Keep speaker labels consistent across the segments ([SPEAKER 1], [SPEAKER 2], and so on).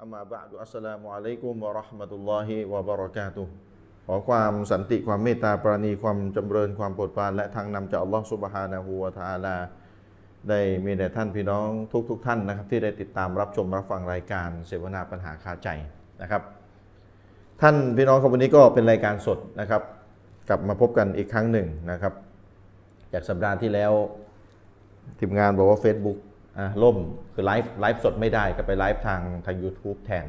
[SPEAKER 1] أما بعد السلام عليكم ورحمة الله وبركاته ขอความสันติความเมตตาปราณีความจำเริญความโปรดปรานและทางนำจากอัลลอฮฺสุบฮานะฮูวะตะอาลา ได้มีแด่ท่านพี่น้องทุกๆทท่านนะครับ ที่ได้ติดตามรับชมรับฟังรายการเสวนาปัญหาคาใจนะครับ ท่านพี่น้องครับวันนี้ก็เป็นรายการสดนะครับ กลับมาพบกันอีกครั้งหนึ่งนะครับ จากสัปดาห์ที่แล้ว ทีมงานบอกว่า Facebook อ่ะล่มคือไลฟ์ไลฟ์สดไม่ได้ก็ไปไลฟ์ทางทาง YouTube แทน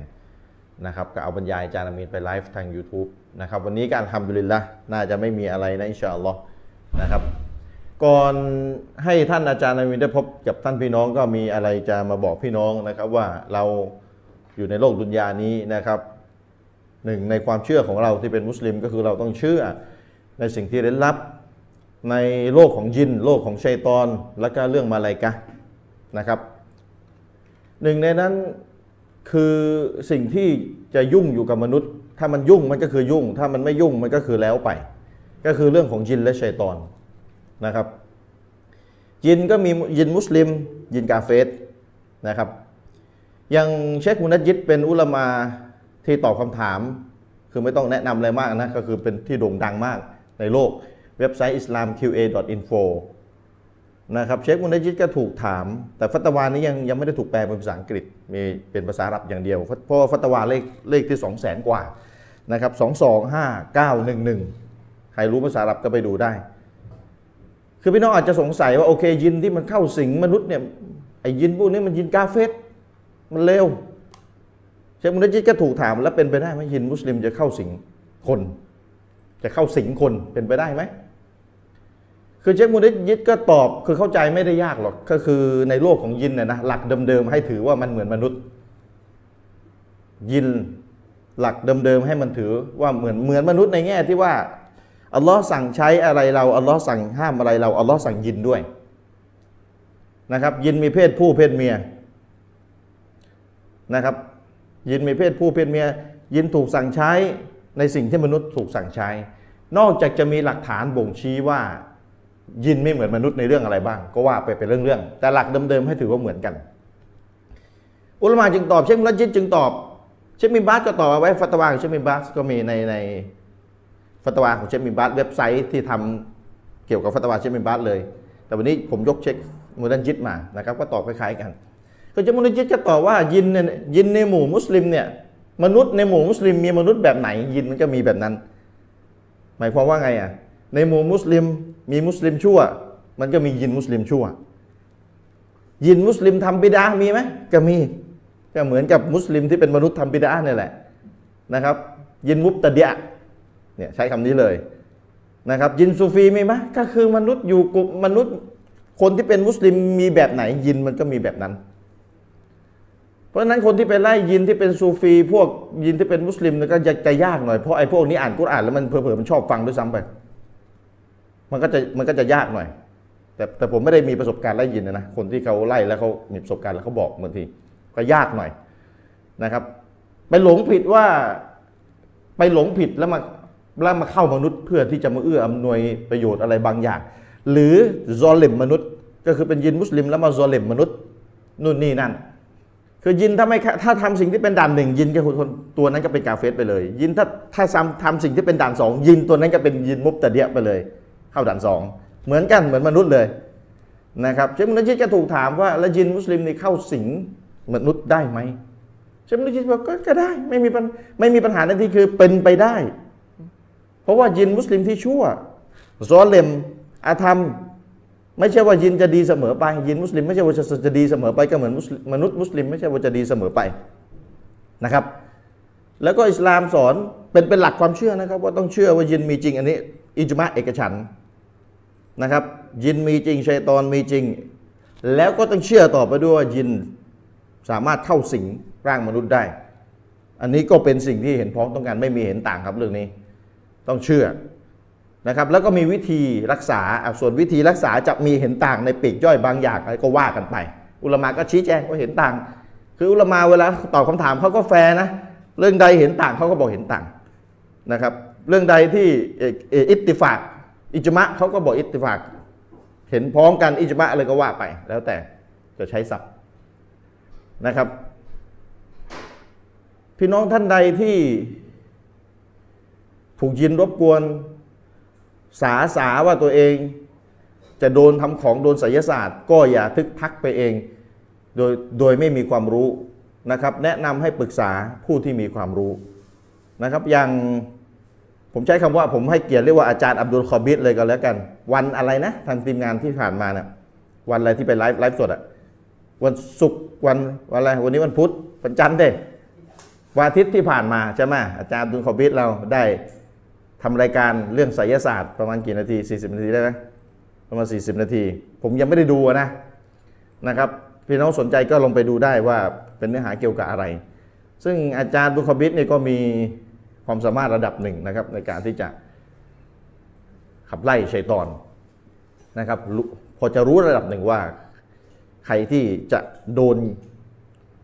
[SPEAKER 1] นะครับก็เอาบรรยายอาจารย์อามีนไปไลฟ์ทาง YouTube นะครับวันนี้การทำดุลิลละน่าจะไม่มีอะไรนะอินชาอัลลอฮ์นะครับ ก่อนให้ท่านอาจารย์อามีนได้พบกับท่านพี่น้องก็มีอะไรจะมาบอกพี่น้องนะครับว่าเราอยู่ในโลกดุนยานี้นะครับ หนึ่งในความเชื่อของเราที่เป็นมุสลิมก็คือเราต้องเชื่อในสิ่งที่เร้นลับ ในโลกของยิน โลกของชัยตอน และก็เรื่องมาลายกะห์นะครับ หนึ่งในนั้นคือสิ่งที่จะยุ่งอยู่กับมนุษย์ ถ้ามันยุ่งมันก็คือยุ่ง ถ้ามันไม่ยุ่งมันก็คือแล้วไป ก็คือเรื่องของยินและชัยตอนนะครับ ยินก็มียินมุสลิม ยินกาเฟสนะครับ อย่างเชคมุนัดยิดเป็นอุลามาที่ตอบคำถาม คือไม่ต้องแนะนำอะไรมากนะ ก็คือเป็นที่โด่งดังมากในโลกเว็บไซต์ islamqa.info นะครับเชคมุนัดยิดก็ถูกถาม แต่ฟัตวานี้ยังยังไม่ได้ถูกแปลเป็นภาษาอังกฤษ มีเป็นภาษาอาหรับอย่างเดียว เพราะว่าฟัตวาเลขเลขที่ 2 0 0 0 0 0 กว่านะครับ225911 ใครรู้ภาษาอาหรับก็ไปดูได้ คือพี่น้องอาจจะสงสัยว่าโอเคยินที่มันเข้าสิงมนุษย์เนี่ยไอ้ยินพวกนี้มันยินกาเฟส มันเร็วเชคมุนจิตก็ถูกถามแล้วเป็นไปได้ไหมยินมุสลิมจะเข้าสิงคน จะเข้าสิงคนเป็นไปได้ไหมคือเชคมุนจิตก็ตอบคือเข้าใจไม่ได้ยากหรอกก็คือในโลกของยินเนี่ยนะหลักเดิมๆให้ถือว่ามันเหมือนมนุษย์ ยินหลักเดิมๆให้มันถือว่าเหมือนเหมือนมนุษย์ในแง่ที่ว่าอัลลอฮ์สั่งใช้อะไรเราอัลลอฮ์สั่งห้ามอะไรเราอัลลอฮ์สั่งยินด้วยนะครับยินมีเพศผู้เพศเมีย นะครับยินมีเพศผู้เพศเมีย ยินถูกสั่งใช้ในสิ่งที่มนุษย์ถูกสั่งใช้ นอกจากจะมีหลักฐานบ่งชี้ว่า ยินไม่เหมือนมนุษย์ในเรื่องอะไรบ้าง ก็ว่าไปเป็นเรื่องๆแต่หลักเดิมๆให้ถือว่าเหมือนกัน อุลามะจึงตอบเชคมุลัดยิดจึงตอบ เชคมินบาสก็ตอบเอาไว้ฟัตวาของเชคมินบาสก็มีในในฟัตวาของเชคมินบาสเว็บไซต์ที่ทำเกี่ยวกับฟัตวาเชคมินบาสเลย แต่วันนี้ผมยกเช็คมุลัดยิดมานะครับก็ตอบคล้ายๆกัน ก็จะมุนจิตก็ตอบว่ายินเนี่ยยินในหมู่มุสลิมเนี่ยมนุษย์ในหมู่มุสลิมมีมนุษย์แบบไหนยินมันก็มีแบบนั้น หมายความว่าไงอ่ะในหมู่มุสลิมมีมุสลิมชั่ว มันก็มียินมุสลิมชั่ว ยินมุสลิมทำบิดามีไหมก็มีก็เหมือนกับมุสลิมที่เป็นมนุษย์ทำบิดาเนี่ยแหละนะครับ ยินมุบตะเดียะเนี่ยใช้คำนี้เลยนะครับยินซูฟีมีไหมก็คือมนุษย์อยู่กลุ่มมนุษย์คนที่เป็นมุสลิมมีแบบไหนยินมันก็มีแบบนั้น เพราะฉะนั้นคนที่ไปไล่ยินที่เป็นซูฟี พวกยินที่เป็นมุสลิมเนี่ยก็จะจะยากหน่อยเพราะไอ้พวกนี้อ่านกุรอานแล้วมันเผลอๆมันชอบฟังด้วยซ้ำไปมันก็จะมันก็จะยากหน่อย แต่แต่ผมไม่ได้มีประสบการณ์ไล่ยินนะนะคนที่เขาไล่แล้วเขามีประสบการณ์แล้วเขาบอกบางทีก็ยากหน่อยนะครับ ไปหลงผิดว่าไปหลงผิดแล้วมาแล้วมาเข้ามนุษย์เพื่อที่จะมาเอื้ออำนวยประโยชน์อะไรบางอย่าง หรือซอลิมมนุษย์ ก็คือเป็นยินมุสลิมแล้วมาซอลิมมนุษย์นู่นนี่นั่น คือยินถ้าไม่ฆ่าถ้าทำสิ่งที่เป็นด่านหนึ่งยินก็คือคนตัวนั้นก็เป็นกาเฟสไปเลย ยินถ้าถ้าทำทำสิ่งที่เป็นด่านสองยินตัวนั้นก็เป็นยินมุบตะเดียไปเลย เข้าด่านสองเหมือนกันเหมือนมนุษย์เลยนะครับเชฟมุนจิตก็ถูกถามว่าแล้วยินมุสลิมนี่เข้าสิงมนุษย์ได้ไหมเชฟมุนจิตบอกก็ก็ได้ไม่มีปัญไม่มีปัญหาในที่คือเป็นไปได้ เพราะว่ายินมุสลิมที่ชั่วซอเลมอาธรรม ไม่ใช่ว่ายินจะดีเสมอไป ยินมุสลิมไม่ใช่ว่าจะจะดีเสมอไปก็เหมือนมุสลิมมนุษย์มุสลิมไม่ใช่ว่าจะดีเสมอไปนะครับ แล้วก็อิสลามสอนเป็นเป็นหลักความเชื่อนะครับ ว่าต้องเชื่อว่ายินมีจริงอันนี้ อิจมาเอกฉันท์นะครับ ยินมีจริงชัยตอนมีจริง แล้วก็ต้องเชื่อต่อไปด้วยว่ายินสามารถเข้าสิงร่างมนุษย์ได้ อันนี้ก็เป็นสิ่งที่เห็นพ้องต้องการไม่มีเห็นต่างครับเรื่องนี้ ต้องเชื่อ นะครับแล้วก็มีวิธีรักษาอ่ะส่วนวิธีรักษาจะมีเห็นต่างในปลีกย่อยบางอย่างอะไรก็ว่ากันไป อุลามาก็ชี้แจงว่าเห็นต่าง คืออุลามาเวลาตอบคำถามเขาก็แฟร์นะเรื่องใดเห็นต่างเขาก็บอกเห็นต่างนะครับเรื่องใดที่เอ่อเอ่ออิตติฟากอิจมะเขาก็บอกอิตติฟาก เห็นพ้องกันอิจมะอะไรก็ว่าไป แล้วแต่จะใช้ศัพท์นะครับ พี่น้องท่านใดที่ถูกยินรบกวน สาสาว่าตัวเอง จะโดนทำของโดนไสยศาสตร์ ก็อย่าทึกทักไปเอง โดยโดยไม่มีความรู้นะครับ แนะนำให้ปรึกษาผู้ที่มีความรู้นะครับอย่างผมใช้คำว่าผมให้เกียรติเรียกว่าอาจารย์อับดุลคอบิดเลยก็แล้วกัน วันอะไรนะ ทางทีมงานที่ผ่านมาเนี่ยวันอะไรที่ไปไลฟ์ไลฟ์สดอะวันศุกร์วันวันอะไรวันนี้วันพุธวันจันทร์เด้ วันอาทิตย์ที่ผ่านมาใช่ไหมอาจารย์ดุลขอบิดเราได้ทำรายการเรื่องไสยศาสตร์ประมาณกี่นาที 40 นาทีได้ไหมประมาณ 40 นาที ผมยังไม่ได้ดูนะนะครับพี่น้องสนใจก็ลงไปดูได้ว่าเป็นเนื้อหาเกี่ยวกับอะไร ซึ่งอาจารย์ดุลขอบิดเนี่ยก็มีความสามารถระดับหนึ่งนะครับในการที่จะขับไล่ชัยตอนนะครับรู้พอจะรู้ระดับหนึ่งว่าใครที่จะโดน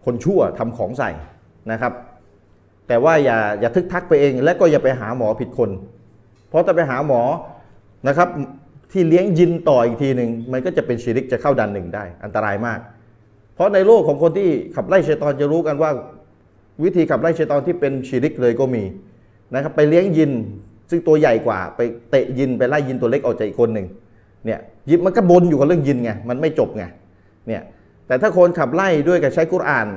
[SPEAKER 1] คนชั่วทำของใส่นะครับ แต่ว่าอย่าอย่าทึกทักไปเอง และก็อย่าไปหาหมอผิดคน เพราะถ้าไปหาหมอนะครับที่เลี้ยงยินต่ออีกทีหนึ่งมันก็จะเป็นชีริกจะเข้าดันหนึ่งได้ อันตรายมาก เพราะในโลกของคนที่ขับไล่ชัยตอนจะรู้กันว่า วิธีขับไล่ชัยตอนที่เป็นชีริกเลยก็มีนะครับไปเลี้ยงยินซึ่งตัวใหญ่กว่า ไปเตะยินไปไล่ยินตัวเล็กออกจากอีกคนหนึ่งเนี่ยยินมันก็บนอยู่กับเรื่องยินไงมันไม่จบไงเนี่ย แต่ถ้าคนขับไล่ด้วยกับใช้กุรอาน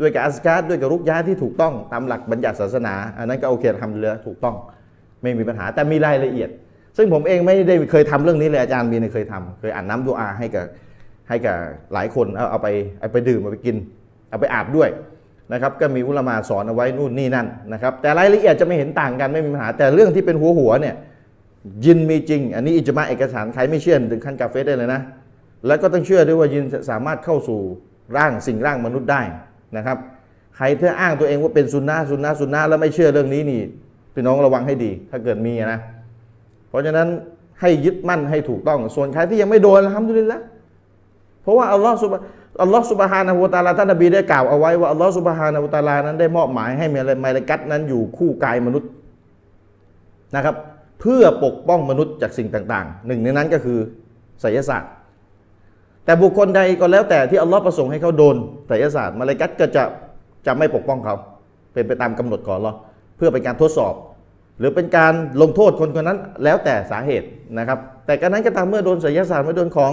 [SPEAKER 1] ด้วยกับอัสการ์ด้วยกับรุกยะที่ถูกต้องตามหลักบัญญัติศาสนา อันนั้นก็โอเคทำเรือถูกต้อง ไม่มีปัญหาแต่มีรายละเอียด ซึ่งผมเองไม่ได้เคยทำเรื่องนี้เลยอาจารย์มีเนี่ยเคยทำเคยอ่านน้ำดูอาให้กับให้กับหลายคนเอาเอาไปเอาไปดื่มเอาไปกิน เอาไปอาบด้วยนะครับก็มีอุลามาสอนเอาไว้นู่นนี่นั่นนะครับแต่รายละเอียดจะไม่เห็นต่างกันไม่มีปัญหาแต่เรื่องที่เป็นหัวหัวๆเนี่ยยินมีจริง อันนี้อิจมาเอกสารใครไม่เชื่อถึงขั้นกาเฟสได้เลยนะ แล้วก็ต้องเชื่อด้วยว่ายินจะสามารถเข้าสู่ร่างสิ่งร่างมนุษย์ได้นะครับ ใครที่อ้างตัวเองว่าเป็นซุนนะห์ซุนนะห์ซุนนะห์แล้วไม่เชื่อเรื่องนี้นี่พี่น้องระวังให้ดี ถ้าเกิดมีนะ เพราะฉะนั้นให้ยึดมั่นให้ถูกต้อง ส่วนใครที่ยังไม่โดนทำดุลิลละเพราะว่าอัลลอฮ์สุบอัลลอฮ์สุบฮานะฮูวะตะอาลาท่านนบีได้กล่าวเอาไว้ว่าอัลลอฮ์สุบฮานะฮูวะตะอาลานั้นได้มอบหมายให้เมลามาลากัตนั้นอยู่คู่กายมนุษย์นะครับ เพื่อปกป้องมนุษย์จากสิ่งต่างๆ หนึ่งในนั้นก็คือไสยศาสตร์ แต่บุคคลใดก็แล้วแต่ที่อัลลอฮ์ประสงค์ให้เขาโดนไสยศาสตร์มาลากัตก็จะจะไม่ปกป้องเขา เป็นไปตามกำหนดของอัลลอฮ์เพื่อเป็นการทดสอบ หรือเป็นการลงโทษคนคนนั้นแล้วแต่สาเหตุนะครับ แต่การนั้นก็ตามเมื่อโดนไสยศาสตร์เมื่อโดนของ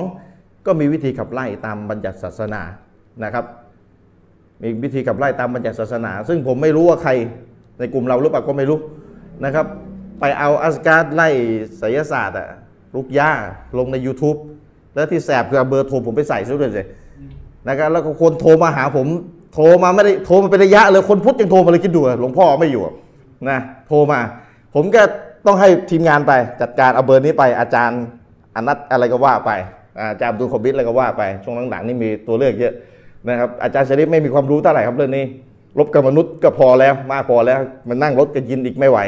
[SPEAKER 1] ก็มีวิธีขับไล่ตามบัญญัติศาสนานะครับ มีวิธีขับไล่ตามบัญญัติศาสนา ซึ่งผมไม่รู้ว่าใครในกลุ่มเราหรือเปล่าก็ไม่รู้นะครับ ไปเอาอัสการ์ดไล่ไสยศาสตร์อะลุกย่าลงใน YouTube แล้วที่แสบคือเอาเบอร์โทรผมไปใส่ซะด้วยสิ นะครับแล้วก็คนโทรมาหาผม โทรมาไม่ได้โทรมาเป็นระยะเลยคนพุทธยังโทรมาเลยคิดดูอะหลวงพ่อไม่อยู่อะนะโทรมา ผมก็ต้องให้ทีมงานไปจัดการเอาเบอร์นี้ไปอาจารย์อนัตอะไรก็ว่าไปอาอาจารย์อับดุลขบิดอะไรก็ว่าไป ช่วงหลังๆนี่มีตัวเลือกเยอะนะครับอาจารย์ชริฟไม่มีความรู้เท่าไหร่ครับเรื่องนี้ลบกับมนุษย์ก็พอแล้วมากพอแล้วมันนั่งรถกับยินอีกไม่ไหว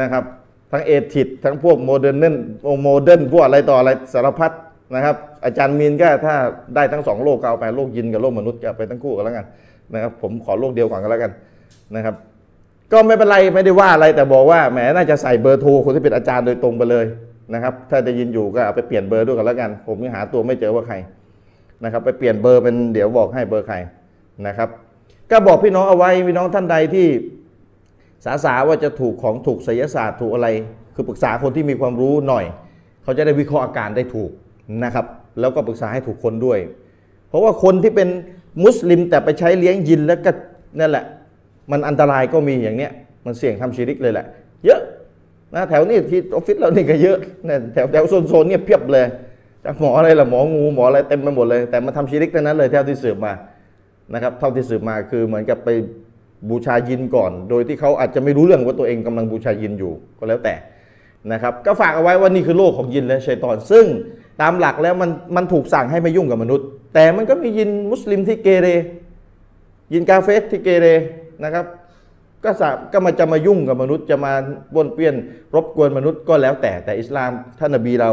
[SPEAKER 1] นะครับทั้งเอทิดทั้งพวกโมเดิร์นโมเดิร์นพวกอะไรต่ออะไรสารพัด นะครับอาจารย์มีนก็ถ้าได้ทั้งสองโลกก็เอาไปโลกยินกับโลกมนุษย์ก็เอาไปทั้งคู่กันแล้วกันนะครับผมขอโลกเดียวก่อนก็แล้วกันนะครับก็ไม่เป็นไรไม่ได้ว่าอะไรแต่บอกว่าแหมน่าจะใส่เบอร์โทรคนที่เป็นอาจารย์โดยตรงไปเลยนะครับถ้าได้ยินอยู่ก็เอาไปเปลี่ยนเบอร์ด้วยกันแล้วกัน ผมยังหาตัวไม่เจอว่าใครนะครับไปเปลี่ยนเบอร์เป็นเดี๋ยวบอกให้เบอร์ใครนะครับก็บอกพี่น้องเอาไว้พี่น้องท่านใดที่สาสาว่าจะถูกของถูกไสยศาสตร์ถูกอะไร คือปรึกษาคนที่มีความรู้หน่อย เขาจะได้วิเคราะห์อาการได้ถูกนะครับ แล้วก็ปรึกษาให้ถูกคนด้วย เพราะว่าคนที่เป็นมุสลิมแต่ไปใช้เลี้ยงยินแล้วก็นั่นแหละ มันอันตรายก็มีอย่างเนี้ย มันเสี่ยงทำชีริกเลยแหละ เยอะนะแถวนี้ที่ออฟฟิศเรานี่ก็เยอะนะแถวแถวโซนๆเนี่ยเพียบเลยจากหมออะไรล่ะหมองูหมออะไรเต็มไปหมดเลย แต่มันทำชีริกทั้งนั้นเลยเท่าที่สืบมานะครับเท่าที่สืบมาคือเหมือนกับไปบูชายินก่อน โดยที่เขาอาจจะไม่รู้เรื่องว่าตัวเองกำลังบูชายินอยู่ก็แล้วแต่ นะครับก็ฝากเอาไว้ว่านี่คือโลกของยินและชัยตอน ซึ่งตามหลักแล้วมันมันถูกสั่งให้ไม่ยุ่งกับมนุษย์ แต่มันก็มียินมุสลิมที่เกเร ยินกาเฟสที่เกเรนะครับ ก็สาก็มาจะมายุ่งกับมนุษย์จะมาบ้วนเปี้ยน รบกวนมนุษย์ก็แล้วแต่แต่อิสลามท่านนบีเรา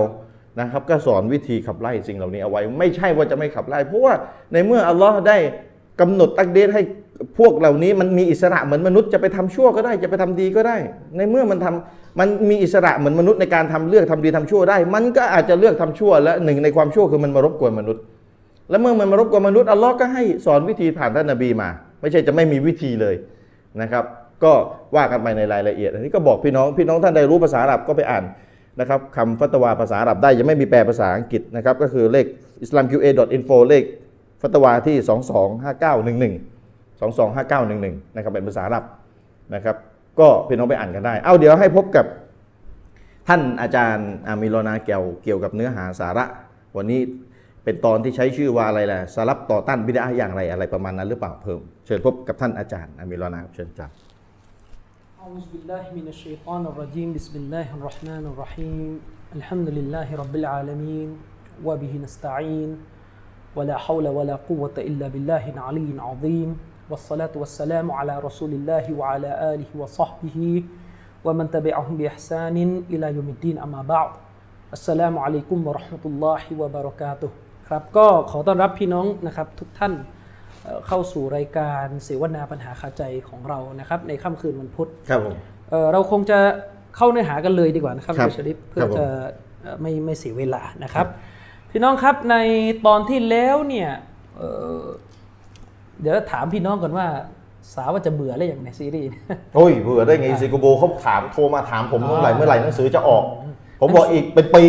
[SPEAKER 1] นะครับ ก็สอนวิธีขับไล่สิ่งเหล่านี้เอาไว้ ไม่ใช่ว่าจะไม่ขับไล่เพราะว่าในเมื่ออัลลอฮ์ได้กำหนดตักเดตให้พวกเหล่านี้มันมีอิสระเหมือนมนุษย์จะไปทำชั่วก็ได้จะไปทำดีก็ได้ ในเมื่อมันทำมันมีอิสระเหมือนมนุษย์ในการทำเลือกทำดีทำชั่วได้ มันก็อาจจะเลือกทำชั่วและหนึ่งในความชั่วคือมันมารบกวนมนุษย์ และเมื่อมันมารบกวนมนุษย์อัลลอฮ์ก็ให้สอนวิธีผ่านท่านนบีมา ไม่ใช่จะไม่มีวิธีเลย นะครับ ก็ว่ากันไปในรายละเอียด อันนี้ก็บอกพี่น้องพี่น้องท่านใดรู้ภาษาอาหรับก็ไปอ่านนะครับคำฟัตวาภาษาอาหรับได้ยังไม่มีแปลภาษาอังกฤษนะครับ ก็คือเลข islamqa.info เลขฟัตวาที่ 225911 225911นะครับเป็นภาษาอาหรับนะครับ ก็พี่น้องไปอ่านกันได้ เอาเดี๋ยวให้พบกับ ท่านอาจารย์อามิโลนาเกี่ยวเกี่ยวกับเนื้อหาสาระ วันนี้เป็นตอนที่ใช้ชื่อว่าอะไรล่ะสารับต่อต้านบิดาอย่างไรอะไรประมาณนั้นหรือเปล่าเพิ่ม เชิญพบกับท่านอาจารย์อามิโลนาครับเชิญอาจารย์
[SPEAKER 2] أعوذ بالله من الشيطان الرجيم بسم الله الرحمن الرحيم الحمد لله رب العالمين وبه نستعين ولا حول ولا قوة إلا بالله العلي العظيم والصلاة والسلام على رسول الله وعلى آله وصحبه ومن تبعهم بإحسان إلى يوم الدين أما بعد السلام عليكم ورحمة الله وبركاته ครับก็ขอต้อนรับพี่น้องนะครับทุกท่าน เอ่อเข้าสู่รายการเสวนาปัญหาคาใจของเรานะครับ ในค่ำคืนวันพุธ
[SPEAKER 1] ครับผม
[SPEAKER 2] เอ่อเราคงจะเข้าเนื้อหากันเลยดีกว่านะครับ
[SPEAKER 1] ครับ
[SPEAKER 2] คุณชลิปเพื่
[SPEAKER 1] ครั
[SPEAKER 2] อบ
[SPEAKER 1] ผม
[SPEAKER 2] จะเอ่อไม่ไม่เสียเวลานะครับ พี่น้องครับในตอนที่แล้วเนี่ยเอ่อเดี๋ยวถามพี่น้องก่อนว่าสาวว่าจะเบื่อแล้วอย่างใน ซีรีส์
[SPEAKER 1] โอ้ยเบื่อได้ไงซิโกโบเขาถามโทรมาถามผมเมื่อไหร่เมื่อไหร่หนังสือจะออก ผมบอกอีกเป็นปี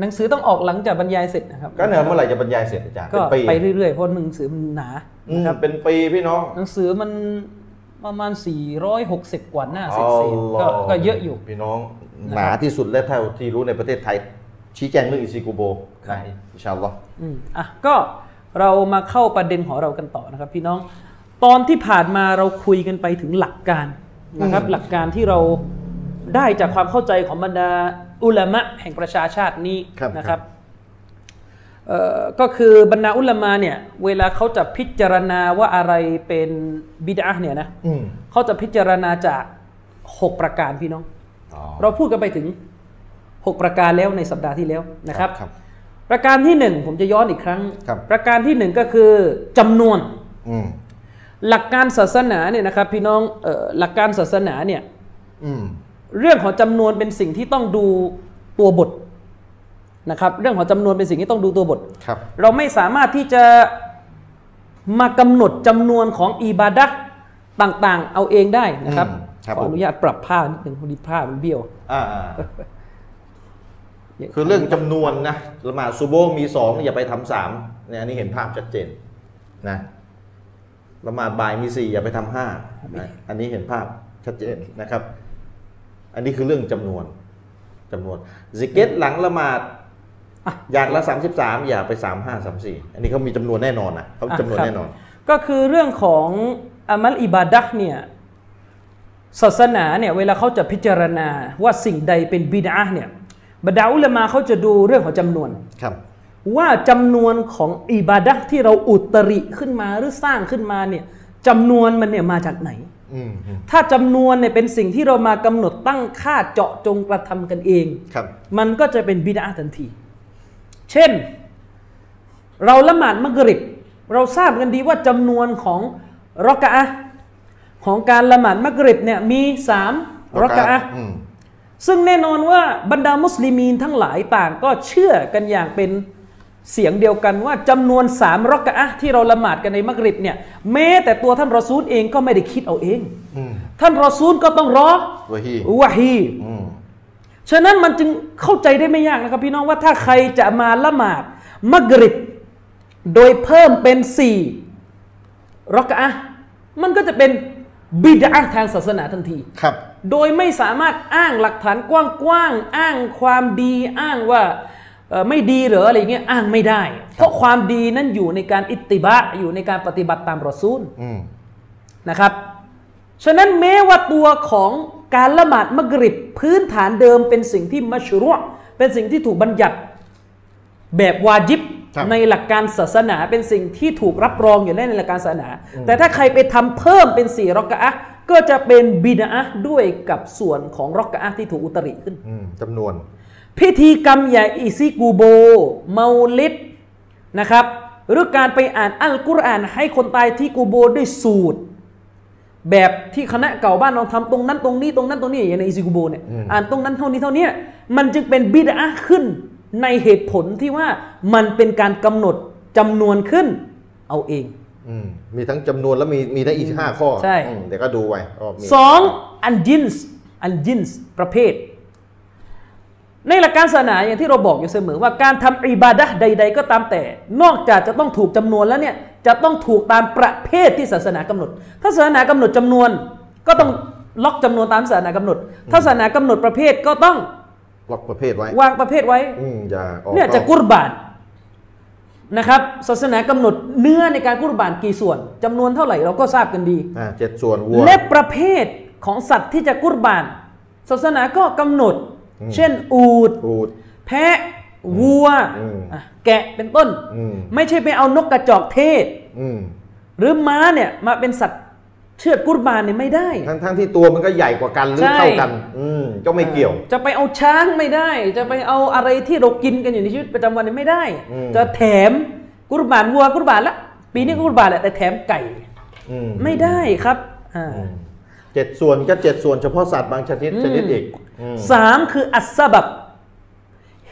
[SPEAKER 2] หนังสือต้องออกหลังจากบรรยายเสร็จนะครับ
[SPEAKER 1] ก็เนี่ยเมื่อไหร่จะบรรยายเสร็จอาจารย์
[SPEAKER 2] ก็
[SPEAKER 1] เป็นปี
[SPEAKER 2] ไปเรื่อยๆเพราะหนังสือมันหนา
[SPEAKER 1] อืม
[SPEAKER 2] นะครับ
[SPEAKER 1] เป็นปีพี่น้อง
[SPEAKER 2] หนังสือมันประมาณ 460 กว่าหน้าเศ
[SPEAKER 1] เอา
[SPEAKER 2] ษๆ
[SPEAKER 1] ล่
[SPEAKER 2] ก็ก็เยอะอยู่
[SPEAKER 1] พี่น้องหนาที่สุดและเท่าที่รู้ในประเทศไทย ชี้แจงเรื่องอิซิโกโบนะอินชาอัลลอฮ์
[SPEAKER 2] อืมอ่ะก็เรามาเข้าประเด็นของเรากันต่อนะครับ พี่น้องตอนที่ผ่านมาเราคุยกันไปถึงหลักการนะครับ
[SPEAKER 1] อืม
[SPEAKER 2] หลักการที่เราได้จากความเข้าใจของบรรดาอุลามะแห่งประชาชาตินี้นะครับเอ่อก็คือบรรดาอุลามะเนี่ยเวลาเขาจะพิจารณาว่าอะไรเป็นบิดาเนี่ยนะ
[SPEAKER 1] อืม
[SPEAKER 2] เขาจะพิจารณาจากหกประการพี่น้อง
[SPEAKER 1] อ๋อ
[SPEAKER 2] เราพูดกันไปถึง 6 ประการแล้วในสัปดาห์ที่แล้วนะครับ
[SPEAKER 1] ครับ
[SPEAKER 2] ประการที่ 1 ผมจะย้อนอีกครั้ง
[SPEAKER 1] ครับ
[SPEAKER 2] ประการที่ 1 ก็คือจำนวน
[SPEAKER 1] อืม
[SPEAKER 2] หลักการศาสนาเนี่ยนะครับพี่น้องเออหลักการศาสนาเนี่ย
[SPEAKER 1] อืม
[SPEAKER 2] เรื่องของจำนวนเป็นสิ่งที่ต้องดูตัวบทนะครับ เรื่องของจำนวนเป็นสิ่งที่ต้องดูตัวบท
[SPEAKER 1] ครับ
[SPEAKER 2] เราไม่สามารถที่จะมากำหนดจำนวนของอิบาดะห์ต่างๆ เอาเองได้นะครับ
[SPEAKER 1] อืมครับ
[SPEAKER 2] ขออ
[SPEAKER 1] ผม
[SPEAKER 2] นุญาตปรับผ้านิดหนึ่งพอดีผ้ามันเบี้ยว
[SPEAKER 1] อ่าอ่าคือเรื่องจำนวนนะละหมาดซูโบห์มีสองอย่าไปทำสามเนี่ยอันนี้เห็นภาพชัดเจนนะละหมาดบ่ายมีสี่อย่าไปทำห้านะอันนี้เห็นภาพชัดเจนนะครับ อันนี้คือเรื่องจำนวนจำนวนซิกเก็ตหลังละหมาด
[SPEAKER 2] อ่ะ
[SPEAKER 1] อย่างละ 33 อย่าไป3 5 3 4 อันนี้เขามีจำนวนแน่นอนนะเขาจำนวนแน่นอน
[SPEAKER 2] ครับก็คือเรื่องของอามัลอิบาดะห์เนี่ยศาสนาเนี่ยเวลาเขาจะพิจารณาว่าสิ่งใดเป็นบิดาเนี่ยบรรดาอุลามะเขาจะดูเรื่องของจำนวน
[SPEAKER 1] ครับ
[SPEAKER 2] ว่าจำนวนของอิบาดะห์ที่เราอุตริขึ้นมาหรือสร้างขึ้นมาเนี่ยจำนวนมันเนี่ยมาจากไหน
[SPEAKER 1] อืมอืม
[SPEAKER 2] ถ้าจำนวนเนี่ยเป็นสิ่งที่เรามากำหนดตั้งค่าเจาะจงกระทำกันเอง
[SPEAKER 1] ครับ
[SPEAKER 2] มันก็จะเป็นบิดาทันที เช่น เราละหมาดมักริบ เราทราบกันดีว่าจำนวนของรอกะอะห์ของการละหมาดมักริบเนี่ยมีสามรอกะอะห์
[SPEAKER 1] อืม
[SPEAKER 2] ซึ่งแน่นอนว่าบรรดามุสลิมีนทั้งหลายต่างก็เชื่อกันอย่างเป็นเสียงเดียวกันว่าจำนวนสามรอกะอะห์ที่เราละหมาดกันในมักริบเนี่ยแม้แต่ตัวท่านรอซูลเองก็ไม่ได้คิดเอาเอง
[SPEAKER 1] อืม
[SPEAKER 2] ท่านรอซูลก็ต้องรอ
[SPEAKER 1] วะฮี
[SPEAKER 2] วะฮี
[SPEAKER 1] อืม
[SPEAKER 2] ฉะนั้นมันจึงเข้าใจได้ไม่ยากนะครับ พี่น้องว่าถ้าใครจะมาละหมาดมักริบ โดยเพิ่มเป็นสี่รอกะอะห์มันก็จะเป็นบิดาทางศาสนาทันที
[SPEAKER 1] ครับ
[SPEAKER 2] โดยไม่สามารถอ้างหลักฐานกว้างๆอ้างความดีอ้างว่าเอ่อไม่ดีเหรออะไรอย่างเงี้ยอ้างไม่ได้ เพราะความดีนั้นอยู่ในการอิตติบะอยู่ในการปฏิบัติตามรอซูล
[SPEAKER 1] อืม
[SPEAKER 2] นะครับ ฉะนั้นแม้ว่าตัวของการละหมาดมักริบพื้นฐานเดิมเป็นสิ่งที่มัชรุอ์เป็นสิ่งที่ถูกบัญญัติแบบวาจิบ
[SPEAKER 1] ครับ
[SPEAKER 2] ในหลักการศาสนาเป็นสิ่งที่ถูกรับรองอยู่แล้วในหลักการศาสนา แต่ถ้าใครไปทำเพิ่มเป็นสี่รอกะอะห์ก็จะเป็นบิดาอะห์ด้วยกับส่วนของรอกะอะห์ที่ถูกอุตริขึ้น
[SPEAKER 1] อืมจำนวน
[SPEAKER 2] พิธีกรรมใหญ่อิซิกูโบเมาลิดนะครับหรือการไปอ่านอัลกุรอานให้คนตายที่กูโบด้วยสูตร แบบที่คณะเก่าบ้านเราทำตรงนั้นตรงนี้ตรงนั้นตรงนี้อย่างในอิซิกูโบเนี่ย
[SPEAKER 1] อืม
[SPEAKER 2] อ่านตรงนั้นเท่านี้เท่าเนี้ยมันจึงเป็นบิดาขึ้นในเหตุผลที่ว่ามันเป็นการกำหนดจำนวนขึ้นเอาเอง
[SPEAKER 1] อืมมีทั้งจำนวนแล้วมีมีทั้งอีกห้าข้อ
[SPEAKER 2] ใช่
[SPEAKER 1] อืมเดี๋ยวก็ดูไปก็มี
[SPEAKER 2] สองอันจินส์อันจินส์ประเภท ในหลักการศาสนาอย่างที่เราบอกอยู่เสมอว่าการทำอิบาดะห์ใด ๆ ก็ตามแต่ นอกจากจะต้องถูกจำนวนแล้วเนี่ยจะต้องถูกตามประเภทที่ศาสนากำหนด ถ้าศาสนากำหนดจำนวน ก็ต้องล็อกจำนวนตามศาสนากำหนด ถ้าศาสนากำหนดประเภทก็ต้อง
[SPEAKER 1] ล็อกประเภทไว้
[SPEAKER 2] วางประเภทไว้
[SPEAKER 1] อืมอย่าออก
[SPEAKER 2] เนี่ยจะกุรบานนะครับ ศาสนากำหนดเนื้อในการกุรบานกี่ส่วนจำนวนเท่าไหร่เราก็ทราบกันดี
[SPEAKER 1] อ่าเจ็ดส่วนวัว
[SPEAKER 2] และประเภทของสัตว์ที่จะกุรบาน ศาสนาก็กำหนด
[SPEAKER 1] อืม
[SPEAKER 2] เช่น อูด
[SPEAKER 1] อูด
[SPEAKER 2] แพะ วัว
[SPEAKER 1] อืม
[SPEAKER 2] อ่ะแกะเป็นต้น
[SPEAKER 1] อืม
[SPEAKER 2] ไม่ใช่ไปเอานกกระจอกเทศ
[SPEAKER 1] อืม
[SPEAKER 2] หรือม้าเนี่ยมาเป็นสัตว์เชือดกุรบานเนี่ยไม่ได้
[SPEAKER 1] ทั้งทั้งที่ตัวมันก็ใหญ่กว่ากันหรือ
[SPEAKER 2] ใช่
[SPEAKER 1] เท่ากัน อืมก็ไม่เกี่ยว
[SPEAKER 2] จะไปเอาช้างไม่ได้ จะไปเอาอะไรที่เรากินกันอยู่ในชีวิตประจำวันเนี่ยไม่ได้
[SPEAKER 1] อืม
[SPEAKER 2] จะแถมกุรบานวัวกุรบานละปีนี้ก็กุรบานแหละแต่แถมไก่
[SPEAKER 1] อืม
[SPEAKER 2] ไม่ได้ครับอ่า
[SPEAKER 1] อืมเจ็ดส่วนก็เจ็ดส่วนเฉพาะสัตว์บางชนิดชนิดอีกอืม
[SPEAKER 2] สามคืออัสซะบับ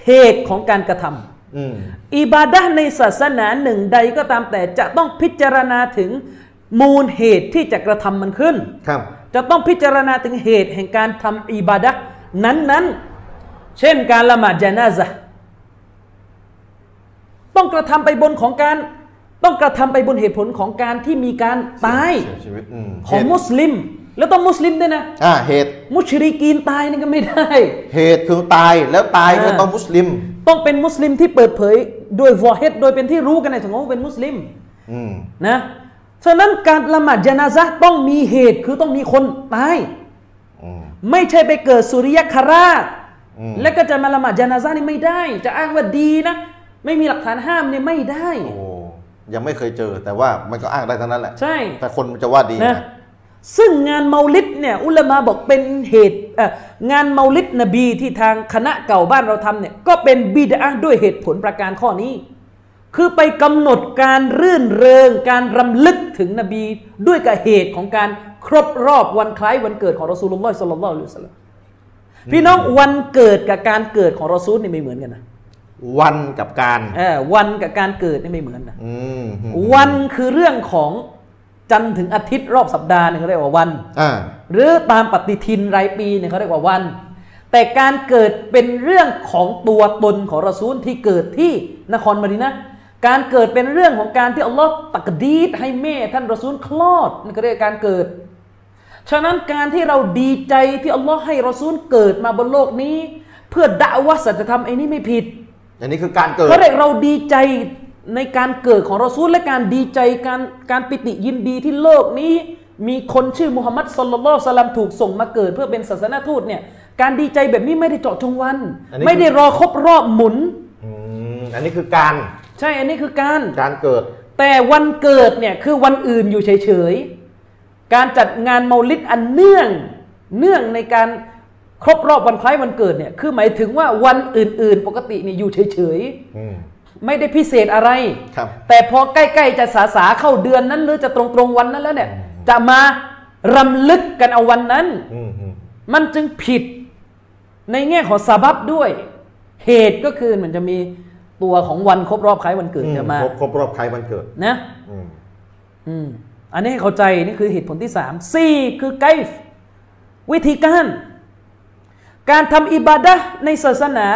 [SPEAKER 2] เหตุของการกระทำ
[SPEAKER 1] อืม
[SPEAKER 2] อิบาดะห์ในศาสนาหนึ่งใดก็ตามแต่จะต้องพิจารณาถึงมูลเหตุที่จะกระทำมันขึ้น
[SPEAKER 1] ครับ
[SPEAKER 2] จะต้องพิจารณาถึงเหตุแห่งการทำอิบาดะห์นั้นๆ เช่นการละหมาดจานาซะห์ต้องกระทำไปบนของการ ต้องกระทำไปบนเหตุผลของการที่มีการตาย
[SPEAKER 1] เสียชีวิตอืม
[SPEAKER 2] ของมุสลิม แล้วต้องมุสลิมด้วยนะ
[SPEAKER 1] อ่าเหตุ
[SPEAKER 2] มุชริกีนตายนี่ก็ไม่ได้
[SPEAKER 1] เหตุคือตายแล้วตายก็
[SPEAKER 2] อ่า
[SPEAKER 1] ต้องมุสลิม
[SPEAKER 2] ต้องเป็นมุสลิมที่เปิดเผยโดยวอเฮดโดยเป็นที่รู้กันในสังคมว่าเป็นมุสลิม
[SPEAKER 1] อืม
[SPEAKER 2] นะฉะนั้นการละหมาดยานาซะห์ต้องมีเหตุคือต้องมีคนตาย
[SPEAKER 1] อืม
[SPEAKER 2] ไม่ใช่ไปเกิดสุริยคราช
[SPEAKER 1] อืม
[SPEAKER 2] แล้วก็จะมาละหมาดยานาซะห์นี่ไม่ได้ จะอ้างว่าดีนะ ไม่มีหลักฐานห้ามเนี่ยไม่ได้
[SPEAKER 1] โอ้ยังไม่เคยเจอแต่ว่ามันก็อ้างได้ทั้งนั้นแหละ
[SPEAKER 2] ใช่
[SPEAKER 1] แต่คนจะว่าดี
[SPEAKER 2] นะ
[SPEAKER 1] นะ
[SPEAKER 2] ซึ่งงานเมาลิดเนี่ยอุลามาบอกเป็นเหตุเอ่องานเมาลิดนบีที่ทางคณะเก่าบ้านเราทำเนี่ยก็เป็นบิดาด้วยเหตุผลประการข้อนี้ คือไปกำหนดการรื่นเริงการรำลึกถึงนบีด้วยกับเหตุของการครบรอบวันคล้ายวันเกิดของรอซูลุลลอฮ์สัลลัลลอฮุอะลัยฮิวะสัลลัมพี่น้องวันเกิดกับการเกิดของรอซูลนี่ไม่เหมือนกันนะ
[SPEAKER 1] วันกับการ
[SPEAKER 2] เออวันกับการเกิดนี่ไม่เหมือนนะ
[SPEAKER 1] อืม
[SPEAKER 2] วันคือเรื่องของจันทร์ถึงอาทิตย์รอบสัปดาห์เนี่ยเขาเรียกว่าวัน
[SPEAKER 1] อ่า
[SPEAKER 2] หรือตามปฏิทินรายปีเนี่ยเขาเรียกว่าวัน แต่การเกิดเป็นเรื่องของตัวตนของรอซูลที่เกิดที่นครมะดีนะห์การเกิดเป็นเรื่องของการที่อัลลอฮ์ตักดีดให้แม่ท่านรอซูลคลอดนั่นก็เรียกการเกิด ฉะนั้นการที่เราดีใจที่อัลลอฮ์ให้รอซูลเกิดมาบนโลกนี้ เพื่อด่าว่าสัจธรรมไอ้นี่ไม่ผิด
[SPEAKER 1] อันนี้คือการเกิด
[SPEAKER 2] เขาเรียกเราดีใจในการเกิดของรอซูลและการดีใจการการปิติยินดีที่โลกนี้ มีคนชื่อมุฮัมมัดสลลัลลอฮุสลัมถูกส่งมาเกิดเพื่อเป็นศาสนทูตเนี่ยการดีใจแบบนี้ไม่ได้เจาะจงวัน
[SPEAKER 1] อันนี้
[SPEAKER 2] ไม่ได้รอครบรอบหมุน
[SPEAKER 1] อืมอันนี้คือการ
[SPEAKER 2] ใช่อันนี้คือการ
[SPEAKER 1] การเกิด
[SPEAKER 2] แต่วันเกิดเนี่ยคือวันอื่นอยู่เฉยๆ การจัดงานเมาลิดอันเนื่อง เนื่องในการครบรอบวันคล้ายวันเกิดเนี่ยคือหมายถึงว่าวันอื่นๆ ปกติเนี่ยอยู่เฉยๆ
[SPEAKER 1] อืม
[SPEAKER 2] ไม่ได้พิเศษอะไร
[SPEAKER 1] ครับ
[SPEAKER 2] แต่พอใกล้ๆจะสาสาเข้าเดือนนั้น หรือจะตรงตรงๆวันนั้นแล้วเนี่ย จะมารำลึกกันเอาวันนั้น
[SPEAKER 1] อืมอืม
[SPEAKER 2] มันจึงผิดในแง่ของสาบับด้วย เหตุก็คือมันจะมีตัวของวันครบรอบคล้ายวันเกิดจะมา
[SPEAKER 1] ครบครบรอบใครวันเกิด
[SPEAKER 2] นะ
[SPEAKER 1] อืม
[SPEAKER 2] อืมอันนี้ให้เข้าใจนี่คือเหตุผลที่สามสี่คือไกฟ์วิธีการ การทำอิบาดะห์ในศาสนา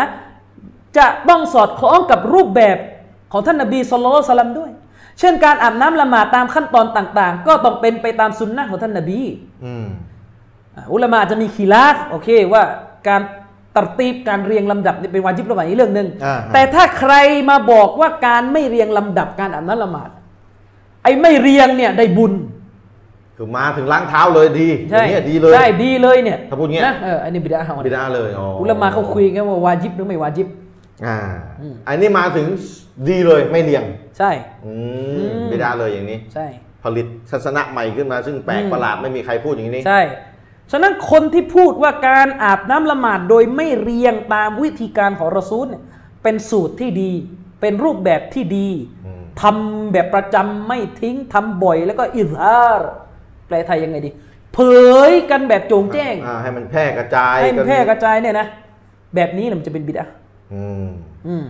[SPEAKER 2] จะต้องสอดคล้องกับรูปแบบของท่านนบีสุลต่านสลัมด้วย เช่นการอาบน้ำละหมาดตามขั้นตอนต่าง ๆ ก็ต้องเป็นไปตามสุนนะของท่านนบี
[SPEAKER 1] อืม
[SPEAKER 2] อ่ะอุลามะอาจจะมีขีลาฟโอเคว่าการตัดตีบการเรียงลำดับเนี่ยเป็นวาจิบละหมาดอีกเรื่องหนึ่ง
[SPEAKER 1] อ่า
[SPEAKER 2] แต่ถ้าใครมาบอกว่าการไม่เรียงลำดับการอาบน้ำละหมาด ไอ้ไม่เรียงเนี่ยได้บุญ
[SPEAKER 1] คือมาถึงล้างเท้าเลยดีอ
[SPEAKER 2] ใช่
[SPEAKER 1] ย่างเงี้ยดีเลย
[SPEAKER 2] ใช่ดีเลยเนี่ย
[SPEAKER 1] ถ้าพูดเงี้ย
[SPEAKER 2] นะเอออันนี้บิดาฮา
[SPEAKER 1] ไม่ได้เลยอ๋อ
[SPEAKER 2] อุ
[SPEAKER 1] อุ
[SPEAKER 2] ลามะเขาคุยกันว่าวาจิบหรือไม่วาจิบ
[SPEAKER 1] อ่า อันนี้มาถึงดีเลยไม่เรียง
[SPEAKER 2] ใช่
[SPEAKER 1] อืมไม่ได้เลยอย่างนี้
[SPEAKER 2] ใช่
[SPEAKER 1] ผลิตศาสนะใหม่ขึ้นมาซึ่งแปลกประหลาดไม่มีใครพูดอย่างนี้
[SPEAKER 2] ใช่ฉะนั้นคนที่พูดว่าการอาบน้ำละหมาดโดยไม่เรียงตามวิธีการของรอซูลเนี่ยเป็นสูตรที่ดี เป็นรูปแบบที่ดี
[SPEAKER 1] อืม
[SPEAKER 2] ทำแบบประจำไม่ทิ้งทำบ่อยแล้วก็อิซฮาร์แปลไทยยังไงดี เผยกันแบบโจงแจ้ง
[SPEAKER 1] อ่าให้มันแพร่กระจาย
[SPEAKER 2] ให้มันแพร่กระจายเนี่ยนะแบบนี้เนี่ยมันจะเป็นบิดา
[SPEAKER 1] อืม
[SPEAKER 2] อืม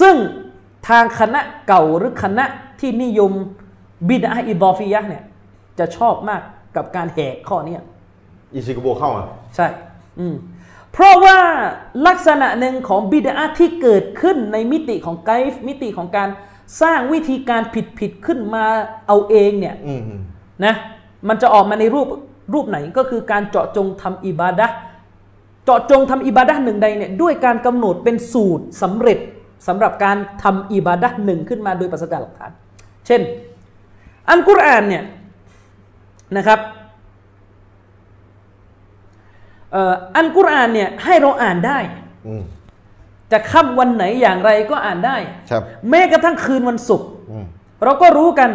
[SPEAKER 2] ซึ่งทางคณะเก่าหรือคณะที่นิยม บิดอะห์อิดอฟียะห์เนี่ยจะชอบมากกับการแหกข้อเนี้ย
[SPEAKER 1] อิซิกโบเข้าอ่ะ
[SPEAKER 2] ใช่ อืม เพราะว่าลักษณะหนึ่งของบิดาที่เกิดขึ้นในมิติของไกฟ์มิติของการสร้างวิธีการผิดผิดๆขึ้นมาเอาเองเนี่ย
[SPEAKER 1] อืมอืม
[SPEAKER 2] นะ มันจะออกมาในรูปรูปไหนก็คือการเจาะจงทำอิบาดะห์เจาะจงทำอิบาดะห์หนึ่งใดเนี่ยด้วยการกำหนดเป็นสูตรสำเร็จสำหรับการทำอิบาดะห์หนึ่งขึ้นมาโดยปรัสดาหลักฐาน เช่น อันกุรอานเนี่ยนะครับ เอ่ออันกุรอานเนี่ยให้เราอ่านได้
[SPEAKER 1] อืม
[SPEAKER 2] จะค่ำวันไหนอย่างไรก็อ่านได้
[SPEAKER 1] ครับ
[SPEAKER 2] แม้กระทั่งคืนวันศุกร์
[SPEAKER 1] อืม
[SPEAKER 2] เราก็รู้กัน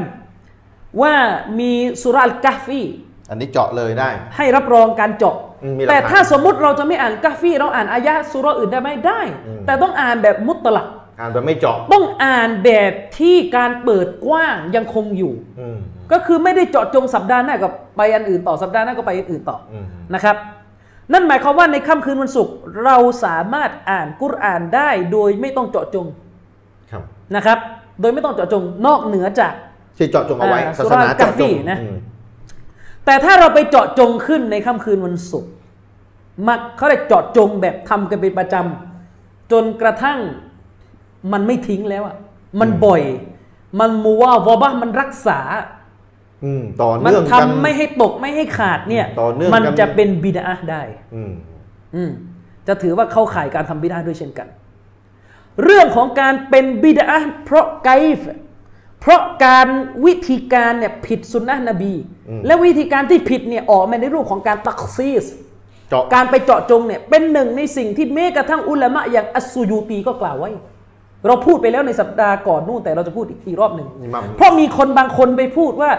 [SPEAKER 2] ว่ามีสุราอัลกาฟี
[SPEAKER 1] อันนี้เจาะเลยได้
[SPEAKER 2] ให้รับรองการเจบ
[SPEAKER 1] อืมมีหลักฐาน
[SPEAKER 2] แต่ถ้าสมมุติเราจะไม่อ่านกาฟีเราอ่านอายะห์สุราอื่นได้ไหมได้
[SPEAKER 1] อืม
[SPEAKER 2] แต่ต้องอ่านแบบมุตตลัก
[SPEAKER 1] อ่านแบบไม่เจาะ
[SPEAKER 2] ต้องอ่านแบบที่การเปิดกว้างยังคงอยู่
[SPEAKER 1] อืม
[SPEAKER 2] ก็คือไม่ได้เจาะจงสัปดาห์หน้ากับไปอันอื่นต่อสัปดาห์หน้าก็ไปอันอื่นต่อ
[SPEAKER 1] อืม
[SPEAKER 2] นะครับนั่นหมายความว่าในค่ำคืนวันศุกร์เราสามารถอ่านกุรอานได้โดยไม่ต้องเจาะจง
[SPEAKER 1] ครับ
[SPEAKER 2] นะครับโดยไม่ต้องเจาะจงนอกเหนือจาก
[SPEAKER 1] ที่เจาะจงเอาไว้
[SPEAKER 2] อ่า
[SPEAKER 1] ศาสนาเจาะจ
[SPEAKER 2] สุรากาฟี
[SPEAKER 1] ง
[SPEAKER 2] นะ
[SPEAKER 1] อืม
[SPEAKER 2] แต่ถ้าเราไปเจาะจงขึ้นในค่ำคืนวันศุกร์มักเขาได้เจาะจงแบบทำกันเป็นประจำจนกระทั่งมันไม่ทิ้งแล้วอ่ะมันบ่อย มันมูว่าวบ้ามันรักษา
[SPEAKER 1] อืมต่อ
[SPEAKER 2] มัน
[SPEAKER 1] เนื่อง
[SPEAKER 2] ทำ
[SPEAKER 1] กัน
[SPEAKER 2] ไม่ให้ตกไม่ให้ขาดเนี่ย
[SPEAKER 1] ต่อเนื่องกัน
[SPEAKER 2] มันจะเป็นบิดาได้
[SPEAKER 1] อืม
[SPEAKER 2] อืมจะถือว่าเข้าข่ายการทำบิดาด้วยเช่นกัน เรื่องของการเป็นบิดาเพราะไกฟ์เพราะการวิธีการเนี่ยผิดสุนนะนบี และวิธีการที่ผิดเนี่ยออกมาในรูปของการตักซีส
[SPEAKER 1] เจาะ
[SPEAKER 2] การไปเจาะจงเนี่ยเป็นหนึ่งในสิ่งที่แม้กระทั่งอุลามะอย่างอัสซูยูตีก็กล่าวไว้ เราพูดไปแล้วในสัปดาห์ก่อนนู่นแต่เราจะพูดอีกทีรอบหนึ่ง
[SPEAKER 1] อิหมัม
[SPEAKER 2] เพราะมีคนบางคนไปพูดว่า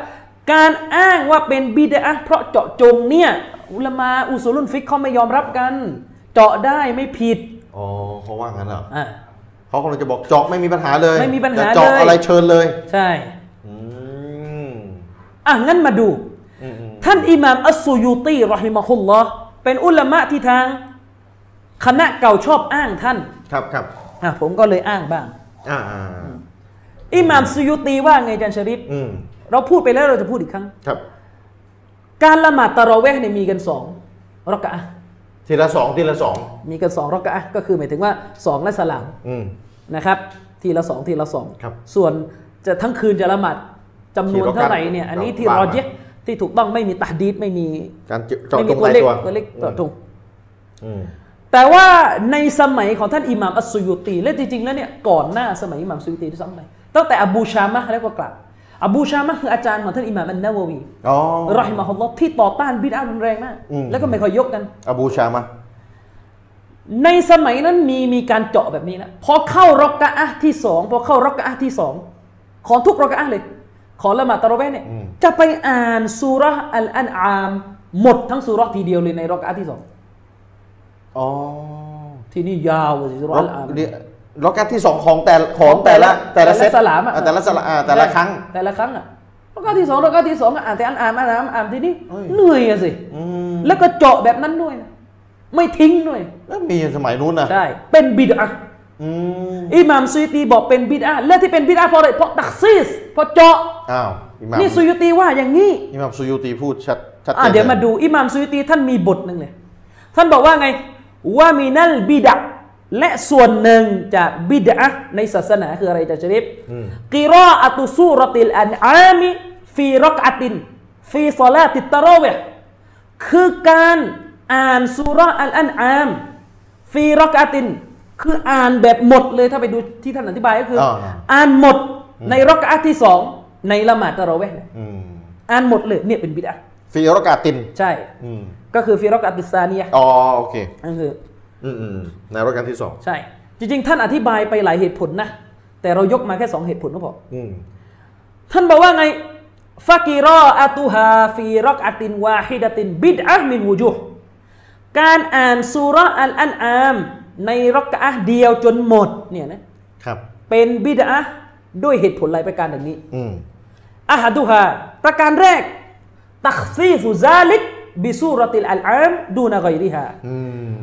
[SPEAKER 2] การอ้างว่าเป็นบิดาเพราะเจาะจงเนี่ยอุลามาอุซูลุนฟิกเขาไม่ยอมรับกัน เจาะได้ไม่ผิด
[SPEAKER 1] อ๋อเขาว่างั้นเหรอ
[SPEAKER 2] อ่า
[SPEAKER 1] เขากำลังจะบอกเจาะไม่มีปัญหาเลย
[SPEAKER 2] ไม่มีปัญหา
[SPEAKER 1] จะเจาะ
[SPEAKER 2] เลย
[SPEAKER 1] อะไรเชิญเลย
[SPEAKER 2] ใช่
[SPEAKER 1] อืม
[SPEAKER 2] อ่ะงั้นมาดู
[SPEAKER 1] อืมอืม
[SPEAKER 2] ท่านอิหม่ามอัสซูยูตีรอฮิมะฮุลลอฮ์เป็นอุลามะที่ทาง คณะเก่าชอบอ้างท่าน
[SPEAKER 1] ครับครับ
[SPEAKER 2] อ่ะผมก็เลยอ้างบ้าง
[SPEAKER 1] อ่าอ่า
[SPEAKER 2] อิหม่ามซุยุตีว่าไงอาจันชริป
[SPEAKER 1] อืม
[SPEAKER 2] เราพูดไปแล้วเราจะพูดอีกครั้ง
[SPEAKER 1] ครับ
[SPEAKER 2] การละหมาดตะเราะเวห์เนี่ยมีกันสองรักอะฮ์
[SPEAKER 1] ทีละสองทีละสอง
[SPEAKER 2] มีกันสองรักอะฮ์ก็คือหมายถึงว่าสองและสลาม
[SPEAKER 1] อืม
[SPEAKER 2] นะครับทีละสองทีละสอง
[SPEAKER 1] ครับ
[SPEAKER 2] ส่วนจะทั้งคืนจะละหมาดจำนวน
[SPEAKER 1] กี่รักอะฮ์
[SPEAKER 2] เท่าไหร่เนี่ยอันนี้ที่
[SPEAKER 1] เรา
[SPEAKER 2] ร
[SPEAKER 1] ว่า
[SPEAKER 2] อ
[SPEAKER 1] มา
[SPEAKER 2] เยะห์ที่ถูกต้องไม่มีตัดดีดไม่มี
[SPEAKER 1] การเจาะ
[SPEAKER 2] ไม่
[SPEAKER 1] จ
[SPEAKER 2] มี
[SPEAKER 1] ง
[SPEAKER 2] ตัว
[SPEAKER 1] ราย
[SPEAKER 2] เลข
[SPEAKER 1] ตัว
[SPEAKER 2] ตัวเลขต่อตรง
[SPEAKER 1] อืม
[SPEAKER 2] แต่ว่าในสมัยของท่านอิหม่ามอัสซุยุตีและจริงๆแล้วเนี่ยก่อนหน้าสมัยอิหม่ามซุยุตีที่ซ้ำไปตั้งแต่อบูชามะห์แล้วก็กลับอบูชามะห์คืออาจารย์ของท่านอิหม่ามอันนะวะวี
[SPEAKER 1] อ๋อ
[SPEAKER 2] รอฮิมะฮุลลอฮ์ที่ต่อต้านบิดารุนแรงมาก
[SPEAKER 1] อืม
[SPEAKER 2] แล้วก็ไม่ค่อยยกกัน
[SPEAKER 1] อบูชามะ
[SPEAKER 2] ในสมัยนั้นมีมีการเจาะแบบนี้นะพอเข้ารักกะอะห์ที่สองพอเข้ารักกะอะห์ที่สองของทุกรักกะอะห์เลย ขอละหมาดตะเราะเวห์เนี่ยจะไปอ่านสุราะห์อัลอันอาม หมดทั้งสุราะห์ทีเดียวเลยในรักกะอะห์ที่สอง
[SPEAKER 1] อ๋อ
[SPEAKER 2] ที่นี่ยาวเลยสุราะห์อัลอาม
[SPEAKER 1] เรียล็อกเก็ตที่สองของแต่ของแต่ละแต่ละเซต
[SPEAKER 2] สลามอะ
[SPEAKER 1] อ่แต่ละสลามอ่าแต่ละครั้ง
[SPEAKER 2] แต่ละครั้งอะรักกะอะห์ที่สองรักกะอะห์ที่สองอะอ่านแต่อันอามอันอามอ่านที่นี่
[SPEAKER 1] เฮ้ย
[SPEAKER 2] เหนื่อยอะสิ
[SPEAKER 1] อืม
[SPEAKER 2] แล้วก็เจาะแบบนั้นด้วยนะไม่ทิ้งด้วย
[SPEAKER 1] แล้วมีสมัยนู้นนะ
[SPEAKER 2] ใช่เป็นบิดอะห์
[SPEAKER 1] อืม
[SPEAKER 2] อิหม่ามซุยตีบอกเป็นบิดาและที่เป็นบิดาเพราะอะไรเพราะตักซีสเพราะเจาะ
[SPEAKER 1] อ้าวอิหมัม
[SPEAKER 2] นี่ซุยตีว่าอย่างนี้
[SPEAKER 1] อิหมัมซูยูตีพูดชัดชัด
[SPEAKER 2] อ่ะ
[SPEAKER 1] จน
[SPEAKER 2] เดี๋ยวมาดูอิหม่ามซุยตีท่านมีบทหนึ่งเลยท่านบอกว่าไงว่ามีนัลบิดาและส่วนหนึ่งจากบิดาในศาสนาคืออะไรจะชริฟกิรออัตุซูรติลอันอามิฟีรักอัตินฟีซอลาติตะเราะเวห์คือการอ่านสุราะห์อัลอันอามฟีรักอัตินคืออ่านแบบหมดเลยถ้าไปดูที่ท่านอธิบายก็คือ
[SPEAKER 1] า
[SPEAKER 2] อ่านหมดในรักอะห์ที่สองในละหมาดตะเราะเวห์เนี่ย
[SPEAKER 1] อืม
[SPEAKER 2] อ่านหมดเลยเนี่ยเป็นบิดอะห์
[SPEAKER 1] ฟิโรกาติน
[SPEAKER 2] ใช่
[SPEAKER 1] อืม
[SPEAKER 2] ก็คือฟิรักอัติสซานียะห์
[SPEAKER 1] อ๋อโอเค
[SPEAKER 2] นั่นคือ
[SPEAKER 1] อืมอืมอืมในรัชกาลที่สอง
[SPEAKER 2] ใช่ จริง ๆ ท่านอธิบายไปหลายเหตุผลนะ แต่เรายกมาแค่สองเหตุผลก็พอ
[SPEAKER 1] อืม
[SPEAKER 2] ท่านบอกว่าไงฟากิรออาตูฮาฟิรักอัตินวาฮิดะตินบิดอะห์มินวูจูฮ์การอ่านสุราะห์อัลอันอามในรักอะห์เดียวจนหมดเนี่ยนะครับ เป็นบิดอะห์ด้วยเหตุผลหลายประการดังนี้
[SPEAKER 1] อืม
[SPEAKER 2] อาฮาดูฮาประการแรก ตักซีฟุซาลิกบิซูรติลอัลอามดูนากอยริฮา
[SPEAKER 1] อื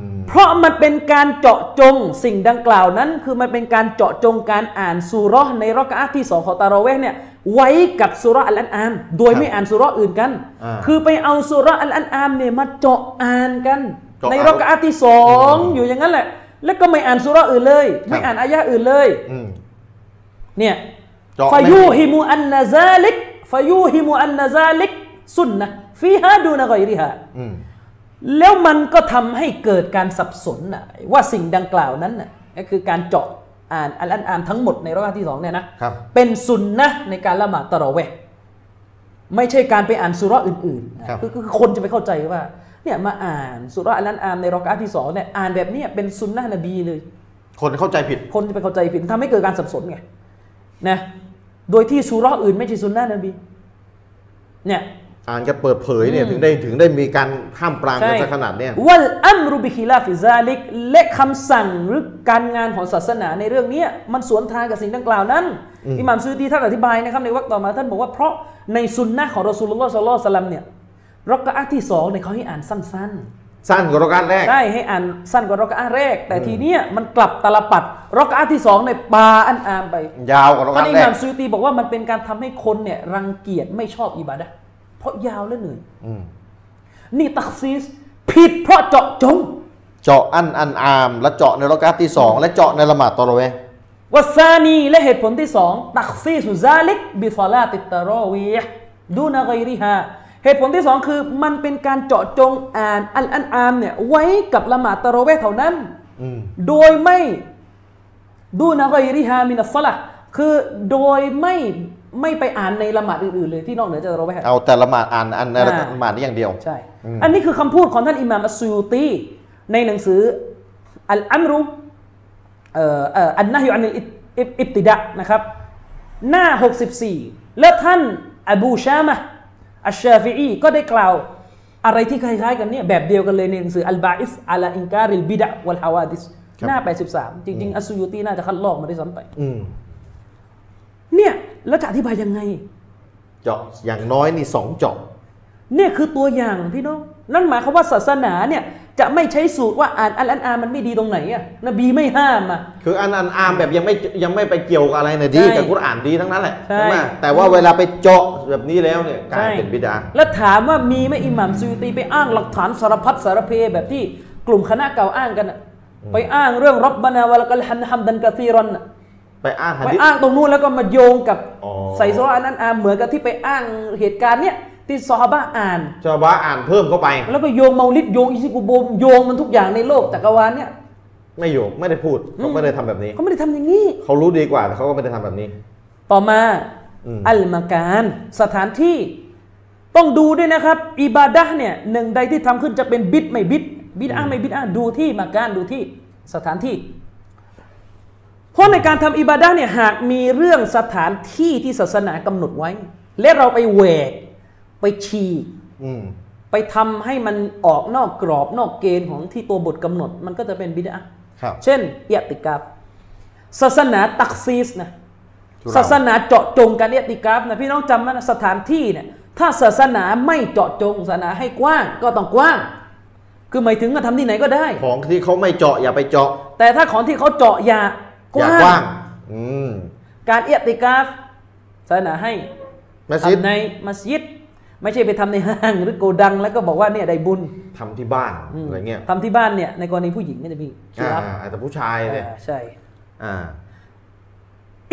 [SPEAKER 1] ม
[SPEAKER 2] เพราะมันเป็นการเจาะจงสิ่งดังกล่าวนั้น คือมันเป็นการเจาะจงการอ่านซูเราะห์ในรักอะห์ที่สองของตาเราะเวห์เนี่ย ไว้กับสุราะห์อัลอันอาม โดย
[SPEAKER 1] ครับ
[SPEAKER 2] ไม่อ่านสุราะห์อื่นกัน
[SPEAKER 1] อ่า
[SPEAKER 2] คือไปเอาสุราะห์อัลอันอามเนี่ยมาเจาะอ่านกัน
[SPEAKER 1] เจาะ
[SPEAKER 2] ใน
[SPEAKER 1] อ่าน
[SPEAKER 2] รักอาที่สองอยู่อย่างนั้นแหละ แล้วก็ไม่อ่านสุราะห์อื่นเลย
[SPEAKER 1] ครับ
[SPEAKER 2] ไม่อ่านอายะห์อื่นเลย
[SPEAKER 1] อืม
[SPEAKER 2] เนี่ย
[SPEAKER 1] เจาะ
[SPEAKER 2] ฟา
[SPEAKER 1] ไม่
[SPEAKER 2] ยูฮิมูอันนาซาลิกฟายูฮิมูอันนาซาลิกสุนนะฟีฮาดูนะกอยริฮา
[SPEAKER 1] อืม
[SPEAKER 2] แล้วมันก็ทำให้เกิดการสับสนน่ะว่าสิ่งดังกล่าวนั้นน่ะก็คือการเจาะอ่านอัลอันอามทั้งหมดในรอกาที่สองเนี่ยนะครับ เป็นสุนนะในการละหมาดตะเราะเวห์ไม่ใช่การไปอ่านสุเราะห์อื่นๆนะครับ คือคือคนจะไปเข้าใจว่าเนี่ยมาอ่านสุเราะห์อัลอันอามในรอกาที่สองเนี่ยอ่านแบบเนี้ยเป็นสุนนะนบีเลย
[SPEAKER 1] คนเข้าใจผิด
[SPEAKER 2] คนจะไปเข้าใจผิดทำให้เกิดการสับสนไงนะโดยที่สุเราะห์อื่นไม่ใช่สุนนะนบีเนี่ย
[SPEAKER 1] อ่านกันเปิดเผยเนี่ยถึงได้ถึงได้มีการห้ามปรามกันซะขนาดเนี่ย
[SPEAKER 2] วัลอัมรุบิคิลาฟิซาลิกและคำสั่งหรือการงานของศาสนาในเรื่องเนี้ยมันสวนทางกับสิ่งดังกล่าวนั้น อิหม่ามซูดีท่านอธิบายนะครับในวรรคต่อมาท่านบอกว่าเพราะในซุนนะห์ของรอซูลุลลอฮ์ศ็อลลัลลอฮุอะลัยฮิวะซัลลัมเนี่ยรักอะห์ที่สองเนี่ยเขาให้อ่านสั้น
[SPEAKER 1] สั้นกว่ารอกานแรก
[SPEAKER 2] ๆ ได้ให้อ่านสั้นกว่ารักอะห์แรก แต่ทีเนี้ยมันกลับตาลปัดรักอะห์ที่สองในยปาอันอามไป
[SPEAKER 1] ยาวกว่ารอกา
[SPEAKER 2] ท่าน
[SPEAKER 1] น
[SPEAKER 2] อิ
[SPEAKER 1] แรก
[SPEAKER 2] หม่ามซูตีบอกว่ามันเป็นการทำให้คนเนี่ยรังเกียจไม่ชอบอิบาดะห์เพราะยาวและเหนื่อย
[SPEAKER 1] อืม
[SPEAKER 2] นี่ตักซีสผิดเพราะเจาะจง
[SPEAKER 1] เจาะอันอันอาม และเจาะในรอกานที่สองและเจาะในละหมาดตอเราะเวห์
[SPEAKER 2] วาซานีและเหตุผลที่สองตักซีสุซาลิกบิซอลาติดตารอวีห์ดูนาไกริฮาเหตุผลที่สองคือมันเป็นการเจาะจงอ่านอัลอันอามเนี่ยไว้กับละหมาดตะเราะเวห์เท่านั้น
[SPEAKER 1] อืม
[SPEAKER 2] โดยไม่ดูนาไกริฮามินัสซอละห์คือโดยไม่ไม่ไปอ่านในละหมาดอื่นๆเลยที่นอกเหนือจากตะเราะเวห์
[SPEAKER 1] เอาแต่ละหมาดอ่านอันใน
[SPEAKER 2] อ่า
[SPEAKER 1] ละหมาดนี้อย่างเดียว
[SPEAKER 2] ใช่ อันนี้คือคำพูดของท่านอิหม่ามอัสซูยูตีในหนังสืออัลอัมรุเอ่อเอ่ออันนะฮิอันิลอิบอิบอิบติดะนะครับ หน้า 64 และท่านอบูชามะห์อัชชาฟิอีก็ได้กล่าวอะไรที่คล้ายๆกันเนี่ยแบบเดียวกันเลยในหนังสืออัลบาอิสอัลาอินการิลบิดะวัลฮาวาดิส
[SPEAKER 1] ครับ
[SPEAKER 2] หน้า 83 จริงๆอัสซูยูตีน่าจะคัดลอกมาได้วยซ้ำไป
[SPEAKER 1] อืม
[SPEAKER 2] เนี่ย แล้วจะอธิบายยังไง
[SPEAKER 1] เจาะอย่างน้อยนี่สองเจาะ
[SPEAKER 2] เนี่ยคือตัวอย่างพี่น้อง นั่นหมายความว่าศาสนาเนี่ยจะไม่ใช้สูตรว่าอ่านอัลอันอามันไม่ดีตรงไหนอะนบีไม่ห้ามอะ
[SPEAKER 1] คืออันอันอามแบบยังไม่ยังไม่ไปเกี่ยวกับอะไรนะดี
[SPEAKER 2] ใช่
[SPEAKER 1] กับกุรอ่านดีทั้งนั้นแหละ
[SPEAKER 2] ใช่
[SPEAKER 1] ไหมแต่ว่าเวลาไปเจาะแบบนี้แล้วเนี่ยกลายเป็นบิดา
[SPEAKER 2] แล้วถามว่ามีไหมอิหม่ามซูยูตีไปอ้างหลักฐานสารพัดสารเพแบบที่กลุ่มคณะเก่าอ้างกันอะไปอ้างเรื่องรับบานาวะละกัลฮันฮัมดันกะซีรอนอะ
[SPEAKER 1] ไปอ้างหะ
[SPEAKER 2] ไป
[SPEAKER 1] ดิษ
[SPEAKER 2] อ้างตรงนู้นแล้วก็มาโยงกับ
[SPEAKER 1] อ๋อ
[SPEAKER 2] ใส่โซอันอันอาเหมือนกับที่ไปอ้างเหตุการณ์เนี่ยที่ซอฮาบะห์อ่าน
[SPEAKER 1] ชาวบ้านอ่านเพิ่มเข้าไป
[SPEAKER 2] แล้วก็โยงเมาลิดโยงอิซิกุโบมโยงมันทุกอย่างในโลกจักรวาลเนี่ย
[SPEAKER 1] ไม่อยู่ไม่ได้พูดเขาไม่ได้ทำแบบนี้
[SPEAKER 2] เขาไม่ได้ทำอย่างนี้
[SPEAKER 1] เขารู้ดีกว่าแต่เขาก็ไม่ได้ทำแบบนี้
[SPEAKER 2] ต่อมา
[SPEAKER 1] อืม
[SPEAKER 2] อัลมาการสถานที่ต้องดูด้วยนะครับ อิบาดะห์เนี่ยหนึ่งใดที่ทำขึ้นจะเป็นบิดไม่บิด บิดอ้าไม่บิดอ้าดูที่มาการดูที่สถานที่ เพราะในการทำอิบาดะห์เนี่ยหากมีเรื่องสถานที่ที่ศาสนากำหนดไว้ และเราไปแหวกไปฉีก
[SPEAKER 1] อืม
[SPEAKER 2] ไปทำให้มันออกนอกกรอบนอกเกณฑ์ของที่ตัวบทกำหนด มันก็จะเป็นบิดอะห์
[SPEAKER 1] ครับ
[SPEAKER 2] เช่นเอียติกาบศาสนาตักซีสนะ
[SPEAKER 1] สุรา
[SPEAKER 2] ศาสนาเจาะจงการเอติกาฟนะพี่น้องจำไหมนะสถานที่เนี่ยถ้าศาสนาไม่เจาะจงศาสนาให้กว้างก็ต้องกว้าง คือหมายถึงว่าทำที่ไหนก็ได้
[SPEAKER 1] ของที่เขาไม่เจาะอย่าไปเจาะ
[SPEAKER 2] แต่ถ้าของที่เขาเจาะอย่า
[SPEAKER 1] อย่ากว้าง อืม
[SPEAKER 2] การเอติกาฟศาสนาให้
[SPEAKER 1] มัสยิด
[SPEAKER 2] ทำในมัสยิด ไม่ใช่ไปทำในห้างหรือโกดังแล้วก็บอกว่าเนี่ยได้บุญ
[SPEAKER 1] ทำที่บ้านอะไรเงี้ย
[SPEAKER 2] ทำที่บ้านเนี่ยในกรณีผู้หญิงก็จะมี
[SPEAKER 1] อ่า
[SPEAKER 2] ครับ
[SPEAKER 1] แต่ผู้ชายเนี่ย
[SPEAKER 2] ใช่
[SPEAKER 1] อ่า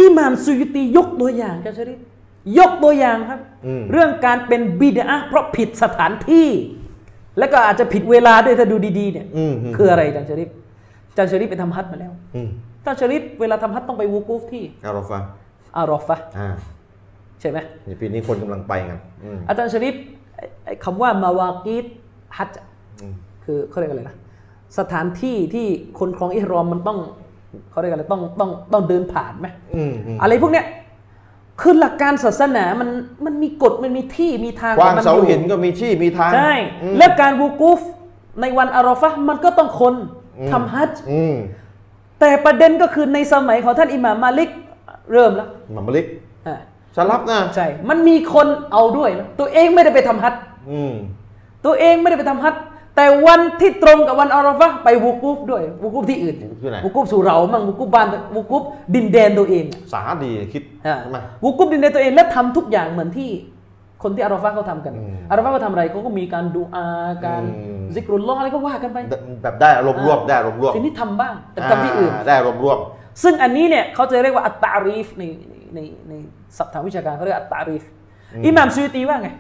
[SPEAKER 2] อิหม่ามซุยตียกตัวอย่างครับชริฟยกตัวอย่างครับ
[SPEAKER 1] อืม
[SPEAKER 2] เรื่องการเป็นบิดาเพราะผิดสถานที่ และก็อาจจะผิดเวลาด้วยถ้าดูดีๆเนี่ย
[SPEAKER 1] อืม
[SPEAKER 2] คืออะไรอาจารย์ชริฟอาจารย์ชริฟไปทำฮัทมาแล้ว
[SPEAKER 1] อืม
[SPEAKER 2] อาจารย์ชริฟเวลาทำฮัทต้องไปวูกูฟที่
[SPEAKER 1] เอาเราฟัง
[SPEAKER 2] อารอฟะห์
[SPEAKER 1] อ่า
[SPEAKER 2] ใช่ไหม
[SPEAKER 1] เดี๋ยวปีนี้คนกำลังไปกันอืม
[SPEAKER 2] อาจารย์ชริฟไอ้ไอ้คำว่ามาวากีตฮัจญ์
[SPEAKER 1] อืม
[SPEAKER 2] คือเขาเรียกอะไรนะสถานที่ที่คนครองอิฮรอมมันต้องเขาเรียกอะไรต้องต้องต้องเดินผ่านไหม
[SPEAKER 1] อืมอืม
[SPEAKER 2] อะไรพวกเนี้ย คือหลักการศาสนา มัน มันมีกฎ มันมีที่ มีทาง
[SPEAKER 1] กว้าง
[SPEAKER 2] ขอมั
[SPEAKER 1] เสา
[SPEAKER 2] อยู่
[SPEAKER 1] หินก็มีที่มีทาง
[SPEAKER 2] ใช่
[SPEAKER 1] อืม
[SPEAKER 2] และการวูกูฟในวันอารอฟะห์มันก็ต้องคน
[SPEAKER 1] อืม
[SPEAKER 2] ทำฮัจญ์
[SPEAKER 1] อืม
[SPEAKER 2] แต่ประเด็นก็คือในสมัยของท่านอิหม่ามมาลิก เริ่มแล้ว
[SPEAKER 1] หมัมมะลิก
[SPEAKER 2] อ่า
[SPEAKER 1] สลับนะ
[SPEAKER 2] ใช่ มันมีคนเอาด้วยนะตัวเองไม่ได้ไปทำฮัจญ์
[SPEAKER 1] อืม
[SPEAKER 2] ตัวเองไม่ได้ไปทำฮัจญ์ แต่วันที่ตรงกับวันอาราฟะห์ไปวุกูฟด้วยวุกูฟที่อื่น
[SPEAKER 1] วุกูฟที่ไหน
[SPEAKER 2] วุกูฟสุเหรามั่งวุกูฟบ้านวุกูฟดินแดนตัวเอง
[SPEAKER 1] สาดีคิด
[SPEAKER 2] อ่ะ
[SPEAKER 1] ใช่ไหม
[SPEAKER 2] วุกูฟดินแดนตัวเองและทำทุกอย่างเหมือนที่คนที่อาราฟะห์เขาทำกัน
[SPEAKER 1] อืม
[SPEAKER 2] อาราฟะห์เขาทำอะไรเขาก็มีการดูอาการ
[SPEAKER 1] อืม
[SPEAKER 2] ซิกรุลลอฮ์อะไรก็ว่ากันไป
[SPEAKER 1] แบบได้อารมณ์ร่วมได้อารมณ์ร่วม
[SPEAKER 2] ทีนี้ทำบ้างแต่ทำที่อื่น
[SPEAKER 1] าได้อารมณ์ร่วม
[SPEAKER 2] ซึ่งอันนี้เนี่ยเขาจะเรียกว่าอัตตารีฟในในในในศัพท์ทางวิชาการเขาเรียกอัตตารีฟอิหม่ามซูยตีว่าไง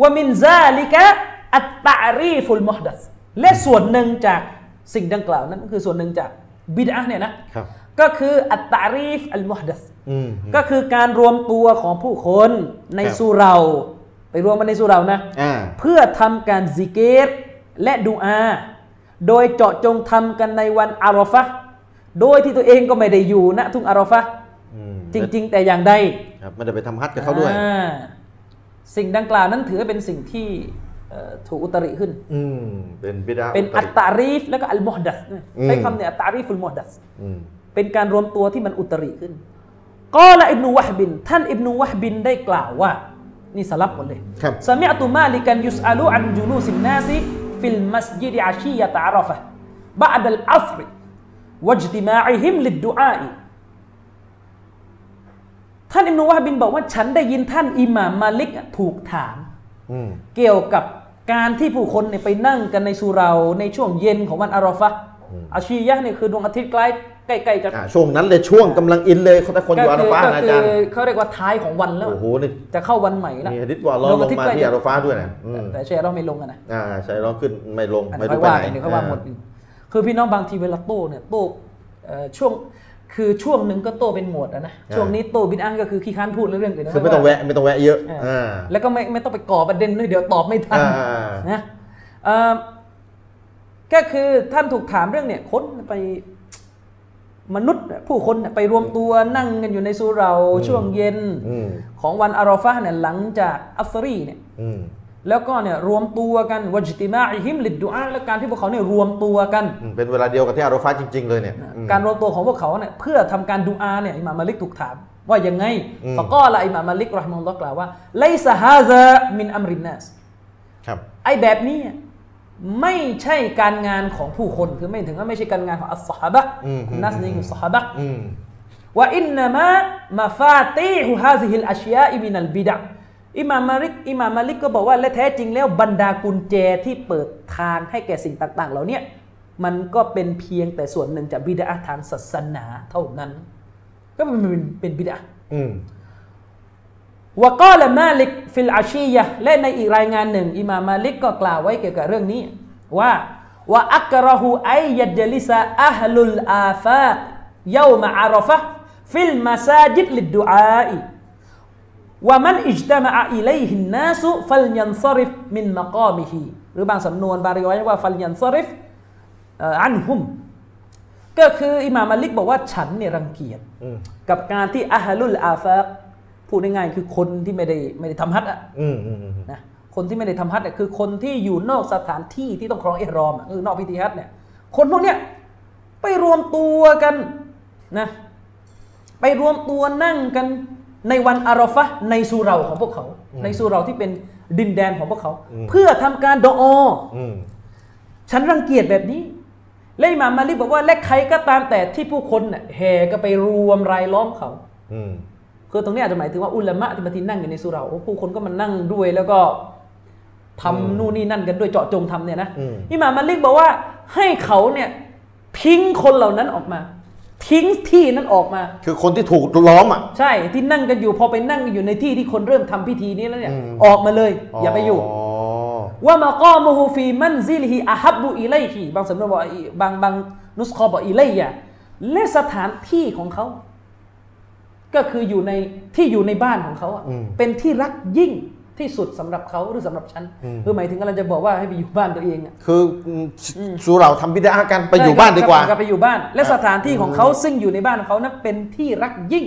[SPEAKER 2] ว่ามินซาลิกะอัตตารีฟุลมอฮดัสและส่วนหนึ่งจากสิ่งดังกล่าวนั้นก็คือส่วนหนึ่งจากบิดอะห์เนี่ยนะครับ ก็คืออัตตารีฟอัลมอฮดัส
[SPEAKER 1] อืม
[SPEAKER 2] ก็คือการรวมตัวของผู้คนใน
[SPEAKER 1] ครับ
[SPEAKER 2] สุเราไปรวมกันในสุเรานะ
[SPEAKER 1] อ่า
[SPEAKER 2] เพื่อทำการซิกเกตและดูอา โดยเจาะจงทำกันในวันอารอฟะห์โดยที่ตัวเองก็ไม่ได้อยู่ณทุ่งอารอฟะห์
[SPEAKER 1] อืม
[SPEAKER 2] จริง ๆ แต่อย่างใด
[SPEAKER 1] ครับไมันจะไปทำฮัทกับเขาด้วย
[SPEAKER 2] อ่าสิ่งดังกล่าวนั้นถือเป็นสิ่งที่เอ่อถูกอุตริขึ้น
[SPEAKER 1] อืม เป็นบิดา
[SPEAKER 2] เป็น
[SPEAKER 1] อั
[SPEAKER 2] อั
[SPEAKER 1] ต
[SPEAKER 2] ต
[SPEAKER 1] ตา
[SPEAKER 2] ตารีฟแล้วก็อัลมอฮดัสด้วย
[SPEAKER 1] อืม
[SPEAKER 2] ใช้คำเนี่ยอัตตารีฟุลมอฮดัส
[SPEAKER 1] อืม
[SPEAKER 2] เป็นการรวมตัวที่มันอุตริขึ้นกอละอิบนุวะฮบิน ท่านอิบนุวะฮบินได้กล่าวว่า นี่สลับหมดเลย
[SPEAKER 1] ครับ
[SPEAKER 2] สมิอะตุมาลิกันยุสอาลูอันจูลูสินนาซิฟิลมัสยิดอาชียะตะอาราฟะห์บะดัลอัศรวัจติมาอิฮิมลิดดูอาอิท่านอิบนุวะฮบินบอกว่าฉันได้ยินท่านอิหม่ามมาลิกถูกถาม
[SPEAKER 1] อืม
[SPEAKER 2] เกี่ยวกับการที่ผู้คนเนี่ยไปนั่งกันในสุเหราในช่วงเย็นของวันอาราฟะห์อาชียะห์เนี่ยคือดวงอาทิตย์ใกล้ใกล้ๆจะ
[SPEAKER 1] อ่า ช่วงนั้นเลยช่วงกำลังอินเลยคนคนอยู่อาราฟานะอาจารย์
[SPEAKER 2] ก็คือเขาเรียกว่าท้ายของวันแล้ว
[SPEAKER 1] โอ้โห นี่
[SPEAKER 2] จะเข้าวันใหม่แล้ว
[SPEAKER 1] มีฮะดิษว่าเราลงมาที่อาราฟาด้วยนะอืม
[SPEAKER 2] แต่เชยร์เราไม่ลงอะนะ
[SPEAKER 1] อ่า ใช่เราขึ้นไม่ลง
[SPEAKER 2] อัน
[SPEAKER 1] ไม่
[SPEAKER 2] นี้
[SPEAKER 1] รู้
[SPEAKER 2] ค่อ
[SPEAKER 1] ไป
[SPEAKER 2] ยว่า
[SPEAKER 1] ไหน
[SPEAKER 2] อันนี้ค่อยว่าหมดคือพี่น้องบางทีเวลาโต้เนี่ยโต้เอ่อช่วงคือช่วงหนึ่งก็โต้เป็นหมวดอะนะช่วงนี้โต้บินอ้างก็คือขี้ค้านพูดเรื่องอื่น
[SPEAKER 1] อ่า
[SPEAKER 2] นะ
[SPEAKER 1] คือไม่ต้องแวะ ไม่ต้องแวะเยอะ
[SPEAKER 2] เออ
[SPEAKER 1] อ่า
[SPEAKER 2] แล้วก็ไม่ไม่ต้องไปก่อประเด็นด้วยเดี๋ยวตอบไม่ทัน
[SPEAKER 1] อ่าอ่าอ่าน
[SPEAKER 2] นะเอ่อก็คือท่านถูกถามเรื่องเนี่ยคนไป มนุษย์เนี่ยผู้คนเนี่ยไปรวมตัวนั่งกันอยู่ในสุเหราช่วงเย็น
[SPEAKER 1] อืม
[SPEAKER 2] ของวันอารอฟะห์เนี่ยหลังจากอัสรีเนี่ย
[SPEAKER 1] อืม
[SPEAKER 2] แล้วก็เนี่ยรวมตัวกันวัจติมาอิฮิมลิดดูอาและการที่พวกเขาเนี่ยรวมตัวกัน
[SPEAKER 1] อืมเป็นเวลาเดียวกับที่อาราฟาจริง ๆ เลยเนี่ยอืม
[SPEAKER 2] การรวมตัวของพวกเขาเนี่ยเพื่อทำการดูอาเนี่ยอิหม่ามมาลิกถูกถาม ว่ายังไง
[SPEAKER 1] อืม
[SPEAKER 2] ฟะกอละอิหม่ามมาลิกรอฮ์มะฮุลลอฮ์กล่าวว่าไลซะฮาซะมินอัมรินนัส
[SPEAKER 1] ครับ
[SPEAKER 2] ไอแบบนี้ไม่ใช่การงานของผู้คนคือไม่ถึงว่าไม่ใช่การงานของอัสฮาบะห์
[SPEAKER 1] อืมอืม
[SPEAKER 2] นัสนี่คืออัสฮาบะห์
[SPEAKER 1] อืม
[SPEAKER 2] ว่าอินนามะมาฟาตีฮุฮาซิฮิลอาชยาอิมินัลบิดะอิหม่ามมาลิกอิหม่ามมาลิกก็บอกว่าและแท้จริงแล้วบรรดากุญแจที่เปิดทางให้แก่สิ่งต่าง ๆ เหล่าเนี้ยมันก็เป็นเพียงแต่ส่วนหนึ่งจากบิดาทางศาสนาเท่านั้น ก็มันเป็นเป็นบิดา
[SPEAKER 1] อืม
[SPEAKER 2] วะกอละมาลิกฟิลอาชียะและในอีกรายงานหนึ่งอิหม่ามมาลิกก็กล่าวไว้เกี่ยวกับเรื่องนี้ว่าว่าอักรอฮูไอยัจลิซาอัฮลุลอาฟาเยาวมะอารอฟะห์ฟิลมาซาจิดลิดดูอาอิ ومن اجتمع إليه الناس فلينصرف من مقامه หรือบางสำนวนบางรีวายว่า فلينصرف آه، เอ่ออันหุมก็คืออิหม่ามมาลิกบอกว่าฉันเนี่ยรังเกียจ
[SPEAKER 1] อืม
[SPEAKER 2] กับการที่อาฮลุลอาฟะพูดง่ายๆคือคนที่ไม่ได้ไม่ได้ทำฮัทอะ
[SPEAKER 1] อืมอืมอืม
[SPEAKER 2] นะคนที่ไม่ได้ทำฮัทเนี่ยคือคนที่อยู่นอกสถานที่ที่ต้องครองเอรอมอะคือนอกพิธีฮัทเนี่ยคนพวกเนี้ยไปรวมตัวกันนะไปรวมตัวนั่งกันในวันอารอฟะห์ในสุเหราของพวกเขา ในสุเหราที่เป็นดินแดนของพวกเขา เพื่อทำการดออ
[SPEAKER 1] อืม
[SPEAKER 2] ฉันรังเกียจแบบนี้ และอิหม่ามมาลิกบอกว่าและใครก็ตามแต่ที่ผู้คนน่ะแห่กันไปรวมรายล้อมเขา
[SPEAKER 1] อืม
[SPEAKER 2] คือตรงนี้อาจจะหมายถึงว่าอุลามะที่มาที่นั่งอยู่ในสุเหราโอ้ผู้คนก็มานั่งด้วยแล้วก็ทำนู่นนี่นั่นกันด้วยเจาะจงทำเนี่ยนะ
[SPEAKER 1] อืม
[SPEAKER 2] อิหม่ามมาลิกบอกว่าให้เขาเนี่ยทิ้งคนเหล่านั้นออกมา ทิ้งที่นั้นออกมา
[SPEAKER 1] คือคนที่ถูกล้อมอ่ะ
[SPEAKER 2] ใช่ที่นั่งกันอยู่พอไปนั่งอยู่ในที่ที่คนเริ่มทำพิธีนี้แล้วเนี่ย
[SPEAKER 1] อืม
[SPEAKER 2] ออกมาเลย อย่าไปอยู่
[SPEAKER 1] อ๋อ
[SPEAKER 2] ว่ามาก้อมฮูฟีมันซิลฮิอาฮับบุอิไลฮิบางสำนวนบอกอีบางบางนุสคอบอกอิไลยะและสถานที่ของเขา ก็คืออยู่ในที่อยู่ในบ้านของเขาอะ
[SPEAKER 1] อืม
[SPEAKER 2] เป็นที่รักยิ่งที่สุดสำหรับเขาหรือสำหรับฉัน
[SPEAKER 1] อืม
[SPEAKER 2] คือหมายถึงกำลังจะบอกว่าให้ไปอยู่บ้านตัวเองอะ
[SPEAKER 1] คือสุเราทำบิดากันไปอยู่
[SPEAKER 2] ใช่
[SPEAKER 1] บ้านดีกว่า
[SPEAKER 2] ครัไปอยู่บ้าน และสถานที่ของเขาซึ่งอยู่ในบ้านของเขานั้นเป็นที่รักยิ่ง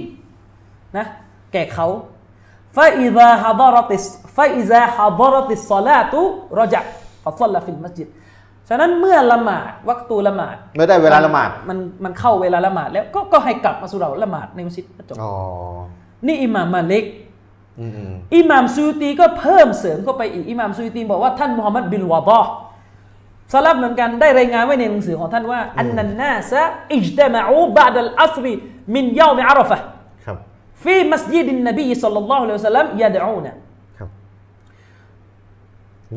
[SPEAKER 2] นะแก่เขา فإذا حضرت الص- فإذا حضرت الصلاة رجع فصلى في المسجد ฉะนั้นเมื่อละหมาดวักตูละหมาด
[SPEAKER 1] เมื่อได้เวลาละหมาด
[SPEAKER 2] มันมันเข้าเวลาละหมาดแล้วก็ก็ให้กลับมาสู่เราละหมาดในมัสยิดจบ
[SPEAKER 1] อ๋อ
[SPEAKER 2] นี่อิหม่ามมาลิก
[SPEAKER 1] อืม
[SPEAKER 2] อิหม่ามซูยตีก็เพิ่มเสริมเข้าไปอีกอิหม่ามซูยตีบอกว่าท่านมูฮัมหมัดบินวะบอ ซาลับเหมือนกันได้รายงานไว้ในหนังสือของท่านว่าอันนันนาซะอิจตามะอูบะดัลอัศรีมินเยาวมิอารอฟะห์
[SPEAKER 1] ครับ
[SPEAKER 2] ฟีมัสยิดินนบีสัลลัลลอฮุอะลัยฮิวะสัลลัมยะดะอูนะ
[SPEAKER 1] ครับ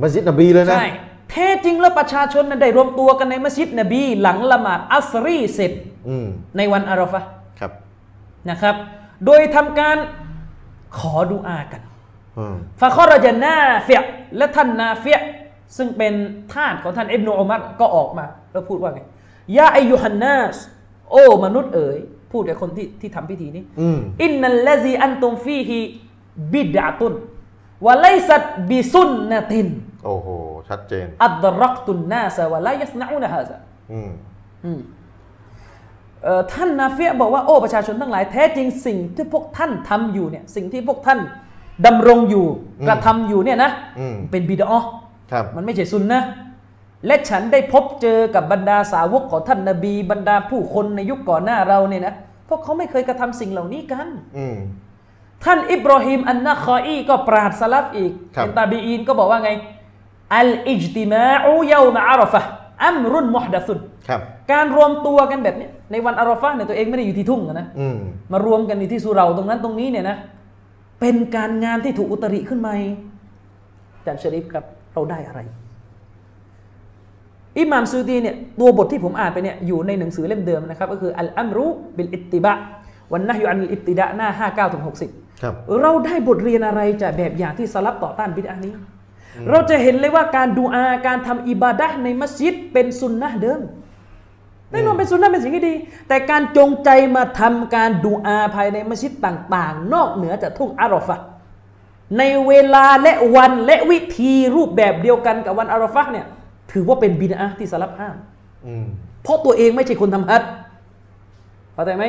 [SPEAKER 1] มัสยิดนบีเลยนะ
[SPEAKER 2] ใช่แท้จริงแล้วประชาชนนั้นได้รวมตัวกันในมัสยิดนบีหลังละหมาดอัสรีเสร็จ
[SPEAKER 1] อืม
[SPEAKER 2] ในวันอาราฟะห์
[SPEAKER 1] ครับ
[SPEAKER 2] นะครับ โดยทำการขอดุอากัน
[SPEAKER 1] อืม
[SPEAKER 2] ฟาคอรจันนาเฟียและท่านนาเฟียซึ่งเป็นทาสของท่านอิบนุอุมัรก็ออกมาแล้วพูดว่าไงยาอายุฮันนาสโอ้มนุษย์เอ๋ย พูดกับคนที่ที่ทำพิธีนี้
[SPEAKER 1] อืม
[SPEAKER 2] อินนัลละซีอันตุมฟีฮีบิดาตุนวะไลซัตบิซุนนะติน
[SPEAKER 1] โอ้โห ชัดเจน
[SPEAKER 2] อัดรักตุนนาสวะลายัสนาอุนฮาซะ
[SPEAKER 1] อืม
[SPEAKER 2] เอ่อท่านนาเฟียบอกว่าโอ้ประชาชนทั้งหลายแท้จริงสิ่งที่พวกท่านทำอยู่เนี่ยสิ่งที่พวกท่านดำรงอยู่กระทำอยู่เนี่ยนะ
[SPEAKER 1] อืม
[SPEAKER 2] เป็นบิดอ
[SPEAKER 1] ครับ
[SPEAKER 2] มันไม่ใช่ซุนนะและฉันได้พบเจอกับบรรดาสาวกของท่านนาบีบรรดาผู้คนในยุคก่อนหน้าเราเนี่ยนะพวกเขาไม่เคยกระทำสิ่งเหล่านี้กัน
[SPEAKER 1] อืม
[SPEAKER 2] ท่านอิบรอฮิมอันนาคออีก็ปราดสลับอีก
[SPEAKER 1] ครับ
[SPEAKER 2] เป็นตาบีอีนก็บอกว่าไงอัลอิจติมาอูเยาวมะอารอฟะห์อัมรุนมุฮดัซุน
[SPEAKER 1] ครับ
[SPEAKER 2] การรวมตัวกันแบบเนี้ยในวันอาราฟาเนี่ยตัวเองไม่ได้อยู่ที่ทุ่งอะนะ
[SPEAKER 1] อืม
[SPEAKER 2] มารวมกันอยู่ที่สุเหราตรงนั้นตรงนี้เนี่ยนะเป็นการงานที่ถูกอุตริขึ้นมาอาจารย์ชริฟครับเราได้อะไร อิหม่ามซูดีเนี่ยตัวบทที่ผมอ่านไปเนี่ยอยู่ในหนังสือเล่มเดิมนะครับ ก็คืออัลอัมรุบิลอิตติบะวันนะฮยูอันอิตติดะหน้า 59ถึง60
[SPEAKER 1] ครับ
[SPEAKER 2] เราได้บทเรียนอะไรจากแบบอย่างที่สลับต่อต้านบิดอะห์นี้ เราจะเห็นเลยว่าการดูอาการทำอิบาดะห์ในมัสยิดเป็นสุนนะห์เดิมแน่นอนเป็นสุนนะห์เป็นสิ่งที่ดี แต่การจงใจมาทำการดูอาภายในมัสยิดต่างๆ นอกเหนือจากทุ่งอารอฟะห์ในเวลาและวันและวิธีรูปแบบเดียวกันกับวันอารอฟะห์เนี่ยถือว่าเป็นบิดอะห์ที่สลับห้าม
[SPEAKER 1] อืม
[SPEAKER 2] เพราะตัวเองไม่ใช่คนทำฮัจญ์เข้าใจไหม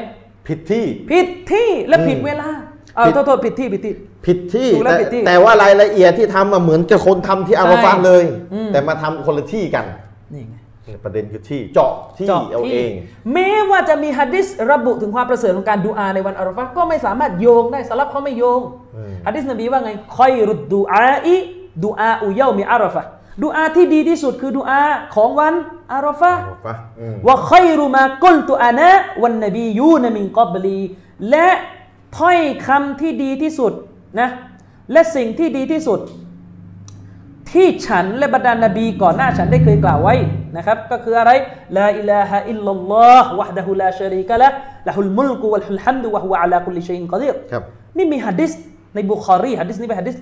[SPEAKER 1] ผิดที่
[SPEAKER 2] ผิดที่และผิดเวลาเอา
[SPEAKER 1] ผิด
[SPEAKER 2] โทษๆผิดที่ผิดที่
[SPEAKER 1] ผิดที่
[SPEAKER 2] ถูกแล้ว
[SPEAKER 1] แต่
[SPEAKER 2] ผิดที่
[SPEAKER 1] แต่ว่ารายละเอียดที่ทำอะเหมือนกับคนทำที่อาราฟา
[SPEAKER 2] ใช่
[SPEAKER 1] เลย
[SPEAKER 2] อืม
[SPEAKER 1] แต่มาทำคนละที่กัน
[SPEAKER 2] นี่ไง
[SPEAKER 1] ประเด็นคือที่เจาะที่เอาเอง
[SPEAKER 2] แม้ว่าจะมีฮัดดิสระบุถึงความประเสริฐของการดูอาในวันอาราฟะห์ก็ไม่สามารถโยงได้สลับเขาไม่โยง
[SPEAKER 1] อืม
[SPEAKER 2] ฮัดดิสนบีว่าไงคอยรุดดูอาอีดูอาอุเยามีอาราฟะห์ดูอาที่ดีที่สุดคือดูอาของวันอาราฟะห์
[SPEAKER 1] ถูกปะอืม
[SPEAKER 2] ว่าคอยรุมากุลตุอานะวันนบียูนมินกอบลีและถ้อยคำที่ดีที่สุดนะและสิ่งที่ดีที่สุด ที่ฉันและบรรดานบีก่อนหน้าฉันได้เคยกล่าวไว้นะครับ ก็คืออะไรลาอิลาฮะอิลลัลลอฮ์วะฮ์ดะฮุลาชะรีกะละละฮุลมุลกุวะละฮุลฮัมดุวะฮุวะอะลากุลิชัยอินกอดีร
[SPEAKER 1] ครับ
[SPEAKER 2] นี่มีฮะดิษในบุคอรีฮะดิษนี้เป็นฮะดิษ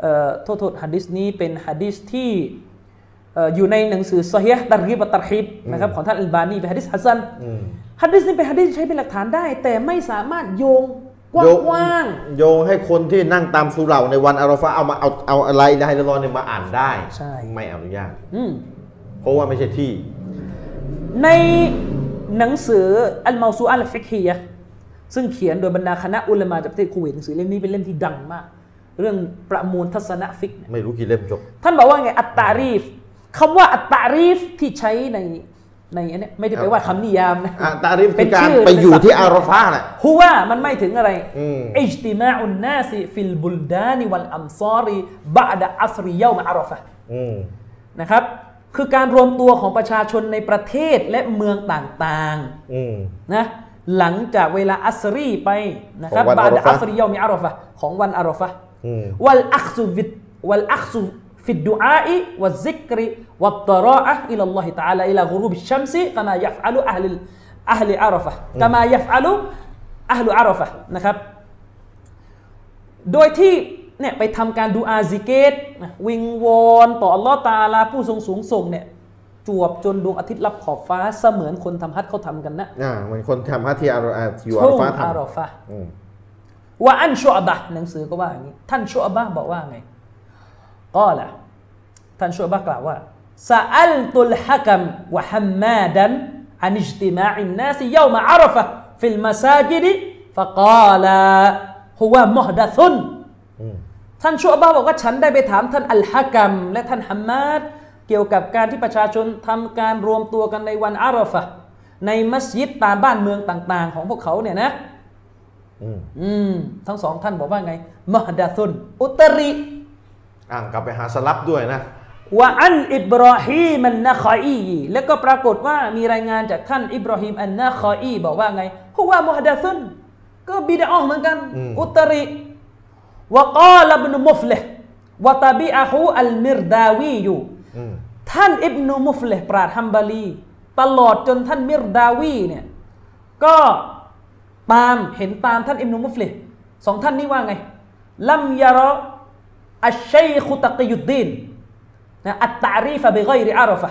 [SPEAKER 2] เอ่อโทษโทษฮะดิษนี้เป็นฮะดิษที่เอ่ออยู่ในหนังสือซอฮีฮ์ตัรฮีบะตัรฮีบนะครับของท่านอัลบานีเป็นฮะดิษฮัสซัน
[SPEAKER 1] อืม
[SPEAKER 2] ฮะดิษนี้เป็นฮะดิษที่ใช้เป็นหลักฐานได้ แต่ไม่สามารถโยงก
[SPEAKER 1] โยง
[SPEAKER 2] ว้าง
[SPEAKER 1] โยงให้คนที่นั่งตามสุเหร่าในวันอาราฟาเอามาเอาเอาอะไรได้ละรอนเนี่ยมาอ่านได้
[SPEAKER 2] ๆใช่
[SPEAKER 1] ไม่อนุญาต
[SPEAKER 2] อืม
[SPEAKER 1] เพราะว่าไม่ใช่ที่
[SPEAKER 2] ในหนังสืออัลมาซูอัลฟิกฮียะห์ซึ่งเขียนโดยบรรดาคณะอุลามะจากประเทศคูเวตหนังสือเล่มนี้เป็นเล่มที่ดังมาก เรื่องประมวลทัศนะฟิกเนี่ย
[SPEAKER 1] ไม่รู้กี่เล่มจบ
[SPEAKER 2] ท่านบอกว่าไงอัตตารีฟคำว่าอัตตารีฟที่ใช้ในในอันเนี้ยไม่ได้ไปว่าคำนิยามนะ
[SPEAKER 1] อ่ะตาริฟ
[SPEAKER 2] เป็
[SPEAKER 1] คือ
[SPEAKER 2] น
[SPEAKER 1] การ
[SPEAKER 2] ชื่อ
[SPEAKER 1] ไปอยู่
[SPEAKER 2] เป็นศัพท์
[SPEAKER 1] ที่อาราฟาแหละ
[SPEAKER 2] ฮูว่ามันไม่ถึงอะไร
[SPEAKER 1] อืม
[SPEAKER 2] อิจติมาอุนนาสฟิลบุลดานิวัลอัมซอรีบะดะอัสริยามะอารอฟะห์
[SPEAKER 1] อืม
[SPEAKER 2] นะครับ คือการรวมตัวของประชาชนในประเทศและเมืองต่างๆ
[SPEAKER 1] อืม
[SPEAKER 2] นะหลังจากเวลาอัสรีไปนะครับ
[SPEAKER 1] ของวัน
[SPEAKER 2] บาด
[SPEAKER 1] อาราฟะห์
[SPEAKER 2] อัสรียอมีอารอฟะห์ของวันอารอฟะห์
[SPEAKER 1] อืม
[SPEAKER 2] วัลอักซุฟิดวัลอักซุฟิดดุอาอิวัลซิกริวัตตรออะอิลัลลอฮิตะอาลาอิลากรุบิชชัมซิกามายะฟอะลุอะห์ลิอะห์ลิอารอฟะห์กามายะฟอะลุอะห์ลุอารอฟะห์นะครับ โดยที่เนี่ยไปทำการดูอาซิเกตนะวิงวอนต่ออัลลอฮ์ตะอาลาผู้ทรงสูงส่งเนี่ยจวบจนดวงอาทิตย์ลับขอบฟ้าเสมือนคนทำฮัทเขาทำกันนะ
[SPEAKER 1] อ่าเหมือนคนทำฮัทที่อาราอ่าอยู่อารา
[SPEAKER 2] ทุ่
[SPEAKER 1] ง ฟาท
[SPEAKER 2] อารอฟะห์
[SPEAKER 1] ำอืม
[SPEAKER 2] ว่าอันชูอะบะห์หนังสือก็ว่าอย่างนี้ ท่านชูอะบะห์บอกว่าไงก็ล่ะท่านชูอะบะห์กล่าวว่าซาอัลตุลฮักัมวะฮัมมาดันอันอิจติมาอินนาสยามะอารฟะห์ฟิลมัสาจิดฟะกาลาฮุวะมุฮดัซุน
[SPEAKER 1] อืม
[SPEAKER 2] ท่านชูอะบะห์บอกว่าฉันได้ไปถามท่านอัลฮะกัมและท่านฮัมมาดเกี่ยวกับการที่ประชาชนทำการรวมตัวกันในวันอารอฟะห์ในมัสยิดตามบ้านเมืองต่าง ๆ ของพวกเขาเนี่ยนะ
[SPEAKER 1] อืม
[SPEAKER 2] อืมทั้งสองท่านบอกว่าไงมหดาซุนอุตริ
[SPEAKER 1] อ่านกลับไปหาสลับด้วยนะ
[SPEAKER 2] วะอันอิบราฮิมอันนะคออีแล้วก็ปรากฏว่ามีรายงานจากท่านอิบราฮิมอันนะคออีบอกว่าไงฮุวามุฮดะซุนก็บิดาอ์เหมือนกัน
[SPEAKER 1] อืม
[SPEAKER 2] อุตริวะกาลอิบนุมุฟลิฮวะตาบิอะฮูอัลมิรดาวีอยู่
[SPEAKER 1] อืม
[SPEAKER 2] ท่านอิบนุมุฟเลห์ปราดฮัมบาลี ตลอดจนท่านมิรดาวีเนี่ยก็ตามเห็นตามท่านอิบนุมุฟเลห์สองท่านนี้ว่าไงลัมยาระอัชชัยคุตะกิยุดดีนนะอัตตะอารีฟะบิไกริอารฟะ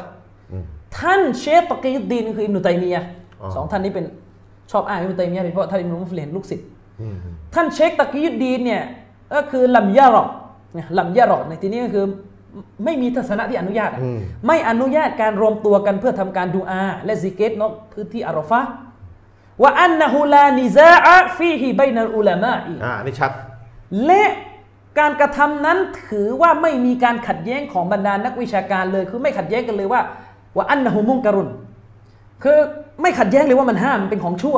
[SPEAKER 1] อืม
[SPEAKER 2] ท่านเชคตะกิยุดดีนคืออิบนุตัยมียะห์
[SPEAKER 1] อ๋อ
[SPEAKER 2] สองท่านนี้เป็นชอบอ้างอิบนุตัยมียะห์โดยเฉพาะท่านอิบนุมุฟเลห์ลูกศิษย์
[SPEAKER 1] อืม
[SPEAKER 2] ท่านเชคตะกียุดดีนเนี่ยก็คือลำยารอกนะลำยารอกในที่นี้ก็คือไม่ไม่มีทัศนะที่อนุญาตอะ
[SPEAKER 1] อืม
[SPEAKER 2] ไม่อนุญาตการรวมตัวกันเพื่อทำการดูอา และซิกเกตนอกพื้นที่อารอฟะห์ว่าอันนะฮุลานิซาอะฟีฮิบัยนัลอุลามะอี
[SPEAKER 1] อ่านี่ชัด
[SPEAKER 2] และการกระทำนั้นถือว่าไม่มีการขัดแย้งของบรรดานักวิชาการเลย คือไม่ขัดแย้งกันเลยว่าว่าอันนะฮุมุงการุนคือไม่ขัดแย้งเลยว่ามันห้ามมันเป็นของชั่ว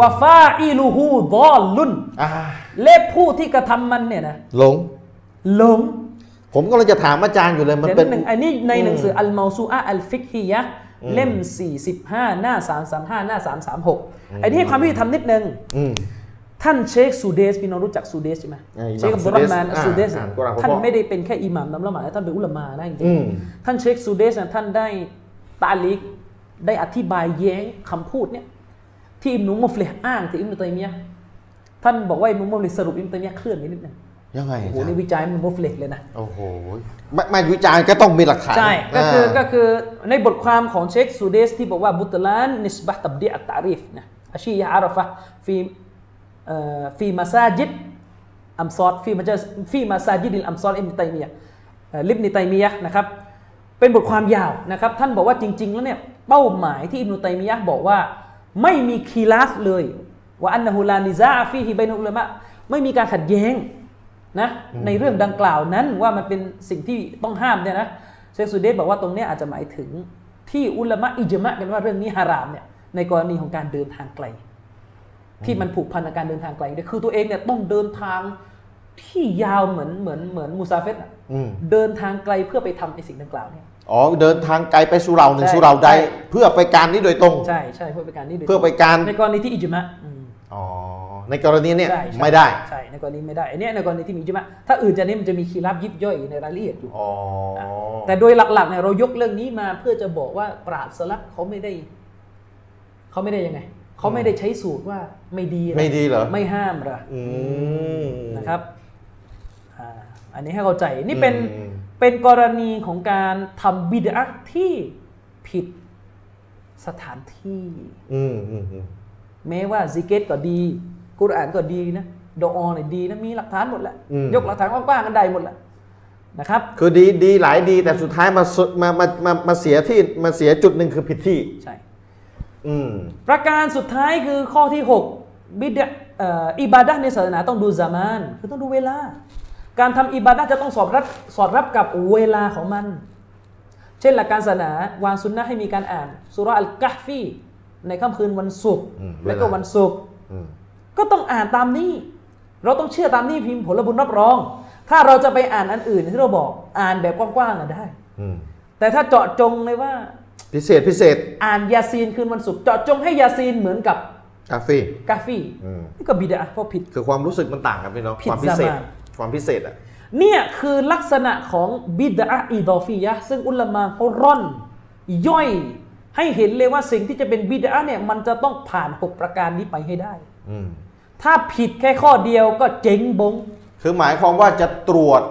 [SPEAKER 2] ว่าฟาอิลูฮูดอลลุน
[SPEAKER 1] อ่า
[SPEAKER 2] และผู้ที่กระทำมันเนี่ยนะ
[SPEAKER 1] หลง
[SPEAKER 2] หลง
[SPEAKER 1] ผมก็เลยจะถามอาจารย์อยู่เลยมัน
[SPEAKER 2] เดี๋ยว
[SPEAKER 1] เป็น
[SPEAKER 2] หนึ่งอันนี้ในหนังสืออัลมาซูอาอัลฟิกฮียะห์
[SPEAKER 1] อืม
[SPEAKER 2] เล่ม 45 หน้า 335 หน้า 336 อันนี้ให้ความยุติธรรมนิดนึง
[SPEAKER 1] ืม
[SPEAKER 2] ท่านเชคซูเดสพี่น้องรู้จักซูเดสใช่ไหม
[SPEAKER 1] อ่าอิหม่าม
[SPEAKER 2] เชคอับดุลรอฮ์มาน
[SPEAKER 1] ซู
[SPEAKER 2] ซู
[SPEAKER 1] เด
[SPEAKER 2] เด
[SPEAKER 1] ส
[SPEAKER 2] ส
[SPEAKER 1] อ่าอ่านกุรอานของพ่อ
[SPEAKER 2] ท่านไม่ได้เป็นแค่อิหม่ามน้ำละหมาดนะท่านเป็นอุลามะนะจริงๆ
[SPEAKER 1] อืม
[SPEAKER 2] ท่านเชคซูเดสนะท่านได้ตาลิกได้อธิบายแย้งคำพูดเนี่ยที่อิมนุมุฟเลห์อ้างถึงอิมนุตัยมียะห์ท่านบอกว่าอิมนุมุฟเลห์สรุปอิมนุตัยมียะห์เคลื่อนไปนิดนึง
[SPEAKER 1] ยังไง
[SPEAKER 2] โอ้
[SPEAKER 1] อาจา
[SPEAKER 2] โห
[SPEAKER 1] ร
[SPEAKER 2] นี่
[SPEAKER 1] ย์
[SPEAKER 2] วิจัยมันมุฟเล็กเลยนะ
[SPEAKER 1] โอ้โหไม่ไม่วิจารณ์ก็ต้องมีหลักฐาน
[SPEAKER 2] ใช่ ก็คือก็
[SPEAKER 1] า
[SPEAKER 2] คือในบทความของเชคซูเดสที่บอกว่าบุตลานนิสบะห์ตับดีอัตตารีฟนะอาชียะอารฟะห์ฟีเอ่อฟีมาซาจิดอัมซอดฟีมาจะฟีมาซาจิดอัมซอดอิบนตัยมียะห์เอ่อลิบนิตัยมียะห์นะครับ เป็นบทความยาวนะครับ ท่านบอกว่าจริง ๆ แล้วเนี่ยเป้าหมายที่อิบนุตัยมียะห์บอกว่าไม่มีคีลาฟเลยว่าอันนะฮูลานิซาอะฟีฮิบัยนุลามะไม่มีการขัดแย้ง นะในเรื่องดังกล่าวนั้นว่ามันเป็นสิ่งที่ต้องห้ามเนี่ยนะเชคซูเดสบอกว่าตรงเนี้ยอาจจะหมายถึงที่อุลามะอิจมะกันว่าเรื่องนี้ฮารามเนี่ยในกรณีของการเดินทางไกล ที่มันผูกพันกับการเดินทางไกลด้วยคือตัวเองเนี่ยต้องเดินทางที่ยาวเหมือนเหมือนเหมือนมูซาเฟสอะ
[SPEAKER 1] อืม
[SPEAKER 2] เดินทางไกลเพื่อไปทำไอสิ่งดังกล่าวเนี่ย
[SPEAKER 1] อ๋อเดินทางไกลไปสุเหราหนึ่ง
[SPEAKER 2] ใช่
[SPEAKER 1] สุเหราใด
[SPEAKER 2] ใช่
[SPEAKER 1] เพื่อไปการนี้โดยตรง
[SPEAKER 2] ใช่ใช่เพื่อเป็นการนี่โดยตรง
[SPEAKER 1] เพื่อไปการ
[SPEAKER 2] ในกรณีที่อิจมะอืม
[SPEAKER 1] อ๋อในกรณีเนี่ย
[SPEAKER 2] ใช่ใช่
[SPEAKER 1] ไม่ได้
[SPEAKER 2] ใช่ในกรณีไม่ได้อันเนี้ยในกรณีที่มีอิจมะถ้าอื่นจากนี้มันจะมีคีรับยิบย่อยในรายละเอียดอยู่
[SPEAKER 1] อ๋อ
[SPEAKER 2] แต่โดยหลักๆเนี่ยเรายกเรื่องนี้มาเพื่อจะบอกว่าปราบสลับเขาไม่ได้ เขาไม่ได้ยังไง เขาไม่ได้ใช้สูตรว่าไม่ดีนะ
[SPEAKER 1] ไม่ดีเหรอ
[SPEAKER 2] ไม่ห้ามเหรอ
[SPEAKER 1] อืม
[SPEAKER 2] นะครับอ่าอันนี้ให้เข้าใจนี่เป็น
[SPEAKER 1] อืม
[SPEAKER 2] เป็นกรณีของการทำบิดอะห์ที่ผิดสถานที่
[SPEAKER 1] อืมอืมอืม
[SPEAKER 2] แม้ว่าซิกเกตก็ดี กุรอานก็ดีนะดอออเนี่ยดีนะมีหลักฐานหมดแหละยกหลักฐานกว้างๆกันได้หมดแหละนะครับ
[SPEAKER 1] คือดีดีหลายดีแต่สุดท้ายมาสุดมามามามาเสียที่มาเสียจุดหนึ่งคือผิดที่
[SPEAKER 2] ใช่
[SPEAKER 1] อืม
[SPEAKER 2] ประการสุดท้ายคือข้อที่ 6 บิดะห์เอ่ออิบาดะห์ในศาสนาต้องดูซามาน คือต้องดูเวลา การทำอิบาดะห์จะต้องสอดรับสอดรับกับเวลาของมัน เช่นหลักการศาสนาวางสุนนะให้มีการอ่านสุราะห์อัลกัฟฟีในค่ำคืนวันศุกร์
[SPEAKER 1] อืม
[SPEAKER 2] และก็
[SPEAKER 1] เวลา
[SPEAKER 2] วันศุกร์
[SPEAKER 1] อืม
[SPEAKER 2] ก็ต้องอ่านตามนี้ เราต้องเชื่อตามนี้พิมพ์ผลบุญรับรอง ถ้าเราจะไปอ่านอันอื่นที่เราบอกอ่านแบบกว้างๆอะได้
[SPEAKER 1] อืม
[SPEAKER 2] แต่ถ้าเจาะจงเลยว่า
[SPEAKER 1] พิเศษพิเศษ
[SPEAKER 2] อ่านยาซีนคืนวันศุกร์เจาะจงให้ยาซีนเหมือนกับ
[SPEAKER 1] กาแฟ
[SPEAKER 2] กาฟี
[SPEAKER 1] อืม
[SPEAKER 2] นี่ก็บิดาเพราะผิด
[SPEAKER 1] คือความรู้สึกมันต่างกันพี่น้อง
[SPEAKER 2] ผิ
[SPEAKER 1] ค
[SPEAKER 2] ด
[SPEAKER 1] วามพิเศษ
[SPEAKER 2] ซะมาก
[SPEAKER 1] ความพิเศษอ่ะ
[SPEAKER 2] เนี่ยคือลักษณะของบิดาอีดอฟียะห์ซึ่งอุลามะเขาร่อน ย่อยให้เห็นเลยว่าสิ่งที่จะเป็นบิดาเนี่ยมันจะต้องผ่าน 6 ประการนี้ไปให้ได้
[SPEAKER 1] อืม
[SPEAKER 2] ถ้าผิดแค่ข้อเดียวก็เจ๊งบง
[SPEAKER 1] คือหมายความว่าจะตรวจ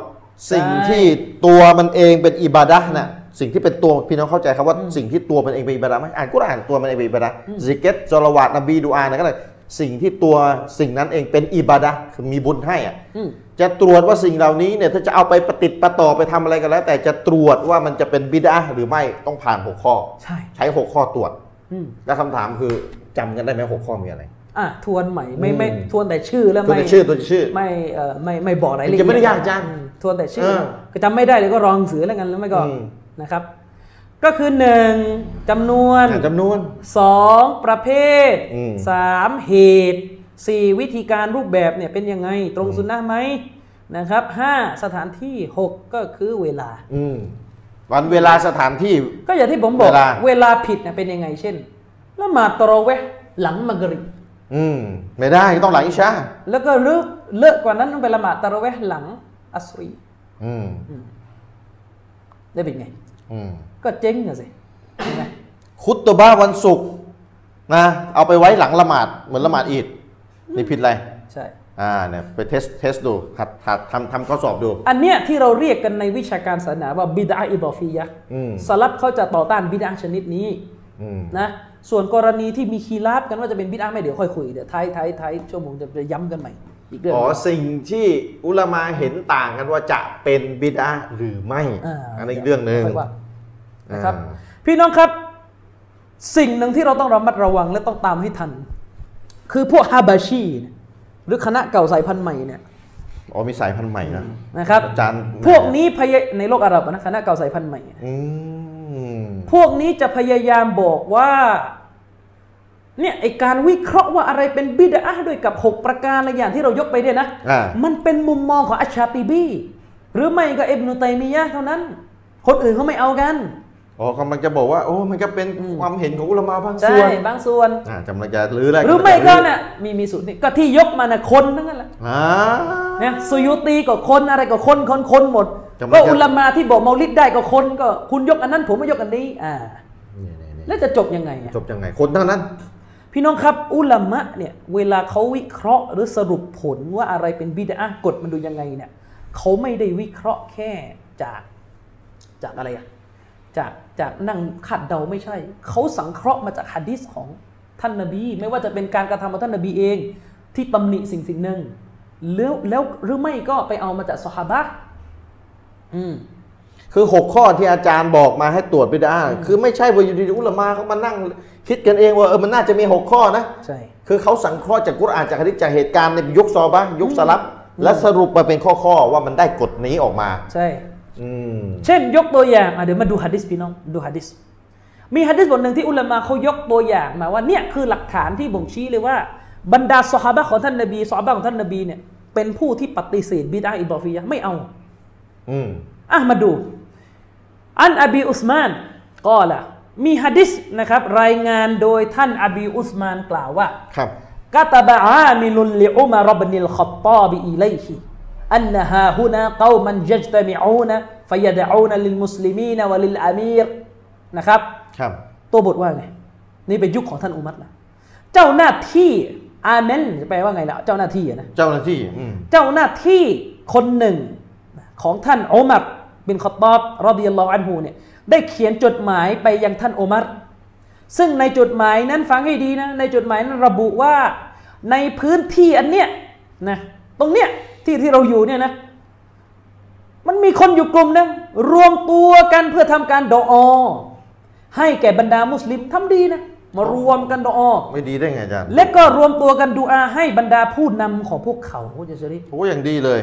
[SPEAKER 1] สิ่ง
[SPEAKER 2] ใช่
[SPEAKER 1] ที่ตัวมันเองเป็นอิบาดะห์น่ะสิ่งที่เป็นตัวพี่น้องเข้าใจครับว่าสิ่งที่ตัวมันเองเป็นอิบาดะห์ไหมอ่านกุรอานตัวมันเองเป็นอิบาดะห์ซิกเกตจลาวาดนบีดูอานะก็เลยสิ่งที่ตัวสิ่งนั้นเองเป็นอิบาดะห์คือมีบุญให้อ่ะ
[SPEAKER 2] อืม
[SPEAKER 1] จะตรวจว่าสิ่งเหล่านี้เนี่ยถ้าจะเอาไปปฏิติดประต่อไปทำอะไรกันแล้ว แต่จะตรวจว่ามันจะเป็นบิดาหรือไม่ต้องผ่านหกข้อ
[SPEAKER 2] ใช่
[SPEAKER 1] ใช้หกข้อตรวจ
[SPEAKER 2] อืม
[SPEAKER 1] แล้วคำถามคือจำกันได้ไหมหกข้อมีอะไร
[SPEAKER 2] อ่ะทวนใหม่ไม่ไม่
[SPEAKER 1] อืม
[SPEAKER 2] ทวนแต่ชื่อแล้ว
[SPEAKER 1] ตัว
[SPEAKER 2] ไม่
[SPEAKER 1] จะชื่อตัวจะชื่อ
[SPEAKER 2] ไม่เอ่อไม่ไม่บอกรายละเอียด
[SPEAKER 1] จะไม่ได้ยากจัง
[SPEAKER 2] อืมทวนแต่ชื่อ
[SPEAKER 1] เออ
[SPEAKER 2] ก็จำไม่ได้เดี๋ยวก็รองสือแล้วกันแล้วไม่ก็
[SPEAKER 1] อืม
[SPEAKER 2] นะครับ ก็คือหนึ่งจำนวน
[SPEAKER 1] อ่านจำนวน
[SPEAKER 2] สองประเภท
[SPEAKER 1] อืม
[SPEAKER 2] สามเหตุสี่วิธีการรูปแบบเนี่ยเป็นยังไงตรงสุนนะห์ไหมนะครับห้าสถานที่หกก็คือเวลา
[SPEAKER 1] อืม วันเวลาสถานที่
[SPEAKER 2] ก็อย่างที่ผมบอก
[SPEAKER 1] เวลา
[SPEAKER 2] เวลาผิดเนี่ยเป็นยังไงเช่นละหมาดตะเราะเวห์หลังมักริบ
[SPEAKER 1] อืมไม่ได้ก็ต้องหลังอิชา
[SPEAKER 2] แล้วก็เลิกเลิกกว่านั้นต้องไปละหมาดตะเราะเวห์หลังอัสรี
[SPEAKER 1] อืม
[SPEAKER 2] ได้เป็นไง
[SPEAKER 1] อืม
[SPEAKER 2] ก็เจ๊งอะสิเห็นไหม
[SPEAKER 1] คุตตบ้าวันศุกร์นะ เอาไปไว้หลังละหมาดเหมือนละหมาดอีดนี่ผิดอะไร
[SPEAKER 2] ใช่
[SPEAKER 1] อ่าเนี่ยไปเทสเทสดูหัดหัดทำทำข้อสอบดู
[SPEAKER 2] อันเนี้ยที่เราเรียกกันในวิชาการศาสนาว่าบิดาอิดอฟียะห์
[SPEAKER 1] อืม
[SPEAKER 2] สลับเขาจะต่อต้านบิดาชนิดนี้
[SPEAKER 1] อืม
[SPEAKER 2] นะ ส่วนกรณีที่มีคีราบกันว่าจะเป็นบิดาไหม่เดี๋ยวค่อยคุย เดี๋ยวท้ายท้ายท้ายชั่วโมงจะจะย้ำกันใหม่ อีกเรื่องห
[SPEAKER 1] อ๋อ
[SPEAKER 2] นึ่ง
[SPEAKER 1] สิ่งที่อุลามาเห็นต่างกันว่าจะเป็นบิดาหรือไม่
[SPEAKER 2] อ่า
[SPEAKER 1] อันนี้นอีกเรื่องหนึ่ง
[SPEAKER 2] ค่ยว่านะครับ
[SPEAKER 1] อ่า
[SPEAKER 2] พี่น้องครับ สิ่งหนึ่งที่เราต้องระมัดระวังและต้องตามให้ทัน คือพวกฮาบาชีเนี่ยหรือคณะเก่าสายพันธุ์ใหม่เนี่ย
[SPEAKER 1] อ๋อมีสายพันธุ์ใหม่นะ
[SPEAKER 2] นะครับ
[SPEAKER 1] อาจารย์
[SPEAKER 2] พวกนี้พยาในโลกอาหรับนะคณะเก่าสายพันธุ์ใหม่เนี่ย
[SPEAKER 1] อืม
[SPEAKER 2] พวกนี้จะพยายามบอกว่าเนี่ยไอการวิเคราะห์ว่าอะไรเป็นบิดาด้วยกับ 6 ประการอะไรอย่างที่เรายกไปเนี่ยนะ
[SPEAKER 1] อ่า
[SPEAKER 2] มันเป็นมุมมองของอัชชาติบีหรือไม่ก็อิบนุตัยมียะห์เท่านั้น คนอื่นเขาไม่เอากัน
[SPEAKER 1] อ๋อกำลังจะบอกว่า โอ้มันก็เป็นความเห็นของอุลามาบาง
[SPEAKER 2] ใช่
[SPEAKER 1] ส่วน
[SPEAKER 2] บางส่วน
[SPEAKER 1] อ่ากำลังจะรื้อแล้ว
[SPEAKER 2] หรือไม่ก็เนี่ยมีมีสูตรนี่ก็ที่ยกมานะคนทั้งนั้นแหละ
[SPEAKER 1] อ่า
[SPEAKER 2] เนี่ยสุยุตีก็คนอะไรก็คนคนคนหมด
[SPEAKER 1] จำไม่ได้
[SPEAKER 2] ก็อุลามาที่บอกเมาลิดได้ก็คนก็คุณยกอันนั้นผมไม่ยกอันนี้อ่า
[SPEAKER 1] เนี่ยเนี่ยเนี่ย
[SPEAKER 2] แล้วจะจบยังไงอะ
[SPEAKER 1] จบยังไงคนทั้งนั้น
[SPEAKER 2] พี่น้องครับอุลามะเนี่ยเวลาเขาวิเคราะห์หรือสรุปผลว่าอะไรเป็นบิดอะห์กฎมันดูยังไงเนี่ยเขาไม่ได้วิเคราะห์แค่จากจากอะไรอะจากจากนั่งคาดเดาไม่ใช่ เขาสังเคราะห์มาจากฮะดิษของท่านนบี ไม่ว่าจะเป็นการกระทำของท่านนบีเอง ที่ตำหนิสิ่งสิ่งหนึ่งแล้วแล้วหรือไม่ก็ไปเอามาจากสฮาบะห์อืม
[SPEAKER 1] คือหกข้อที่อาจารย์บอกมาให้ตรวจบิดาคือไม่ใช่ว่าอยู่ดีๆอุลามาเขามานั่ง คิดกันเองว่าเออมันน่าจะมีหกข้อนะ
[SPEAKER 2] ใช่
[SPEAKER 1] คือเขาสังเคราะห์จากกุรอานจากฮะดิษจากเหตุการณ์ในยุคซอบะห์ยุคสลับและสรุปมาเป็นข้อๆว่ามันได้กฎนี้ออกมา
[SPEAKER 2] ใช่
[SPEAKER 1] อืม
[SPEAKER 2] เช่นยกตัวอย่างอ่ะเดี๋ยวมาดูฮะดิษพี่น้องดูฮะดิษมีฮะดิษบทหนึ่งที่อุลามะเขายกตัวอย่างมาว่าเนี่ยคือหลักฐานที่บ่งชี้เลยว่า บรรดาสหาบะของท่านนบีสหาบะของท่านนบีเนี่ยเป็นผู้ที่ปฏิเสธบิดาอิดอฟียะห์ไม่เอา
[SPEAKER 1] อืม
[SPEAKER 2] อ่ะมาดู อันอบีอุสมานกอละมีฮะดิษนะครับรายงานโดยท่านอบีอุสมานกล่าวว่า
[SPEAKER 1] ครับ
[SPEAKER 2] كتب عامل لعمر بن الخطاب إليه أن ها هنا قوما يجتمعون فيدعون للمسلمين وللأمير นะครับ
[SPEAKER 1] ครับ
[SPEAKER 2] ตัวบทว่าไง นี่เป็นยุคของท่านอุมัรนะเจ้าหน้าที่อาเมนแปลว่าไงล่ะเจ้าหน้าที่อะนะ
[SPEAKER 1] เจ้าหน้าที่อืม
[SPEAKER 2] เจ้าหน้าที่คนหนึ่งของท่านอุมัรบินขอตตอบรอดิยัลลอฮุอันฮูเนี่ยได้เขียนจดหมายไปยังท่านอุมัรซึ่งในจดหมายนั้นฟังให้ดีนะในจดหมายนั้นระบุว่าในพื้นที่อันเนี้ยนะตรงเนี้ยที่ที่เราอยู่เนี่ยนะมันมีคนอยู่กลุ่มหนึงรวมตัวกันเพื่อทำการดออให้แก่บรรดามุสลิมทำดีนะมารวมกันดออ
[SPEAKER 1] ไม่ดีได้ไงอาจารย์
[SPEAKER 2] และก็รวมตัวกันดูอาให้บรรดาผู้นำของพวกเขาคุณจะรี
[SPEAKER 1] โอ้อย่างดีเลย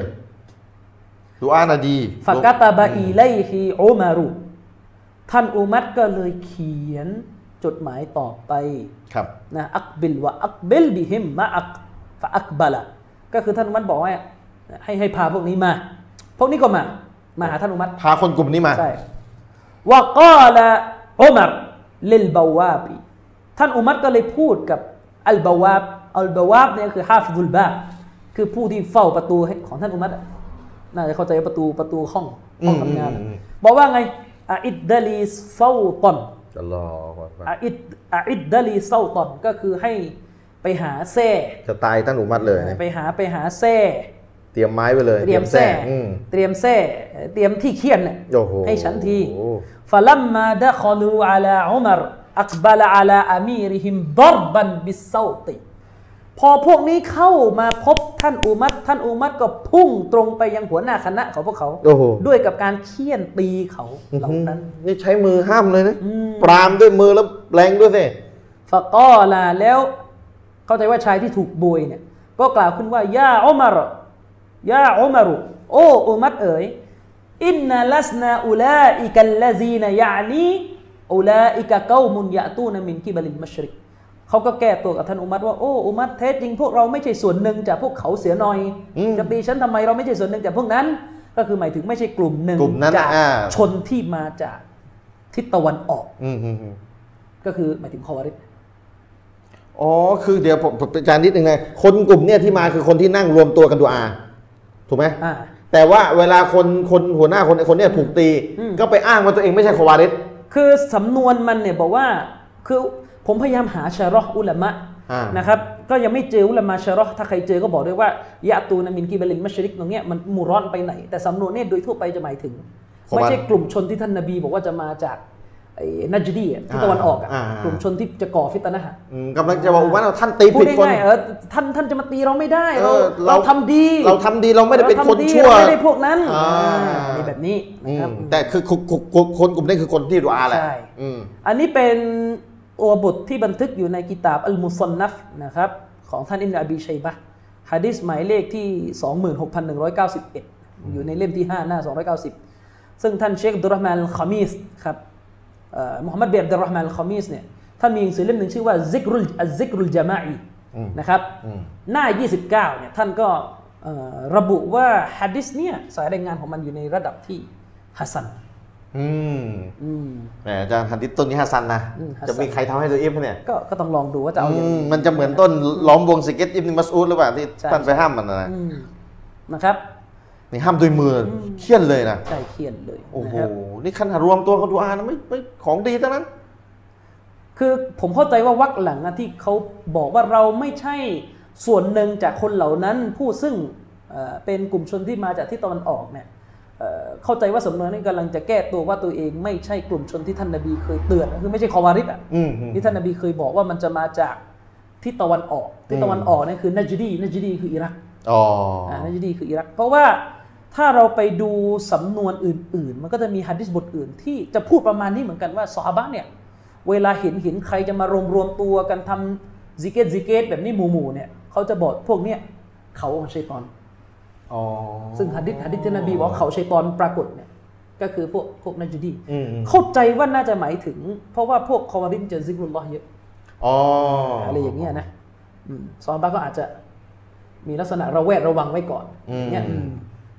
[SPEAKER 1] ดูอานะดี
[SPEAKER 2] ฟะกตาบะอีไลฮีอุมารุท่านอุมัรก็เลยเขียนจดหมายต่อไป
[SPEAKER 1] ครับ
[SPEAKER 2] นะอักบิลวะอักบิลบิฮิมมาอักฟะอักบะละก็คือท่านอุมัรบอกว่าให้ให้พาพวกนี้มา พวกนี้ก็มา มาหาท่านอุมัร
[SPEAKER 1] พาคนกลุ่มนี้มา
[SPEAKER 2] ใช่วะกาละอุมัรลิลบาวาบีท่านอุมัรก็เลยพูดกับอัลบาวาบอัลบาวาบเนี่ยคือฮาฟิซุลบาบคือผู้ที่เฝ้าประตูให้ของท่านอุมัรอะน่าจะเข้าใจว่าประตูประตูห้องห้องทำงานอะ บอกว่าไงอะอิดดะลีเซาตอน
[SPEAKER 1] จะรอก่อน
[SPEAKER 2] อะอิดอะอิดดะลีเซาตอนก็คือให้ไปหาแซ่
[SPEAKER 1] จะตายท่านอุมัดเลยนะ
[SPEAKER 2] ไปหาไปหาแซ่
[SPEAKER 1] เตรียมไม้ไว้เลย
[SPEAKER 2] เตรียมแซ่
[SPEAKER 1] อืม
[SPEAKER 2] เตรียมแซ่เอ่อเตรียมที่เคียนเนี่ย
[SPEAKER 1] โอ้โห
[SPEAKER 2] ให้ฉันที
[SPEAKER 1] โอ้
[SPEAKER 2] ฟลัมมาดะคอลูอาลาอุมรอักบาลอาลาอามีริฮิมดอรบันบิสเซาติ พอพวกนี้เข้ามาพบท่านอุมัตท่านอุมัตก็พุ่งตรงไปยังหัวหน้าคณะของพวกเขา
[SPEAKER 1] โอ้โห
[SPEAKER 2] ด้วยกับการเคี่ยนตีเขาเหล่านั้น
[SPEAKER 1] นี่ใช้มือห้ามเลยนะ
[SPEAKER 2] อืม
[SPEAKER 1] ปรามด้วยมือแล้วแรงด้วยสิ
[SPEAKER 2] ฟะกอลาแล้ว เข้าใจว่าชายที่ถูกบุยเนี่ยก็กล่าวขึ้นว่ายาอุมารยาอุมารุโอ้อุมัดเอ๋ยอินนาลัสนาอุลาอิกัลลาซีนยานีอุลาอิกะเกามุนยะตูนมินกิบลินมัชริกเขาก็แก้ตัวกับท่านอุมัดว่าโอ้อุมัดเท็จจริงพวกเราไม่ใช่ส่วนหนึ่งจากพวกเขาเสียหน่อยจะตีฉันทำไมเราไม่ใช่ส่วนหนึ่งจากพวกนั้น ก็คือหมายถึงไม่ใช่กลุ่มหนึ่ง
[SPEAKER 1] กลุ่มนั้น
[SPEAKER 2] จาก
[SPEAKER 1] อ่า
[SPEAKER 2] ชนที่มาจากทิศตะวันออก
[SPEAKER 1] อืมอืมอืม
[SPEAKER 2] ก็คือหมายถึงคอวาริส
[SPEAKER 1] อ๋อคือเดี๋ยวผมผมอาจารย์นิดนึงนะคนกลุ่มเนี่ยที่มาคือคนที่นั่งรวมตัวกันดูอาถูกไหม
[SPEAKER 2] อ่า
[SPEAKER 1] แต่ว่าเวลาคนคนหัวหน้าคนคนเนี่ยถูกตี
[SPEAKER 2] อืม
[SPEAKER 1] ก็ไปอ้างว่าตัวเองไม่ใช่คอวาริส
[SPEAKER 2] คือสำนวนมันเนี่ยบอกว่าคือผมพยายามหาชะรอห์อุลามะ
[SPEAKER 1] อ่า
[SPEAKER 2] นะครับก็ยังไม่เจออุลามะชะรอห์ถ้าใครเจอก็บอกด้วยว่ายะตูนามินกิบลินมัชริกตรงเนี้ยมันมูร้อนไปไหน แต่สำนวนเนี่ยโดยทั่วไปจะหมายถึง ไม่ใช่กลุ่มชนที่ท่านนบีบอกว่าจะมาจากไอ้นัจดีอะที่ตะวันออกอะ
[SPEAKER 1] าอ่าอ่า
[SPEAKER 2] กลุ่มชนที่จะก่อฟิตนะฮะ
[SPEAKER 1] อืมกำลังจะบอกว่าเราท่านตี
[SPEAKER 2] พู
[SPEAKER 1] ผิ
[SPEAKER 2] ด
[SPEAKER 1] ดคน
[SPEAKER 2] ง่ายๆเออท่านท่านจะมาตีเราไม่ได้เรา
[SPEAKER 1] เออเรา
[SPEAKER 2] เราทำดี
[SPEAKER 1] เราทำดีเราไม่ได้เป็นคนชั่ว
[SPEAKER 2] เราทำดีเราไม่ได้พวกนั้น
[SPEAKER 1] อ่า
[SPEAKER 2] อะไรแบบนี้
[SPEAKER 1] อื
[SPEAKER 2] นะ
[SPEAKER 1] ม
[SPEAKER 2] ครับ
[SPEAKER 1] แต่คือคุคุคุคนกลุ่มนี้คือคนที่ดูอาแหละ
[SPEAKER 2] ใช่
[SPEAKER 1] อืม
[SPEAKER 2] อันนี้เป็นตัวบทที่บันทึกอยู่ในกิตาบอัลมุซอนนัฟนะครับของท่านอิมรอบีชัยบะห์ฮะดิษหมายเลขที่ 26,191 อยู่ในเล่มที่ 5 หน้า 290 ซึ่งท่านเชคอับดุลรอฮ์มานอัลคามีสครับเอ่อมูฮัมหมัดเบียบดุลรอฮ์มานอัลคามีสเนี่ยท่านมีหนังสือเล่มหนึ่งชื่อว่าซิกรุลอัลซิกรุลจามะอีนะครับหน้า 29เนี่ยท่านก็เอ่อระบุว่าฮะดิษเนี่ยสายรายงานของมันอยู่ในระดับที่ฮัสซัน
[SPEAKER 1] อืม
[SPEAKER 2] อืม
[SPEAKER 1] แหมอาจารย์ฮันดิษต้นนี้ฮัสซันนะ
[SPEAKER 2] อืมฮัสซัน
[SPEAKER 1] จะมีใครทำให้ตัวอิฟเนี่ย
[SPEAKER 2] ก็ก็ต้องลองดูว่าจะเอาอย่าง
[SPEAKER 1] อืม
[SPEAKER 2] ไร
[SPEAKER 1] มันจะเหมือนต้นล้อมวงสเก็ตอิบนมัสอูดหรือเปล่าที่
[SPEAKER 2] ใช่
[SPEAKER 1] ท่านไปห้ามมันนะนะ
[SPEAKER 2] อืมนะครับ
[SPEAKER 1] นี่ห้ามด้วยมืออเขี้ยนเลยนะ
[SPEAKER 2] ใกล้เคียงเลย
[SPEAKER 1] โอ้
[SPEAKER 2] นะ
[SPEAKER 1] โห
[SPEAKER 2] ครับ
[SPEAKER 1] นี่ขนาดรวมตัวกันดูอานะไม่ไม่ของดีทั้งนั้น
[SPEAKER 2] คือผมเข้าใจว่าวักหลังนะที่เขาบอกว่าเราไม่ใช่ส่วนหนึ่งจากคนเหล่านั้น ผู้ซึ่งเอ่อเป็นกลุ่มชนที่มาจากที่ตะวันออกเนี่ยเอ่อเข้าใจว่าสำนวนนี้กำลังจะแก้ตัวว่าตัวเองไม่ใช่กลุ่มชนที่ท่านนบีเคยเตือนคือไม่ใช่คอวาริดอ่ะ
[SPEAKER 1] อืมอืม
[SPEAKER 2] ที่ท่านนบีเคยบอกว่ามันจะมาจากที่ตะวันออก ที่ตะวัน
[SPEAKER 1] อืม
[SPEAKER 2] ออกเนี่ยคือนัจดีนัจดีคืออิรัก
[SPEAKER 1] อ๋อ
[SPEAKER 2] อ่าน่าจะดีคืออิรัก เพราะว่าถ้าเราไปดูสำนวนอื่น ๆ มันก็จะมีฮัดดิสบทอื่นที่จะพูดประมาณนี้เหมือนกันว่าซอฮาบะเนี่ย เวลาเห็นเห็นใครจะมารวมรวมตัวกันทำซิกเกตซิกเกตแบบนี้หมู่หมู่ๆเนี่ยเขาจะบอกพวกเนี่ยเขาของชัยตอน
[SPEAKER 1] อ๋อ
[SPEAKER 2] ซึ่งฮัดดิสฮัดดิสที่นบีบอกว่าเขาชัยตอนปรากฏเนี่ยก็คือพวกพวกนัจดี
[SPEAKER 1] อืมอืม
[SPEAKER 2] เข้าใจว่าน่าจะหมายถึง เพราะว่าพวกคอวาริมเจอซิกรุลลอฮ์เยอะ
[SPEAKER 1] อ๋อ
[SPEAKER 2] อะ
[SPEAKER 1] อะไร
[SPEAKER 2] อย่างเงี้ยนะอืมซอฮาบะก็อาจจะมีลักษณะระแวดระวังไว้ก่อนอย่างเงี้ยอืม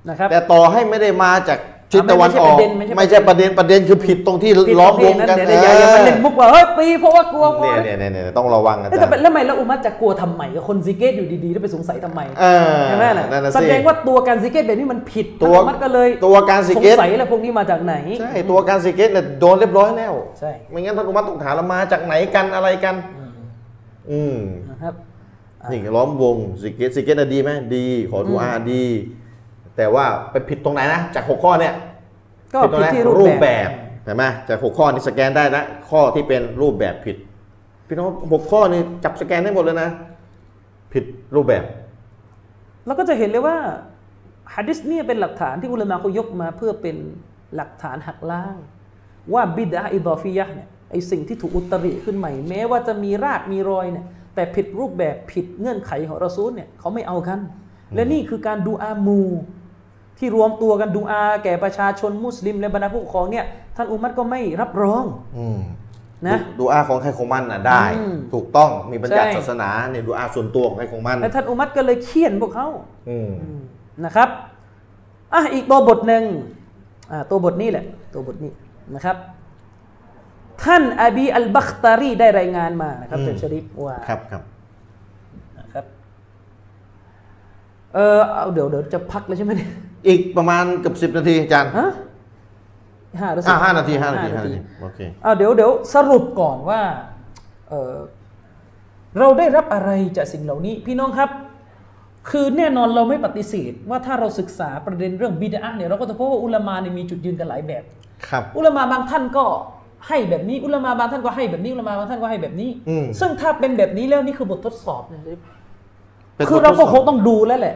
[SPEAKER 2] นะครับ
[SPEAKER 1] แต่ต่อให้ไม่ได้มาจากทิศตะวันออก
[SPEAKER 2] ไม่ใช่ประเด็นไม่ใช่
[SPEAKER 1] ไม่ใช่ประเด็นประเด็นคือผิดตรงที่
[SPEAKER 2] ผิด
[SPEAKER 1] ล้อมวง
[SPEAKER 2] ประ
[SPEAKER 1] กัน
[SPEAKER 2] เภทเดี๋ยวอย่าอย่ามาเล่นมุกว่าเฮ้ยปีเพราะว่ากลัวกลัว
[SPEAKER 1] เนี่ยเนี่ยเนี่ยเนี่ยต้องระวังอา
[SPEAKER 2] เอ้ย
[SPEAKER 1] จาร
[SPEAKER 2] แต่
[SPEAKER 1] ย์
[SPEAKER 2] แล้วทำไมแล้วอุมัตจะกลัวทำไมกับคนซิกเกตอยู่ดีๆแล้วไปสงสัยทำไม
[SPEAKER 1] เออ
[SPEAKER 2] ใช่ไหมน่ะ
[SPEAKER 1] นั่นน่ะสิ
[SPEAKER 2] แสดงว่าตัวการซิกเกตแบบนี้มันผิด
[SPEAKER 1] ตัว
[SPEAKER 2] อุมัตก็เลย
[SPEAKER 1] ตัวการ
[SPEAKER 2] ส
[SPEAKER 1] สิ
[SPEAKER 2] ง
[SPEAKER 1] เกต
[SPEAKER 2] สัยแล้วพวกนี้มาจากไหน
[SPEAKER 1] ใช่ตัวการสิเกตเนี่ยโดนเรียบร้อยแล้ว
[SPEAKER 2] ใช่
[SPEAKER 1] ไม่งั้นท่านอุมัตต้องถามแล้วมาจากไหนกันอะไรกัน อืม
[SPEAKER 2] นะครับ
[SPEAKER 1] นี่ล้อมวงสิเกตสิเกตน่ะดีไหมดี ขอดูอาดี แต่ว่าไปผิดตรงไหนนะจากหกข้อเนี่ย
[SPEAKER 2] ก็
[SPEAKER 1] ผิดตรง
[SPEAKER 2] ผิด
[SPEAKER 1] นั้น
[SPEAKER 2] ที่
[SPEAKER 1] รู
[SPEAKER 2] รู
[SPEAKER 1] ปแบบเห็นไหมจากหกข้อนี้สแกนได้นะข้อที่เป็นรูปแบบผิด พี่น้องหกข้อนี้จับสแกนได้หมดเลยนะ ผิดรูปแบบ
[SPEAKER 2] แล้วก็จะเห็นเลยว่าฮะดิษเนี่ยเป็นหลักฐานที่อุลามะเขายกมาเพื่อเป็นหลักฐานหักล้าง ว่าบิดาอิดอฟิยะห์เนี่ยไอสิ่งที่ถูกอุตริขึ้นใหม่ แม้ว่าจะมีรากมีรอยเนี่ยแต่ผิดรูปแบบผิดเงื่อนไขของรอซูลเนี่ยเขาไม่เอากัน และนี่คือการดูอาหมู ที่รวมตัวกันดูอา แก่ประชาชนมุสลิมและบรรดาผู้ปกครองเนี่ยท่านอุมัตก็ไม่รับรอง
[SPEAKER 1] อืม
[SPEAKER 2] นะ
[SPEAKER 1] ดูอาของใครของมันนะได้
[SPEAKER 2] อืม
[SPEAKER 1] ถูกต้องมีบัญญัติ
[SPEAKER 2] ใช่
[SPEAKER 1] ศาสนาในดูอาส่วนตัวของใครของมัน
[SPEAKER 2] และท่านอุมัตก็เลยเคี่ยนพวกเขา
[SPEAKER 1] อืม
[SPEAKER 2] นะครับ อ่ะ อีกตัวบทหนึ่งอ่าตัวบทนี้แหละ ตัวบทนี้นะครับ ท่านอบีอัลบัคตารีได้รายงานมานะครับเจนชริฟว่า
[SPEAKER 1] ครับครับ
[SPEAKER 2] นะครับ เออเอาเดี๋ยวเดี๋ยวจะพักแล้วใช่ไหมเนี่ย
[SPEAKER 1] อีกประมาณเกือบสิบ10 นาทีอาจารย์
[SPEAKER 2] ฮะห้าหรือสิ
[SPEAKER 1] อ่า
[SPEAKER 2] บ
[SPEAKER 1] ห้านาทีห้านาทีห้านาทีโอเค
[SPEAKER 2] เอาเดี๋ยวเดี๋ยวสรุปก่อนว่า เออเราได้รับอะไรจากสิ่งเหล่านี้ พี่น้องครับ คือแน่นอนเราไม่ปฏิเสธ ว่าถ้าเราศึกษาประเด็นเรื่องบิดาเนี่ยเราก็จะพบว่าอุลามาเนี่ยมีจุดยืนกันหลายแบบ
[SPEAKER 1] ครับ
[SPEAKER 2] อุลามาบางท่านก็ให้แบบนี้ อุลามาบางท่านก็ให้แบบนี้อุลามาบางท่านก็ให้แบบนี้
[SPEAKER 1] อืม
[SPEAKER 2] ซึ่งถ้าเป็นแบบนี้แล้วนี่คือบททดสอบนะครับ
[SPEAKER 1] ป็น
[SPEAKER 2] คือเรา
[SPEAKER 1] บทท
[SPEAKER 2] ก็
[SPEAKER 1] ดส
[SPEAKER 2] คงต้องดูแล้วแหละ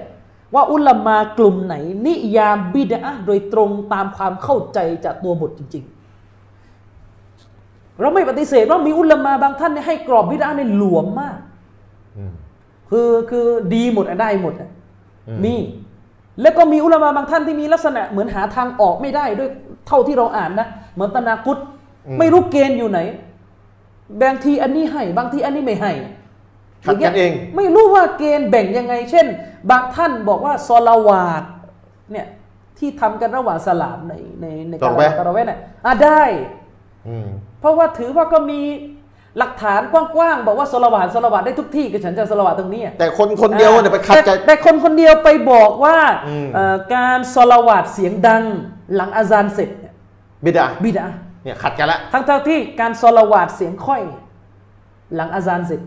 [SPEAKER 2] ว่าอุลามากลุ่มไหน นิยามบิดาโดยตรงตามความเข้าใจจากตัวบทจริง ๆ เราไม่ปฏิเสธว่ามีอุลามาบางท่านเนี่ยให้กรอบบิดาในยหลวมมาก
[SPEAKER 1] อืม
[SPEAKER 2] คือคือดีหมดอะได้หมดอะ
[SPEAKER 1] อืม
[SPEAKER 2] มี แล้วก็มีอุลามะบางท่านที่มีลักษณะเหมือนหาทางออกไม่ได้ด้วยเท่าที่เราอ่านนะ เหมือนตะนากุตไม่รู้เกณฑ์อยู่ไหน บางทีอันนี้ให้ บางทีอันนี้ไม่ให้
[SPEAKER 1] ขัดกันเอง
[SPEAKER 2] ไม่รู้ว่าเกณฑ์แบ่งยังไง เช่น บางท่านบอกว่าซอลาวาดเนี่ย ที่ทำกันระหว่างสลามในในใน
[SPEAKER 1] ถู
[SPEAKER 2] กา
[SPEAKER 1] ก
[SPEAKER 2] ร
[SPEAKER 1] ไหม
[SPEAKER 2] ละหมาดตะเราะเวทเนี่ยอ่ะได้
[SPEAKER 1] อืม
[SPEAKER 2] เพราะว่าถือว่าก็มีหลักฐานกว้างๆบอกว่าสละวาดสละวาดได้ทุกที่ก็ฉันจะสละวาดตรงนี้อ่ะ
[SPEAKER 1] แต่คนคนเดียวเนี่ยไปขัดใจ
[SPEAKER 2] แต่แต่คนคนเดียวไปบอกว่า
[SPEAKER 1] อืม
[SPEAKER 2] เอ่อการสละวาดเสียงดังหลังอาซานเสร็จเนี่ย
[SPEAKER 1] บิดา
[SPEAKER 2] บิดอะห์
[SPEAKER 1] เนี่ยขัดกันละ
[SPEAKER 2] ทั้งเท่าที่การสละวาดเสียงค่อย หลังอาซานเสร็จ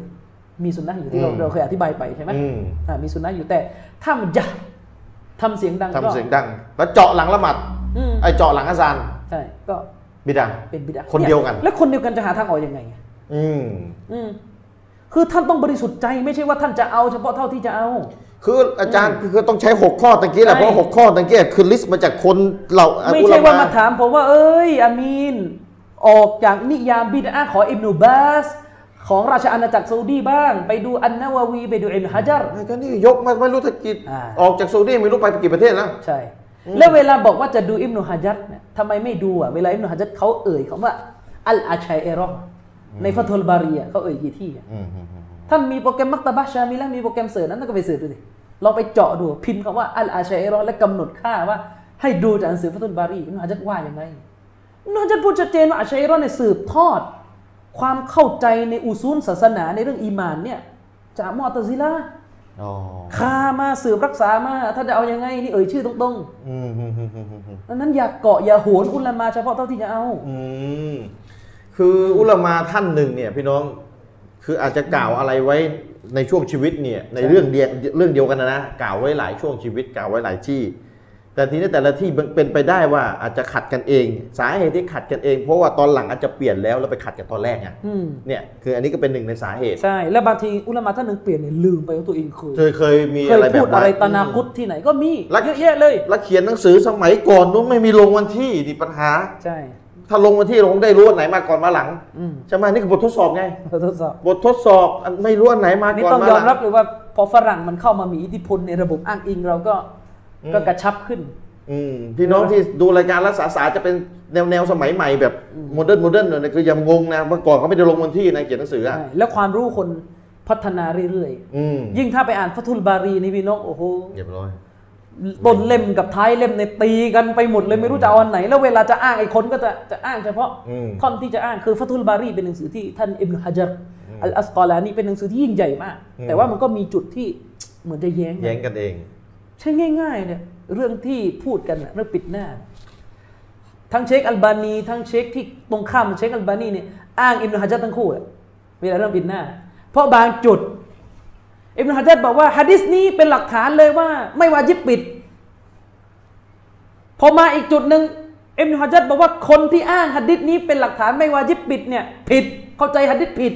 [SPEAKER 2] มีสุนนะห์อยู่ที่เรา
[SPEAKER 1] อืม
[SPEAKER 2] เราเคยอธิบายไปใช่ไหม
[SPEAKER 1] อืม
[SPEAKER 2] อ่ามีสุนนะห์อยู่แต่ถ้ามันยะทำเสียงดัง
[SPEAKER 1] ทำ
[SPEAKER 2] ก็
[SPEAKER 1] เสียงดัง แล้วเจาะหลังละหมัด
[SPEAKER 2] อืม
[SPEAKER 1] ไอ้เจาะหลังอาจารย์
[SPEAKER 2] ใช่ก็
[SPEAKER 1] บิดา
[SPEAKER 2] เป็นบิดา
[SPEAKER 1] คนเดียวกัน
[SPEAKER 2] แล้วคนเดียวกันจะหาทางออกยังไงอ่ะ
[SPEAKER 1] อืม
[SPEAKER 2] อืมคือท่านต้องบริสุทธิ์ใจไม่ใช่ว่าท่านจะเอาเฉพาะเท่าที่จะเอา
[SPEAKER 1] คืออาจารย์คือต้องใช้ 6 ข้อตะกี้แหละ
[SPEAKER 2] ใช่
[SPEAKER 1] เพราะ 6 ข้อตะกี้คือลิสต์มาจากคนเรา
[SPEAKER 2] ไม่
[SPEAKER 1] อุล
[SPEAKER 2] ใช่ว่า
[SPEAKER 1] มา
[SPEAKER 2] มาถามผมว่า เอ้ย อามีน ออกจากนิยามบิดาของอิบนุบาสของราชอาณาจักรซาอุดีบ้าง ไปดูอันนาวาวีไปดูอิบนุฮะจัร
[SPEAKER 1] ไอ้ก็นี่ยกมาไม่รู้ตะกี้
[SPEAKER 2] อ่า
[SPEAKER 1] ออกจากซาอุดีไม่รู้ไปกี่ประเทศแล้ว
[SPEAKER 2] ใช่ แล้วเวลาบอกว่าจะดูอิมนุฮะจัดเนี่ยทำไมไม่ดูอ่ะเวลาอิมนุฮะจัดเขาเอ่ยคำว่า อัลอาชัยเอรอในฟัตุลบารีอ่ะเขาเอ่ยกี่ที่อ่ะท่านมีโปรแกรมมักตะบะชามีแล้วมีโปรแกรมเสิร์ชนั้นท่านก็ไปเสิร์ชดูสิลองไปเจาะดูพิมพ์คำว่าอัลอาชัยเอรอและกำหนดค่าว่า ให้ดูจากหนังสือฟัตุลบารีอิมนุฮะจัดว่ายังไงอิมนุฮะจัดพูดชัดเจนว่าอาชัยเอรอเนี่ยสืบทอด ความเข้าใจในอุซูลศาสนาในเรื่องอีหมานเนี่ยจากมอตะซิละห์คามาสืบรักษามาถ้านจะเอายังไงนี่เอ่ยชื่อตรงๆ ดังนั้นอย่าเกาะอย่าโหนอุลามาเฉพาะเท่าที่จะเอา
[SPEAKER 1] อืมคืออุลามาท่านหนึ่งเนี่ยพี่น้องคืออาจจะกล่าวอะไรไว้ในช่วงชีวิตเนี่ยในเรื่องเดียวเรื่องเดียวกันนะนะกล่าวไว้หลายช่วงชีวิตกล่าวไว้หลายที่ แต่ทีนี้แต่ละที่เป็นไปได้ว่าอาจจะขัดกันเอง สาเหตุที่ขัดกันเอง เพราะว่าตอนหลังอาจจะเปลี่ยนแล้วแล้วไปขัดกันตอนแรกไง
[SPEAKER 2] อืม
[SPEAKER 1] เนี่ยคืออันนี้ก็เป็นหนึ่งในสาเหตุ
[SPEAKER 2] ใช่ แล้วบางทีอุลามาท่านหนึ่งเปลี่ยนเนี่ยลืมไปว่าตัวเองเคย
[SPEAKER 1] เธอเคยมี
[SPEAKER 2] เค
[SPEAKER 1] อะ
[SPEAKER 2] ย
[SPEAKER 1] ไรแบ
[SPEAKER 2] พู
[SPEAKER 1] บ
[SPEAKER 2] ด
[SPEAKER 1] นั้น
[SPEAKER 2] อะไรตนาคุตที่ไหนก็มี
[SPEAKER 1] แล้ว
[SPEAKER 2] เยอะแยะเลย
[SPEAKER 1] แล้วเขียนหนังสือสมัยก่อนนู้นไม่มีลงวันที่ดิปัญหา
[SPEAKER 2] ใช่
[SPEAKER 1] ถ้าลงวันที่เราคงได้รู้ว่าไหนมาก่อนมาหลัง
[SPEAKER 2] อืม
[SPEAKER 1] ใช่ไหมนี่คือบททดสอบไง
[SPEAKER 2] ขอทดสอบบ
[SPEAKER 1] ททดสอบอันไม่รู้อันไหนมา
[SPEAKER 2] นี่
[SPEAKER 1] ก่อน
[SPEAKER 2] ต้อง
[SPEAKER 1] มาย ห
[SPEAKER 2] อม
[SPEAKER 1] ลัง
[SPEAKER 2] รับเลยว่า พอฝรั่งมันเข้ามามีอิทธิพลในระบบอ้างอิงเราก็
[SPEAKER 1] อืม
[SPEAKER 2] ก็กระชับขึ้น
[SPEAKER 1] อืมพี่น้องที่ดูรายการรักษาศาสตร์จะเป็นแนวแนวสมัยใหม่แบบโมเดิร์นโมเดิร์นเนี่ยคือยังงงนะเมื่อก่อนเขาไม่ได้ลงวันที่นะเขียนหนังสืออ่ะ
[SPEAKER 2] ใช่ แล้วความรู้คนพัฒนาเรื่อย
[SPEAKER 1] อืม
[SPEAKER 2] ๆ ยิ่งถ้าไปอ่านฟัทุลบารีนี่พี่น้องโอ้โห
[SPEAKER 1] เรียบร้อย
[SPEAKER 2] ต้นเล่มกับท้ายเล่มในยตีกันไปหมดเลยไม่รู้จะเอาอันไหน แล้วเวลาจะอ้างไอ้คนก็จะจะอ้างเฉพาะ
[SPEAKER 1] อืม
[SPEAKER 2] ท่อนที่จะอ้างคือฟัตุลบารีเป็นหนังสือที่ท่านอิบนุฮะจัรอัลอัสกอลานีเป็นหนังสือที่ยิ่งใหญ่มาก แต่ว่ามันก็มีจุดที่เหมือนจะแย้งกัน
[SPEAKER 1] แย้งกันเอง
[SPEAKER 2] ใช่ง่าย ๆ เนี่ยเรื่องที่พูดกันน่ะเรื่องปิดหน้า ทั้งเชคอัลบานีทั้งเชคที่ตรงข้ามเชคอัลบานีเนี่ยอ้างอิบนุฮะจัรทั้งคู่อะเวลาเรื่องปิดหน้า เพราะบางจุดอิบนุฮะจัรบอกว่าฮะดิษนี้เป็นหลักฐานเลยว่าไม่วาจิบปิด พอมาอีกจุดหนึ่งเอ็มฮะจัดบอกว่าคนที่อ้างหัดดิษนี้เป็นหลักฐานไม่วาจิบปิดเนี่ยผิดเข้าใจหัดดิษผิด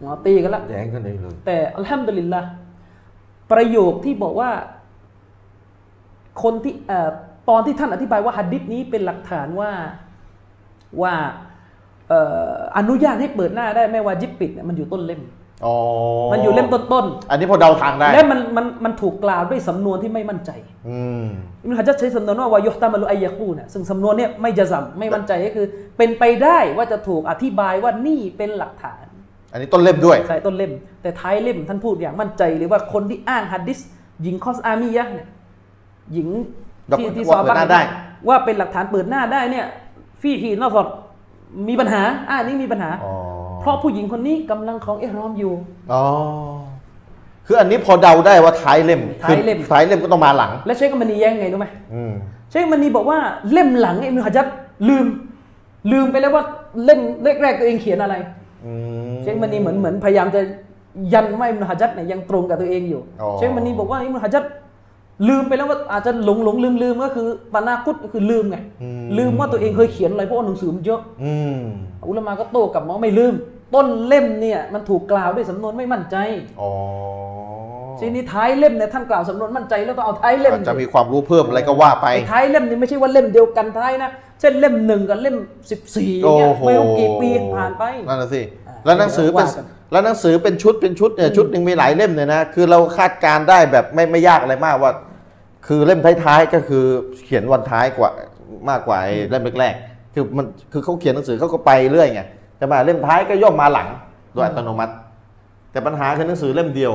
[SPEAKER 2] หมอตีกันละ
[SPEAKER 1] แย้งกันเองเลย
[SPEAKER 2] แต่อัลฮัมดุลิลละประโยคที่บอกว่า คนที่เอ่อตอนที่ท่านอธิบายว่าหัดดิษนี้เป็นหลักฐานว่าว่าเอ่ออนุญาตให้เปิดหน้าได้ไม่วาจิบปิดเนี่ยมันอยู่ต้นเล่ม
[SPEAKER 1] อ๋อ
[SPEAKER 2] มันอยู่เล่มต้น
[SPEAKER 1] อันนี้พอเดาทางได้
[SPEAKER 2] ๆและมันมันมันถูกกล่าวด้วยสำนวนที่ไม่มั่นใจ
[SPEAKER 1] อืม
[SPEAKER 2] อิบนุฮะจัดใช้สำนวนว่าวายุฮตามาลุอัยยะคูเนี่ยซึ่งสำนวนเนี่ยไม่จะซ้ำไม่มั่นใจก็คือ เป็นไปได้ว่าจะถูกอธิบายว่านี่เป็นหลักฐาน
[SPEAKER 1] อันนี้ต้นเล่มด้วย
[SPEAKER 2] ใช่ต้นเล่ม แต่ท้ายเล่มท่านพูดอย่างมั่นใจเลยว่าคนที่อ้างฮัดดิสหญิงคอสอามียะห์เนี่ยหญิงที่
[SPEAKER 1] ว่า
[SPEAKER 2] ที่
[SPEAKER 1] ว่า
[SPEAKER 2] ซอ
[SPEAKER 1] เปิ
[SPEAKER 2] บั
[SPEAKER 1] ด
[SPEAKER 2] ก
[SPEAKER 1] หน้าได้
[SPEAKER 2] ว่าเป็นหลักฐานเปิดหน้าได้เนี่ยฟีฮีนอสอดมีปัญหาอ่านี่มีปัญหา
[SPEAKER 1] อ๋อ
[SPEAKER 2] เพราะผู้หญิงคนนี้กำลังของเอรอมอยู่
[SPEAKER 1] อ๋อคืออันนี้พอเดาได้ว่าท้ายเล่ม
[SPEAKER 2] ท้ายเล่ม
[SPEAKER 1] คือท้ายเล่มก็ต้องมาหลัง
[SPEAKER 2] และเชคกัมมานีแย้งไงรู้ไหม
[SPEAKER 1] อืม
[SPEAKER 2] เชคมันนีบอกว่าเล่มหลังอิมนุฮะจัดลืม ลืมไปแล้วว่าเล่มแรกๆตัวเองเขียนอะไร
[SPEAKER 1] อืม
[SPEAKER 2] เชคมันนีเหมือนเหมือนพยายามจะยันว่าอิมนุฮะจัดเนี่ยยังตรงกับตัวเองอยู่
[SPEAKER 1] อ๋อ
[SPEAKER 2] เชคมันนีบอกว่าอิมนุฮะจัดลืมไปแล้วว่าอาจจะหลงหลงลืมลืมก็คือปานากุตก็คือลืมไงลืมว่าตัวเองเคยเขียนอะไรเพราะว่าหนังสือมันเยอะ
[SPEAKER 1] อืม
[SPEAKER 2] อุลามาก็โต้กลับมาว่าไม่ลืม ต้นเล่มเนี่ยมันถูกกล่าวด้วยสำนวนไม่มั่นใจ
[SPEAKER 1] อ๋อ
[SPEAKER 2] ทีนี้ท้ายเล่มเนี่ยท่านกล่าวสำนวนมั่นใจแล้วต้องเอาท้ายเล่ม
[SPEAKER 1] อาจจะ
[SPEAKER 2] สิ
[SPEAKER 1] มีความรู้เพิ่มอะไรก็ว่าไป
[SPEAKER 2] ไอ้ท้ายเล่มนี่ไม่ใช่ว่าเล่มเดียวกันท้ายนะ เช่นเล่มหนึ่งกับเล่มสิบสี่าง
[SPEAKER 1] โอ้
[SPEAKER 2] เนี่ย
[SPEAKER 1] โห
[SPEAKER 2] ไม่รู้กี่ปีผ่านไป
[SPEAKER 1] นั่นน่ะสิ
[SPEAKER 2] อ่า
[SPEAKER 1] แล้วหนังสือเป็น
[SPEAKER 2] ว่ากัน
[SPEAKER 1] แล้วหนังสือเป็นชุดเป็นชุดเนี่ยชุดหนึ่งมีหลายเล่มเนี่ยนะ คือเราคาดการณ์ได้แบบไม่ไม่ยากอะไรมากว่า คือเล่มท้ายๆก็คือเขียนวันท้ายกว่ามากกว่าไอ้เล่มแรกๆ คือมันคือเขาเขียนหนังสือเขาก็ไปเรื่อยไงแต่มาเล่มท้ายก็ย่อมมาหลังโดยอัตโนมัติ แต่ปัญหาคือหนังสือเล่มเดียว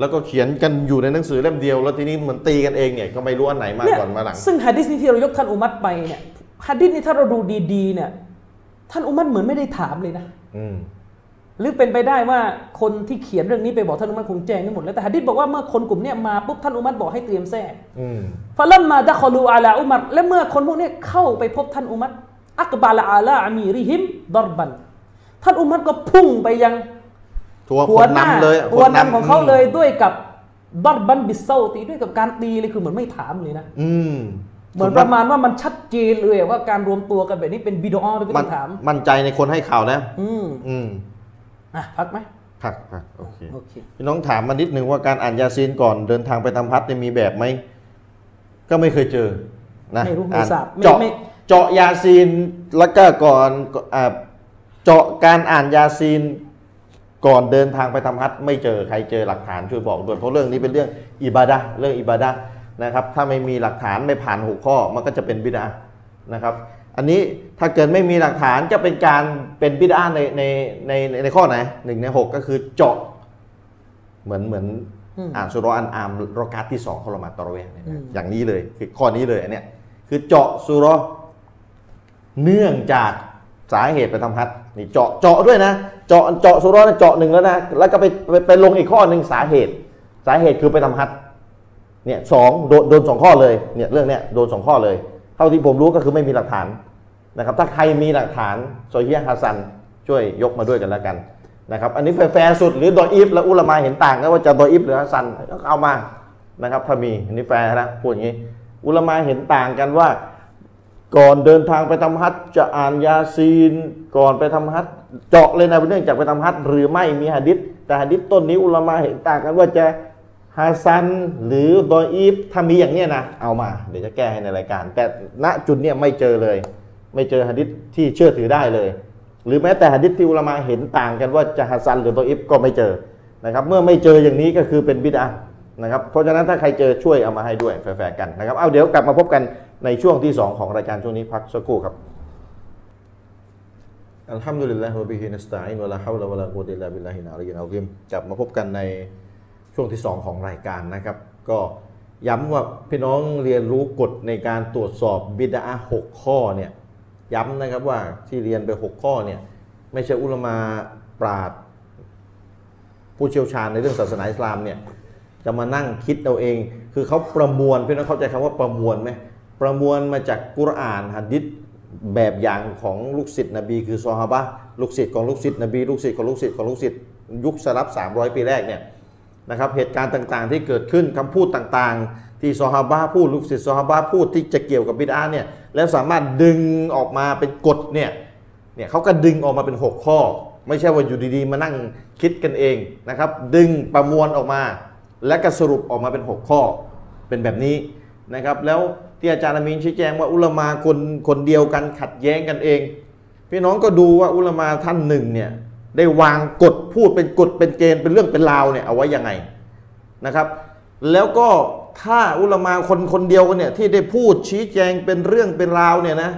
[SPEAKER 1] แล้วก็เขียนกันอยู่ในหนังสือเล่มเดียว แล้วทีนี้เหมือนตีกันเองเนี่ยก็ไม่รู้อันไหนมา
[SPEAKER 2] เนี่ย
[SPEAKER 1] ก่อนมาหลัง
[SPEAKER 2] ซึ่งฮะดิษนี้ที่เรายกท่านอุมัตไปเนี่ยฮะดิษนี้ถ้าเราดูดีๆเนี่ยท่านอุมัตเหมือนไม่ได้ถามเลยนะ
[SPEAKER 1] อืม
[SPEAKER 2] หรือเป็นไปได้ว่าคนที่เขียนเรื่องนี้ไปบอกท่านอุมัตคงแจ้งทั้งหมดแล้วแต่ฮะดิษบอกว่าเมื่อคนกลุ่มเนี้ยมาปุ๊บท่านอุมัตบอกให้เตรียมแทร่
[SPEAKER 1] อืม
[SPEAKER 2] ฟะลัมมาดะคอลูอาลาอุมัรและเมื่อคนพวกเนี้ยเข้าไปพบท่านอุมัตอักบาลอาลาอามีริฮิมดอรบัน ท่านอุมัตก็พุ่งไปยัง
[SPEAKER 1] ทัวร์ค
[SPEAKER 2] หัวน หน้าน
[SPEAKER 1] ำเลยอะ
[SPEAKER 2] หัวหน้าของเขา
[SPEAKER 1] ม
[SPEAKER 2] เลยด้วยกับดอรบันบิสเซาตีด้วยกับการตีเลยคือเหมือนไม่ถามเลยนะ
[SPEAKER 1] อืม
[SPEAKER 2] เหมือนประมาณว่ามันชัดเจนเลยอะว่าการรวมตัวกันแบบนี้เป็นบิดอหรือเป็น
[SPEAKER 1] มัน
[SPEAKER 2] คำถาม
[SPEAKER 1] มั่นใจในคนให้ข่าวแล้ว
[SPEAKER 2] อืม
[SPEAKER 1] อืม
[SPEAKER 2] อ่ะพักไหม
[SPEAKER 1] ผักผักโอเค
[SPEAKER 2] โอเค
[SPEAKER 1] พี่น้องถามมานิดนึงว่าการอ่านยาซีนก่อนเดินทางไปทำพัดเนี่ยมีแบบไหม ก็ไม่เคยเจอนะ
[SPEAKER 2] ไม่รู้ไม่
[SPEAKER 1] อ่าน
[SPEAKER 2] ทราบไม่
[SPEAKER 1] เจาะ
[SPEAKER 2] ไม่
[SPEAKER 1] เจาะยาซีนแล้วก็ก่อนอ่าเจาะการอ่านยาซีนก่อนเดินทางไปทำพัดไม่เจอใครเจอหลักฐานช่วยบอกด้วยเพราะเรื่องนี้เป็นเรื่องอิบาดะห์เรื่องอิบาดะห์นะครับถ้าไม่มีหลักฐานไม่ผ่านหัวข้อมันก็จะเป็นบิดานะครับอันนี้ถ้าเกิดไม่มีหลักฐานก็เป็นการเป็นบิดาในในในในข้อไหนหนึ่งในหกก็คือเจาะ เหมือนเหมือน
[SPEAKER 2] อืม
[SPEAKER 1] อ่านสุรอันอามรอกาตที่สองของละหมาดตะเราะเวห์เนี่ย
[SPEAKER 2] อื
[SPEAKER 1] นะ
[SPEAKER 2] ม
[SPEAKER 1] อย่างนี้เลยคือข้อนี้เลยอันเนี้ยคือเจาะสุรอเนื่องจากสาเหตุไปทำฮัทนี่เจาะเจาะด้วยนะเจาะเจาะสุรอเนี่ยเจาะหนึ่งแล้วนะแล้วก็ไปไปไปลงอีกข้อหนึ่งสาเหตุ สาเหตุคือไปทำฮัทเนี่ยสองโดนโดนสองข้อเลยเนี่ยเรื่องเนี้ยโดนสองข้อเลย เท่าที่ผมรู้ก็คือไม่มีหลักฐานนะครับ ถ้าใครมีหลักฐานโซเฮียฮัสซันช่วยยกมาด้วยกันแล้วกัน นะครับอันนี้แฟร์ๆสุดหรือดออีฟแล้วอุลามาเห็นต่างกันว่าจะดออีฟหรือฮัสซันก็เอามานะครับถ้ามีอันนี้แฟร์นะพูดอย่างนี้ อุลามาเห็นต่างกันว่า ก่อนเดินทางไปทำฮัทจะอ่านยาซีน ก่อนไปทำฮัทเจาะเลยนะเรื่องจากไปทำฮัทหรือไม่มีหะดิษแต่หะดิษต้นนี้อุลามาเห็นต่างกันว่าจะฮัสซันหรือดออีฟถ้ามีอย่างเนี้ยนะเอามา เดี๋ยวจะแก้ให้ในรายการ แต่ณจุดเนี้ยไม่เจอเลย ไม่เจอหะดิษที่เชื่อถือได้เลย หรือแม้แต่หะดิษที่อุลามาเห็นต่างกันว่าจะฮัสซันหรือดออีฟก็ไม่เจอนะครับเมื่อไม่เจออย่างนี้ก็คือเป็นบิดอะห์นะครับเพราะฉะนั้นถ้าใครเจอช่วยเอามาให้ด้วยแฝงกันนะครับเอาเดี๋ยวกลับมาพบกันในช่วงที่สองของรายการช่วงนี้พักสักครู่ครับ อัลฮัมดุลิลลาฮิวะบิฮินัสตาอินวะลาฮาวละวะลากุวะตะอิลลาบิลลาฮินะลีนะอซีมกลับมาพบกันในช่วงที่ 2 ของรายการนะครับ ก็ย้ำว่าพี่น้องเรียนรู้กฎในการตรวจสอบบิดาหกข้อเนี่ยย้ำนะครับว่าที่เรียนไป 6 ข้อเนี่ยไม่ใช่อุลามาปราดผู้เชี่ยวชาญในเรื่องศาสนาอิสลามเนี่ย จะมานั่งคิดเอาเอง คือเขาประมวลพี่น้องเข้าใจคำว่าประมวลไหมประมวลมาจากกุรอานหะดิษแบบอย่างของลูกศิษย์นบีคือซอฮาบะห์ลูกศิษย์ของลูกศิษย์นบีลูกศิษย์ของลูกศิษย์ของลูกศิษย์ยุคสลับ 300 ปีแรกเนี่ยนะครับเหตุการณ์ต่างๆ ที่เกิดขึ้นคำพูดต่างๆ ที่ซอฮาบะห์พูดลูกศิษย์ซอฮาบะห์พูดที่จะเกี่ยวกับบิดาเนี่ยแล้วสามารถดึงออกมาเป็นกฎเนี่ย เนี่ยเขาก็ดึงออกมาเป็น 6 ข้อ ไม่ใช่ว่าอยู่ดีๆ มานั่งคิดกันเองนะครับ ดึงประมวลออกมา และก็สรุปออกมาเป็น 6 ข้อ เป็นแบบนี้นะครับ แล้วที่อาจารย์อามีนชี้แจงว่าอุลามาคนคนเดียวกันขัดแย้งกันเอง พี่น้องก็ดูว่าอุลามาท่านหนึ่งเนี่ยได้วางกฎพูดเป็นกฎเป็นเกณฑ์เป็นเรื่องเป็นราวเนี่ยเอาไว้ยังไง นะครับแล้วก็ถ้าอุลามาคนคนเดียวกันเนี่ยที่ได้พูดชี้แจงเป็นเรื่องเป็นราวเนี่ยนะ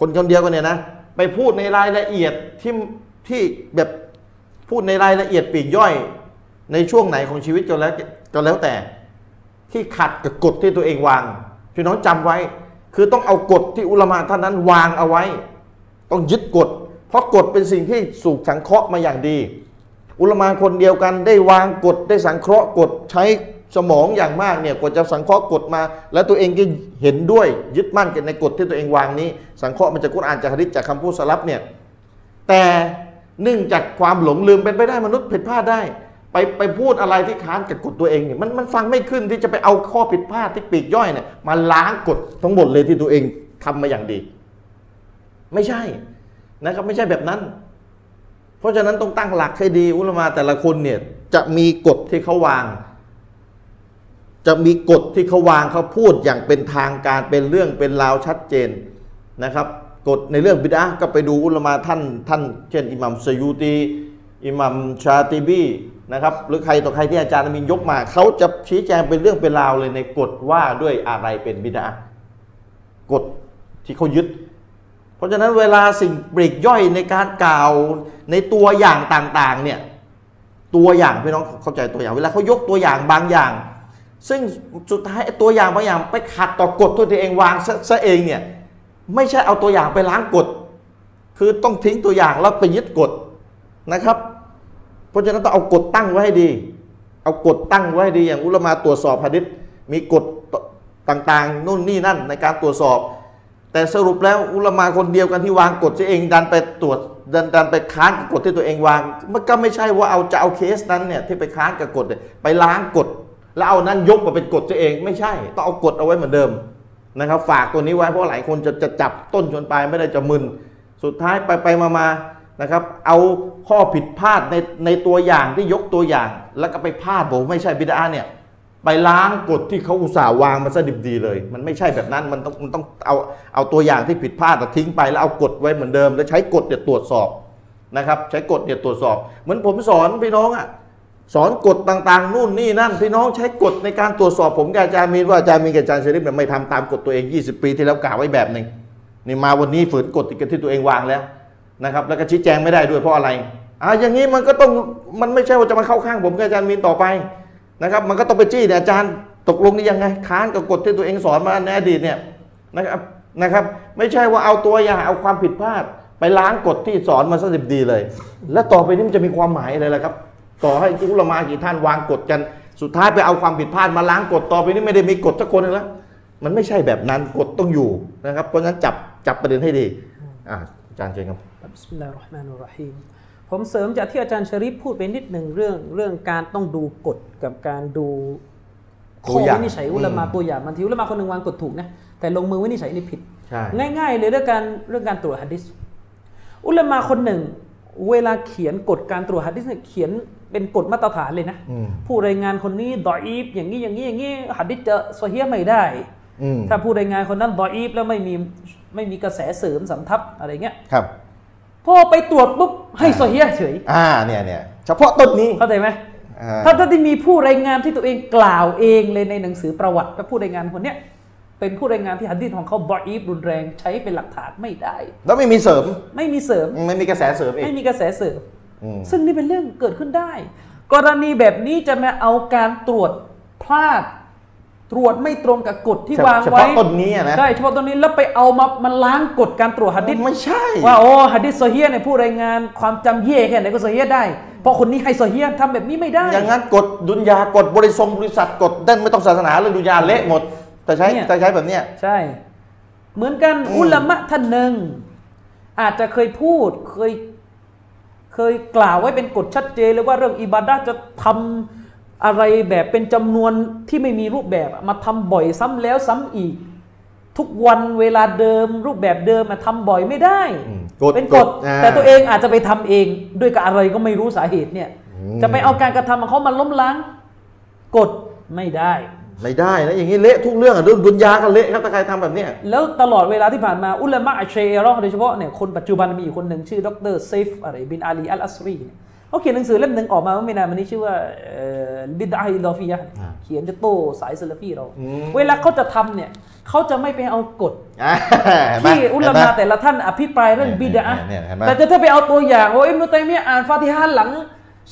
[SPEAKER 1] คนคนเดียวกันเนี่ยนะไปพูดในรายละเอียดที่ที่แบบพูดในรายละเอียดปลีกย่อย ในช่วงไหนของชีวิตก็แล้วก็แล้วแต่ ที่ขัดกับกฎที่ตัวเองวางพี่น้องจำไว้ คือต้องเอากฎที่อุลามาท่านนั้นวางเอาไว้ ต้องยึดกฎ เพราะกฎเป็นสิ่งที่สูกสังเคราะห์มาอย่างดี อุลามาคนเดียวกันได้วางกฎได้สังเคราะห์กฎใช้สมองอย่างมากเนี่ยกว่าจะสังเคราะห์กฎมา แล้วตัวเองก็เห็นด้วยยึดมั่นกันในกฎที่ตัวเองวางนี้ สังเคราะห์มันจากกุรอานจากฮะดิษจากคำพูดสลับเนี่ยแต่เนื่องจากความหลงลืมเป็นไปได้มนุษย์ผิดพลาดได้ ไปไปพูดอะไรที่ค้านกับกฎตัวเองเนี่ยมันมันฟังไม่ขึ้นที่จะไปเอาข้อผิดพลาดที่ปลีกย่อยเนี่ยมาล้างกฎทั้งหมดเลยที่ตัวเองทำมาอย่างดี ไม่ใช่นะครับไม่ใช่แบบนั้น เพราะฉะนั้นต้องตั้งหลักให้ดีอุลามาแต่ละคนเนี่ยจะมีกฎที่เขาวาง จะมีกฎที่เขาวางเขาพูดอย่างเป็นทางการเป็นเรื่องเป็นราวชัดเจนนะครับ กฎในเรื่องบิดาก็ไปดูอุลามาท่านท่าน เช่น อิหมัมสยูตีอิหมัมชาติบีนะครับหรือใครต่อใครที่อาจารย์อามินยกมาเขาจะชี้แจงเป็นเรื่องเป็นราวเลยในกฎว่าด้วยอะไรเป็นบิดากฎที่เขายึด เพราะฉะนั้นเวลาสิ่งปลีกย่อยในการกล่าวในตัวอย่างต่างๆเนี่ย ตัวอย่างพี่น้องเข้าใจตัวอย่าง เวลาเขายกตัวอย่างบางอย่าง ซึ่งสุดท้ายไอ้ตัวอย่างบางอย่างไปขัดต่อกฎตัวเองวางซะซะเองเนี่ยไม่ใช่เอาตัวอย่างไปล้างกฎ คือต้องทิ้งตัวอย่างแล้วไปยึดกฎนะครับ เพราะฉะนั้นต้องเอากฎตั้งไว้ให้ดี เอากฎตั้งไว้ให้ดีอย่างอุลามาตรวจสอบหะดิษมีกฎต่างๆนู่นนี่นั่นในการตรวจสอบ แต่สรุปแล้วอุลามาคนเดียวกันที่วางกฎตัวเองดันไปตรวจดันดันไปค้านกับกฎที่ตัวเองวาง มันก็ไม่ใช่ว่าเอาจะเอาเคสนั้นเนี่ยที่ไปค้านกับกฎเนี่ยไปล้างกฎแล้วเอานั้นยกมาเป็นกฎตัวเองไม่ใช่ ต้องเอากฎเอาไว้เหมือนเดิมนะครับ ฝากตัวนี้ไว้เพราะหลายคนจะจะจับต้นชนปลายไม่ได้จะมึน สุดท้ายไปไปมามานะครับ เอาข้อผิดพลาดในในตัวอย่างที่ยกตัวอย่าง แล้วก็ไปพลาดบอกว่าไม่ใช่บิดาเนี่ย ไปล้างกฎที่เขาอุตส่าห์วางมาซะดิบดีเลย มันไม่ใช่แบบนั้นมันต้องมันต้องเอาเอาตัวอย่างที่ผิดพลาดอะทิ้งไปแล้วเอากฎไว้เหมือนเดิม แล้วใช้กฎเนี่ยตรวจสอบนะครับ ใช้กฎเนี่ยตรวจสอบ เหมือนผมสอนพี่น้องอ่ะสอนกฎต่างๆ นู่นนี่นั่นพี่น้องใช้กฎในการตรวจสอบผมกับอาจารย์มีนว่าอาจารย์มีนกับอาจารย์เชริฟเนี่ยไม่ทำตามกฎตัวเอง 20 ปีที่แล้วกล่าวไว้แบบหนึ่งนี่มาวันนี้ฝืนกฎที่ตัวเองวางแล้วนะครับแล้วก็ชี้แจงไม่ได้ด้วยเพราะอะไรอ่ะอย่างนี้มันก็ต้องมันไม่ใช่ว่าจะมาเข้าข้างผมกับอาจารย์มีนต่อไป นะครับมันก็ต้องไปจี้เนี่ยอาจารย์ตกลงนี่ยังไงค้านกับกฎที่ตัวเองสอนมาในอดีตเนี่ยนะครับนะครับไม่ใช่ว่าเอาตัวอย่างเอาความผิดพลาด ไปล้างกฎที่สอนมาซะดิบดีเลย และต่อไปนี้มันจะมีความหมายอะไรล่ะครับ ต่อให้อุลามากี่ท่านวางกฎกัน สุดท้ายไปเอาความผิดพลาดมาล้างกฎต่อไปนี้ไม่ได้มีกฎสักคนหนึงแล้วมันไม่ใช่แบบนั้นกฎต้องอยู่นะครับเพราะฉะนั้นจับจับประเด็นให้ดีอ่ะอาจารย์เชิญครับ
[SPEAKER 2] บิสมิลลาฮิรเราะห์มานุรเราะฮีมผมเสริมจากที่อาจารย์ชริฟพูดไปนิดหนึ่งเรื่องเรื่องการต้องดูกฎกับการดู
[SPEAKER 1] ตั
[SPEAKER 2] ข้
[SPEAKER 1] ว
[SPEAKER 2] อ
[SPEAKER 1] อย่าง
[SPEAKER 2] วินิจฉัยอุลามา
[SPEAKER 1] อืม
[SPEAKER 2] ตัวอย่างบางทีอุลามาคนหนึ่งวางกฎถูกนะแต่ลงมือวินิจฉัยนี่ผิด
[SPEAKER 1] ใช่
[SPEAKER 2] ง่ายๆเลยเรื่องการเรื่องการตรวจหะดิษอุลามาคนหนึ่ง เวลาเขียนกฎการตรวจหะดิษเนี่ยเขียนเป็นกฎมาตรฐานเลยนะ
[SPEAKER 1] อืม
[SPEAKER 2] ผู้รายงานคนนี้ดออีฟอย่างนี้อย่างนี้อย่างนี้หะดิษจะโซเฮียไม่ได้
[SPEAKER 1] อืม
[SPEAKER 2] ถ้าผู้รายงานคนนั้นดออีฟแล้วไม่มีไม่มีกระแสเสริมสำทับอะไรเงี้ย
[SPEAKER 1] ครับ
[SPEAKER 2] พอไปตรวจปุ๊บให้โซเฮียเฉย
[SPEAKER 1] อ่าเนี่ยเนี่ยเฉพาะต้นนี้
[SPEAKER 2] เข้าใจไหม
[SPEAKER 1] อ่า
[SPEAKER 2] ถ้าถ้าที่มีผู้รายงานที่ตัวเองกล่าวเองเลยในหนังสือประวัติว่าผู้รายงานคนเนี้ยเป็นผู้รายงานที่หัดดิษของเขาบออีฟรุนแรงใช้เป็นหลักฐานไม่ได้
[SPEAKER 1] แล้วไม่มีเสริม
[SPEAKER 2] ไม่มีเสริม
[SPEAKER 1] ไม่มีกระแสเสริมอีก
[SPEAKER 2] ไม่มีกระแสเสริม
[SPEAKER 1] อืม
[SPEAKER 2] ซึ่งนี่เป็นเรื่องเกิดขึ้นได้ กรณีแบบนี้จะมาเอาการตรวจพลาด ตรวจไม่ตรงกับกฎที่วาง
[SPEAKER 1] เฉ
[SPEAKER 2] ไว้
[SPEAKER 1] พาะต้นนี้อะนะ
[SPEAKER 2] ใช่เฉพาะตรงนี้แล้วไปเอามามันล้างกฎการตรวจหัดดิษ
[SPEAKER 1] ไม่ใช่
[SPEAKER 2] ว่าโอ้ฮัดดิสโซเฮียเนี่ยผู้รายงานความจำเย่แค่ไหนก็โซเฮียได้ เพราะคนนี้ไฮโซเฮียทำแบบนี้ไม่ได้
[SPEAKER 1] อย่างนั้นกดดุนยากดบริทรงบริษัทกดเด่นไม่ต้องศาสนาเรื่องดุนยาเละหมด แต่ใช้
[SPEAKER 2] เนี่ย
[SPEAKER 1] แต่ใช้แบบเนี้ย
[SPEAKER 2] ใช่ เหมือนกัน
[SPEAKER 1] อืม
[SPEAKER 2] อุลามะท่านหนึ่ง อาจจะเคยพูดเคยเคยกล่าวไว้เป็นกฎชัดเจนเลยว่าเรื่องอิบาดะห์จะทำอะไรแบบเป็นจำนวนที่ไม่มีรูปแบบอะมาทำบ่อยซ้ำแล้วซ้ำอีก ทุกวันเวลาเดิมรูปแบบเดิมมาทำบ่อยไม่ได้
[SPEAKER 1] อืม
[SPEAKER 2] เป็นกฎ
[SPEAKER 1] า
[SPEAKER 2] แต่ตัวเองอาจจะไปทำเองด้วยกับอะไรก็ไม่รู้สาเหตุเนี่ย
[SPEAKER 1] อืม
[SPEAKER 2] จะไปเอาการกระทำของเขามาล้มล้างกฎไม่ได้
[SPEAKER 1] ไม่ได้นะอย่างนี้เละทุกเรื่องอะเรื่องดุนยาก็เละครับถ้าใครทำแบบเนี้ย
[SPEAKER 2] แล้วตลอดเวลาที่ผ่านมาอุลามะอัชเชรอห์โดยเฉพาะเนี่ยคนปัจจุบันมีอยู่คนหนึ่งชื่อดรเซฟอะไรบินอาลีอัลอัสรีเนี่ยเขาเขียนหนังสือเล่มหนึ่งออกมาเมื่อไม่นานมานี้ชื่อว่าบิดาฮิดอฟียะห์เขียนจะโต้สายเซลฟีเรา เวลาเขาจะทำเนี่ยเขาจะไม่ไปเอากฎ
[SPEAKER 1] อ่าเห็นไห
[SPEAKER 2] ที่อุลามา
[SPEAKER 1] เห็นไห
[SPEAKER 2] แต่ละท่านอภิปรายเรื่องบิดา
[SPEAKER 1] เนี่ยเนี่ยเห็นไหม
[SPEAKER 2] แต่จะถ้าไปเอาตัวอย่างว่าอิมนุตัยมียะห์อ่านฟาติฮาหลัง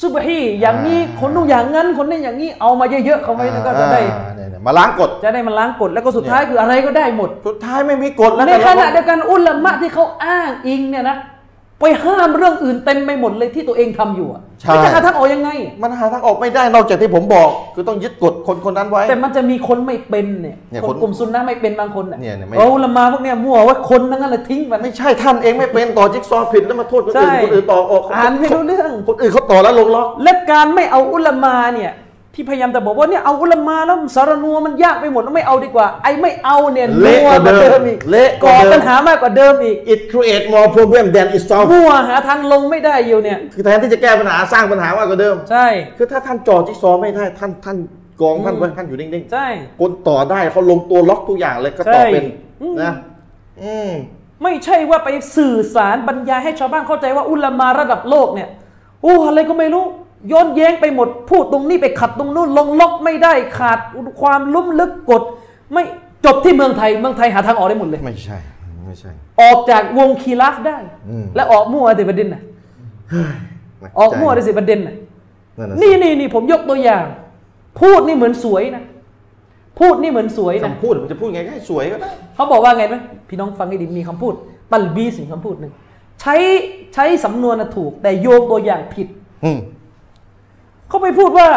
[SPEAKER 2] ซุบฮีอย่างนี้
[SPEAKER 1] อ่า
[SPEAKER 2] คนนู้นอย่างนั้นคนนี้อย่างนี้เอามาเยอะๆเขาไว้แล้วก็จะได้
[SPEAKER 1] อ่าเนี่ยเนี่ยมาล้างกฎ
[SPEAKER 2] จะได้มันล้างกฎแล้วก็สุดท้ายคืออะไรก็ได้หมด
[SPEAKER 1] สุดท้ายไม่มีกฎแล้ว
[SPEAKER 2] ในข
[SPEAKER 1] แต่
[SPEAKER 2] ณะ
[SPEAKER 1] เรา
[SPEAKER 2] เดียวกันอุลามะที่เขาอ้างอิงเนี่ยนะไปห้ามเรื่องอื่นเต็มไปหมดเลยที่ตัวเองทำอยู่อะแล้วจะหาทางออกยังไง
[SPEAKER 1] มันหาทางออกไม่ได้นอกจากที่ผมบอก คือต้องยึดกฎคนคนนั้นไว้
[SPEAKER 2] แต่มันจะมีคนไม่เป็นเนี่ย
[SPEAKER 1] เนี่ย
[SPEAKER 2] ค
[SPEAKER 1] ค
[SPEAKER 2] น
[SPEAKER 1] น
[SPEAKER 2] กลุ่มซุนนะห์ไม่เป็นบางคนอะ
[SPEAKER 1] เนี่ยเนี่ยไม่
[SPEAKER 2] เราอุละมาพวกเนี่ยมั่วว่าคนทั้งนั้นเลยทิ้งมัน
[SPEAKER 1] ไม่ใช่ท่านเองไม่เป็นต่อจิ๊กซอว์ผิดแล้วมาโทษคนอื่น
[SPEAKER 2] ใช่
[SPEAKER 1] คนอื่นต่อออก
[SPEAKER 2] อ่านไม่รู้เรื่อง
[SPEAKER 1] คนอื่นเขาต่อแล้วลงล็อก
[SPEAKER 2] และการไม่เอาอุลามาเนี่ยที่พยายามจะบอกว่าเนี่ยเอาอุลามาแล้วสารนัวมันยากไปหมดแล้วไม่เอาดีกว่า ไอ้ไม่เอาเนี่ย
[SPEAKER 1] เละกว่าเดิม
[SPEAKER 2] นัอีก
[SPEAKER 1] เละก
[SPEAKER 2] ก่
[SPEAKER 1] ว่า
[SPEAKER 2] อ
[SPEAKER 1] เดิม
[SPEAKER 2] ปัญหามากกว่าเดิมอีก
[SPEAKER 1] it create more problem than it solve
[SPEAKER 2] มั่วหาทางลงไม่ได้อยู่เนี่ย
[SPEAKER 1] คือแทนที่จะแก้ปัญหาสร้างปัญหามากกว่าเดิม
[SPEAKER 2] ใช่
[SPEAKER 1] คือถ้าท่านจ่อจิ๊กซอว์ไม่ได้ท่านท่านกองท่านไว้ท่านอยู่นิ่ง
[SPEAKER 2] ใช่
[SPEAKER 1] ๆคนต่อได้เขาลงตัวล็อกทุกอย่างเลยก็ต่อ
[SPEAKER 2] ใช่
[SPEAKER 1] เป็น
[SPEAKER 2] อืม
[SPEAKER 1] นะอืม
[SPEAKER 2] ไม่ใช่ว่าไปสื่อสารบรรยายให้ชาวบ้านเข้าใจว่าอุลามาระดับโลกเนี่ยโอ้อะไรก็ไม่รู้โย้อนแย้งไปหมดพูดตรงนี้ไปขัดตรงนู้นลงล็อกไม่ได้ขาดความลุ่มลึกกฎไม่จบที่เมืองไทยเมืองไทยหาทางออกได้หมดเลย
[SPEAKER 1] ไม่ใช่ไม่ใช่
[SPEAKER 2] ออกจากวงคีลาฟได้
[SPEAKER 1] อืม
[SPEAKER 2] และออกมั่วในสิประเด็นนะ
[SPEAKER 1] นะ
[SPEAKER 2] ออกมั่วในสิประเด็นนะ
[SPEAKER 1] นั่นนะ
[SPEAKER 2] นี่นี่นี่ผมยกตัวอย่าง พูดนี่เหมือนสวยนะ พูดนี่เหมือนสวยนะ
[SPEAKER 1] คำพูดมันจะพูดไงก็ให้สวยก็ได้
[SPEAKER 2] เขาบอกว่าไงไหมพี่น้องฟังให้ดีมีคำพูด ตัลบีสิ่งคำพูดหนึ่งใช้ใช้สำนวนน่ะถูก แต่โยงตัวอย่างผิด
[SPEAKER 1] อืม
[SPEAKER 2] เขาไปพูดว่า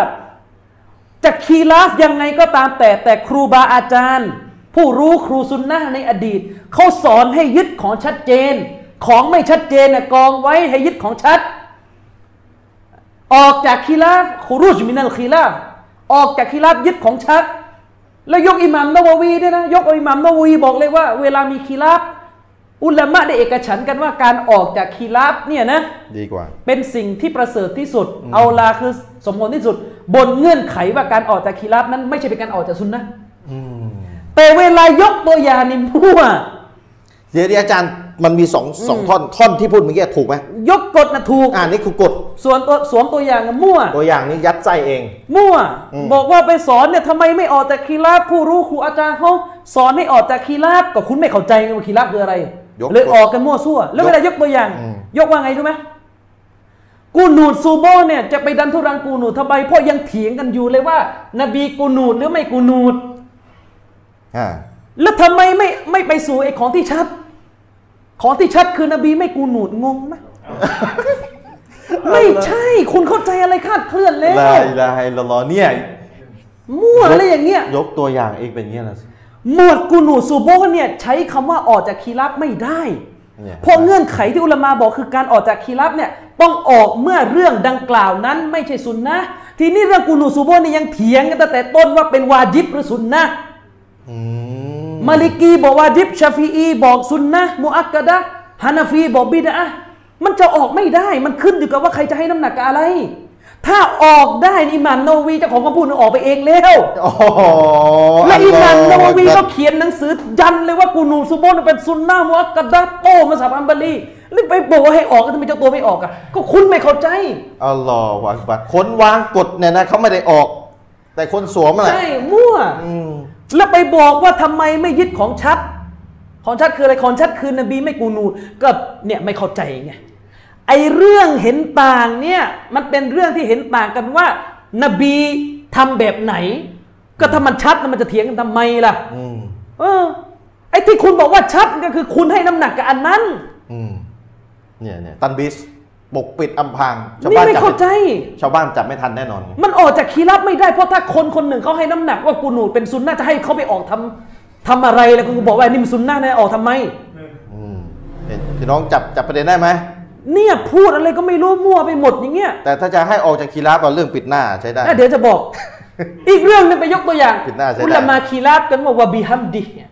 [SPEAKER 2] จะคีลาฟยังไงก็ตามแต่แต่ครูบาอาจารย์ ผู้รู้ครูซุนนะห์ในอดีต เขาสอนให้ยึดของชัดเจน ของไม่ชัดเจนน่ะกองไว้ให้ยึดของชัด ออกจากคีลาฟคูรูจมินัลคีลาฟออกจากคีลาฟยึดของชัด แล้วยกอิหมัมนาวาวีด้วยนะยกอิหมัมนาวาวีบอกเลยว่า เวลามีคีลาฟอุลามะได้เอกฉันท์กันว่าการออกจากคีลาฟเนี่ยนะ
[SPEAKER 1] ดีกว่า
[SPEAKER 2] เป็นสิ่งที่ประเสริฐที่สุด เอาลาคือสมควรที่สุด บนเงื่อนไขว่าการออกจากคีรับนั้นไม่ใช่เป็นการออกจากซุนนะห์
[SPEAKER 1] อืม
[SPEAKER 2] แต่เวลายกตัวอย่างนี่มั่ว
[SPEAKER 1] เดี๋ยวเดี๋ยวอาจารย์มันมีสองสองท่อนท่อนที่พูดเมื่อกี้ถูกไหม
[SPEAKER 2] ยกกฎนะถูก
[SPEAKER 1] อ่านี่คือกฎ
[SPEAKER 2] ส่วนตัวสวมตัวอย่างนะมั่ว
[SPEAKER 1] ตัวอย่างนี้ยัดไส้เอง
[SPEAKER 2] มั่ว
[SPEAKER 1] อืม
[SPEAKER 2] บอกว่าไปสอนเนี่ยทำไมไม่ออกจากคีรับผู้รู้ครูอาจารย์เขาสอนให้ออกจากคีรับก็คุณไม่เข้าใจไงว่าคีรับคืออะไร
[SPEAKER 1] ยก
[SPEAKER 2] เลย
[SPEAKER 1] กฎ
[SPEAKER 2] ออกกันมั่วซั่ว แล้วเวลายกตัวอย่าง
[SPEAKER 1] อืม
[SPEAKER 2] ยกว่าไงรู้ไหมกูนูดซูโบเนี่ยจะไปดันทุรังกูนูดทำไมเพราะยังเถียงกันอยู่เลยว่า นบีกูนูดหรือไม่กูนูด
[SPEAKER 1] อ่า
[SPEAKER 2] แล้วทำไมไม่ไม่ไปสู่ไอ้ของที่ชัด ของที่ชัดคือนบีไม่กูหนูดงง ไหมไม่ใช่ คุณเข้าใจอะไรคลาดเคลื่อนแล้ว
[SPEAKER 1] ลาอิลาฮะอิลลัลลอฮ์เนี่ย
[SPEAKER 2] มั่วอะไรอย่างเงี้ย
[SPEAKER 1] ยกตัวอย่างเองเป็นอย่างเงี้ยนะสิ
[SPEAKER 2] หมวดกูหนูดซูโบเนี่ยใช้คำว่าออกจากคีรับไม่ได้
[SPEAKER 1] เนี่ย
[SPEAKER 2] เพราะเงื่อนไขที่อุลามาบอกคือการออกจากคีรับเนี่ยต้องออกเมื่อเรื่องดังกล่าวนั้นไม่ใช่สุนนะห์ทีนี้เรื่องกูหนูดซูโบเนี่ยยังเถียงกันตั้งแต่ต้นว่าเป็นวาจิบหรือสุนนะห์
[SPEAKER 1] อืม
[SPEAKER 2] มาลิกีบอกว่าดิบชาฟีอีบอกซุนนะห์มุอักกะดะห์ฮานาฟีบอกบิดะห์มันจะออกไม่ได้มันขึ้นอยู่กับว่าใครจะให้น้ำหนักกับอะไร ถ้าออกได้นี่อิหมันนาวาวีเจ้าของคำพูดน่ะออกไปเองแล้ว
[SPEAKER 1] โอ้โห
[SPEAKER 2] และอิหมันนาวาวี
[SPEAKER 1] อัลลอฮ์อัลลอ
[SPEAKER 2] ก็
[SPEAKER 1] ฮ์
[SPEAKER 2] เขียนหนังสือยันเลยว่ากูนูซูโบนเป็นซุนนะห์มุอักกะดะห์โต้มาสับอัมบาลีแล้วไปบอกว่าให้ออกก็ทำไมเจ้าตัวไม่ออกอ่ะก็คุณไม่เข้าใจ
[SPEAKER 1] อัลลอฮฺอักบัรคนวางกฎเนี่ยนะเขาไม่ได้ออก แต่คนสวมอะไร
[SPEAKER 2] ใช่มั่ว
[SPEAKER 1] อืม
[SPEAKER 2] แล้วไปบอกว่าทำไมไม่ยึดของชัด ของชัดคืออะไร ของชัดคือนบีไม่กูนูดก็เนี่ยไม่เข้าใจไง ไอเรื่องเห็นต่างเนี่ยมันเป็นเรื่องที่เห็นต่างกันว่า นบีทำแบบไหน ก็ถ้ามันชัดน่ะมันจะเถียงกันทำไมล่ะ
[SPEAKER 1] อืม
[SPEAKER 2] เออ ไอที่คุณบอกว่าชัดก็คือคุณให้น้ำหนักกับอันนั้น
[SPEAKER 1] อืมเนี่ยเนี่ยตันบิสปกปิดอำพรางชาว
[SPEAKER 2] นี่
[SPEAKER 1] บ้าน
[SPEAKER 2] ไม่
[SPEAKER 1] จับ
[SPEAKER 2] เข้าใจ
[SPEAKER 1] ชาวบ้านจับไม่ทันแน่นอน
[SPEAKER 2] มันออกจากคีรับไม่ได้เพราะถ้าคนคนหนึ่งเขาให้น้ำหนักว่ากูนูดเป็นซุนน่าจะให้เขาไปออกทำทำอะไรแล้วกูบอกว่านี่มันซุนน่านะออกทำไม
[SPEAKER 1] อืมเห็นพี่น้องจับจับประเด็นได้ไหม
[SPEAKER 2] เนี่ยพูดอะไรก็ไม่รู้มั่วไปหมดอย่างเงี้ย
[SPEAKER 1] แต่ถ้าจะให้ออกจากคีราฟเอาเรื่องปิดหน้าใช้ได้
[SPEAKER 2] อ่ะเดี๋ยวจะ บอก อีกเรื่องหนึงไปยกตัวอย่าง
[SPEAKER 1] ผิดหน้าใช่ได้
[SPEAKER 2] อุลามาคีราบกันว่าวะบิฮัมดิเนี่ย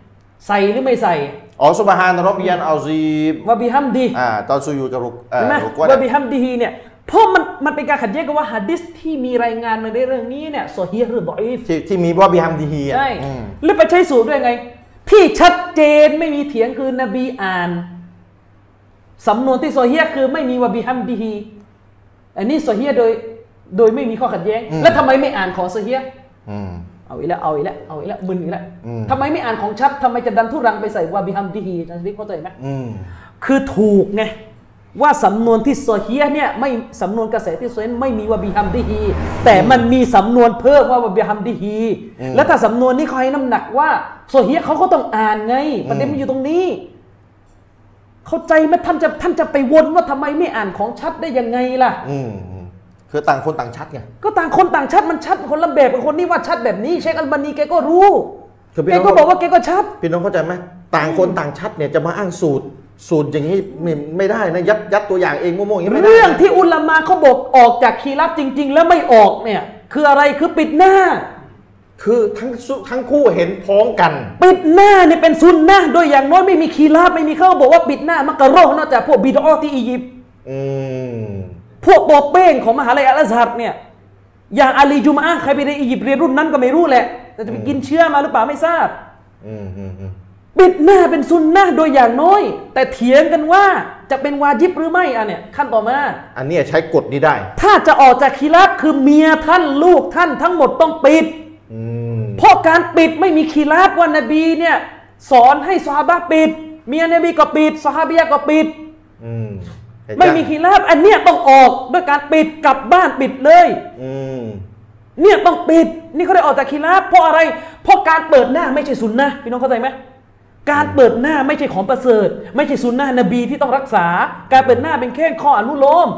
[SPEAKER 2] ใส่หรือไม่ใส่
[SPEAKER 1] อ๋อสุบฮานรบบิยันเอาซีบ
[SPEAKER 2] วะบิฮัมดิ
[SPEAKER 1] อ่าตอนซูยูจะรุกเอ่อ
[SPEAKER 2] ใช่ไหม
[SPEAKER 1] รุกว่า
[SPEAKER 2] วะบิฮัมดิฮีเนี่ยเพราะมันมันเป็นการขัดแย้งกันว่าหะดิษที่มีรายงานมาในเรื่องนี้เนี่ยโซอฮีหรือบออีฟ
[SPEAKER 1] ที่ที่มีว่าบิฮัมดีฮีอ่ะ
[SPEAKER 2] ใช่
[SPEAKER 1] อืม
[SPEAKER 2] แล้วไปใช้สูตรด้วยไง ที่ชัดเจนไม่มีเถียงคือนบีอ่านสำนวนที่โซอฮีคือไม่มีวะบิฮัมดิฮีอันนี้โซอฮีโดยโดยไม่มีข้อขัดแย้ง แล้วทำไมไม่อ่านของโซอฮี
[SPEAKER 1] อืม
[SPEAKER 2] เอาอีกแล้วเอาอีกแล้วเอาอีกแล้วมึนอีกแล้ว
[SPEAKER 1] อืม
[SPEAKER 2] ทำไมไม่อ่านของชัดทำไมจะดันทุรังไปใส่วาบิฮัมดิฮีนะนี่เข้าใจไหม
[SPEAKER 1] อืม
[SPEAKER 2] คือถูกไงว่าสำนวนที่โซเฮียเนี่ยไม่สำนวนกระแสที่โซเฮียไม่มีวาบิฮัมดิฮีแต่มันมีสำนวนเพิ่มว่าวาบิฮัมดิฮีแล้วถ้าสำนวนนี้เขาให้น้ำหนักว่าโซเฮียเขาก็ต้องอ่านไงประเด็นมันอยู่ตรงนี้ เข้าใจไหมท่านจะท่านจะไปวนว่าทำไมไม่อ่านของชัดได้ยังไงล่ะ
[SPEAKER 1] อืมอืมคือต่างคนต่างชัดไง
[SPEAKER 2] ก็ต่างคนต่างชัดมันชัดคนละแบบกับคนนี้ว่าชัดแบบนี้เชคอัลบานีแกก็รู้
[SPEAKER 1] คือพี่
[SPEAKER 2] แก
[SPEAKER 1] น้อง
[SPEAKER 2] ก็บอกว่าแกก็ชัด
[SPEAKER 1] พี่น้องเข้าใจไหมต่างคนต่างชัดเนี่ยจะมาอ้างสูตร สูตรอย่างนี้ไม่ไม่ได้นะ ยัดยัดตัวอย่างเองมั่วๆอย่างนี้ไม่ได้นะ
[SPEAKER 2] เรื่องที่อุลามะเขาบอกออกจากคีรับจริง ๆ แล้วไม่ออกเนี่ย คืออะไรคือปิดหน้า
[SPEAKER 1] คือทั้งสุทั้งคู่เห็นพ้องกัน
[SPEAKER 2] ปิดหน้าเนี่ยเป็นซุนนะห์โดยอย่างน้อยไม่มีคีรับไม่มีเขาบอกว่าปิดหน้ามักกะโรคนอกจากพวกบิดออที่อียิปต์
[SPEAKER 1] อืม
[SPEAKER 2] พวกโปเป้งของมหาลัยอัลซัฮ์เนี่ยอย่างอาลีจุมาอะห์ใครไปในอียิปต์เรียนรุ่นนั้นก็ไม่รู้แหละแต่จะไปกินเชื้อมาหรือเปล่าไม่ทราบ
[SPEAKER 1] อืมอืมอืม
[SPEAKER 2] ปิดหน้าเป็นซุนนะห์โดยอย่างน้อย แต่เถียงกันว่าจะเป็นวาญิบหรือไม่อ่ะเนี่ยขั้นต่อมา
[SPEAKER 1] อันเนี้ยใช้กฎนี้ได้
[SPEAKER 2] ถ้าจะออกจากคีรับคือเมียท่านลูกท่านทั้งหมดต้องปิด
[SPEAKER 1] อืม
[SPEAKER 2] เพราะการปิดไม่มีคีราบว่านบีเนี่ยสอนให้ซอฮาบะห์ปิด เมียนบีก็ปิดซอฮาบียะก็ปิด
[SPEAKER 1] อืม ใครจ้าง
[SPEAKER 2] ไม่มีขีลาบอันเนี้ยต้องออกด้วยการปิดกลับบ้านปิดเลย
[SPEAKER 1] อืม
[SPEAKER 2] เนี่ยต้องปิด นี่เขาได้ออกจากคีลาฟเพราะอะไร เพราะการเปิดหน้าไม่ใช่สุนนะพี่น้องเข้าใจไหมการเปิดหน้าไม่ใช่ของประเสริฐ ไม่ใช่สุนนะนบีที่ต้องรักษา การเปิดหน้าเป็นแค่ข้ออนุโลม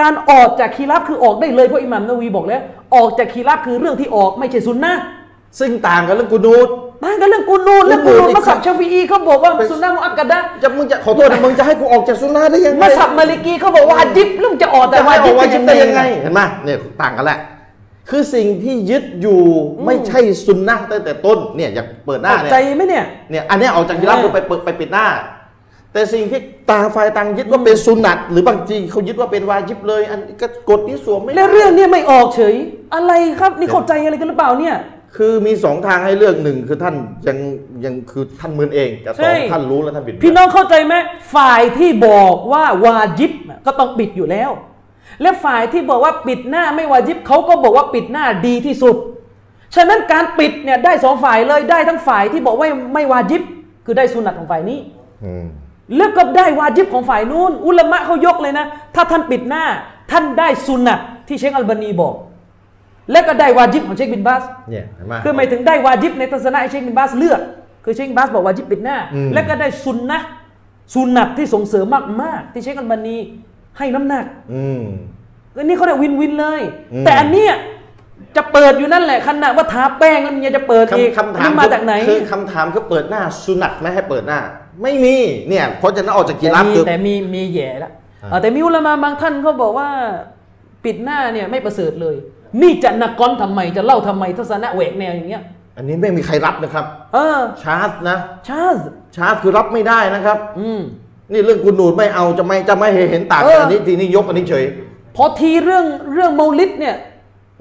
[SPEAKER 2] การออกจากคีลาฟคือออกได้เลยเพราะอิหมัมนาวีบอกแล้ว ออกจากคีลาฟคือเรื่องที่ออกไม่ใช่สุนนะ
[SPEAKER 1] ซึ่งต่างกันเรื่องกุนูด
[SPEAKER 2] ต่างกันเรื่องกูนูนเรื่องกูนูนมัสับชาฟีอีเขาบอกว่า
[SPEAKER 1] เป็น
[SPEAKER 2] สุนนะมุอักกะดะ
[SPEAKER 1] จะมึงจะขอโทษ นะมึงจะให้กูออกจากซุนนะห์ได้ยังไง
[SPEAKER 2] มัสับมาลิกีเขาบอกว่าวัจิบเรื่องจะออกแต่
[SPEAKER 1] แต่ว่า
[SPEAKER 2] ว่า
[SPEAKER 1] จะ
[SPEAKER 2] จิบ
[SPEAKER 1] ว่ายึดได้
[SPEAKER 2] เป็นยั
[SPEAKER 1] ยัง ง
[SPEAKER 2] ไง
[SPEAKER 1] ไงเห็นไหมเนี่ยต่างกันแหละคือสิ่งที่ยึดอยู่ไม่ใช่ซุนนะห์ตั้งแต่ต้นเนี่ยอย่างเปิดหน้าเนี่ย
[SPEAKER 2] ใจไหมเนี่ย
[SPEAKER 1] เนี่ยอันเนี้ยออกจากฮิรับ
[SPEAKER 2] เออ
[SPEAKER 1] คือไปเปิดไปปิดหน้า แต่สิ่งที่ต่างฝ่ายต่างยึดว่าเป็นสุนัตหรือบางทีเขายึดว่าเป็นวาญิบเลย อันนี้ก็กฎนี้สวมไม่ได้
[SPEAKER 2] แล้วเรื่องเนี้ยไม่ออกเฉย อะไรครับนี่เข้าใจอะไรกันหรือเปล่าเนี่ย
[SPEAKER 1] คือมีสองทางให้เลือกหนึ่งคือท่านยังยังคือท่านมึนเองกับส
[SPEAKER 2] ใช่
[SPEAKER 1] องท่านรู้แล้วท่านบิดเบื
[SPEAKER 2] พี่
[SPEAKER 1] อน
[SPEAKER 2] น้องเข้าใจไหมฝ่ายที่บอกว่าวาจิบน่ะก็ต้องปิดอยู่แล้ว และฝ่ายที่บอกว่าปิดหน้าไม่วาจิบเขาก็บอกว่าปิดหน้าดีที่สุด ฉะนั้นการปิดเนี่ยได้สองฝ่ายเลยได้ทั้งฝ่ายที่บอกว่าไม่วาจิบ คือได้สุนัตของฝ่ายนี้
[SPEAKER 1] อืม
[SPEAKER 2] แล้วก็ได้วาจิบของฝ่ายนู้น อุลามะเขายกเลยนะ ถ้าท่านปิดหน้า ท่านได้สุนัตที่เชคอัลบานีบอก และก็ได้วาจิบของเชคบินบาส
[SPEAKER 1] เนี่ยเห็นไหม
[SPEAKER 2] คือหมายถึงได้วาจิบในทัศนะไอเชคบินบาสเลือก คือเชคบินบาสบอกวาจิบปิดหน้า
[SPEAKER 1] อืม
[SPEAKER 2] แล้วก็ได้ซุนนะห์ซุนนัตที่ส่งเสริมมากๆ ที่เชคอัลบานีให้น้ำหนัก
[SPEAKER 1] อืม
[SPEAKER 2] อันนี้เขาเรียกวินวินเลย
[SPEAKER 1] อืม
[SPEAKER 2] แต่อันเนี้ยจะเปิดอยู่นั่นแหละขนาดว่าทาแป้งแล้วมันยังจะเปิดอีก
[SPEAKER 1] คำคำถาม
[SPEAKER 2] นี่มาจากไหน
[SPEAKER 1] คือคำถามคือเปิดหน้าสุนัตไม่ให้เปิดหน้า ไม่มีเนี่ยเพราะจะนั้นออกจากกีรับคือ
[SPEAKER 2] แต่มีมีแย่ละ
[SPEAKER 1] อ่า
[SPEAKER 2] เออแต่มีอุลามะบางท่านเขาบอกว่าปิดหน้าเนี่ยไม่ประเสริฐเลย นี่จะนักก้อนทำไมจะเล่าทำไมทัศนะแหวกแนวอย่างเงี้ย
[SPEAKER 1] อันนี้ไม่มีใครรับนะครับ
[SPEAKER 2] เออ
[SPEAKER 1] ชาร์จนะ
[SPEAKER 2] ชาส
[SPEAKER 1] ชาร์จคือรับไม่ได้นะครับ
[SPEAKER 2] อืม
[SPEAKER 1] นี่เรื่องกุนูดไม่เอาจะไม่จะไม่เห็นต่าง
[SPEAKER 2] เอ
[SPEAKER 1] กัน
[SPEAKER 2] ออั
[SPEAKER 1] อันนี้ทีนี้ยกอันนี้เฉย
[SPEAKER 2] พอทีเรื่องเรื่องเมาลิดเนี่ย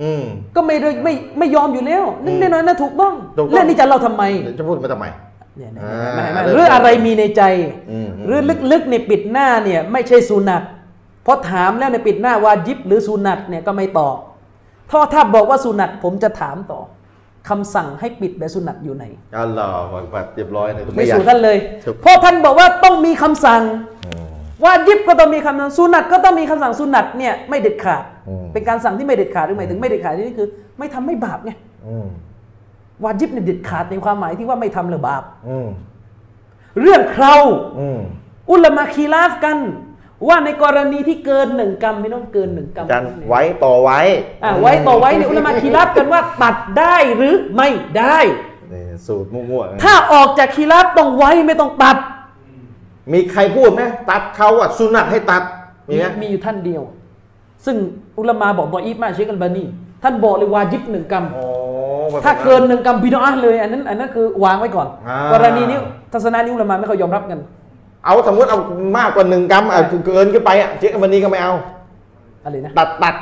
[SPEAKER 1] อืม
[SPEAKER 2] ก็ไม่ได้ไม่ไม่ยอมอยู่แล้วนึ่งแน่นอนนะถูกต้อง
[SPEAKER 1] ถูกต้อง
[SPEAKER 2] เรื่องนี้จะเล่าทำไม
[SPEAKER 1] เดี๋ยวจะพูดมาทำไม
[SPEAKER 2] เนี่ย
[SPEAKER 1] อ่า
[SPEAKER 2] ไม่ไม่
[SPEAKER 1] เริ่ม
[SPEAKER 2] เรื่องอะไรมีในใจ
[SPEAKER 1] อืม
[SPEAKER 2] เรื่องลึกๆในยปิดหน้าเนี่ยไม่ใช่สุนัตเพราะถามแล้วในยปิดหน้าวาจิบหรือสุนัตเนี่ยก็ไม่ตอบถ้าถ้าบอกว่าสุนัตผมจะถามต่อคำสั่งให้ปิดแบบสุนัตอยู่ไหน
[SPEAKER 1] อัลลอฮฺแบบเรียบร้อยเลย
[SPEAKER 2] ไม่
[SPEAKER 1] อยาก
[SPEAKER 2] สู่ท่านเลย
[SPEAKER 1] ถูก
[SPEAKER 2] เพราะท่านบอกว่าต้องมีคำสั่ง วาญิบก็ต้องมีคำสั่งสุนัตก็ต้องมีคำสั่งสุนัตเนี่ยไม่เด็ดขาด
[SPEAKER 1] อืม
[SPEAKER 2] เป็นการสั่งที่ไม่เด็ดขาดหรือหมายถึงไม่เด็ดขาดนี่คือ ไม่ทำไม่บาปไง
[SPEAKER 1] อืม
[SPEAKER 2] วาจิบเนี่ยเด็ดขาดในความหมายที่ว่าไม่ทำละบาป
[SPEAKER 1] อืม
[SPEAKER 2] เรื่องเคราว
[SPEAKER 1] อืม
[SPEAKER 2] อุลามะคีลาฟกัน ว่าในกรณีที่เกินหนึ่งกรรมไม่ต้องเกินหนึ่งกรรม
[SPEAKER 1] การไว้ต่อไว้
[SPEAKER 2] อ่ะไว้ต่อไว้เนี่ยอุลามะคีลาฟกันว่าตัดได้หรือไม่ได้
[SPEAKER 1] นี่สูตรมั่วๆนะ
[SPEAKER 2] ถ้าออกจากคีลาฟต้องไว้ไม่ต้องตัด
[SPEAKER 1] มีใครพูดไหมตัดเขาอ่ะสุนัตให้ตัดมีไหม
[SPEAKER 2] มีอยู่ท่านเดียว ซึ่งอุลามะบอกบออีฟมาเชคอัลบานีท่านบอกเลยวาจิบหนึ่งกรรม
[SPEAKER 1] โอ้แบบ
[SPEAKER 2] ถ้าเกินหนึ่งกรรมบิดอะห์เลย อันนั้น อันนั้นคือวางไว้ก่อน
[SPEAKER 1] อ่า
[SPEAKER 2] กรณีนี้ทัศนะนี้อุลามะไม่เขายอมรับกัน
[SPEAKER 1] เอาสมมติเอามากกว่าหนึ่งกรัมอ่ะเกินขึ้นไปอ่ะเจ๊กันวันนี้ก็ไม่เอา
[SPEAKER 2] อะไรนะ
[SPEAKER 1] ตัดตัด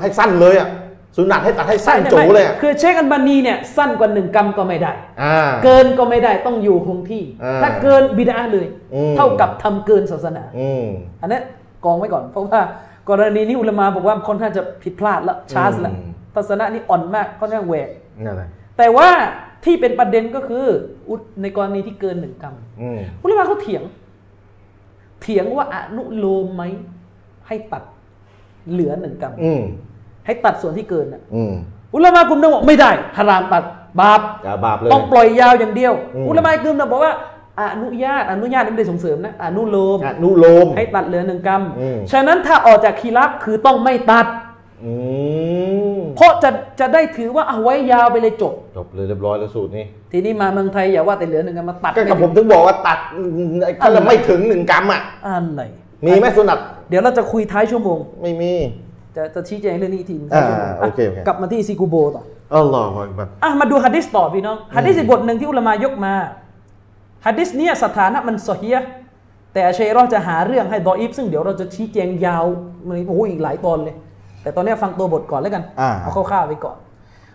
[SPEAKER 1] ให้สั้นเลยอ่ะสุนัตให้ตัดให้สั้น
[SPEAKER 2] ไม่
[SPEAKER 1] โจ
[SPEAKER 2] ไม่
[SPEAKER 1] เลยอ่ะ
[SPEAKER 2] คือเชคอันบานีเนี่ยสั้นกว่าหนึ่งกรัมก็ไม่ได้
[SPEAKER 1] อ่า
[SPEAKER 2] เกินก็ไม่ได้ต้องอยู่คงที่
[SPEAKER 1] อ่า
[SPEAKER 2] ถ้าเกินบิดาเลย
[SPEAKER 1] อืม
[SPEAKER 2] เท่ากับทำเกินศาสนา
[SPEAKER 1] อืม
[SPEAKER 2] อันนั้นกองไว้ก่อน เพราะว่ากรณีนี้อุลามะบอกว่าค่อนข้างจะผิดพลาดละชาร์จละ
[SPEAKER 1] อืม
[SPEAKER 2] ทัศนะนี้อ่อนมากค่อนข้างแหวก
[SPEAKER 1] นั่นแหละ
[SPEAKER 2] แต่ว่าที่เป็นประเด็นก็คืออุในกรณีที่เกินหนึ่งกรัม
[SPEAKER 1] อืม
[SPEAKER 2] อุลามะเขาเถียง เถียงว่าอนุโลมไหมให้ตัดเหลือหนึ่งกรัม
[SPEAKER 1] อืม
[SPEAKER 2] ให้ตัดส่วนที่เกินน่ะ
[SPEAKER 1] อืม
[SPEAKER 2] อุลามะกลุ่มหนึงบอกไม่ได้ฮารามตัดบาป
[SPEAKER 1] อย่าบาปเลย
[SPEAKER 2] ต้องปล่อยยาวอย่างเดียว
[SPEAKER 1] อืม
[SPEAKER 2] อุลามะอีกกลุ่มหนึงบอกว่าอนุญาตอนุญาตนี่ไม่ได้ส่งเสริมนะอนุโลม
[SPEAKER 1] อนุโลม
[SPEAKER 2] ให้ตัดเหลือหนึ่งกรัม
[SPEAKER 1] อืม
[SPEAKER 2] ฉะนั้นถ้าออกจากคีรับคือต้องไม่ตัด
[SPEAKER 1] อืม
[SPEAKER 2] เพราะจะจะได้ถือว่าเอาไว้ยาวไปเลยจบ
[SPEAKER 1] จบเลยเรียบร้อยแล้วสูตรนี้
[SPEAKER 2] ทีนี้มาเมืองไทยอย่าว่าแต่เหลือหนึ่งกรัมมาตัด
[SPEAKER 1] ก็กับ
[SPEAKER 2] ไม่
[SPEAKER 1] ผม
[SPEAKER 2] ถึง
[SPEAKER 1] ถึงบอกว่าตัดไอ้ถ้าเราไม่ถึงหนึ่งกรัมอ่ะ
[SPEAKER 2] อะไร
[SPEAKER 1] มีไหมสุนัต
[SPEAKER 2] เดี๋ยวเราจะคุยท้ายชั่วโมง
[SPEAKER 1] ไม่มี
[SPEAKER 2] จะจะชี้แจงเรื่องนี้อีกทีหนึ่ง
[SPEAKER 1] อ่าโอเคโอเค
[SPEAKER 2] กลับมาที่ซีกูโบต่อ
[SPEAKER 1] อัลลอฮฺอักบัร
[SPEAKER 2] อ่ะมาดูฮะดิษต่อพี่น้องฮะดิษอีกบทหนึ่งที่อุลามายกมาฮะดิษเนี่ยสถานะมันสเฮียะห์แต่เชยรอห์จะหาเรื่องให้ดออีฟซึ่งเดี๋ยวเราจะชี้แจงยาวในโอ้โหอีกหลายตอนเลย แต่ตอนเนี้ยฟังตัวบทก่อนแล้วกัน
[SPEAKER 1] อ่า
[SPEAKER 2] เอาคร่าวๆไปก่อน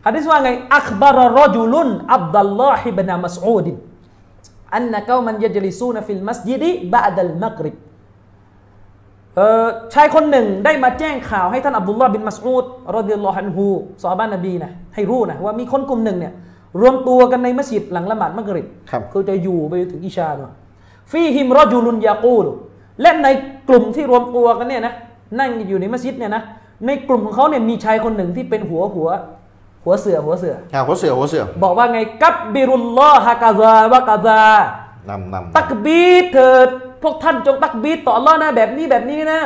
[SPEAKER 2] ฮะดิษว่าไงอัคบารรอจุลุนอับดัลลอฮิบนามัสอูดินอันนะกามันยัจลิซูนฟิลมัสยิดบะดัลมักริบ เอ่อชายคนหนึ่งได้มาแจ้งข่าวให้ท่านอับดุลลอฮ์บินมัสอูดรอดิยัลลอฮุอันฮูซอฮาบะนบีนะให้รู้นะว่ามีคนกลุ่มหนึ่งเนี่ยรวมตัวกันในมัสยิดหลังละหมาดมักริบ
[SPEAKER 1] ครับ
[SPEAKER 2] คือจะอยู่ไปจนถึงอิชาเนาะฟีฮิมรอจูลุนยากูล และในกลุ่มที่รวมตัวกันเนี่ยนะนั่งอยู่ในมัสยิดเนี่ยนะในกลุ่มของเขาเนี่ยมีชายคนหนึ่งที่เป็นหัวหัว หัวเสือหัวเสือ
[SPEAKER 1] อ่าหัวเสือหัวเสือ
[SPEAKER 2] บอกว่าไงกับบิรุลลอฮะกาซาวะกาซาน
[SPEAKER 1] ำนำ
[SPEAKER 2] ตักบีรเถิดพวกท่านจงตักบีรต่ออัลลอฮ์นะแบบนี้แบบนี้นะ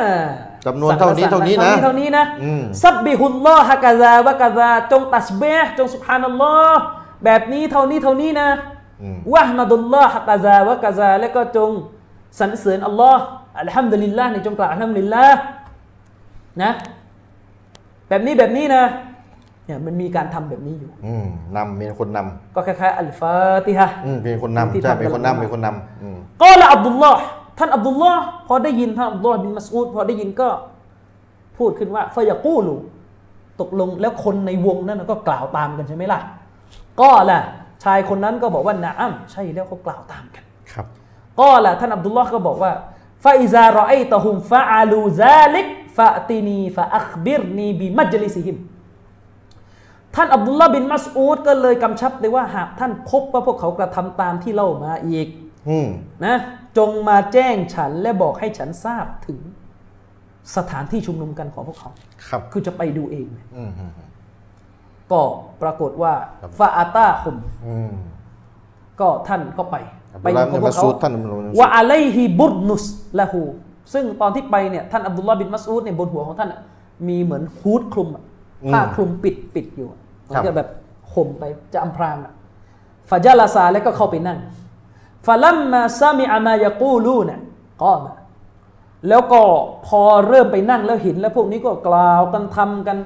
[SPEAKER 1] จำนวนเท่านี้เท่านี้นะ
[SPEAKER 2] เท่านี้นะ
[SPEAKER 1] อืม
[SPEAKER 2] ซับบิฮุลลอฮะกาซาวะกาซาจงตัสเบห์จงสุบฮานัลลอฮ์แบบนี้เท่านี้เท่านี้นะ
[SPEAKER 1] อืม
[SPEAKER 2] วะฮ์มัดุลลอฮะกาซาวะกาซาแล้วก็จงสรรเสริญอัลลอฮ์อัลฮัมดุลิลลาห์นี่จงกล่าวอัลฮัมดุลิลลาห์นะแบบนี้แบบนี้นะเนี่ยมันมีการทำแบบนี้อยู่
[SPEAKER 1] อืมนำมีคนนำ
[SPEAKER 2] ก็คล้ายๆอัลฟาติฮะห์
[SPEAKER 1] อืมมีคน
[SPEAKER 2] ที่
[SPEAKER 1] นำใช่
[SPEAKER 2] ทำ
[SPEAKER 1] มีค
[SPEAKER 2] กันมาน
[SPEAKER 1] นำ
[SPEAKER 2] มี
[SPEAKER 1] มีคนนำอืม
[SPEAKER 2] กอละอับดุลลอฮ์ท่านอับดุลลอฮ์พอได้ยินท่านอับดุลลอฮ์บินมัสอูดพอได้ยินก็พูดขึ้นว่าฟยากูลูตกลงแล้วคนในวงนั้นก็กล่าวตามกันใช่ไหมล่ะก็ละชายคนนั้นก็บอกว่านะอ้ํใช่แล้วเขากล่าวตามกัน
[SPEAKER 1] ครับ
[SPEAKER 2] ก็ละท่านอับดุลลอฮ์ก็บอกว่าฟาอิซารอไอตะฮุมฟาอาลูซาลิกฟาตินีฟาอัคบิรนีบิมัจลิซิฮิมท่านอับดุลลอฮ์บินมัสอูดก็เลยกำชับเลยว่าหากท่านพบว่าพวกเขากระทำตามที่เล่ามาอีก
[SPEAKER 1] อืม
[SPEAKER 2] นะจงมาแจ้งฉันและบอกให้ฉันทราบถึงสถานที่ชุมนุมกันของพวกเขา
[SPEAKER 1] ครับ
[SPEAKER 2] คือจะไปดูเอง
[SPEAKER 1] อืมอืม
[SPEAKER 2] ก็ปรากฏว่าฟาอาตาคุม
[SPEAKER 1] อืม
[SPEAKER 2] ก็ท่านก็ไป
[SPEAKER 1] อับ
[SPEAKER 2] ไป
[SPEAKER 1] ดุล
[SPEAKER 2] อ
[SPEAKER 1] ลาห์
[SPEAKER 2] ยู่
[SPEAKER 1] บิน
[SPEAKER 2] กับพว
[SPEAKER 1] มาก ซู
[SPEAKER 2] เขา
[SPEAKER 1] ดท่านอับดุลลาห์บินมัส
[SPEAKER 2] วะ
[SPEAKER 1] อูด
[SPEAKER 2] อะลัยฮิบุดนุสละหูซึ่งตอนที่ไปเนี่ยท่านอับดุลลอฮ์บินมัสอูดเนี่ยบนหัวของท่านอะมีเหมือนฮูดคลุมอะผ้าคลุมปิดปิดอยู่อะเหมือนกับแบบข่มไปจะอำพรางอะฟาจาลาซาแล้วก็เข้าไปนั่งฟาลัมมาซามิอามายากูลูนะก็มา แล้วก็พอเริ่มไปนั่งแล้วเห็นแล้วพวกนี้ก็กล่าวกันทำกัน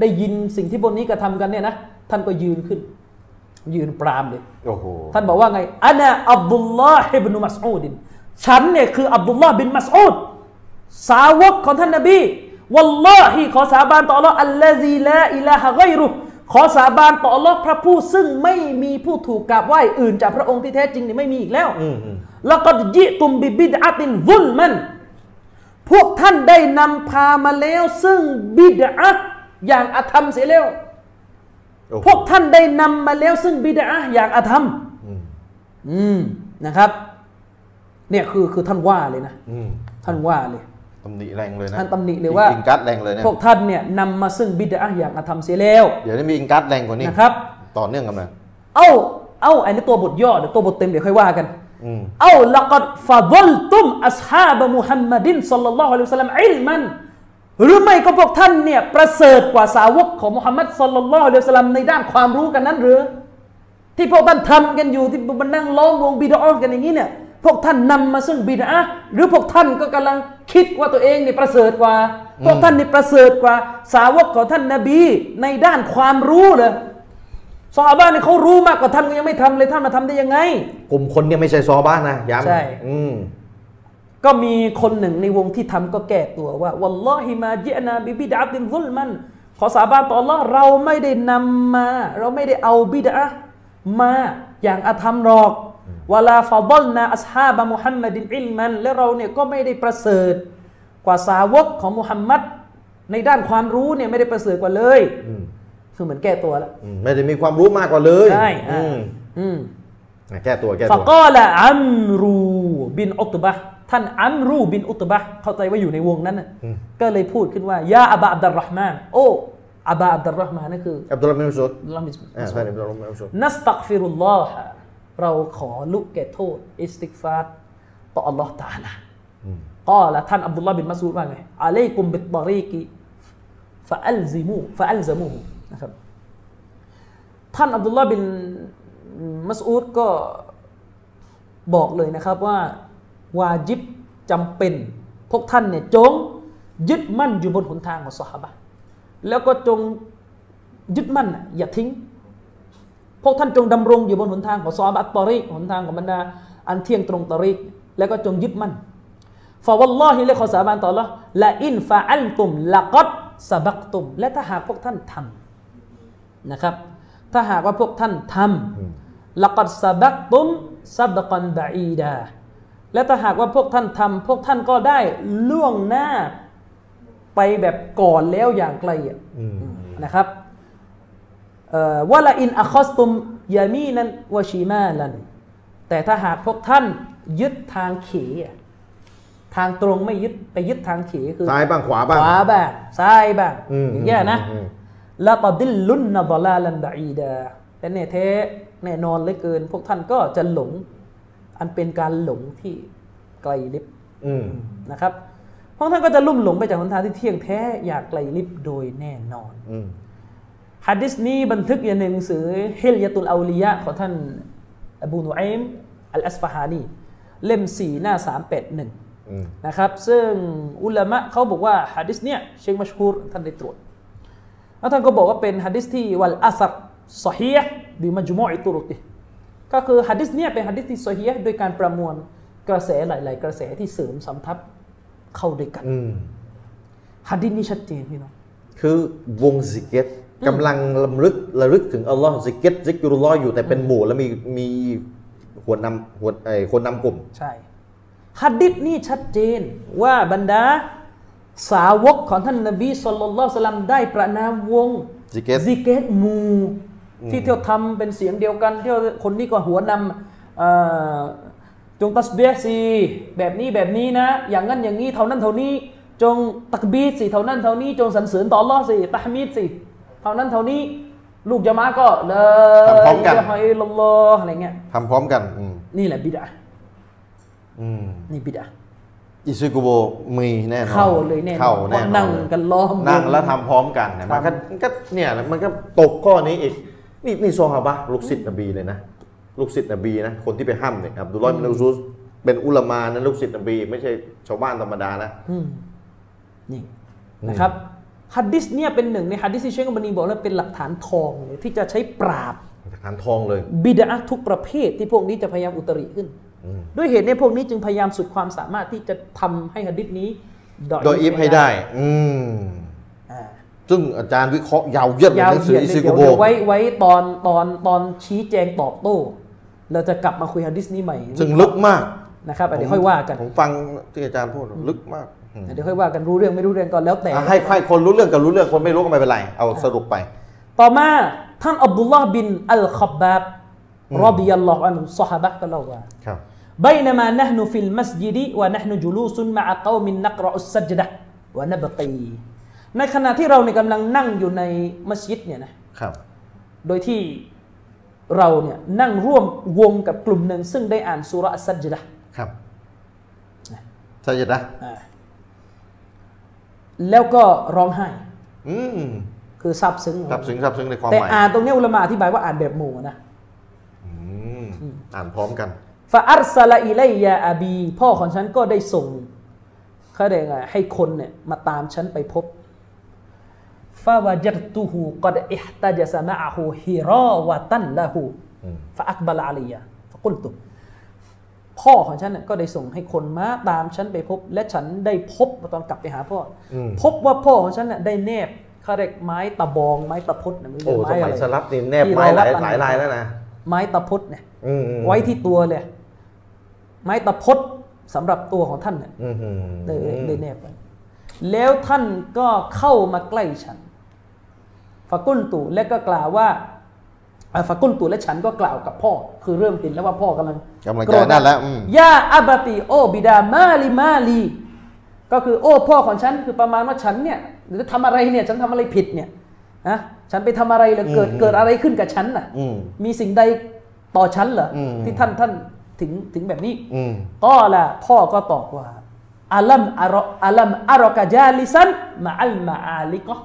[SPEAKER 2] ได้ยินสิ่งที่พวกนี้กระทำกันเนี่ยนะท่านก็ยืนขึ้น ยืนปรามเลย
[SPEAKER 1] โอ้โห
[SPEAKER 2] ท่านบอกว่าไงอานาอับดุลลาฮิบนุมัสอูดินฉันเนี่ยคืออับดุลลาห์บินมัสอูดสาวกของท่านนบีวัลลอฮิขอสาบานต่อ Allah อัลลอฮีลาอิลาฮะไกรุฮ์ขอสาบานต่อ Allah พระผู้ซึ่งไม่มีผู้ถูกกราบไหว้อื่นจากพระองค์ที่แท้จริงเนี่ยไม่มีอีกแล้ว
[SPEAKER 1] อืมอืม
[SPEAKER 2] ละกอดยิตุมบิบิดอาตินซุลมัน พวกท่านได้นำพามาแล้ว ซึ่งบิดอะห์อย่างอาธรรมเสียแล้ว
[SPEAKER 1] โอ้โห
[SPEAKER 2] พวกท่านได้นำมาแล้ว ซึ่งบิดอะห์อย่างอาธรรม
[SPEAKER 1] อืม
[SPEAKER 2] อืมนะครับ เนี่ยคือคือท่านว่าเลยนะ
[SPEAKER 1] อืม
[SPEAKER 2] ท่านว่าเลย
[SPEAKER 1] ตำหนิแรงเลยนะ
[SPEAKER 2] ท่านตำหนิเลยว่า
[SPEAKER 1] อิงกัดแรงเลยเนี่ย
[SPEAKER 2] พวกท่านเนี่ยนำมาซึ่งบิดอะห์อย่างอาธรรมเสียแล้ว
[SPEAKER 1] เดี๋ยวนี้มีอิงกัดแรงกว่านี้
[SPEAKER 2] นะครับ
[SPEAKER 1] ต่อเนื่องกันเลย
[SPEAKER 2] เอ้า เอ้าอันนี้ตัวบทย่อเดี๋ยวตัวบทเต็มเดี๋ยวค่อยว่ากัน
[SPEAKER 1] อืม
[SPEAKER 2] เอาละกัดฟาดลตุมอัสฮาบมุฮัมมัดินสัลลัลลอฮุอะลัยฮิวะสัลลัมอิลมันหรือไม่ก็พวกท่านเนี่ยประเสริฐกว่าสาวกของมุฮัมมัดสัลลัลลอฮุอะลัยฮิวะสัลลัมในด้านความรู้กันนั้นหรือ ที่พวกท่านทำกันอยู่ที่มันนั่งล้อมวงบิดาอนกันอย่างนี้เนี่ยพวกท่านนำมาซึ่งบิดาหรือพวกท่านก็กำลังคิดว่าตัวเองเนี่ยประเสริฐกว่า พวกท่านเนี่ยประเสริฐกว่าสาวกของท่านนบีในด้านความรู้เลยซอฮาบะห์เนี่ยเขารู้มากกว่าท่านก็ยังไม่ทำเลยท่านมาทำได้ยังไง
[SPEAKER 1] กลุ่มคนเนี่ยไม่ใช่ซอบ้านนะย้ำ
[SPEAKER 2] ใช่
[SPEAKER 1] อืม
[SPEAKER 2] ก็มีคนหนึ่งในวงที่ทำก็แก้ตัวว่าวัลลอฮิมาเจนาบิบิดาตินซุลมัน ขอสาบานต่อ Allah เราไม่ได้นำมา เราไม่ได้เอาบิดามาอย่างอาธรรมหรอกวลาฟาบลนาอัสฮาบะมุฮัมมัดินอิลมัน และเราเนี่ยก็ไม่ได้ประเสริฐกว่าสาวกของมุฮัมมัดในด้านความรู้เนี่ยไม่ได้ประเสริฐกว่าเลย
[SPEAKER 1] อืม
[SPEAKER 2] คือเหมือนแก้ตัวแล้ว
[SPEAKER 1] อืมไม่ได้มีความรู้มากกว่าเลย
[SPEAKER 2] ใช่
[SPEAKER 1] อื
[SPEAKER 2] อ่า
[SPEAKER 1] ม
[SPEAKER 2] อืม
[SPEAKER 1] อ่ะแก้ตัวแก้
[SPEAKER 2] ฟะ
[SPEAKER 1] ตัว
[SPEAKER 2] กอละอัมรูบินอุตบะห์ท่านอัมรูบินอุตบะห์เข้าใจว่าอยู่ในวงนั้นน่ะก็เลยพูดขึ้นว่ายาอบาอับดุลเราะห์มานโอ้อบาอับดุลเราะห์มานนั่นคือ
[SPEAKER 1] อับดุลลาห์บินมัสอูด
[SPEAKER 2] อัลลอฮ์มิส
[SPEAKER 1] อ่าท่านอับดุลลาห์บินมัสอูด
[SPEAKER 2] นัสตักฟิรุลลอฮะเราขอลุกแก่โทษ อิสติกฟาตต่ออัลลอฮ์ตาลาก็ละท่านอับดุลลาห์บินมัสอูดว่าไงอะลัยกุมบิตตารีกิฟะอัลซิมูฟะอัลซะมูฮุนะครับ ท่านอับดุลลาห์บินมัสอูดก็บอกเลยนะครับว่าวาจิบจำเป็น พวกท่านเนี่ยจงยึดมั่นอยู่บนหนทางของสหบะห์แล้วก็จงยึดมั่นน่ะอย่าทิ้ง พวกท่านจงดำรงอยู่บนหนทางของซอฮาบะอัตตอริกหนทางของบรรดาอันเที่ยงตรงตอริกแล้วก็จงยึดมั่นฟาวัลลอฮิและขอสาบานต่อละละอินฟาอัลตุมละกัดสะบักตุม และถ้าหากพวกท่านทำ นะครับ ถ้าหากว่าพวกท่านทำละกัดสะบักตุมสะบกันบะอีดา และถ้าหากว่าพวกท่านทำพวกท่านก็ได้ล่วงหน้าไปแบบก่อนแล้วอย่างไกลอะนะครับเอ่อวะละอินอะคอสตุมยามีนันวะชิมาลัน แต่ถ้าหากพวกท่านยึดทางเขอะ ทางตรงไม่ยึดไปยึดทางเขวคือ
[SPEAKER 1] ซ้ายบ้างขวา
[SPEAKER 2] ข
[SPEAKER 1] บ้าง
[SPEAKER 2] วาบ้างซ้ายบ้าง
[SPEAKER 1] อืม
[SPEAKER 2] อย่างเงี้ยนะ
[SPEAKER 1] อืมอืม
[SPEAKER 2] ละตดิลลุนนะบลาลันบะอีดาและแน่เทแน่นอนเหลือเกิน พวกท่านก็จะหลง อันเป็นการหลงที่ไกลลิบ
[SPEAKER 1] อืม
[SPEAKER 2] นะครับพวกท่านก็จะลุ่มหลงไปจากหนทางที่เที่ยงแท้อยากไกลลิบโดยแน่นอน
[SPEAKER 1] อืม
[SPEAKER 2] ฮัดดิสนี้บันทึกอย่างหนึ่งสือเฮลยาตุลอาลียะของท่านอบูนุไอมอัลอัสฟาฮานี เล่ม 4 หน้า 381
[SPEAKER 1] อืม
[SPEAKER 2] นะครับ ซึ่งอุลามะเขาบอกว่าฮัดดิสเนี่ยเชคมัชฮูรท่านได้ตรวจ แล้วท่านก็บอกว่าเป็นฮัดดิสที่วัลอาซับซอฮียบิมัจมูอิตุรุกิก็คือฮัดดิสเนี่ยเป็นฮัดดิสที่ซอฮียโดยการประมวลกระแสหลาย ๆ กระแสที่เสริมสัมทับเข้าด้วยกัน
[SPEAKER 1] อืม
[SPEAKER 2] ฮัดดิสนี่ชัดเจนพี่น้อง
[SPEAKER 1] คือวงซิกเก็ตกำลังลำลึกระลึกถึงอัลลอฮ์ซิกเก็ตซิกรุลลอฮ์อยู่แต่เป็นหมู่แล้วมีมีหัวนำหัวไอ้คนนำกลุ่ม
[SPEAKER 2] ใช่ฮัดดิสนี่ชัดเจนว่าบรรดาสาวกของท่านนบีสุลต่านละสลัมได้ประนามวง
[SPEAKER 1] ซิกเก็ต
[SPEAKER 2] ซิกเกตหมูที่เที่ยวทำเป็นเสียงเดียวกันเที่ยวคนนี้ก็หัวนำเอ่อจงตัสเบียสีแบบนี้แบบนี้นะ อย่างนั้นอย่างนี้เท่านั้นเท่านี้ จงตักบีดสิเท่านั้นเท่านี้ จงสรรเสริญต่ออัลลอฮ์สิตะฮ์มีดสิเท่านั้นเท่านี้ ลูกจะมาก็เลย
[SPEAKER 1] ทำพร้อมกัน
[SPEAKER 2] ยะฮ์อิลลอฮ์อะไรเงี้ย
[SPEAKER 1] ทำพร้อมกันอืม
[SPEAKER 2] นี่แหละบิดา
[SPEAKER 1] อืม
[SPEAKER 2] นี่บิดา
[SPEAKER 1] อิซึกุโบมีแน่นอน
[SPEAKER 2] เข้าเลยแน่นอน
[SPEAKER 1] เข้าแน่
[SPEAKER 2] ว่าน
[SPEAKER 1] อ
[SPEAKER 2] นั่ง
[SPEAKER 1] เลย
[SPEAKER 2] กันล้อม
[SPEAKER 1] นั่ง
[SPEAKER 2] ว
[SPEAKER 1] แล้วทำพร้อมกันนะมันก็มันก็เนี่ยนะมันก็ตกข้อนี้อีก นี่นี่ซอฮาบะห์ลูกศิษย์นบีเลยนะ ลูกศิษย์นบีนะคนที่ไปห้ามเนี่ยอับดุลลอฮ์มินอูซูสเป็นอุลามานะลูกศิษย์นบี ไม่ใช่ชาวบ้านธรรมดานะ
[SPEAKER 2] อืมนี่นะครับฮัดดิสเนี่ยเป็นหนึ่งในฮัดดิสที่เชคอัลบานีบอกแล้วเป็นหลักฐานทองเลยที่จะใช้ปราบ
[SPEAKER 1] ฐานทองเลย
[SPEAKER 2] บิดาทุกประเภทที่พวกนี้จะพยายามอุตริขึ้น ด้วยเหตุนี้พวกนี้จึงพยายามสุดความสามารถที่จะทำให้ฮัดดิสนี้
[SPEAKER 1] โดยอีฟให้ได้ อืม
[SPEAKER 2] อ่า
[SPEAKER 1] ซึ่งอาจารย์วิเคราะห์ยาวเยียดเลย
[SPEAKER 2] ยา
[SPEAKER 1] ห
[SPEAKER 2] ว
[SPEAKER 1] นัง
[SPEAKER 2] เห
[SPEAKER 1] สือย
[SPEAKER 2] ยีด
[SPEAKER 1] อิ
[SPEAKER 2] เล
[SPEAKER 1] ซิ
[SPEAKER 2] ย
[SPEAKER 1] กุ
[SPEAKER 2] เดี๋ยว
[SPEAKER 1] โบ
[SPEAKER 2] เดี๋ยวไว้ไว้ตอนตอนตอนชี้แจงตอบโต้ เราจะกลับมาคุยฮัดดิสนี้ใหม่
[SPEAKER 1] ซึ่งลึกมาก
[SPEAKER 2] นะครับอ่ะเดี๋ยวค่อยว่ากัน
[SPEAKER 1] ผมฟังที่อาจารย์พูดลึกมากอืม
[SPEAKER 2] เดี๋ยวค่อยว่ากันรู้เรื่องไม่รู้เรื่องก่อนแล้วแต่
[SPEAKER 1] อ่ะให้ให้คนรู้เรื่องกับรู้เรื่องคนไม่รู้ก็ไม่เป็นไร เอาสรุปไป
[SPEAKER 2] ต่อมาท่านอับดุลลอฮ์บินอัลคอบบาบรอบิยัลลอฮุอันฮุซอฮาบะห์ก็เล่าว่า
[SPEAKER 1] ครับ
[SPEAKER 2] بينما نحن في المسجد ونحن جلوس مع قوم نقرأ السجدة ونبقي ในขณะที่เราเนี่ยกำลังนั่งอยู่ในมัสยิดเนี่ยนะครับ โดยที่เราเนี่ยนั่งร่วมวงกับกลุ่มหนึ่งซึ่งได้อ่านสุราะห์อัสสัจดะห์
[SPEAKER 1] ครับสายัดนะ
[SPEAKER 2] อ่าแล้วก็ร้องไห้
[SPEAKER 1] อืม
[SPEAKER 2] คือซาบซึ้ง
[SPEAKER 1] ซับซึ้งซับซึ้งในความ
[SPEAKER 2] แต่
[SPEAKER 1] หมาย
[SPEAKER 2] อ่านตรงเนี้ยอุลามะอธิบายว่าอ่านแบบหมู่นะ
[SPEAKER 1] อืมอ่านพร้อมกัน
[SPEAKER 2] ฟาอัรซาลาอิไลยาอาบี พ่อของฉันก็ได้ส่งเขาเรียกไงให้คนเนี่ยมาตามฉันไปพบฟาวาจัตุฮูกอดอิฮตาจสมาฮูฮิรอวะตันละหู
[SPEAKER 1] อืม
[SPEAKER 2] ฟาอักบาลอาลียาฟากุลตุพ่อของฉันเนี่ยก็ได้ส่งให้คนมาตามฉันไปพบ และฉันได้พบตอนกลับไปหาพ่ออพบว่าพ่อของฉันเนี่ยได้แนบเขาเรียกไม้ตะบองไม้ตะพดเนี่ยไม่
[SPEAKER 1] โอ้
[SPEAKER 2] รู้
[SPEAKER 1] ส
[SPEAKER 2] ไม้อะ
[SPEAKER 1] มัย
[SPEAKER 2] ไร
[SPEAKER 1] สลับนี่แนบ
[SPEAKER 2] ที่
[SPEAKER 1] ไม้ห
[SPEAKER 2] เรา
[SPEAKER 1] ลาย
[SPEAKER 2] รับ
[SPEAKER 1] หลาย
[SPEAKER 2] อัน
[SPEAKER 1] ลายแล้วนะ
[SPEAKER 2] ไม้ตะพดเนี่ย
[SPEAKER 1] อืมอืม
[SPEAKER 2] ไว้ที่ตัวเลย ไม้ตะพดสำหรับตัวของท่านเนี่ย
[SPEAKER 1] อืมอืม
[SPEAKER 2] ได้ได้แนบไว้แล้วท่านก็เข้ามาใกล้ฉันฟะกุลตุและก็กล่าวว่าอ่ะฟะกุลตุและฉันก็กล่าวกับพ่อ คือเริ่มเห็นแล้วว่าพ่อกำลัง
[SPEAKER 1] กำลัง
[SPEAKER 2] โก
[SPEAKER 1] ใจ
[SPEAKER 2] รธ
[SPEAKER 1] นั่นแล้วอืม
[SPEAKER 2] ยาอาบาติโอบิดามาลีมาลีก็คือโอ้พ่อของฉันคือประมาณว่าฉันเนี่ยหรือทำอะไรเนี่ย ฉันทำอะไรผิดเนี่ยนะฉันไปทำอะไรแล้วเกิดเกิดอะไรขึ้นกับฉันน่ะ
[SPEAKER 1] อืม
[SPEAKER 2] มีสิ่งใดต่อฉันเหรออ
[SPEAKER 1] ม
[SPEAKER 2] ที่ท่านท่านถึงถึงแบบนี้
[SPEAKER 1] อืม
[SPEAKER 2] ก็ละพ่อก็ตอบว่าอัลัมอารออัลัมอารอกะจาลิซันมาอัลมาอาลิกอฮ์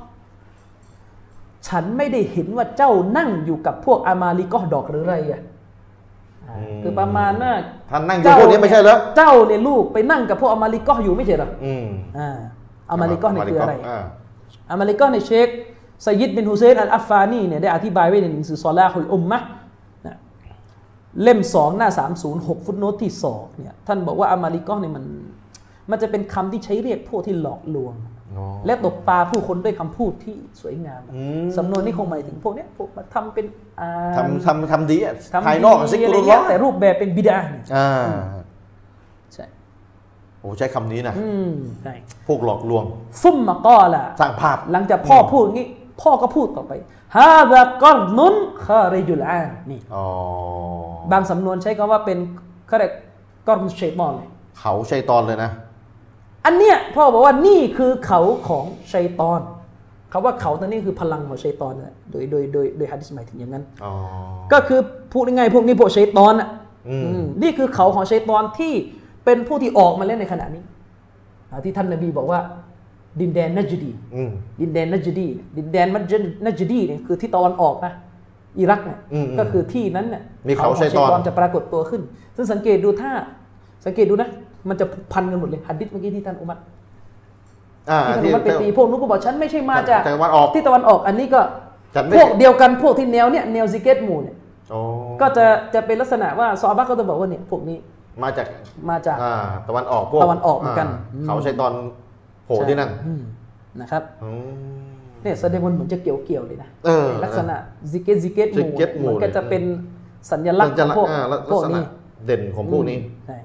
[SPEAKER 2] ฉันไม่ได้เห็นว่าเจ้านั่งอยู่กับพวกอามาลิกอฮ์ดอกหรือไรอ่ะอ่าคือประมาณว่า
[SPEAKER 1] ท่านนั่งอยู่พวกนี้ไม่ใช่เหรอ
[SPEAKER 2] เจ้าเนี่ยลูกไปนั่งกับพวกอามาลิกอฮ์อยู่ไม่ใช่เหรอ
[SPEAKER 1] อืม
[SPEAKER 2] อ่าอามาลิกอฮ์เนี่ยคืออะไร
[SPEAKER 1] า
[SPEAKER 2] อามาลิกอในเชคไซยิดบินฮุเซนอัลอัฟฟานีเนี่ยได้อธิบายไว้ในหนังสือซอลาฮุลอุมมะห์นะเล่ม 2 หน้า 306 ฟุตโนตที่2เนี่ยท่านบอกว่าอามาลิกอเนี่ยมันมันจะเป็นคำที่ใช้เรียกพวกที่หลอกลวง
[SPEAKER 1] อ๋อ
[SPEAKER 2] และตบตาผู้คนด้วยคำพูดที่สวยงาม
[SPEAKER 1] อืม
[SPEAKER 2] สำนวนนี้คงหมายถึงพวกเนี้ยพวกมาทำเป็นอ่าน
[SPEAKER 1] ทำทำทำดีอะ
[SPEAKER 2] ทำ
[SPEAKER 1] ภายนอกซิก
[SPEAKER 2] ดีะ
[SPEAKER 1] รุล
[SPEAKER 2] ไร
[SPEAKER 1] ล
[SPEAKER 2] เงี้
[SPEAKER 1] อย
[SPEAKER 2] แต่รูปแบบเป็นบิดาเนี่ย
[SPEAKER 1] อ่า
[SPEAKER 2] ใช่
[SPEAKER 1] โอ้ใช้คำนี้นะ
[SPEAKER 2] อืมใช่
[SPEAKER 1] พวกหลอกลวง
[SPEAKER 2] ซุมมะกอละ
[SPEAKER 1] สร้างภาพ
[SPEAKER 2] หลังจากพ่อพูดงี้ พ่อก็พูดต่อไปฮาดะกอนนุนคาริยุลอานนี่
[SPEAKER 1] อ๋อบ
[SPEAKER 2] างสำนวนใช้คำว่าเป็นเขาเรียกกอนเชยตอนเลย
[SPEAKER 1] เขาใช่ตอนเลยนะ
[SPEAKER 2] อันเนี้ยพ่อบอกว่านี่คือเขาของชัยตอนคำว่าเขาตอนนี้คือพลังของชัยตอนนั่นแหละโดยโดยโดยโดยฮะดิษหมายถึงอย่างนั้น
[SPEAKER 1] อ๋อ
[SPEAKER 2] ก็คือพูดง่ายๆพวกนี้พวกชัยตอนน่ะ
[SPEAKER 1] อืม
[SPEAKER 2] อืมนี่คือเขาของชัยตอนที่เป็นผู้ที่ออกมาเล่นในขณะนี้อ่าที่ท่านนบีบอกว่า ดินแดนนัจดี
[SPEAKER 1] อืม
[SPEAKER 2] ดินแดนนัจดีเนี่ยดินแดนมัจญนัจดีเนี่ยคือที่ตะวันออกนะอิรักเนี่ย
[SPEAKER 1] อืมอืม
[SPEAKER 2] ก็คือที่นั้นเนี่ย
[SPEAKER 1] มีเขา
[SPEAKER 2] ของ
[SPEAKER 1] ชัยฏอน
[SPEAKER 2] จะปรากฏตัวขึ้น ซึ่งสังเกตดูถ้าสังเกตดูนะ มันจะพันกันหมดเลยหัดดิษเมื่อกี้ที่ท่านอุมัร
[SPEAKER 1] อ่า
[SPEAKER 2] ที่
[SPEAKER 1] ที่
[SPEAKER 2] ท่านอุมัรไป
[SPEAKER 1] แต่
[SPEAKER 2] ตีพวกนู้นก็บอกฉันไม่ใช่มาจาก
[SPEAKER 1] จากตะวันออก
[SPEAKER 2] ที่ตะวันออกอันนี้ก็
[SPEAKER 1] ฉันไม่
[SPEAKER 2] พวกเดียวกันพวกที่แนวเนี่ยแนวซิกเกตหมู่เนี่ย
[SPEAKER 1] อ๋อ
[SPEAKER 2] ก็จะจะเป็นลักษณะว่าซอฮาบะก็จะบอกว่าเนี่ยพวกนี้
[SPEAKER 1] มาจาก
[SPEAKER 2] มาจาก
[SPEAKER 1] อ่าตะวันออกพวก
[SPEAKER 2] ตะวันออกเหมือนกัน
[SPEAKER 1] าเขาใช้ตอนโผล่ที่นั่น
[SPEAKER 2] อืมนะครับ
[SPEAKER 1] อืม
[SPEAKER 2] เนี่ยแสดงว่าเหมือนจะเกี่ยวเกี่ยวๆเลยนะ
[SPEAKER 1] เออ
[SPEAKER 2] ในลักษณะซิกเกตซิกเกตหมู่
[SPEAKER 1] Zikret หมู่
[SPEAKER 2] มันก็
[SPEAKER 1] เลย
[SPEAKER 2] จะเป็นสัญลักษณ์ของพวก
[SPEAKER 1] อ่าลัก
[SPEAKER 2] พวก
[SPEAKER 1] ษณะ
[SPEAKER 2] นี้
[SPEAKER 1] เด่นของพวกนี้
[SPEAKER 2] ใช่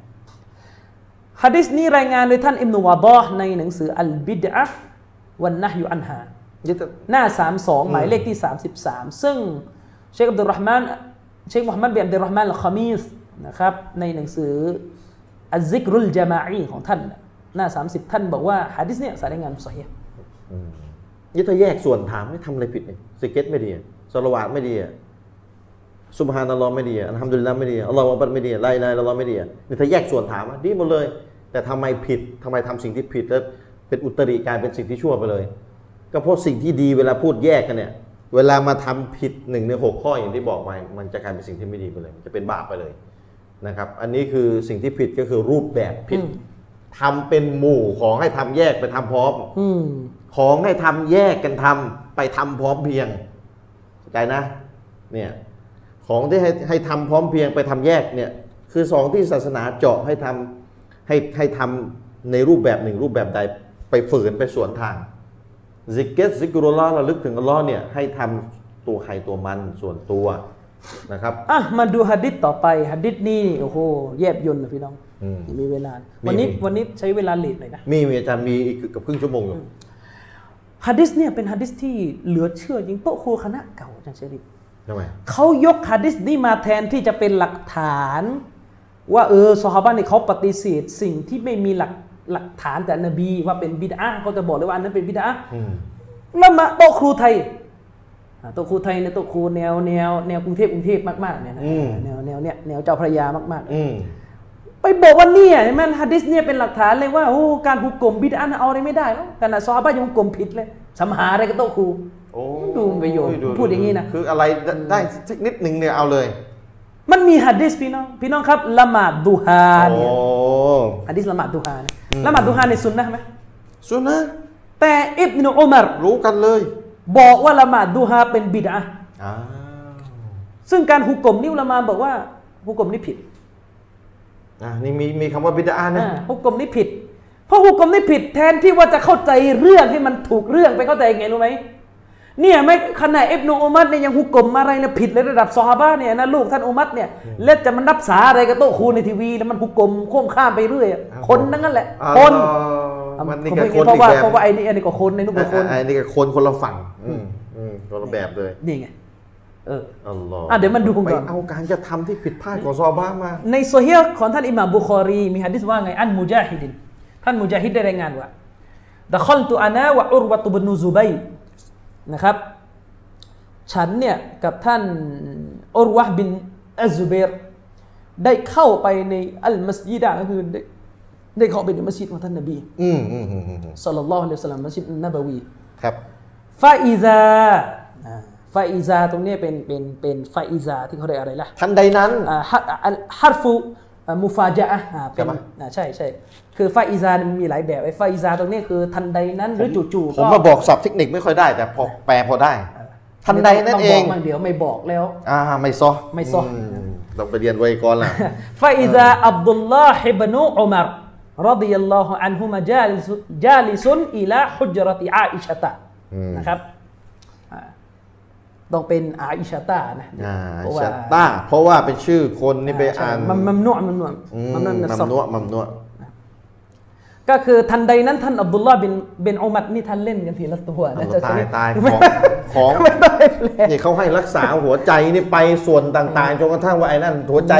[SPEAKER 2] ฮะดิษนี้รายงานโดยท่านอิมนุวาดอฮ์ในหนังสืออัลบิดอะห์วันนะฮยุอันฮา
[SPEAKER 1] ยึดแต่
[SPEAKER 2] หน้า 32 หมายเลขที่ 33 ซึ่งเชคอับดุลเราะห์มานเชคมุฮัมมัดเบียอับดุลเราะห์มานอัลคามีสนะครับในหนังสืออัลซิกรุลจามาอีของท่านหน้า 30 ท่านบอกว่าฮะดิษเนี่ยสายรายงานสอฮีฮ์
[SPEAKER 1] นี่ถ้าแยกส่วนถามไม่ทำอะไรผิดเนี่ยสเก็ตไม่ดีอะสลาวาตไม่ดีอะสุบฮานัลลอฮ์ไม่ดีอะอัลฮัมดุลิลละห์ไม่ดีอะอัลลอฮ์อักบัดไม่ดีอะลาอิลาฮะอิลลัลลอฮ์ไม่ดีอะนี่ถ้าแยกส่วนถามอะดีหมดเลย แต่ทำไมผิดทำไมทำสิ่งที่ผิดแล้วเป็นอุตริกลายเป็นสิ่งที่ชั่วไปเลย ก็เพราะสิ่งที่ดีเวลาพูดแยกกันเนี่ย เวลามาทำผิดหนึ่งในหกข้ออย่างที่บอกไปมันจะกลายเป็นสิ่งที่ไม่ดีไปเลยมันจะเป็นบาปไปเลยนะครับ อันนี้คือสิ่งที่ผิดก็คือรูปแบบผิดทำเป็นหมู่ของให้ทำแยกไปทำพร้อม
[SPEAKER 2] อืม
[SPEAKER 1] ของให้ทำแยกกันทำไปทำพร้อมเพรียงเข้าใจนะเนี่ยของที่ให้ให้ทำพร้อมเพรียงไปทำแยกเนี่ยคือสองที่ศาสนาเจาะให้ทำให้ให้ทำในรูปแบบหนึ่งรูปแบบใดไปฝืนไปสวนทางซิกเกตซิกรุลลอฮ์เราลึกถึงอัลลอฮ์เนี่ยให้ทำตัวใครตัวมันส่วนตัวนะครับ
[SPEAKER 2] อ่ะมาดูฮะดิษต่อไปฮะดิษนี่โอ้โหแยบยลนะพี่น้อง
[SPEAKER 1] อืม
[SPEAKER 2] มีเวลา วันนี้
[SPEAKER 1] มี
[SPEAKER 2] วันนี้ใช้เวลาเลทหน่อยนะ
[SPEAKER 1] มีมีอาจารย์มีอีกเกือบครึ่งชั่วโมงอยู่
[SPEAKER 2] ฮะดิษเนี่ยเป็นฮะดิษที่เหลือเชื่อจริงโต๊ะครูคณะเก่าอาจารย์เชริฟ
[SPEAKER 1] ทำไม
[SPEAKER 2] เขายกฮะดิษนี่มาแทนที่จะเป็นหลักฐาน ว่าเออซอฮาบะเนี่ยเขาปฏิเสธสิ่งที่ไม่มีหลักหลักฐานจากนบีว่าเป็นบิดาเขาจะบอกเลยว่าอันนั้นเป็นบิดา
[SPEAKER 1] อืม
[SPEAKER 2] แล้วมาโต๊ะครูไทยอ่ะโต๊ะครูไทยเนี่ยโต๊ะครูแนวแนวแนวกรุงเทพกรุงเทพมากๆเนี่ยนะแนวแนวเนี่ยแนวเจ้าพระยามากๆ
[SPEAKER 1] อืม
[SPEAKER 2] ไปบอกว่าเนี่ยเห็นไหมฮะดิษเนี่ยเป็นหลักฐานเลยว่าโอ้การหุกกลมบิดอันเอาอะไรไม่ได้แล้วขนาดซอฮาบะยังหุกกลมผิดเลยสัมหาอะไรก็โต๊ะครู
[SPEAKER 1] โอ้
[SPEAKER 2] ดูประโยชน์พูดอย่างนี้นะ
[SPEAKER 1] คืออะไรได้สักนิดหนึ่งเนี่ยเอาเลย
[SPEAKER 2] มันมีฮะดิษพี่น้องพี่น้องครับละหมาดดูฮาเนี่ย
[SPEAKER 1] โอ้
[SPEAKER 2] ฮะดิษละหมาดดูฮาเนี่ยละหมาดดูฮาในยสุนนะห์ไหม
[SPEAKER 1] สุนนะ
[SPEAKER 2] แต่อิบนุอุมาร
[SPEAKER 1] รู้กันเลย
[SPEAKER 2] บอกว่าละหมาดดูฮาเป็นบิดอะห์
[SPEAKER 1] อ้า
[SPEAKER 2] ซึ่งการหุกกลมนี่อุละมาบอกว่าหุกกลมนี่ผิด
[SPEAKER 1] อ่ะนี่มีมีคำว่าบิดานะ
[SPEAKER 2] อ่าหุกกลมนี่ผิด เพราะหุกกลมนี่ผิดแทนที่ว่าจะเข้าใจเรื่องให้มันถูกเรื่องไปเข้าใจยังไงรู้ไหมเนี่ยไม่ขณะอิบนุอุมัรเนี่ยยังหุกกลมอะไรนะผิดในระดับซอฮาบะเนี่ยนะลูกท่านอุมัรเนี่ยแล้วจะมันนับสาอะไรกับโต๊ะครูในทีวีแล้วมันหุกกลมโค้งข้ามไปเรื่อยอะคนทั้งนั้นแหละ
[SPEAKER 1] อ่า
[SPEAKER 2] คน
[SPEAKER 1] มันนี่ก็
[SPEAKER 2] ผม
[SPEAKER 1] คน
[SPEAKER 2] ไม่
[SPEAKER 1] อีก
[SPEAKER 2] เพราะว่า
[SPEAKER 1] แบบ
[SPEAKER 2] เพราะว่าไอ้นี่ไอ้นี่ก็คนไอ้นู่นก็คน
[SPEAKER 1] อ่ะอันนี้ก็คนคนละฝั่งอืมอืมคนละแบบเลย
[SPEAKER 2] นี่ไงเออ
[SPEAKER 1] อัลลอฮ์
[SPEAKER 2] อ่ะเดี๋ยวมันดูก่อน
[SPEAKER 1] ไปเอาการจะทำที่ผิดพลาดของซอฮาบ้ามา
[SPEAKER 2] ในโซเฮียของท่านอิหม่ามบุคอรีมีฮะดิษว่าไงอันมุจาฮิดินท่านมุจาฮิดได้รายงานว่าดะคอลตุอานาวะอุรวะตุบนูซุบัยนะครับ ฉันเนี่ยกับท่านอุรวะบินอัซซุเบรได้เข้าไปในอัลมัสยิดอะก็คือได้ได้เข้าไปในมัสยิดของท่านนบี
[SPEAKER 1] อืมอืมอืมอืมอืม
[SPEAKER 2] สัลลัลลอฮุอะลัยฮิวะสัลลัมมัสยิดอันนบวี
[SPEAKER 1] ครับ
[SPEAKER 2] ฟาอิซาอ่าฟาอิซาตรงเนี้ยเป็นเป็นเป็นฟาอิซาที่เขาเรียกอะไรล่ะ
[SPEAKER 1] ทันใดนั้น
[SPEAKER 2] อ่าฮะอัลฮัรฟูอ่ามุฟาจาอะห์อ่าเป็
[SPEAKER 1] ใช่
[SPEAKER 2] น
[SPEAKER 1] ปะ
[SPEAKER 2] อ่าใช่ใช่คือฟาอิซาเนี่ยมันมีหลายแบบไอ้ฟาอิซาตรงเนี้ยคือทันใดนั้นหรือจู่ๆ
[SPEAKER 1] ผม
[SPEAKER 2] ก็
[SPEAKER 1] มาบอกศัพท์เทคนิคไม่ค่อยได้ แต่พอแปลพอได้ ทันใดนั่นเอง
[SPEAKER 2] ต้บกบ้างเดี๋ยวไม่บอกแล้ว
[SPEAKER 1] อ่าไม่ซอ
[SPEAKER 2] ไม่ซ้ออื
[SPEAKER 1] มต้องไปเรียนไวยากรณ์ล่ะ
[SPEAKER 2] ฟาอิซาอับดุลลาฮิบนูอุมารรดิยัลลอฮุอันฮุมะจาลิซุจาลิซุนอิลาฮุจเราะติอาอิชะตะ
[SPEAKER 1] อืม
[SPEAKER 2] นะครับอ่าต้องเป็นอาอิชะตะนะ
[SPEAKER 1] อ่า
[SPEAKER 2] เพระว่
[SPEAKER 1] ชาต้าเพราะว่าเป็นชื่อคนนี่ไป
[SPEAKER 2] ใช่
[SPEAKER 1] อ่าน
[SPEAKER 2] มันมันนุ่มมันนุ่ม
[SPEAKER 1] อืม
[SPEAKER 2] มันนุ่ม
[SPEAKER 1] มั
[SPEAKER 2] นะ
[SPEAKER 1] ม
[SPEAKER 2] ซอก
[SPEAKER 1] นัวมัมนัว
[SPEAKER 2] ก็คือทันใดนั้นท่านอับดุลลอฮ์บินบินอุมัดนี่ท่านเล่นกันทีละตัว
[SPEAKER 1] เอา
[SPEAKER 2] นะ
[SPEAKER 1] ละ
[SPEAKER 2] จะ
[SPEAKER 1] ตา
[SPEAKER 2] ใช้
[SPEAKER 1] ยตาย ของของ
[SPEAKER 2] ไม่ต้องเล่นเลย
[SPEAKER 1] นี่เขาให้รักษาหัวใจนี่ไปส่วนต่างๆจนกระทั่งว่าไอ้นั่นหัวใจ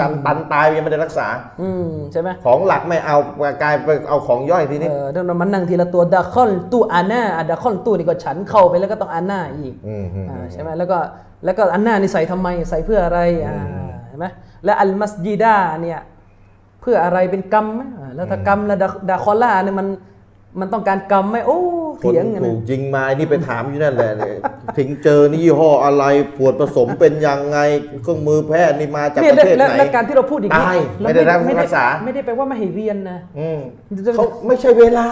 [SPEAKER 1] ตันตันตายยังไม่ได้รักษา
[SPEAKER 2] อืมใช่ไหม
[SPEAKER 1] ของหลักไม่เอากลายไปเอาของย่อยทีนี้
[SPEAKER 2] เออเดี๋ยวมันนั่งทีละตัวดาคอนตู้อาน่าอ่ะดาคอนตู้นี่ก็ฉันเข้าไปแล้วก็ต้องอาน่าอีก
[SPEAKER 1] มอืม
[SPEAKER 2] อ่าใช่ไหมแล้วก็แล้วก็อาน่านี่ใส่ทำไมใส่เพื่ออะไรอ่าใช่ไหมและอัลมัสยิดาเนี่ยเพื่ออะไรเป็นกรรมไหมอ่าแล้วถ้ากรรมแล้วดาดาคอล่าเนี่ยมันมันต้องการกรรมไหมโอ้
[SPEAKER 1] คน
[SPEAKER 2] เถียงกัน
[SPEAKER 1] ถู
[SPEAKER 2] นะ
[SPEAKER 1] กยิงมาไอ้นี่ไปถามอยู่นั่นแหละเนี่ยถึงเจอนี่ยี่ห้ออะไรปวดผสมเป็นยังไงเครื่องมือแพทย์นี่มาจาก
[SPEAKER 2] เนี่ย
[SPEAKER 1] ประ
[SPEAKER 2] และ
[SPEAKER 1] เทศ
[SPEAKER 2] และ
[SPEAKER 1] ไหน
[SPEAKER 2] และการที่เราพูดอย่างนี้
[SPEAKER 1] ตาย
[SPEAKER 2] เร
[SPEAKER 1] ไม่ได้รับ
[SPEAKER 2] ไม่
[SPEAKER 1] รักษา
[SPEAKER 2] ไม่ได้แปลว่าไม่ให้เวียนนะ
[SPEAKER 1] อืมเขาไม่ใช่เวลา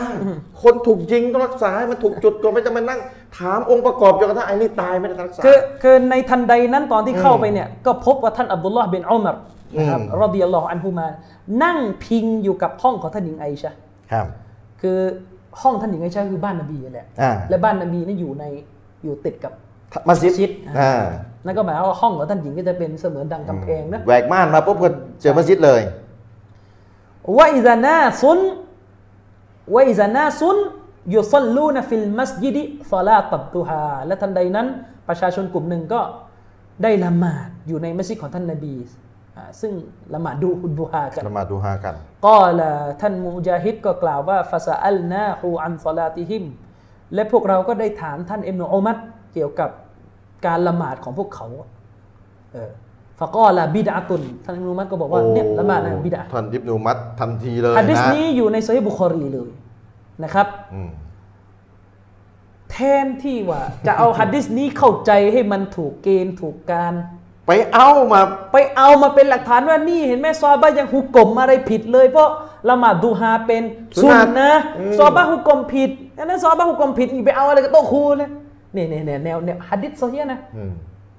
[SPEAKER 1] คนถูกยิงต้องรักษาให้มันถูกจุดก่อนไม่จะมานั่ง ถามองค์ประกอบจนกระทั่งไอ้นี่ตายไม่ได้รักษา
[SPEAKER 2] คือคือในทันใดนั้นตอนที่เข้าไปเนี่ยก็พบว่าท่านอับดุลลอฮ์บินอุมรนะครับ
[SPEAKER 1] อืม
[SPEAKER 2] รอดิยัลลอฮุอันฮุมา นั่งพิงอยู่กับห้องของท่านหญิงไอชะห์
[SPEAKER 1] ครับ
[SPEAKER 2] คือห้องท่านหญิงไอชะห์คือบ้านนบีแหละ
[SPEAKER 1] อ่า
[SPEAKER 2] และบ้านนบีนี่อยู่ในอยู่ติดกับ
[SPEAKER 1] มัสยิด
[SPEAKER 2] มัสยิด
[SPEAKER 1] อ่า
[SPEAKER 2] นั่นก็หมายความว่าห้องของท่านหญิงก็จะเป็นเสมือนดังกำแพงนะ
[SPEAKER 1] แหวกม่านมาปุ๊บก็เจอมัสยิดเลย
[SPEAKER 2] ว่าอิซานาซุนว่าอิซานาซุนยุซัลลูนฟิลมัสยิดซอลาตัดตุฮาและทันใดนั้น ประชาชนกลุ่มหนึ่งก็ได้ละหมาดอยู่ในมัสยิดของท่านนบีอ่าซึ่งละหมาดดูฮุดดูฮากัน
[SPEAKER 1] ละหมาดดูฮากัน
[SPEAKER 2] กอลาท่านมูจาฮิดก็กล่าวว่าฟาซาอัลนาฮูอันซอลาติฮิม และพวกเราก็ได้ถามท่านอิบนุอุมัดเกี่ยวกับการละหมาดของพวกเขาเออฟะกอลาบิดาตุน ท่านอิบนุอุมัดก็บอกว่าเนี่ยละหมาดนะบิดา
[SPEAKER 1] ท่านอิบนุมัตทันทีเลย
[SPEAKER 2] ฮะดิษ
[SPEAKER 1] นะ
[SPEAKER 2] นี้อยู่ในซอฮีห์บุคอรีเลยนะครับ
[SPEAKER 1] อืม
[SPEAKER 2] แทนที่ว่าจะเอา ฮะดิษนี้เข้าใจให้มันถูกเกณฑ์ถูกการ
[SPEAKER 1] ไปเอามา
[SPEAKER 2] ไปเอามาเป็นหลักฐานว่านี่เห็นไหมซอฮาบะยังหุกกลมอะไรผิดเลย เพราะละหมาดดูฮาเป็น
[SPEAKER 1] สุ
[SPEAKER 2] สุ
[SPEAKER 1] นั
[SPEAKER 2] น
[SPEAKER 1] ต
[SPEAKER 2] นะ
[SPEAKER 1] อืม
[SPEAKER 2] ซอฮาบะหุกกลมผิดอันนั้นซอฮาบะหุกกลมผิดอีกไปเอาอะไรกับโต๊ะครูนะเนี่ยเนี่ยเนี่ยแนวแนวฮัดดิษเฮียนะ
[SPEAKER 1] อืม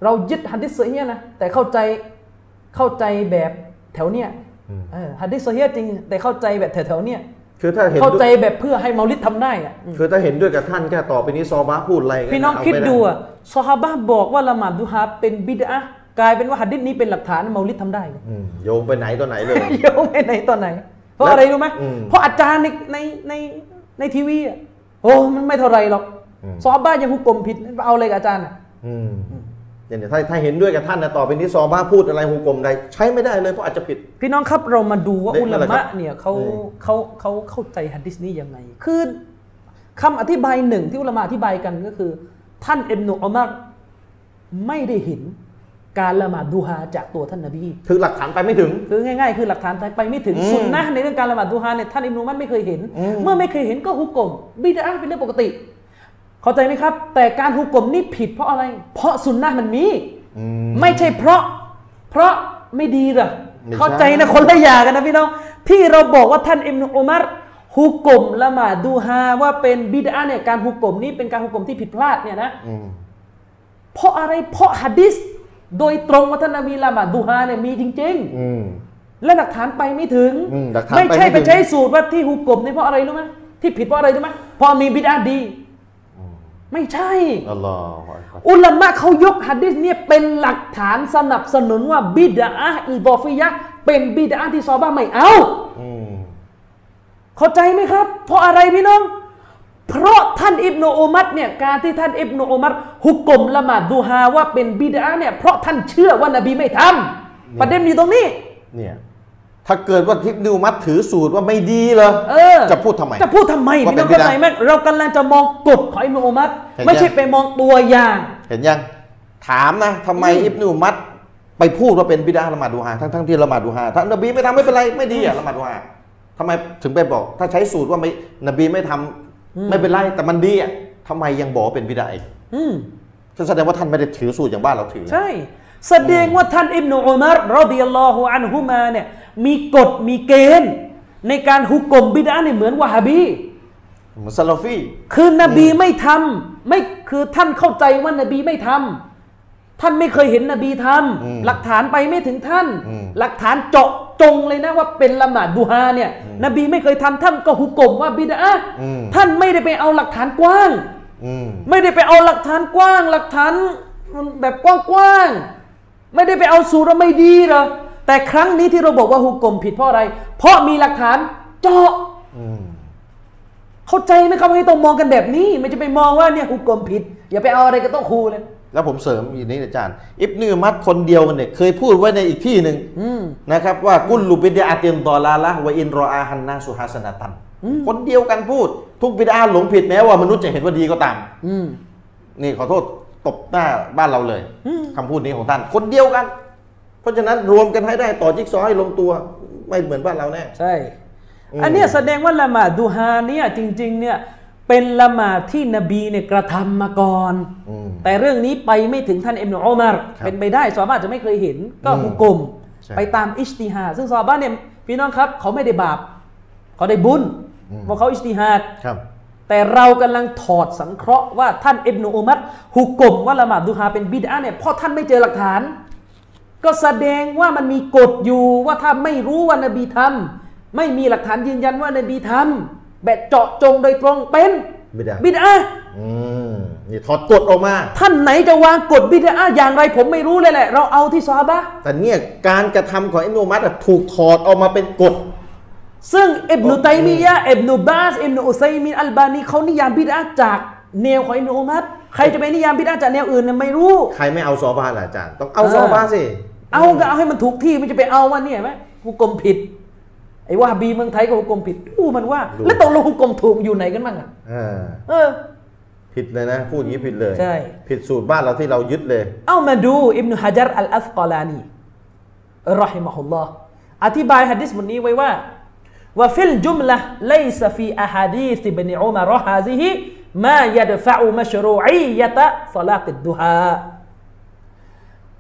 [SPEAKER 2] เรายึดฮัดดิษเฮียนะแต่เข้าใจเข้าใจแบบแถวเนี้ยเออฮัดดิษเฮียจริง แต่เข้าใจแบบแถวๆเนี้ย
[SPEAKER 1] คือถ้าเห็น
[SPEAKER 2] เข้า
[SPEAKER 1] ด้
[SPEAKER 2] ใจ
[SPEAKER 1] วย
[SPEAKER 2] แบบเพื่อให้เมาลิดทำได้อะ
[SPEAKER 1] คือถ้าเห็นด้วยกับท่านแค่ต่อไปนี้ซอบาพูดอะไรกั
[SPEAKER 2] พี่น้อง
[SPEAKER 1] เา
[SPEAKER 2] คิด
[SPEAKER 1] ไม่ไ
[SPEAKER 2] ดูอะซอฮาบะห์บอกว่าละหมาดดูฮาเป็นบิดอะห์กลายเป็นว่าฮัดดิษนี้เป็นหลักฐานเมาลิดทำได้
[SPEAKER 1] อืมโยงไปไหนตัวไหนเลย
[SPEAKER 2] โยงไปไหนตอนไหน เพราะ
[SPEAKER 1] แล้ว
[SPEAKER 2] อะไรรู้ไหม
[SPEAKER 1] อืม
[SPEAKER 2] เพราะอาจารย์ในในในในทีวีอ่ะโอ้มันไม่เท่าไรหรอก
[SPEAKER 1] อืม
[SPEAKER 2] ซอฟบ้านยังหุกกลมผิดเอาอะไรกับอาจารย์อ่ะ
[SPEAKER 1] อืมอย่างเดี๋ยวถ้าถ้าเห็นด้วยกับท่านนะต่อไปนี้ซอบาพูดอะไรฮุกกลมใดใช้ไม่ได้เลยเพราะอาจจะผิด
[SPEAKER 2] พี่น้องครับเรามาดูว่า
[SPEAKER 1] เด็ก
[SPEAKER 2] อุลา
[SPEAKER 1] นั่น
[SPEAKER 2] มะ
[SPEAKER 1] แหละครับ
[SPEAKER 2] เนี่ยเขา
[SPEAKER 1] อืม
[SPEAKER 2] เขาเขาเข้าใจฮัดดิสนี้ยังไง คือคำอธิบายหนึ่งที่อุลามะอธิบายกันก็คือ ท่านอิบนุอุมัรไม่ได้เห็นการละหมาดดูฮาจากตัวท่านนบี
[SPEAKER 1] คือหลักฐานไปไม่ถึง
[SPEAKER 2] คือง่ายๆ คือหลักฐานไปไม่ถึง
[SPEAKER 1] อืม
[SPEAKER 2] สุนนะในเรื่องการละหมาดดูฮาเนี่ยท่านอิมนุมันไม่เคยเห็น
[SPEAKER 1] อืม
[SPEAKER 2] เมื่อไม่เคยเห็นก็ฮุกกลมบิดาเป็นเรื่องปกติ เข้าใจไหมครับ แต่การฮุกกลมนี่ผิดเพราะอะไร เพราะสุนนะมันมี
[SPEAKER 1] อืม
[SPEAKER 2] ไม่ใช่เพราะ เพราะไม่ดีเหรอ
[SPEAKER 1] ไม่ใช่
[SPEAKER 2] เข้าใจนะคนละอย่างกันนะพี่น้องที่เราบอกว่าท่านอิมนุอุมัรฮุกกลมละหมาดดูฮาว่าเป็นบิดาเนี่ยการฮุกกลมนี่เป็นการฮุกกลมที่ผิดพลาดเนี่ยนะ
[SPEAKER 1] อืม
[SPEAKER 2] เพราะอะไรเพราะฮะดิษโดยตรงว่าท่านนบีละหมาดดูฮาเนี่ยมีจริง ๆ
[SPEAKER 1] อืม
[SPEAKER 2] และหลักฐานไปไม่ถึง
[SPEAKER 1] อืมหลักฐานไป
[SPEAKER 2] ไม่ใช่
[SPEAKER 1] ไม่
[SPEAKER 2] ไป
[SPEAKER 1] ถึง
[SPEAKER 2] ใช้สูตรว่าที่ฮุกกลมนี่เพราะอะไรรู้ไหมที่ผิดเพราะอะไรรู้ไหมเพราะมีบิดาดี ไม่ใช่
[SPEAKER 1] อัลลอฮฺอักบัร
[SPEAKER 2] อุลามะเขายกฮัดดิสเนี่ยเป็นหลักฐานสนับสนุนว่าบิดาอิบอฟิยะห์เป็นบิดาที่ซอฮาบ้าไม่เอา
[SPEAKER 1] อืม
[SPEAKER 2] เข้าใจไหมครับ เพราะอะไรพี่น้อง เพราะท่านอิบนุอุมัรเนี่ยการที่ท่านอิบนุอุมัรฮุกกลมละหมาดดูฮาว่าเป็นบิดาเนี่ยเพราะท่านเชื่อว่านบีไม่ทำประเด็นอยู่ตรงนี้
[SPEAKER 1] เนี่ย ถ้าเกิดว่าทิปนิวมัดถือสูตรว่าไม่ดีเหรอ
[SPEAKER 2] เออ
[SPEAKER 1] จะพูดทำไม
[SPEAKER 2] จะพูดทำไม
[SPEAKER 1] ว่า
[SPEAKER 2] พี่
[SPEAKER 1] เป็น
[SPEAKER 2] น้องเข้า
[SPEAKER 1] บิ
[SPEAKER 2] ใจ
[SPEAKER 1] ดา
[SPEAKER 2] ไหมเรากำลังจะมองกฎของอิบนุอุมัร
[SPEAKER 1] เห็นยัง
[SPEAKER 2] ไม่ใช่ไปมองตัวอย่าง
[SPEAKER 1] เห็นยัง ถามนะทำไมอิบนุมัดไปพูดว่าเป็นบิดาละหมาดดูฮาทั้งทั้งที่ละหมาดดูฮาถ้านบีไม่ทำไม่เป็นไรไม่ดีอะละหมาดดูฮาทำไมถึงไปบอก ถ้าใช้สูตรว่าไม่นบีไม่ทำไม่เป็นไรแต่มันดีอะทำไมยังบอกว่าเป็นบิดาอีก
[SPEAKER 2] อืม
[SPEAKER 1] ฉันแสดงว่าท่านไม่ได้ถือสูตรอย่างบ้านเราถือ
[SPEAKER 2] ใช่ แสดงว่าท่านอิบนุอุมัรรอดิยัลลอฮุอันฮุมาเนี่ยมีกฎมีเกณฑ์ ในการฮุกกลมบิดาเนี่ยเหมือนวะฮาบี
[SPEAKER 1] เหมือนซาลาฟี
[SPEAKER 2] คือนบีไม่ทำไม่คือท่านเข้าใจว่านบีไม่ทำท่านไม่เคยเห็นนบีทำหลักฐานไปไม่ถึงท่าน หลักฐานเจาะจงเลยนะว่าเป็นละหมาดดูฮาเนี่ย นบีไม่เคยทำท่านก็หุกกลมว่าบิดาท่านไม่ได้ไปเอาหลักฐานกว้าง
[SPEAKER 1] อืม
[SPEAKER 2] ไม่ได้ไปเอาหลักฐานกว้าง หลักฐานแบบกว้างๆไม่ได้ไปเอาสูตรว่าไม่ดีเหรอแต่ครั้งนี้ที่เราบอกว่าหุกกลมผิดเพราะอะไร เพราะมีหลักฐานเจาะ
[SPEAKER 1] อืม
[SPEAKER 2] เข้าใจไหมครับให้ต้องมองกันแบบนี้ ไม่จะไปมองว่าเนี่ยฮุกกลมผิด อย่าไปเอาอะไรก็ต้องครูเลย
[SPEAKER 1] แล้วผมเสริมอีกนิดอาจารย์ อิบนุอุมัดคนเดียวกันเนี่ยเคยพูดไว้ในอีกที่หนึ่งนะครับว่ากุลลุบิดาตินดอลาละวะอินรออาฮันนาสุฮาสนาตัน คนเดียวกันพูด ทุกบิดาหลงผิดแม้ว่ามนุษย์จะเห็นว่าดีก็ตาม
[SPEAKER 2] อืม
[SPEAKER 1] นี่ขอโทษตบหน้าบ้านเราเลยคำพูดนี้ของท่าน คนเดียวกัน เพราะฉะนั้นรวมกันให้ได้ต่อจิ๊กซอว์ให้ลงตัวไม่เหมือนบ้านเราแน่
[SPEAKER 2] ใช่
[SPEAKER 1] อืม
[SPEAKER 2] อันเนี้ยแสดงว่าละหมาดดูฮาเนี่ยจริงๆเนี่ยเป็นละหมาดที่นบีเนี่ยกระทำมาก่อน
[SPEAKER 1] อืม
[SPEAKER 2] แต่เรื่องนี้ไปไม่ถึงท่านอิบนุอุมาร
[SPEAKER 1] ครับ
[SPEAKER 2] เป็นไปได้ซอฮาบ้าจะไม่เคยเห็นก็
[SPEAKER 1] อืม
[SPEAKER 2] หุกกลม
[SPEAKER 1] ใช่
[SPEAKER 2] ไปตามอิสติฮาดซึ่งซอฮาบ้าเนี่ยพี่น้องครับ เขาไม่ได้บาป เขาได้บุญ
[SPEAKER 1] อืม
[SPEAKER 2] เพราะเขาอิสติฮาด
[SPEAKER 1] ครับ
[SPEAKER 2] แต่เรากำลังถอดสังเคราะห์ว่าท่านอิบนุอุมัตหุกกลมว่าละหมาดดูฮาเป็นบิดาเนี่ยเพราะท่านไม่เจอหลักฐาน ก็แสดงว่ามันมีกฎอยู่ว่าถ้าไม่รู้ว่านบีทำไม่มีหลักฐานยืนยันว่านบีทำแบบเจาะจงโดยตรงเป็น
[SPEAKER 1] บิดา
[SPEAKER 2] บิดา
[SPEAKER 1] อืมนี่ถอดกฎออกมา
[SPEAKER 2] ท่านไหนจะวางกฎบิดาอย่างไรผมไม่รู้เลยแหละ เราเอาที่ซอฮาบะห์
[SPEAKER 1] แต่เนี่ยการกระทำของอิบนุอุมัดถูกถอดออกมาเป็นกฎ
[SPEAKER 2] ซึ่งอิบนุตัยมียะห์อิบนุบาสอิบนุอุซัยมินอัลบานีเขานิยามบิดาจากแนวของอิบนุอุมัตใครจะไปนิยามบิดาจากแนวอื่นเนี่ยไม่รู้
[SPEAKER 1] ใครไม่เอาซอบาล่ะอาจารย์ ต้องเอา
[SPEAKER 2] เออ
[SPEAKER 1] ซอบาสิ
[SPEAKER 2] เอาก็เอาให้มันถูกที่ไม่จะไปเอาว่าเนี่ยเห็นไหมหุกกลมผิด ไอ้ว่าบีเมืองไทยก็หุกกลมผิดอู้มันว่า
[SPEAKER 1] รู้
[SPEAKER 2] แล้วตกลงหุกกลมถูกอยู่ไหนกันบ้างอ่ะ
[SPEAKER 1] เออ
[SPEAKER 2] เออ
[SPEAKER 1] ผิดเลยนะ พูดอย่างนี้ผิดเลย
[SPEAKER 2] ใช่
[SPEAKER 1] ผิดสูตรบ้านเราที่เรายึดเลย
[SPEAKER 2] เอามาดูอิบนุฮะจัรอัลอัสกอลานีรอฮิมะฮุลลอฮ์อธิบายฮะดิษบทนี้ไว้ว่าว่าฟิลจุมละไลซฟีอะฮาดีสบนอุมารฮาซิฮิมายัดฟะอุมัชรูอียะตะศอลาติดดูฮา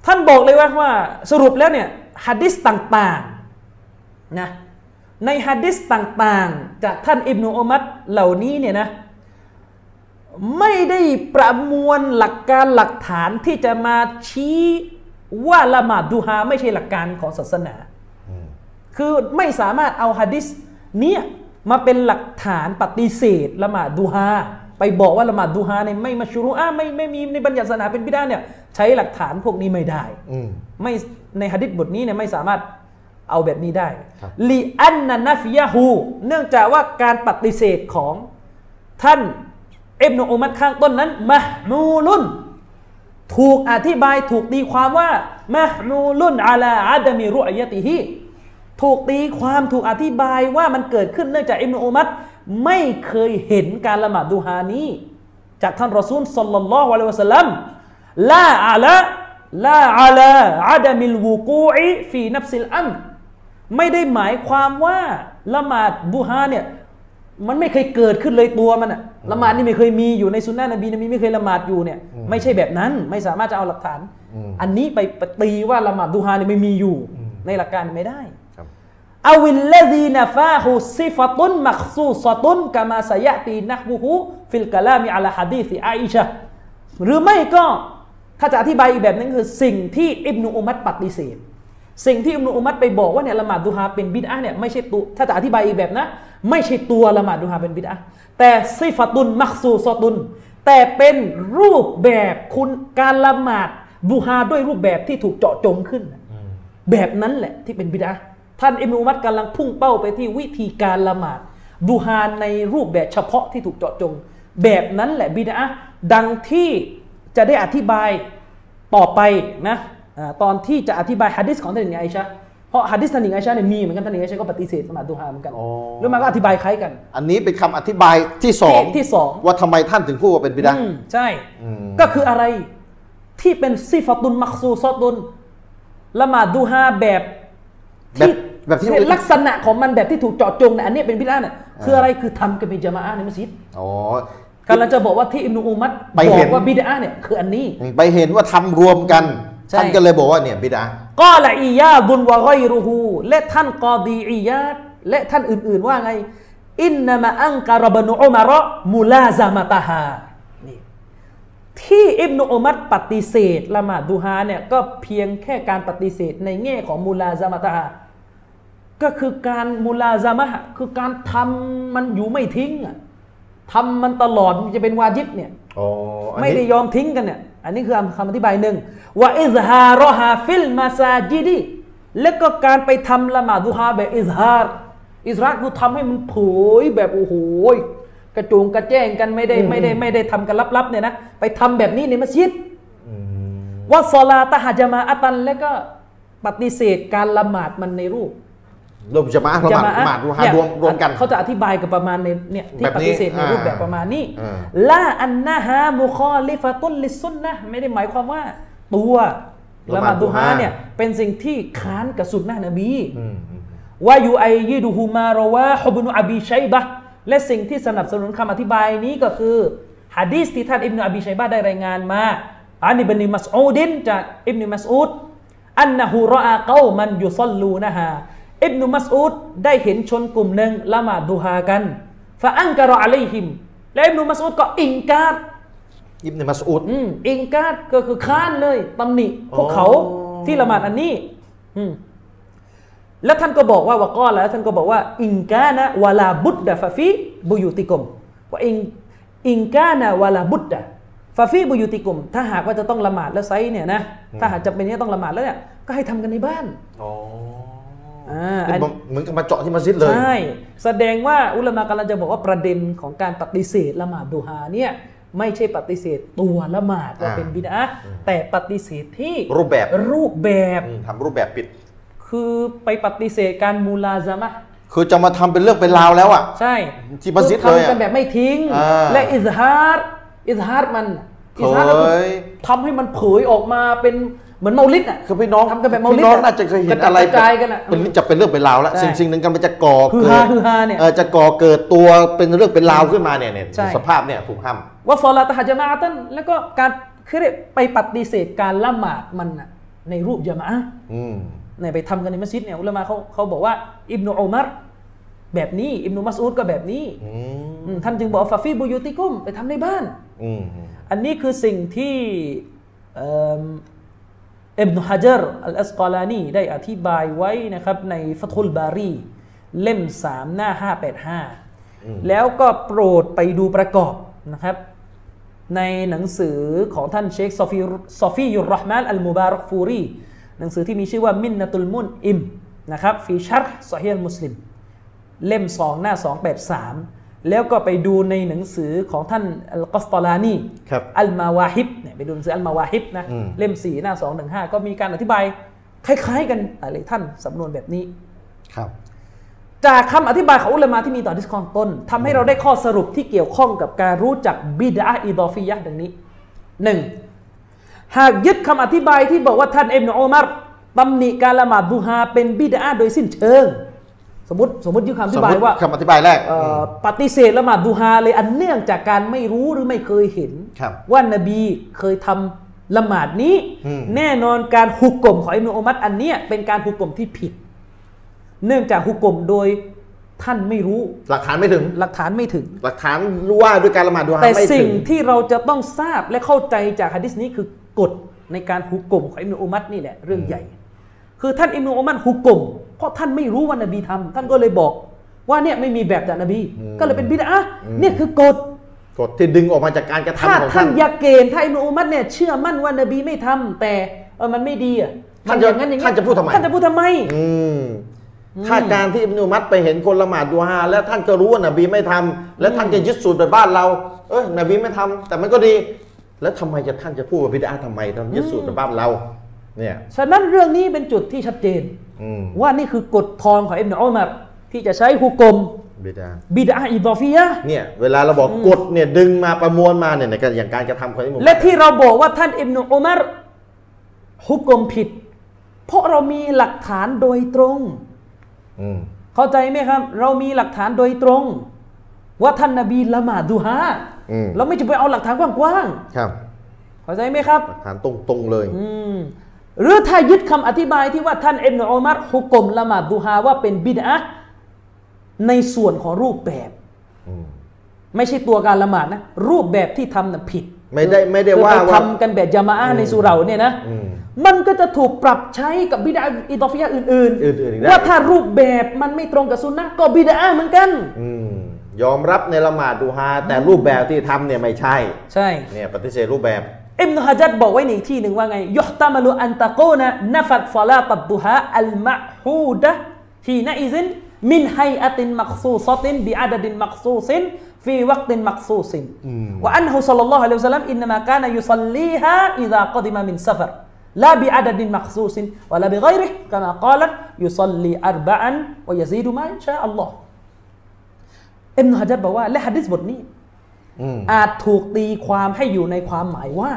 [SPEAKER 2] ท่านบอกเลยว่าว่าสรุปแล้วเนี่ยฮะดิษต่างๆนะในฮะดิษต่างๆ จากท่านอิบนุอุมัดเหล่านี้เนี่ยนะ ไม่ได้ประมวลหลักการหลักฐานที่จะมาชี้ว่าละหมาดดูฮาไม่ใช่หลักการของศาสนา คือไม่สามารถเอาฮะดิษเนี้ยมาเป็นหลักฐานปฏิเสธละหมาดดูฮาไปบอกว่าละหมาดดูฮาในยไม่มาชุรุอาไม่ไม่มีในบัญญัติศาสนาเป็นบิดาเนี่ยใช้หลักฐานพวกนี้ไม่ได้
[SPEAKER 1] อืม
[SPEAKER 2] ไม่ในหะดิษบทนี้เนี่ยไม่สามารถเอาแบบนี้ได้
[SPEAKER 1] ครับ
[SPEAKER 2] ลีอันนันฟิยาฮูเนื่องจากว่าการปฏิเสธของท่านอิบนุอุมัดข้างต้นนั้นมะมูลุนถูกอธิบายถูกตีความว่ามะมูลุนอาลาอาดามิรุอยะติฮีถูกตีความถูกอธิบายว่ามันเกิดขึ้นเนื่องจากอิบนุอุมัดไม่เคยเห็นการละหมาดดูฮานี้ จากท่านรอซูลสัลลัลลอฮุอะลัยฮิวะสัลลัมลาอาละลาอาละอาดามิลวูกูอิฟีนับซิลอัมรไม่ได้หมายความว่าละหมาดดูฮาเนี่ยมันไม่เคยเกิดขึ้นเลยตัวมันอะละหมาดนี่ไม่เคยมีอยู่ในสุนนะนบีนบีไม่เคยละหมาดอยู่เนี่ยไม่ใช่แบบนั้นไม่สามารถจะเอาหลักฐาน
[SPEAKER 1] อืม
[SPEAKER 2] อันนี้ไปปฏีว่าละหมาดดูฮาเนี่ยไม่มีอยู่
[SPEAKER 1] อืม
[SPEAKER 2] ในหลักการไม่ได้
[SPEAKER 1] ครับ
[SPEAKER 2] أو الذين فاه صفة مخصوصة كما سيأتي نحوه في الكلام على حديث عائشة หรือไม่ก็ถ้าจะอธิบายอีกแบบหนึงคือสิ่งที่อิบนุอุมัตปฏิเสธสิ่งที่อิบนุอุมัตไปบอกว่าเนี่ยละหมาดดูฮาเป็นบิดอะห์เนี่ยไม่ใช่ตัวถ้าจะอธิบายอีกแบบนะ ไม่ใช่ตัวละหมาดดูฮาเป็นบิดอะห์แต่ซิฟะตุนมักซูซอตุน แต่เป็นรูปแบบคุณการละหมาดดูฮาด้วยรูปแบบที่ถูกเจาะจงขึ้น แบบนั้นแหละที่เป็นบิดาท่านอิบนุอุมัดกำลังพุ่งเป้าไปที่วิธีการละหมาดดูฮานในรูปแบบเฉพาะที่ถูกเจาะจง แบบนั้นแหละบิดาดังที่จะได้อธิบายต่อไปนะอ่าตอนที่จะอธิบายฮะดิษของท่านอิบนุอัยชะห์เพราะฮะดิษท่านอิบนุอัยชะห์เนี่ยมีเหมือนกันท่านอิบนุอัยชะห์ก็ปฏิเสธละหมาดดูฮาเหมือนกัน
[SPEAKER 1] อ๋อ
[SPEAKER 2] แล้วมันก็อธิบายคล้ายกัน
[SPEAKER 1] อันนี้เป็นคำอธิบายที่สอง
[SPEAKER 2] ที่ที่สอง
[SPEAKER 1] ว่าทำไมท่านถึงพูดว่าเป็นบิดา
[SPEAKER 2] อืมใช่
[SPEAKER 1] อืม
[SPEAKER 2] ก็คืออะไรที่เป็นซิฟะตุนมักซูซอตุนละหมาดดูฮาแบบ
[SPEAKER 1] แบบแบบที่
[SPEAKER 2] ลักษณะของมันแบบที่ถูกเจาะจงนะอันเนี้ยเป็นบิดาเนี่ยคืออะไรคือทำกันเป็นจามะอะห์ในมัสยิด
[SPEAKER 1] อ๋อ
[SPEAKER 2] กำลังจะบอกว่าที่อิบนุอุมัด
[SPEAKER 1] ไป
[SPEAKER 2] บอ
[SPEAKER 1] เห็น
[SPEAKER 2] กว่าบิดาเนี่ยคืออันนี้
[SPEAKER 1] ไปเห็นว่าทำรวมกัน
[SPEAKER 2] ใช่
[SPEAKER 1] ท่านก็เลยบอกว่าเนี่ยบิดา
[SPEAKER 2] ก็ละอียาบุนวะกอยรูฮูและท่านกอดีอียาดและท่านอื่นๆว่าไง อินนามะอังการะบะนุอุมาระมุลาซามะตาฮานี่ที่อิบนุอุมัดปฏิเสธละหมาดดูฮาเนี่ยก็เพียงแค่การปฏิเสธในแง่ของมุลาซามะตาฮาก็คือการมุลาซามะฮ์คือการทำมันอยู่ไม่ทิ้งอะทำมันตลอดมันจะเป็นวาจิบเนี่ย
[SPEAKER 1] อ๋อ อัน
[SPEAKER 2] ไม่ได้
[SPEAKER 1] นี้
[SPEAKER 2] ยอมทิ้งกันเนี่ย อันนี้คือคำอธิบายหนึ่งว่าอิซฮารอฮาฟิลมาซาจิดีแล้วก็การไปทำละหมาดดูฮาแบบอิซฮารอิซฮารคือทำให้มันเผยแบบโอ้โห กระจูงกระแจ้งกันไม่ได้ไม่ได้ไม่ได้ทำกันลับๆเนี่ยนะไปทำแบบนี้ในมัสยิด
[SPEAKER 1] อืม
[SPEAKER 2] ว่าซอลาตะฮะจามาอะตันแล้วก็ปฏิเสธการละหมาดมันในรูป
[SPEAKER 1] รวมจะมาละหมาด
[SPEAKER 2] อะ
[SPEAKER 1] ละหมาดรวม
[SPEAKER 2] เนี่ย
[SPEAKER 1] รวมรวมกัน
[SPEAKER 2] เขาจะอธิบายกับประมาณในเนี่ยที่
[SPEAKER 1] แบบ
[SPEAKER 2] ป
[SPEAKER 1] นี้
[SPEAKER 2] ฏิเสธในรูปแบบ
[SPEAKER 1] อ่า
[SPEAKER 2] ประมาณนี้
[SPEAKER 1] อ่า
[SPEAKER 2] ละอันนะฮามุคอลิฟะตุลลิสซุนนะห์ไม่ได้หมายความว่า ตัวละหมาดดูฮาเนี่ยเป็นสิ่งที่ค้านกับสุนนะห์นบี
[SPEAKER 1] อืมอืม
[SPEAKER 2] วายูไอยิดูฮูมารอวาฮุบนุอบีชัยบะห์และสิ่งที่สนับสนุนคำอธิบายนี้ก็คือฮะดีสที่ท่านอิบนุอบีชัยบะห์ได้รายงานมาอันอิบนุมัสอูดินจากอิบนุมัสอูดอันนะฮูรออาเกามันยุซอลลูนะฮาอิบนุมัสอูดได้เห็นชนกลุ่มหนึ่งละหมาดดูฮากันฟะอังการะอะลัยฮิมและอิบนุมัสอูดก็อิงการ์
[SPEAKER 1] อิบเนมัสอุด
[SPEAKER 2] อืมอิงการ์ดก็คือค้านเลยตำหนิพวกเขา
[SPEAKER 1] อ๋อ
[SPEAKER 2] ที่ละหมาดอันนี้อืมแล้วท่านก็บอกว่าวะกอลแล้วท่านก็บอกว่า อิงกานะวะลาบุดดะฟะฟีบุยุติกมว่าอิงอิงกานะวะลาบุดดะฟะฟีบุยุติกมถ้าหากว่าจะต้องละหมาดแล้วไซส์เนี่ยนะถ้าหากจะเป็นเนี่ยต้องละหมาดแล้วเนี่ยก็ให้ทำกันในบ้าน
[SPEAKER 1] อ๋ออา
[SPEAKER 2] อัน
[SPEAKER 1] เหมือนกับมาเจาะที่มัสยิดเลย
[SPEAKER 2] ใช่ แสดงว่าอุลามากำลังจะบอกว่าประเด็นของการปฏิเสธละหมาดดูฮาเนี่ยไม่ใช่ปฏิเสธตัวละหมาดว่า
[SPEAKER 1] อ่า
[SPEAKER 2] เป็นบิดอะห์แต่ปฏิเสธที่
[SPEAKER 1] รูปแบบ
[SPEAKER 2] รูปแบบ
[SPEAKER 1] อืมทำรูปแบบปิด
[SPEAKER 2] คือไปปฏิเสธการมูลาซามะห์
[SPEAKER 1] คือจะมาทำเป็นเรื่องเป็นราวแล้วอ่ะ
[SPEAKER 2] ใช่
[SPEAKER 1] ที่มัสยิดเลยอะ
[SPEAKER 2] ทำกันแบบไม่ทิ้ง
[SPEAKER 1] อ่า
[SPEAKER 2] และอิซฮาร์อิซฮาร์มัน
[SPEAKER 1] เผ
[SPEAKER 2] อิซฮาร์ก็คือย ทำให้มันเผยออกมาเป็นเหมือนเมาลิดอ่ะ
[SPEAKER 1] คือพี่น้อง
[SPEAKER 2] ทำกันแบบเมาลิด
[SPEAKER 1] พี่น้อง
[SPEAKER 2] อะ
[SPEAKER 1] น่าจะเคยเห็น
[SPEAKER 2] กระจัด
[SPEAKER 1] อะไร
[SPEAKER 2] กระจายกันอะ
[SPEAKER 1] เป็นจะเป็นเรื่องเป็นราวแล้ว
[SPEAKER 2] ใช่
[SPEAKER 1] สิ่งสิ่งหนึ่งกันมันจะก่อ
[SPEAKER 2] ฮือ
[SPEAKER 1] เกิ
[SPEAKER 2] ฮา
[SPEAKER 1] ด
[SPEAKER 2] ฮือฮาเนี่ย
[SPEAKER 1] เอ่อจะก่อเกิดตัวเป็นเรื่องเป็นราวขึ้นมาเนี่ยเนี่ย
[SPEAKER 2] ใช่
[SPEAKER 1] สภาพเนี่ยถูกห้าม
[SPEAKER 2] ว่าฟอลาตะฮะจามาอะตันแล้วก็การคือเรียกไปปฏิเสธการละหมาดมันน่ะในรูปยามะอะห์
[SPEAKER 1] อืม
[SPEAKER 2] เนี่ยไปทำกันในมัสยิดเนี่ยอุลามะเขาเขาบอกว่าอิบนุอุมัรแบบนี้อิบนุมัสอูดก็แบบนี้
[SPEAKER 1] อืม
[SPEAKER 2] อืมท่านจึงบอกว่าฟาฟีบูยูติกุมไปทำในบ้าน
[SPEAKER 1] อืม
[SPEAKER 2] อันนี้คือสิ่งที่เอิ่มอิบนุฮะจรอัลอัสกอลานีได้อธิบายไว้นะครับในฟัตุลบารี เล่ม 3 หน้า 585 แล้วก็โปรดไปดูประกอบนะครับ ในหนังสือของท่านเชคซอฟีซอฟียุรรหมานอัลมุบารักฟูรี หนังสือที่มีชื่อว่ามินนะตุลมุนอิมนะครับฟีชัรซอฮีฮ์มุสลิม เล่ม 2 หน้า 283 แล้วก็ไปดูในหนังสือของท่านอัลกัสตอลานี
[SPEAKER 1] ครับ
[SPEAKER 2] อัลมาวาฮิบเนี่ยไปดูหนังสืออัลมาวาฮิบนะ
[SPEAKER 1] อืม
[SPEAKER 2] เล่มสี่หน้าสองหนึ่งห้าก็มีการอธิบาย คล้าย ๆ กันหลายๆท่านสำนวนแบบนี้
[SPEAKER 1] ครับ
[SPEAKER 2] จากคำอธิบายของอุลามะที่มีต่อดิสคอนต้นทำให้เราได้ข้อสรุปที่เกี่ยวข้องกับการรู้จักบิดาอิดอฟิยะห์ดังนี้หนึ่งหากยึดคำอธิบายที่บอกว่าท่านเอ็มนอุมัรตำหนิการละหมาดดูฮาเป็นบิดาโดยสิ้นเชิง สมมติสมมติยึดคำอ
[SPEAKER 1] ส
[SPEAKER 2] ธิ
[SPEAKER 1] ม
[SPEAKER 2] บามย
[SPEAKER 1] ติ
[SPEAKER 2] ว่า
[SPEAKER 1] คำอธิบายแรก
[SPEAKER 2] เอ่อปฏิเสธละหมาดดูฮาเลยอันเนื่องจากการไม่รู้หรือไม่เคยเห็น
[SPEAKER 1] ครับ
[SPEAKER 2] ว่านบีเคยทำละหมาดนี้
[SPEAKER 1] อืม
[SPEAKER 2] แน่นอนการหุกกลมของอิมนุอุมัรอันเนี้ยเป็นการหุกกลมที่ผิด เนื่องจากหุกกลมโดยท่านไม่รู้
[SPEAKER 1] หลักฐานไม่ถึง
[SPEAKER 2] หลักฐานไม่ถึง
[SPEAKER 1] หลักฐานว่าด้วยการละหมาดดูฮา
[SPEAKER 2] แต่
[SPEAKER 1] ไม่
[SPEAKER 2] สิ่
[SPEAKER 1] ถึ
[SPEAKER 2] ง
[SPEAKER 1] ง
[SPEAKER 2] ที่เราจะต้องทราบและเข้าใจจากฮะดิษนี้คือกฎในการหุกกลมของอิมนุอุมัรนี่แหละเรื่องใหญ่ คือท่านอิมนุอุมัรหุกกลมเพราะท่านไม่รู้ว่านบีทำท่านก็เลยบอกว่าเนี่ยไม่มีแบบจากนบี
[SPEAKER 1] อืม
[SPEAKER 2] ก็เลยเป็นบิดา
[SPEAKER 1] อืม
[SPEAKER 2] เนี่ยคือกฎ
[SPEAKER 1] กฎที่ดึงออกมาจากการกระ
[SPEAKER 2] ถ้า
[SPEAKER 1] ทำของ
[SPEAKER 2] ท่า
[SPEAKER 1] ท่าน น
[SPEAKER 2] ยาเกณฑ์ถ้าอิบนุอุมัรเนี่ยเชื่อมั่นว่านบีไม่ทำแต่เออมันไม่ดีอ่ะมั
[SPEAKER 1] ท่าน
[SPEAKER 2] อ
[SPEAKER 1] จะ
[SPEAKER 2] ย่างนั้นอย่างนี้
[SPEAKER 1] ท่านจะพูดทำไม
[SPEAKER 2] ท่านจะพูดทำไม
[SPEAKER 1] อืมถ้าการที่อิบนุมัดไปเห็นคนละหมาดดูฮาแล้วท่านก็รู้ว่านบีไม่ทำแล้วท่านจะยึดสูตรแบบบ้านเรา เอ้ยนบีไม่ทำแต่มันก็ดี แล้วทำไมจะท่านจะพูดว่าบิดาทำไมทำยึดสูตรแบบบ้านเรา เนี่ย
[SPEAKER 2] ฉะนั้นเรื่องนี้เป็นจุดที่ชัดเจน
[SPEAKER 1] อืม
[SPEAKER 2] ว่านี่คือกฎทองของอิบนุอุมัรที่จะใช้หุกกลม
[SPEAKER 1] บิดา
[SPEAKER 2] บิดาอิดอฟียะห์
[SPEAKER 1] เนี่ย เวลาเราบอกกฎเนี่ยดึงมาประมวลมาเนี่ยในการอย่างการกระทำของอิบนุมัด
[SPEAKER 2] และที่เราบอกว่าท่านอิบนุอุมัรหุกกลมผิด เพราะเรามีหลักฐานโดยตรง
[SPEAKER 1] อืม
[SPEAKER 2] เข้าใจไหมครับ เรามีหลักฐานโดยตรง ว่าท่านนบีละหมาดดูฮา
[SPEAKER 1] อืม
[SPEAKER 2] เราไม่จำเป็นเอาหลักฐานกว้าง
[SPEAKER 1] ครับ
[SPEAKER 2] ๆเข้าใจไหมครับ
[SPEAKER 1] หลักฐานตรงๆเลย
[SPEAKER 2] อืมหรือถ้ายึดคำอธิบายที่ว่าท่านอิบนอุมัรฮุกกลมละหมาดดูฮาว่าเป็นบิดอะห์ในส่วนของรูปแบบ
[SPEAKER 1] อืม
[SPEAKER 2] ไม่ใช่ตัวการละหมาดนะ รูปแบบที่ทำน่ะผิด
[SPEAKER 1] ไม่ได้ไม่ได้
[SPEAKER 2] คือ
[SPEAKER 1] ว่า
[SPEAKER 2] ไป
[SPEAKER 1] ว่า
[SPEAKER 2] ทำกันแบบยามาอะห์ในสุเหราเนี่ยนะ
[SPEAKER 1] อืม
[SPEAKER 2] มันก็จะถูกปรับใช้กับบิดาอิดอฟิยะห์อื่น
[SPEAKER 1] อื่นๆอีกได้
[SPEAKER 2] ว่าถ้ารูปแบบมันไม่ตรงกับสุนนะห์ก็บิดาเหมือนกัน
[SPEAKER 1] อืมยอมรับในละหมาดดูฮาแต่รูปแบบที่ทำเนี่ยไม่ใช่
[SPEAKER 2] ใช่
[SPEAKER 1] เนี่ยปฏิเสธรูปแบบ
[SPEAKER 2] อิบนุฮะจัดบอกไว้ในอีกที่หนึ่งว่าไงยุฮตามาลุอันตะกูนะนฟัดฟลาตัดดุฮาอัลมะฮูดะฮีนะอิซินมินไฮอัตินมักซูซตินบิอาดดินมักซูซินฟ في وقت مخصوص وأنه صلى الله عليه وسلم إنما كان يصليها إذا قدم من سفر لا بعدد مخصوص ولا بغيره كما قالت يصلي أربعا ويزيد ما إن شاء الله อิมนุฮะจัดบอกว่าและฮะดิษบทนี้
[SPEAKER 1] อืม
[SPEAKER 2] อาจถูกตีความให้อยู่ในความหมายว่า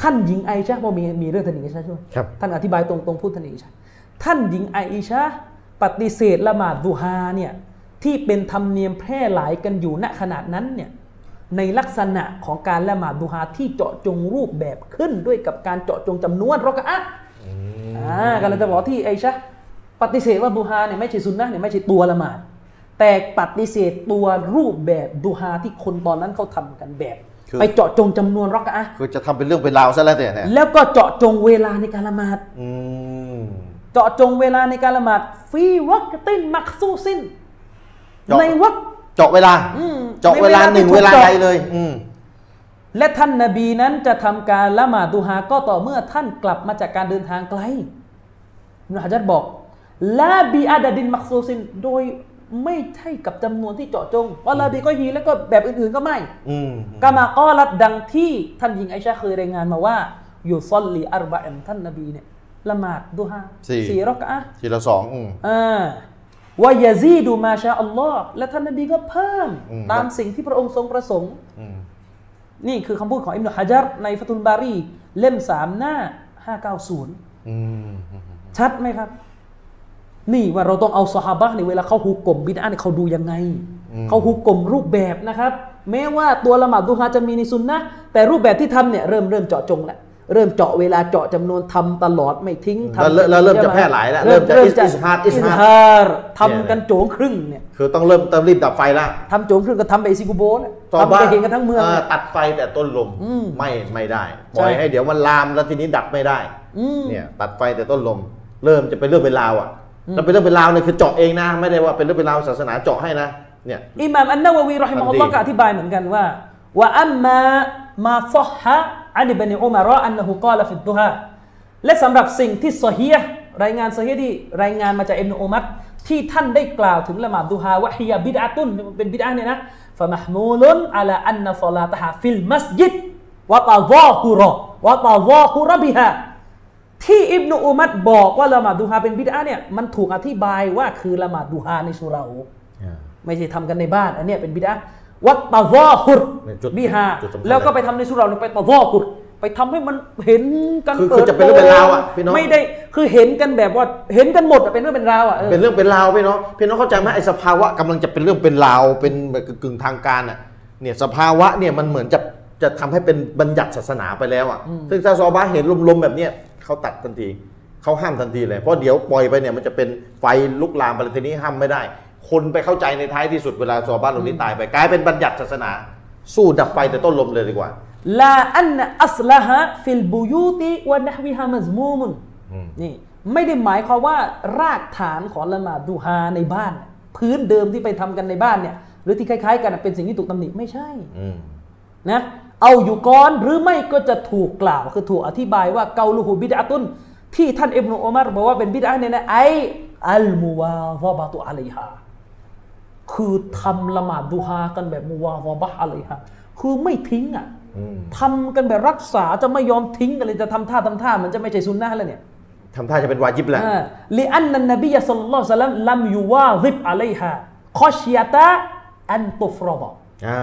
[SPEAKER 2] ท่านหญิงไอชาเพราะมีมีเรื่องท่านหญิงไอชาใช่ไหม
[SPEAKER 1] ครับ
[SPEAKER 2] ท่านอธิบายตรงตรงๆพูดท่านหญิงไอชาท่านหญิงไอชาปฏิเสธละหมาดดูฮาเนี่ยที่เป็นธรรมเนียมแพร่หลายกันอยู่ณขนาดนั้นเนี่ยในลักษณะของการละหมาดดูฮาที่เจาะจงรูปแบบขึ้นด้วยกับการเจาะจงจำนวนรอกะอะห์อ่ากำลังจะบอกที่ไอชาปฏิเสธว่าดูฮาเนี่ยไม่ใช่ซุนนะห์เนี่ยไม่ใช่ตัวละหมาด แต่ปฏิเสธตัวรูปแบบดูฮาที่คนตอนนั้นเขาทำกันแบบ
[SPEAKER 1] คือ
[SPEAKER 2] ไปเจาะจงจำนวนรอกะอะห์
[SPEAKER 1] คือจะทำเป็นเรื่องเป็นราวซะแล้วแต่เนี่ย
[SPEAKER 2] แล้วก็เจาะจงเวลาในการละหมาด
[SPEAKER 1] อืม
[SPEAKER 2] เจาะจงเวลาในการละหมาดฟีวักตินมักซูซิน
[SPEAKER 1] เจาะ
[SPEAKER 2] ในวัก
[SPEAKER 1] เจาะเวลา
[SPEAKER 2] อืม
[SPEAKER 1] เจาะเวลาหนึ่ง
[SPEAKER 2] ในเว
[SPEAKER 1] เวลา
[SPEAKER 2] ลาที่ถูกเจาะ
[SPEAKER 1] ใดเลย อืม
[SPEAKER 2] และท่านนาบีนั้นจะทำการละหมาดดูฮาก็ต่อเมื่อท่านกลับมาจากการเดินทางไกลอิบนะฮะจัดบอกลาบีอาดาดินมักซูซินโดยไม่ใช่กับจำนวนที่เจาะจงว่าลาบีก็ยีแล้วก็แบบอื่นๆก็ไม่
[SPEAKER 1] อืม
[SPEAKER 2] กามากอลัดดังที่ท่านหญิงไอชาเคยรายงานมาว่า อยู่ซอลลีอัรบะอันท่านนบีเนี่ยละหมาดดูฮาสี่รอกอะห์
[SPEAKER 1] ทีละสองอืม
[SPEAKER 2] อ่าวายาซีดูมาชาอัลลอฮ์และท่านนบีก็เพิ่ม
[SPEAKER 1] อืม
[SPEAKER 2] ตามสิ่งที่พระองค์ทรงประสงค์
[SPEAKER 1] อืม
[SPEAKER 2] นี่คือคำพูดของอิมนุฮะจัรในฟัตุลบารี เล่มสามหน้า 590
[SPEAKER 1] อืมอืม
[SPEAKER 2] ชัดไหมครับ นี่ว่าเราต้องเอาสฮาบะห์ในเวลาเขาฮุกกลมบิดอันยเขาดูยังไง เขาฮุกกลมรูปแบบนะครับ แม้ว่าตัวละหมาดดูฮาจะมีในซุนนะห์แต่รูปแบบที่ทำเนี่ยเริ่มเริ่มเจาะจงแล้วเริ่มเจาะเวลาเจาะจำนวนทำตลอดไม่ทิ้งทำ
[SPEAKER 1] แล้วเริ่มแล้วเริ่มจะแพร่หลายแล้วเริ่มจะอิสอิสฮาร์ดอิสฮาร์ด
[SPEAKER 2] ฮาร์ทำกันโจงครึ่งเนี่ย
[SPEAKER 1] คือต้องเริ่มต้องรีบดับไฟละ
[SPEAKER 2] ทำโจงครึ่งก็ทำไปซิกูโบนะ
[SPEAKER 1] ชาว
[SPEAKER 2] ทำไปเห็นกันทั้งเมือง
[SPEAKER 1] า
[SPEAKER 2] เนี่ย
[SPEAKER 1] ตัดไฟแต่ต้นลม
[SPEAKER 2] อืม
[SPEAKER 1] ไม่ไม่ได้ปล่
[SPEAKER 2] ใช่
[SPEAKER 1] อยให้เดี๋ยวมันลามแล้วทีนี้ดับไม่ได้
[SPEAKER 2] อืม
[SPEAKER 1] เนี่ย ตัดไฟแต่ต้นลม เริ่มจะเป็นเรื่องเป็นราวอ่ะแล้วเป็นเรื่องเป็นราวเนี่ยคือเจาะเองนะ ไม่ได้ว่าเป็นเรื่องเป็นราวศาสนาเจาะให้นะเนี่ย
[SPEAKER 2] อิหม่ามอันนาวะวีรอฮิมะฮุลลอ
[SPEAKER 1] ทำ
[SPEAKER 2] ฮ์
[SPEAKER 1] ดี
[SPEAKER 2] ก็อธิบายเหมือนกันว่าว่าอัมมามาซอฮฮะอันบินอุมารออันนะฮุกอลฟิดดุฮาและสำหรับสิ่งที่ซอฮีฮ์รายงานซอฮีฮ์ที่รายงานมาจากอิบนุอุมัรที่ท่านได้กล่าวถึงละหมาดดุฮาวะฮียะบิดอะตุนเป็นบิดอะห์เนี่ยนะฟะมะฮ์มูลุนอะลาอันนะศอลาตะฮาฟิลมัสยิดวะตะซอฮุรอวะตะซอฮุรบิฮา ที่อิบนุอุมัดบอกว่าละหมาดดูฮาเป็นบิดาเนี่ยมันถูกอธิบายว่าคือละหมาดดูฮาในสุเราห์ไม่ใช่ทำกันในบ้าน อันเนี้ยเป็นบิดาวัดตะวอฮุร
[SPEAKER 1] เนี่ยจุด
[SPEAKER 2] บิฮา
[SPEAKER 1] จุดสำคัญ
[SPEAKER 2] แล้วก็ไปทำในสุเราห์เนี่ยไปตะวอฮุรไปทำให้มันเห็นกัน
[SPEAKER 1] คือคื
[SPEAKER 2] ปิด
[SPEAKER 1] อจะเป็นเรื่องเป็นราวอะพี่น้อง
[SPEAKER 2] ไม่ได้คือเห็นกันแบบว่าเห็นกันหมดอะเป็นเรื่องเป็นราวอะเออ
[SPEAKER 1] เป็นเรื่องเป็นราวพี่น้องพี่น้องเข้าใจไหมไอ้สภาวะกำลังจะเป็นเรื่องเป็นราวเป็นแบบกึ่งๆทางการอ่ะเนี่ยสภาวะเนี่ยมันเหมือนจะจะทำให้เป็นบัญญัติศาสนาไปแล้วอ่ะซึ่งซาซอบาเห็นลมๆแบบเนี้ยเขาตัดทันทีเขาห้ามทันทีเลยเพราะเดี๋ยวปล่อยไปเนี่ยมันจะเป็นไฟลุกลามไปเลยทีนี้ห้ามไม่ได้ คนไปเข้าใจในท้ายที่สุดเวลาซอบ้านลงนี้ตายไปกลายเป็นบัญญัติศาสนา สู้ดับไฟแต่ต้นลมเลยดีกว่า
[SPEAKER 2] لا أن أصلها في البيوت ونحوها مذموم
[SPEAKER 1] อืม
[SPEAKER 2] นี่ไม่ได้หมายความว่ารากฐานของละหมาดดูฮาในบ้าน พื้นเดิมที่ไปทำกันในบ้านเนี่ย หรือที่คล้ายๆ กันน่ะเป็นสิ่งที่ถูกตำหนิไม่ใช่
[SPEAKER 1] อืม
[SPEAKER 2] นะเอาอยู่ก่อนหรือไม่ก็จะถูกกล่าว คือถูกอธิบายว่าเกาลูฮูบิดอะตุนที่ท่านอิบนุอุมัรบอกว่าเป็นบิดอะห์เนี่ยนะไออัลมูวาซาบะตุอะลัยฮา คือทำละหมาดดูฮากันแบบมูวาซาบะอะลัยฮาคือไม่ทิ้งอ่ะ
[SPEAKER 1] อืม
[SPEAKER 2] ทำกันแบบรักษาจะไม่ยอมทิ้งกันเลยจะทำท่าทำท่ามันจะไม่ใช่ซุนนะห์แล้วเนี่ย
[SPEAKER 1] ทำท่าจะเป็นวาจิบแหละ
[SPEAKER 2] อ่าลิอันนันนบียะสัลลัลลอฮุอะลัยฮิวะซัลลัมลัมยูวาซิบอะลัยฮาคอชยะตะอันตุฟรอดะ
[SPEAKER 1] อ่า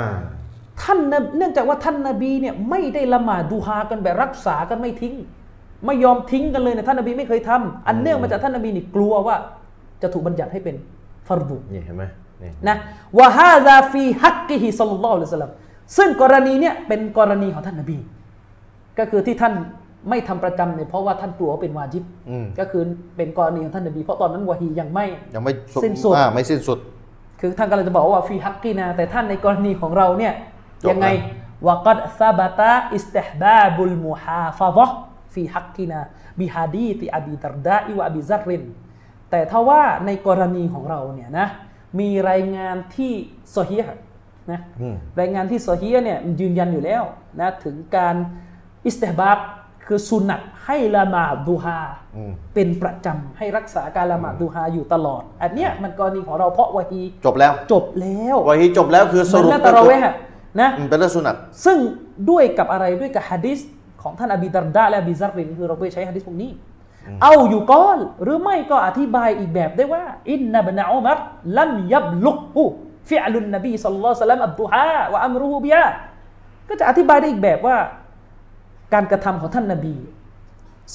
[SPEAKER 2] ท่านนบเนื่องจากว่าท่านนบีเนี่ยไม่ได้ละหมาดดูฮากันแบบรักษากันไม่ทิ้ง ไม่ยอมทิ้งกันเลยนะท่านนบีไม่เคยทำอันเนื่องมาจากท่านนบีนี่กลัวว่า จะถูกบัญญัติให้เป็นฟารดุ
[SPEAKER 1] นี่เห็นไหมนี่
[SPEAKER 2] นะวะฮาซาฟีฮักกิฮิสัลลัลลอฮุอะลัยฮิวะซัลลัมซึ่งกรณีเนี่ยเป็นกรณีของท่านนบี ก็คือที่ท่านไม่ทำประจำเนี่ยเพราะว่าท่านกลัวว่าเป็นวาจิบ
[SPEAKER 1] อืม
[SPEAKER 2] ก็คือเป็นกรณีของท่านนบีเพราะตอนนั้นวะฮียังไม่
[SPEAKER 1] ยังไม่
[SPEAKER 2] สิ้นสุด
[SPEAKER 1] อ่าไม่สิ้นสุด
[SPEAKER 2] คือท่านกำลังจะบอกว่าฟีฮักกีนาแต่ท่านในกรณีของเราเนี่ย
[SPEAKER 1] จบนะ
[SPEAKER 2] ยังไงวะกัดซาบะตะอิสติฮบาบุลมุฮาฟะดะห์ฟีฮักกีนาบิฮาดีติอบีดัรดาอิวะอบีซัรรินแต่ถ้าว่าในกรณีของเราเนี่ยนะมีรายงานที่ซอฮีฮ์นะ
[SPEAKER 1] อืม
[SPEAKER 2] รายงานที่โซอฮียะเนี่ยมันยืนยันอยู่แล้วนะถึงการอิสติฮบาบ คือสุนัตให้ละหมาดดูฮา
[SPEAKER 1] อืม
[SPEAKER 2] เป็นประจำให้รักษาการละหมาดดูฮาอยู่ตลอด อันเนี้ยมันกรณีของเราเพราะวะฮี
[SPEAKER 1] จบแล้ว
[SPEAKER 2] จบแล้ว
[SPEAKER 1] วะฮีจบแล้วคือส
[SPEAKER 2] เหมัน
[SPEAKER 1] รุป
[SPEAKER 2] ละตะเราะเวฮ์อะนะ
[SPEAKER 1] อืมเป็นเรื่องสุนัต
[SPEAKER 2] ซึ่งด้วยกับอะไรด้วยกับฮะดิษของท่านอบีดัรดาและอบีซัรรินคือเราไปใช้ฮะดิษพวกนี้ เอาอยู่ก้อนหรือไม่ก็อธิบายอีกแบบได้ว่า อินนับนาอุมัรลัมยับลุกฮูฟิอลุนนบีสัลลัลลอฮุอะลัยฮิวะสัลลัมอับดุฮาวะอัมรุฮูบิยะก็จะอธิบายได้อีกแบบว่า การกระทำของท่านนบี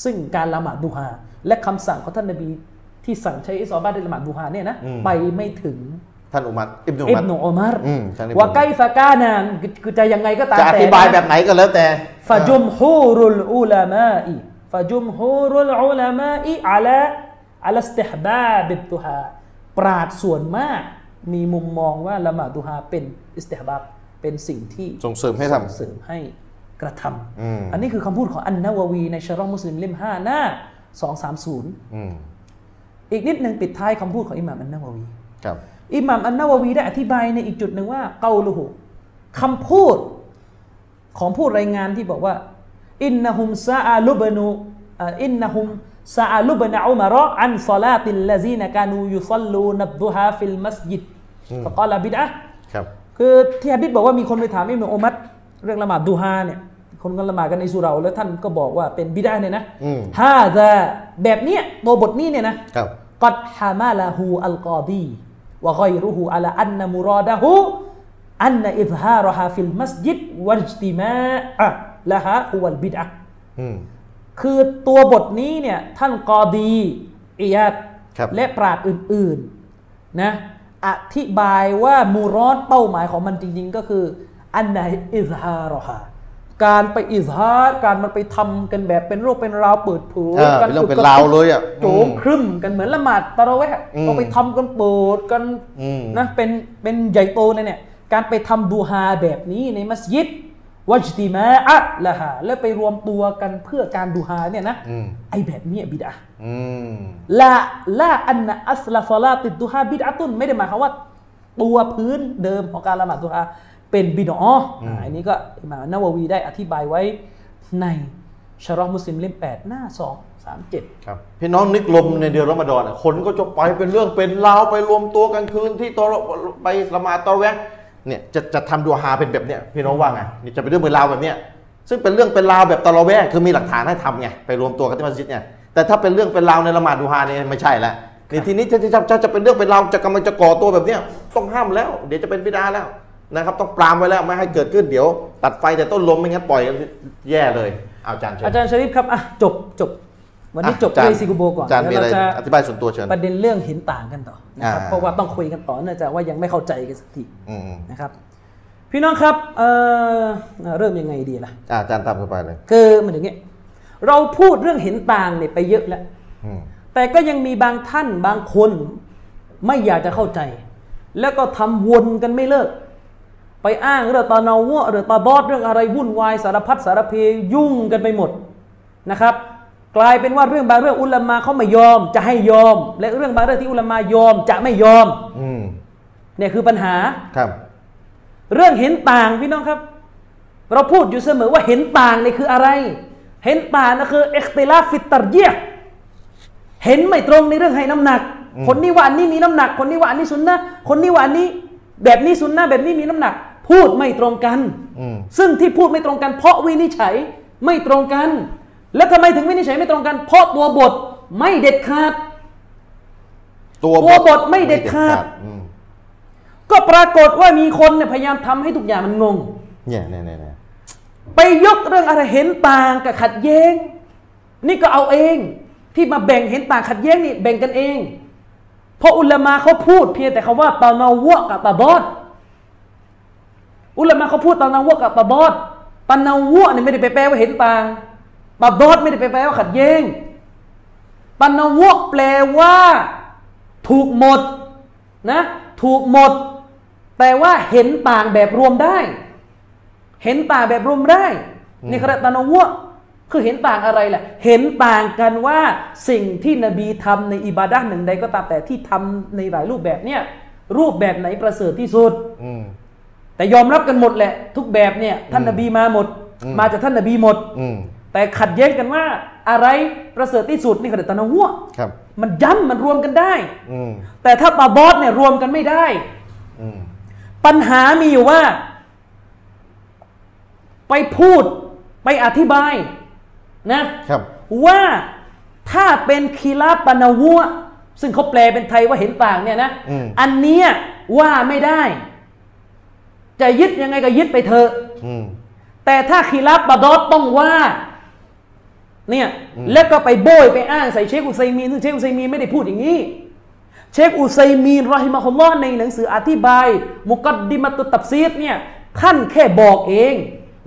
[SPEAKER 2] ซึ่งการละหมาดดูฮาและคำสั่งของท่านนบี ที่สั่งใช้อิสซอบ้าได้ละหมาดดูฮาเนี่ยนะ
[SPEAKER 1] อืม
[SPEAKER 2] ไปไม่ถึง
[SPEAKER 1] ท่านอุมัดอิบนุอุ
[SPEAKER 2] อิ
[SPEAKER 1] มัด
[SPEAKER 2] บนุอุมัร
[SPEAKER 1] อืมท่านอิบนุอุมัร
[SPEAKER 2] ว่าไกฟะกานานคือคือจะยังไงก็ตาม
[SPEAKER 1] จะอธิบาย
[SPEAKER 2] นะ
[SPEAKER 1] แบบไหนก็แล้วแต่
[SPEAKER 2] فجمهور العلماء فجمهور العلماء على على استحباب الضحى ปราดส่วนมากมีมุมมองว่าละหมาดดุฮาเป็นอิสติฮบับเป็นสิ่งที่
[SPEAKER 1] ส่งเสริมให้
[SPEAKER 2] ส่ง
[SPEAKER 1] ทำ
[SPEAKER 2] เสริมให้กระท
[SPEAKER 1] อืม
[SPEAKER 2] ำอันนี้คือคำพูดของอันนาววีในชารอห์มุสลิมเล่ม5หน้า 230
[SPEAKER 1] อืม
[SPEAKER 2] อีกนิดหนึ่งปิดท้ายคำพูดของอิหม่ามอันนาววี
[SPEAKER 1] ครับ
[SPEAKER 2] อิหม่ามอันนาววีได้อธิบายในอีกจุดหนึ่งว่าเกาลูหูคำพูดของผู้รายงานที่บอกว่า อินนะฮุมซาอาลุบนูเอ่ออินนะฮุมซาอาลุบนะอุมารออันซอลาติลลาซีนกานูยุซัลลูนับดุฮาฟิลมัสยิดฟะกอลาบิดอะห์
[SPEAKER 1] ครับ
[SPEAKER 2] คือที่ฮะดิษบอกว่ามีคนไปถามอิหม่ามอุมัดเรื่องละหมาดดูฮาเนี่ยคนก็ละหมาดกันในสุเหราแล้วท่านก็บอกว่าเป็นบิดาเนี่ยนะ
[SPEAKER 1] อืม
[SPEAKER 2] ฮาซาแบบเนี้ยตัวบทนี้เนี่ยนะ
[SPEAKER 1] ครับ
[SPEAKER 2] قد حمله القاضي وغيره على أن مراده أن إظهارها في المسجد والاجتماع لها هو البدعة
[SPEAKER 1] อืม
[SPEAKER 2] คือตัวบทนี้เนี่ยท่านกอดีอียัด
[SPEAKER 1] ครับ
[SPEAKER 2] และปราดอื่นๆนะอธิบายว่ามูรอดเป้าหมายของมันจริงๆ ก็คืออันไหนอิซฮารอฮาการไปอิซฮารการมันไปทำกันแบบเป็นโรคเป็นราวเปิดเผย
[SPEAKER 1] อ่า
[SPEAKER 2] การ
[SPEAKER 1] เป็นเรื่องเป็น
[SPEAKER 2] จุดกะ
[SPEAKER 1] ราว
[SPEAKER 2] ตุก
[SPEAKER 1] เลยอ่ะ
[SPEAKER 2] โจงครึมกันเหมือนละหมาดตะเราะเวะ
[SPEAKER 1] อืม
[SPEAKER 2] ก็ไปทำกันโปรดกัน
[SPEAKER 1] อืม
[SPEAKER 2] นะเป็นเป็นใหญ่โตเลยเนี่ยการไปทำดูฮาแบบนี้ในมัสยิดวัจติมาอะละฮาและไปรวมตัวกันเพื่อการดูฮาเนี่ยนะ
[SPEAKER 1] อืม
[SPEAKER 2] ไอแบบเนี้ยบิดอะห์
[SPEAKER 1] อืม
[SPEAKER 2] ละละอันนะอัสลาฟลาติดดูฮาบิดอะตุนไม่ได้หมายความว่า ตัวพื้นเดิมของการละหมาดดูฮาเป็นบิดอะห์อ่าอันนี้ก็อิหมามนาวาวีได้อธิบายไว้ในชะรอห์มุสลิมเล่ม8หน้า237
[SPEAKER 1] ครับ พี่น้องนึกลมในเดือนรอมฎอนอะคนก็จะไปเป็นเรื่องเป็นราวไปรวมตัวกันคืนที่ตอไปละหมาดตอแวงเนี่ยจะจะทำดูฮาเป็นแบบเนี้ยพี่น้องว่าไงเนี่ยจะเป็นเรื่องเป็นราวแบบเนี้ยซึ่งเป็นเรื่องเป็นราวแบบตอละแวงคือมีหลักฐานให้ทำไงไปรวมตัวกันที่มัสยิดเนี่ยแต่ถ้าเป็นเรื่องเป็นราวในละหมาดดูฮาเนี่ยไม่ใช่ละเนี่ยทีนี้ถ้าจะจะจะเป็นเรื่องเป็นราวจะกำลังจะก่อตัวแบบเนี้ยต้องห้ามแล้ว เดี๋ยวจะเป็นบิดาแล้วนะครับ ต้องปรามไว้แล้วไม่ให้เกิดขึ้นเดี๋ยว ตัดไฟแต่ต้นลมไม่งั้นปล่อยกันแย่เลยเอาจารย์เชิญ
[SPEAKER 2] อาจารย์ชริฟครับอ่ะจบจบ วันนี้จบ
[SPEAKER 1] ะาจา
[SPEAKER 2] ด้วยซิกูโบก่อน
[SPEAKER 1] จารย์มี
[SPEAKER 2] เดี๋ยว
[SPEAKER 1] อะไร
[SPEAKER 2] เราจะ
[SPEAKER 1] อธิบายส่วนตัวเชิญ
[SPEAKER 2] ประเด็นเรื่องเห็นต่างกันต่อนะครับ
[SPEAKER 1] อ่า
[SPEAKER 2] เพราะว่าต้องคุยกันต่อเนื่องจากว่ายังไม่เข้าใจกันสักที
[SPEAKER 1] อืม
[SPEAKER 2] นะครับ พี่น้องครับเอ่อเริ่มยังไงดีล่ะ
[SPEAKER 1] ๆอาจารย์ตามเข้าไปเลย
[SPEAKER 2] คือมันอย่างเงี้ยเราพูดเรื่องเห็นต่างเนี่ยไปเยอะแล้ว
[SPEAKER 1] อืม
[SPEAKER 2] แต่ก็ยังมีบางท่านบางคนไม่อยากจะเข้าใจ แล้วก็ทำวนกันไม่เลิก ไปอ้างเรื่องตอนาวะเรื่องตาบอดเรื่องอะไรวุ่นวายสารพัดสารเพยุ่งกันไปหมดนะครับ กลายเป็นว่าเรื่องบางเรื่องอุลามาเขาไม่ยอม จะให้ยอม และเรื่องบางเรื่องที่อุลามายอมจะไม่ยอม
[SPEAKER 1] อืม
[SPEAKER 2] เนี่ยคือปัญหา
[SPEAKER 1] ครับ
[SPEAKER 2] เรื่องเห็นต่างพี่น้องครับ เราพูดอยู่เสมอว่าเห็นต่างนี่คืออะไร เห็นต่างนะคือเอ็กติลาฟิตรเยียเห็นไม่ตรงในเรื่องให้น้ำหนัก
[SPEAKER 1] อืม
[SPEAKER 2] คนนี้ว่าอันนี้มีน้ำหนัก คนนี้ว่าอันนี้สุนนะคนนี้ว่าอันนี้ แบบนี้สุนนะแบบนี้มีน้ำหนัก พูดไม่ตรงกัน
[SPEAKER 1] อืม
[SPEAKER 2] ซึ่งที่พูดไม่ตรงกันเพราะวินิจฉัยไม่ตรงกัน แล้วทำไมถึงวินิจฉัยไม่ตรงกัน เพราะตัวบทไม่เด็ดขาด
[SPEAKER 1] ตัว
[SPEAKER 2] ตัวบทไม่เด็ดขาด
[SPEAKER 1] อืม
[SPEAKER 2] ก็ปรากฏว่ามีคนเนี่ยพยายามทำให้ทุกอย่างมันงง
[SPEAKER 1] เนี่ยเนี่ยเนี่ยเนี่ย
[SPEAKER 2] ไปยกเรื่องอะไรเห็นต่างกับขัดแย้ง นี่ก็เอาเองที่มาแบ่งเห็นต่างขัดแย้งนี่แบ่งกันเอง เพราะอุลามาเขาพูดเพียงแต่คำว่าตานาวะกับตาบอดอุลามาเขาพูดตานาวะกับตาบอดตานาวะเนี่ยไม่ได้ไปแปลว่าเห็นต่างตาบอดไม่ได้ไปแปลว่าขัดแย้งตานาวะแปลว่า ถูกหมดนะ ถูกหมด แต่ว่าเห็นต่างแบบรวมได้ เห็นต่างแบบรวมได้ในขณะตะนาวะคือเห็นต่างอะไรแหละ เห็นต่างกันว่าสิ่งที่นบีทำในอิบาดะห์หนึ่งใดก็ตามแต่ที่ทำในหลายรูปแบบเนี่ยรูปแบบไหนประเสริฐที่สุด
[SPEAKER 1] อืม
[SPEAKER 2] แต่ยอมรับกันหมดแหละ ทุกแบบเนี่ยท่านนบีมาหมด
[SPEAKER 1] อืม
[SPEAKER 2] มาจากท่านนบีหมด
[SPEAKER 1] อืม
[SPEAKER 2] แต่ขัดแย้งกันว่าอะไรประเสริฐที่สุดนี่คือตะนหัว
[SPEAKER 1] ครับ
[SPEAKER 2] มันย้ำมันรวมกันได้
[SPEAKER 1] อืม
[SPEAKER 2] แต่ถ้าตาบอดเนี่ยรวมกันไม่ได้
[SPEAKER 1] อืม
[SPEAKER 2] ปัญหามีอยู่ว่า ไปพูดไปอธิบาย นะ
[SPEAKER 1] ครับ
[SPEAKER 2] ว่าถ้าเป็นคีลาปนาวัวซึ่งเขาแปลเป็นไทยว่าเห็นต่างเนี่ยนะ
[SPEAKER 1] อืม
[SPEAKER 2] อันเนี้ยว่าไม่ได้ จะยึดยังไงก็ยึดไปเถอะ
[SPEAKER 1] อืม
[SPEAKER 2] แต่ถ้าคีลาปบะดอดต้องว่า เนี่ย
[SPEAKER 1] อืม
[SPEAKER 2] แล้วก็ไปโบยไปอ้างใส่เชคอุไซมีนซึ่งเชคอุไซมีนไม่ได้พูดอย่างนี้ เชคอุไซมีนรอฮิมะฮุลลอฮ์ในหนังสืออธิบาย มุกัดดิมะตุตับซีดเนี่ยท่านแค่บอกเอง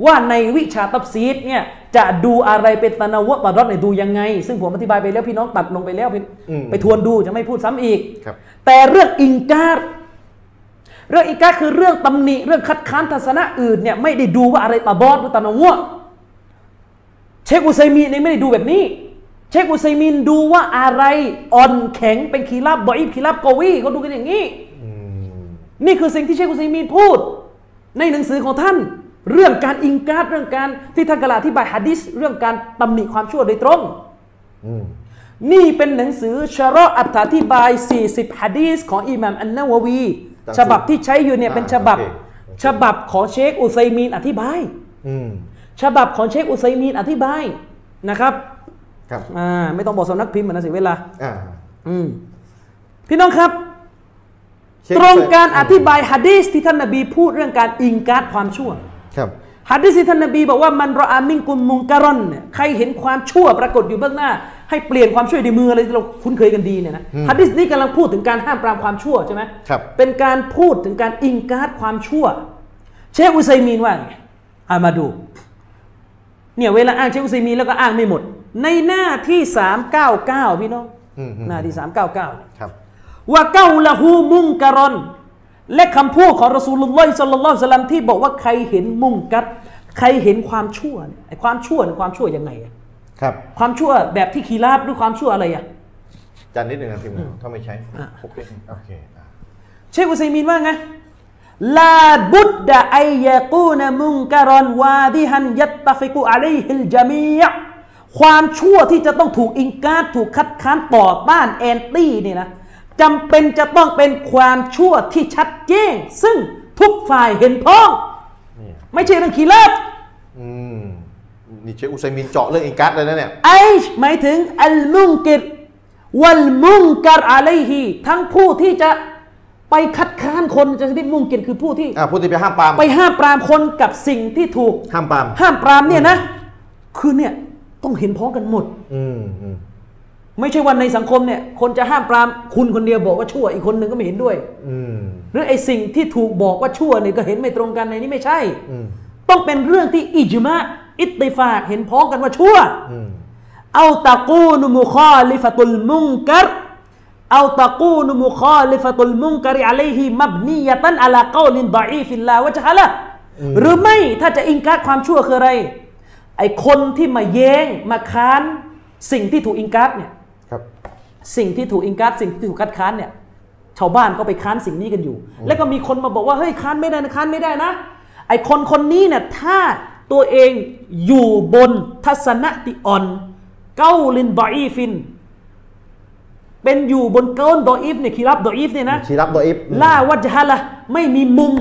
[SPEAKER 2] ว่าในวิชาตับซีดเนี่ยจะดูอะไรเป็นตะนาวะบะดอดในยดูยังไง ซึ่งผมอธิบายไปแล้วพี่น้องตัดลงไปแล้วไป
[SPEAKER 1] อืม
[SPEAKER 2] ไปทวนดูจะไม่พูดซ้ำอีก
[SPEAKER 1] ครับ
[SPEAKER 2] แต่เรื่องอิงการ์เรื่องอิงการ์คือเรื่องตำหนิเรื่องคัดค้านทัศนะอื่นเนี่ยไม่ได้ดูว่าอะไรตาบอดหรือตาหนวเชคอุไซมีนเนี่ยไม่ได้ดูแบบนี้ เชคอุไซมีนดูว่าอะไรอ่อนแข็งเป็นคีราบบออีฟคีราบกอวีเขาดูกันอย่างนี้
[SPEAKER 1] อืม
[SPEAKER 2] นี่คือสิ่งที่เชคอุซัยมีนพูด ในหนังสือของท่าน เรื่องการอิงการ์เรื่องการที่ท่านกล่าวอธิบายฮะดิษเรื่องการตำหนิความชั่วโดยตรง
[SPEAKER 1] อืม
[SPEAKER 2] นี่เป็นหนังสือชะรออัตธิบาย 40ฮะดีสของอิหม่ามอันนาวาวี ฉบับที่ใช้อยู่เนี่ยเป็นฉบับ ฉบับของเชคอุไซมีนอธิบาย
[SPEAKER 1] อืม
[SPEAKER 2] ฉบับของเชคอุไซมีนอธิบายนะครับ
[SPEAKER 1] ครับ
[SPEAKER 2] อ่าไม่ต้องบอกสำนักพิมพ์มันนะเสียเวลา
[SPEAKER 1] อ่า
[SPEAKER 2] อืมพี่น้องครับ
[SPEAKER 1] เช็ค
[SPEAKER 2] ตรงการอธิบายฮะดีสที่ท่านนบีพูดเรื่องการอิงการ์ดความชั่ว
[SPEAKER 1] ครับ
[SPEAKER 2] ฮะดีสที่ท่านนบีบอกว่ามันรออามิงกุมมุงการอนเนี่ยใครเห็นความชั่วปรากฏอยู่เบื้องหน้า ให้เปลี่ยนความชั่วด้วยมืออะไรที่เราคุ้นเคยกันดีเนี่ยนะ
[SPEAKER 1] อืม
[SPEAKER 2] ฮะดีสนี้กำลังพูดถึงการห้ามปรามความชั่วใช่ไหม
[SPEAKER 1] ครับ
[SPEAKER 2] เป็นการพูดถึงการอิงการ์ดความชั่ว เชคอุซัยมีนว่าไงอามาดูเนี่ยเวลาอ้างเชคอุซัยมีนแล้วก็อ้างไม่หมด ในหน้าที่ 399พี่น้อง
[SPEAKER 1] อืมอืม
[SPEAKER 2] หน้าที่ 399
[SPEAKER 1] ครับ
[SPEAKER 2] ว่าเก้าละหูมุงการอนและคำพูดของรอสูลุลลอฮ์สัลลัลลอฮุอะลัยฮิวะสัลลัมที่บอกว่าใครเห็นมุงกัดใครเห็นความชั่วเนี่ยไอ้ความชั่วเนี่ยความชั่วยังไงอะ
[SPEAKER 1] ครับ
[SPEAKER 2] ความชั่วแบบที่คีราบหรือความชั่วอะไรอะ
[SPEAKER 1] จานนิดหนึ่งนะทีมงานถ้าไม่ใช้
[SPEAKER 2] อ่ะ
[SPEAKER 1] โอเคโอเคอ่ะ
[SPEAKER 2] เชคอุซัยมินว่าไงลาบุดดะไอยากูนมุงการอนวาดิฮันยัตตฟิกุอะลัยฮิลจามียะความชั่วที่จะต้องถูกอิงการดถูกคัดค้านต่อต้านแอนตี้เนี่ยนะจำเป็นจะต้องเป็นความชั่วที่ชัดเจนซึ่งทุกฝ่ายเห็นพ้อง
[SPEAKER 1] นี่
[SPEAKER 2] ไม่ใช่เรื่องขีเลาบ
[SPEAKER 1] อืมนี่เชคอุไซมินเจาะเรื่องอิงกัสเลยนะเนี่ย
[SPEAKER 2] ไอชหมายถึงอัลมุงกิรวัลมุงกัรอะลัยฮีทั้งผู้ที่จะไปคัดค้านคนจะที่มุงกิรคือผู้ที่
[SPEAKER 1] อ่าพูดที่ไปห้ามปราม
[SPEAKER 2] ไปห้ามปรามคนกับสิ่งที่ถูก
[SPEAKER 1] ห้ามปราม
[SPEAKER 2] ห้ามปรามเนี่ยนะ คือเนี่ยต้องเห็นพ้องกันหมด
[SPEAKER 1] อืมอืม
[SPEAKER 2] ไม่ใช่ว่าในสังคมเนี่ย คนจะห้ามปรามคุณคนเดียวบอกว่าชั่วอีกคนหนึ่งก็ไม่เห็นด้วย
[SPEAKER 1] อืม
[SPEAKER 2] หรือไอสิ่งที่ถูกบอกว่าชั่วเนี่ยก็เห็นไม่ตรงกันในนี้ไม่ใช่
[SPEAKER 1] อืม
[SPEAKER 2] ต้องเป็นเรื่องที่อิจมะอิตติฟากเห็นพ้องกันว่าชั่ว
[SPEAKER 1] อืม
[SPEAKER 2] เอาตะกูนมุคอลิฟะตุลมุงกัรเอาตะกูนมุคอลิฟะตุลมุงกัรอะลัยฮิมับนียะตันอะลากอลินดออีฟิลลาวะจฮะละหรือไม่ถ้าจะอิงการความชั่วคืออะไร ไอคนที่มาแย้งมาค้าน สิ่งที่ถูกอิงการเนี่ย
[SPEAKER 1] ครับ
[SPEAKER 2] สิ่งที่ถูกอิงการสิ่งที่ถูกคัดค้านเนี่ยชาวบ้านก็ไปค้านสิ่งนี้กันอยู่ แล้วก็มีคนมาบอกว่าเฮ้ยค้านไม่ได้นะค้านไม่ได้นะ ไอคนคนนี้เนี่ยถ้าตัวเองอยู่บนทัศนะติอ่อน เกาลินดออีฟิน เป็นอยู่บนเกาลดออีฟเนี่ยคีรับดออีฟเนี่ยนะ
[SPEAKER 1] ชีรับโดยอิฟ
[SPEAKER 2] ล่าวัจฮะละไม่มีมุม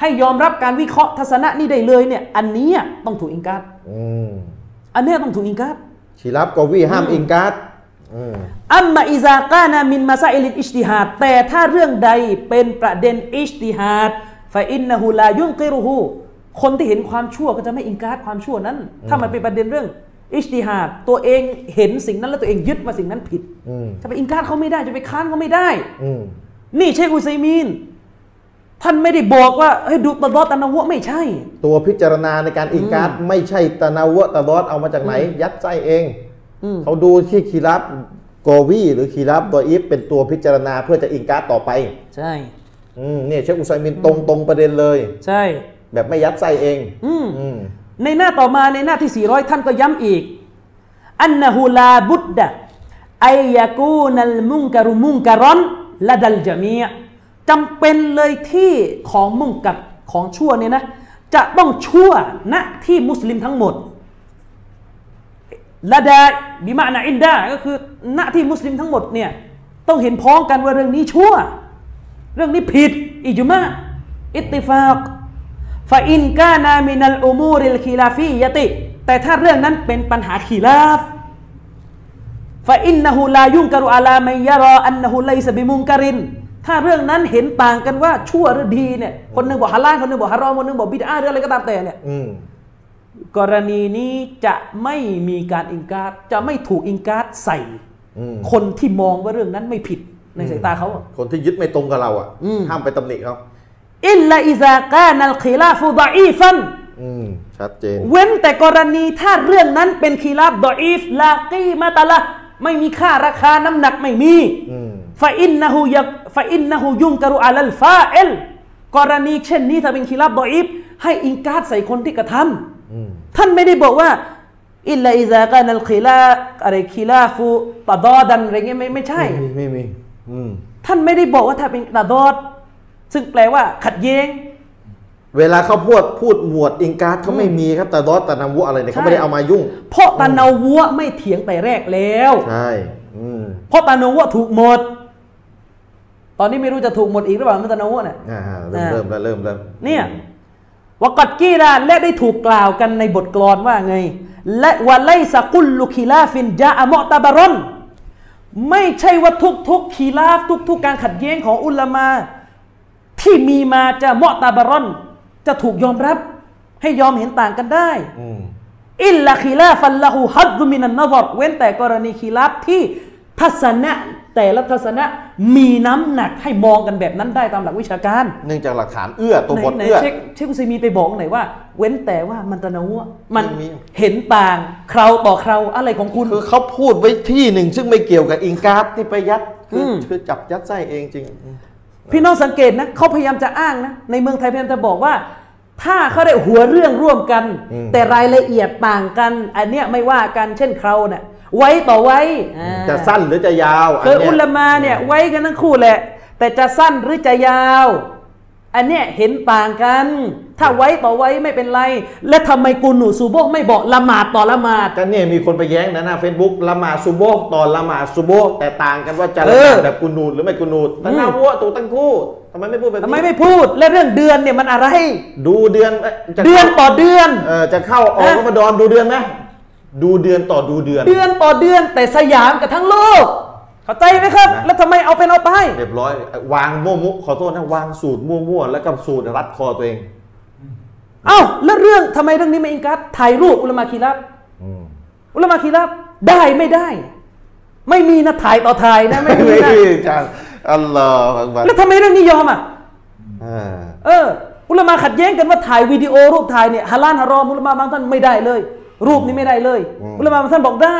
[SPEAKER 2] ให้ยอมรับการวิเคราะห์ทัศนะนี้ได้เลยเนี่ยอันเนี้ยต้องถูกอิงการ์ด
[SPEAKER 1] อืม
[SPEAKER 2] อันเนี้ยต้องถูกอิงการ์ด
[SPEAKER 1] ชีรับกอวีห้ามอิงกัสอืม
[SPEAKER 2] อัมมาอิซากานามินมาซาอิลินอิจติฮาดแต่ถ้าเรื่องใดเป็นประเด็นอิจติฮาดฟาอินนะฮูลายุนกิรุฮูคนที่เห็นความชั่วก็จะไม่อิงการ์ดความชั่วนั้น ถ้ามันเป็นประเด็นเรื่องอิจติฮาดตัวเองเห็นสิ่งนั้นแล้วตัวเองยึดมาสิ่งนั้นผิด
[SPEAKER 1] อืม
[SPEAKER 2] จะไปอิงการ์ดเขาไม่ได้จะไปค้านเขาไม่ได้
[SPEAKER 1] อืม
[SPEAKER 2] นี่เชคอุซัยมีน ท่านไม่ได้บอกว่าเฮ้ยดูตะดอตะนะวะไม่ใช่
[SPEAKER 1] ตัวพิจารณาในการอิงกัสไม่ใช่ตะนาวะตะดอดเอามาจากไหน ยัดไส้เอง
[SPEAKER 2] อืม
[SPEAKER 1] เขาดูที่คีรับกอวีหรือคีรับโดยอิฟเป็นตัวพิจารณาเพื่อจะอิงกัสต่อไป
[SPEAKER 2] ใช่
[SPEAKER 1] อืมเนี่ยเชคอุไซมินตรงตรงๆประเด็นเลย
[SPEAKER 2] ใช่
[SPEAKER 1] แบบไม่ยัดไส้เอง
[SPEAKER 2] อืม
[SPEAKER 1] อืม
[SPEAKER 2] ในหน้าต่อมาในหน้าที่ 400 ท่านก็ย้ำอีก อันนะฮูลาบุดดะไอยากูนัลมุงการุมุงการอนละดัลจามีอะจำเป็นเลยที่ของมุงกัดของชั่วเนี่ยนะ จะต้องชั่วณที่มุสลิมทั้งหมด ละดาบิมานะอินดาก็คือหน้าที่มุสลิมทั้งหมดเนี่ยต้องเห็นพ้องกันว่าเรื่องนี้ชั่ว เรื่องนี้ผิดอิจมะอิตติฟากฟาอินกานามินัลอุมูริลคีลาฟียะติ แต่ถ้าเรื่องนั้นเป็นปัญหาขีลาฟ فإنه لا ينكر على من يرى أنه ليس بمنكر ถ้าเรื่องนั้นเห็นต่างกันว่าชั่วหรือดีเนี่ยคนหนึ่งบอกฮาลาลคนหนึ่งบอกฮารอมคนหนึ่งบอกบิดาหรืออะไรก็ตามแต่เนี่ย
[SPEAKER 1] อืม
[SPEAKER 2] กรณีนี้จะไม่มีการอิงการดจะไม่ถูกอิงการดใส่
[SPEAKER 1] อืม
[SPEAKER 2] คนที่มองว่าเรื่องนั้นไม่ผิดในสายตาเขาอะ
[SPEAKER 1] คนที่ยึดไม่ตรงกับเราอ่ะ
[SPEAKER 2] อืม
[SPEAKER 1] ห้ามไปตำหนิเขา
[SPEAKER 2] อิลลาอิซากานัลคีลาฟูดออีฟัน
[SPEAKER 1] อืมชัดเจน
[SPEAKER 2] เว้นแต่กรณีถ้าเรื่องนั้นเป็นคีลาบดออีฟลากีมาตะละไม่มีค่าราคาน้ำหนักไม่มี
[SPEAKER 1] อืม
[SPEAKER 2] فإنه يق... فإنه ينكر على الفاعل กรณีเช่นนี้ถ้าเป็นคีลาบดออิฟให้อิงการ์ดใส่คนที่กระท
[SPEAKER 1] อืม
[SPEAKER 2] ำท่านไม่ได้บอกว่าอิลลาอิซากานัลคีลาอะไรคีลาฟูตะดอดันอะไรเงี้ยไม่ไม่ใช่
[SPEAKER 1] ไม่มีไม่มีอืม
[SPEAKER 2] ท่านไม่ได้บอกว่าถ้าเป็นตะดอด ซึ่งแปลว่าขัดแย้ง
[SPEAKER 1] เวลาเขาพูดพูดหมวดอิงการ์ดเขาไม่มีครับแต่ดอสตานาวุอะไรเนี่ย
[SPEAKER 2] ใช่
[SPEAKER 1] เขาไม่ได้เอามายุ่ง
[SPEAKER 2] เพราะตะนาวัวไม่เถียงแต่แรกแล้ว
[SPEAKER 1] ใช่อืม
[SPEAKER 2] เพราะตะนาวัวถูกหมด ตอนนี้ไม่รู้จะถูกหมดอีกหรือเปล่าเมื่อตะนาวัวเนี่ย
[SPEAKER 1] อ่าเริ่มเริ่มแล้วเริ่มแล้ว
[SPEAKER 2] เนี่ยวกัดกีราและได้ถูกกล่าวกันในบทกลอนว่าไง และวะไลสกุลลุคีลาฟินจาอะมอตาบารอนไม่ใช่ว่าทุกๆุกคีลาฟทุกๆกการขัดแย้งของอุลามา ที่มีมาจะมอตาบารอน จะถูกยอมรับ ให้ยอมเห็นต่างกันได้
[SPEAKER 1] อืม
[SPEAKER 2] อิลลาคีลาฟัลละหูฮัดมินันนซรเว้นแต่กรณีคีลาฟที่ทัศนะแต่ละทัศนะมีน้ำหนักให้มองกันแบบนั้นได้ตามหลักวิชาการ
[SPEAKER 1] เนื่องจากหลักฐานเอื้อตัวบท
[SPEAKER 2] ไหน
[SPEAKER 1] เอื้อ
[SPEAKER 2] เช็คเช็คอุซีมีนไปบอกไหนอยว่า เว้นแต่ว่ามันตะนาวะมัน
[SPEAKER 1] ไม่มี
[SPEAKER 2] เห็นต่างเคราวต่อเคราวอะไรของคุณ
[SPEAKER 1] คือเขาพูดไว้ที่หนึ่ง ซึ่งไม่เกี่ยวกับอิงการ์ดที่ไปยัดคือ
[SPEAKER 2] ม
[SPEAKER 1] คือจับยัดไส้เองจริงอืม
[SPEAKER 2] พี่น้องสังเกตนะเขาพยายามจะอ้างนะในเมืองไทยพยายามจะบอกว่า ถ้าเขาได้หัวเรื่องร่วมกัน แต่รายละเอียดต่างกัน อันเนี้ยไม่ว่ากันเช่นเคราวเนี่ยไว้ต่อไว้อ่า
[SPEAKER 1] จะสั้นหรือจะยาวอัน
[SPEAKER 2] คือ
[SPEAKER 1] เนี้ย
[SPEAKER 2] อุลามาเนี่ยไว้กันทั้งคู่แหละ แต่จะสั้นหรือจะยาว อันเนี้ยเห็นต่างกัน ถ้าไว้ต่อไว้ไม่เป็นไร และทำไมกูหนูซูโบะไม่บอกละหมาดต่อละหมาด
[SPEAKER 1] ก็เนี่ยมีคนไปแย้งนะหน้าเฟซบุ๊กละหมาดซุโบฮ์ตอนละหมาดซุโบฮ์แต่ต่างกันว่าจะละหมาด
[SPEAKER 2] เออ
[SPEAKER 1] แบบกุนูดหรือไม่กุนูดแต่หน้าวัวตูตั้งคู่ทำไมไม่พูดแบบ
[SPEAKER 2] ทำไม
[SPEAKER 1] นี้
[SPEAKER 2] ไม่พูดและเรื่องเดือนเนี่ยมันอะไร
[SPEAKER 1] ดูเดือนเอ๊ะจะ
[SPEAKER 2] เดือนต่อเดือน
[SPEAKER 1] เออจะเข้าออก
[SPEAKER 2] ฮะ
[SPEAKER 1] ก็มาดอนดูเดือนไหมดูเดือนต่อดูเดือน
[SPEAKER 2] เดือนต่อเดือนแต่สยามกับทั้งโลก เข้าใจไหมครับ
[SPEAKER 1] นะ
[SPEAKER 2] แล้วทำไมเอาเป็นเอาไป
[SPEAKER 1] เรียบร้อยวางมั่วมุขอโทษนะวางสูตรมั่วๆแล้วก็สูตรรัดคอตัวเอง
[SPEAKER 2] เอ้าแล้วเรื่องทำไมเรื่องนี้ไม่อิงการ์ดถ่ายรูปอุลามาคีรับ
[SPEAKER 1] อืม
[SPEAKER 2] อุลามาคีรับได้ไม่ได้ ไม่มีนะถ่ายต่อถ่ายนะ ไม่
[SPEAKER 1] ไม่
[SPEAKER 2] มี
[SPEAKER 1] มี
[SPEAKER 2] นะ
[SPEAKER 1] อาจารย์อัลลอฮฺอักบัร
[SPEAKER 2] แล้วทำไมเรื่องนี้ยอมอ่ะ
[SPEAKER 1] อ่า
[SPEAKER 2] เออ อุลามาขัดแย้งกันว่าถ่ายวิดีโอรูปถ่ายเนี่ยฮาลานฮารอมอุลามาบางท่านไม่ได้เลย รูปนี้ไม่ได้เลย อุลามาบางท่านบอกได้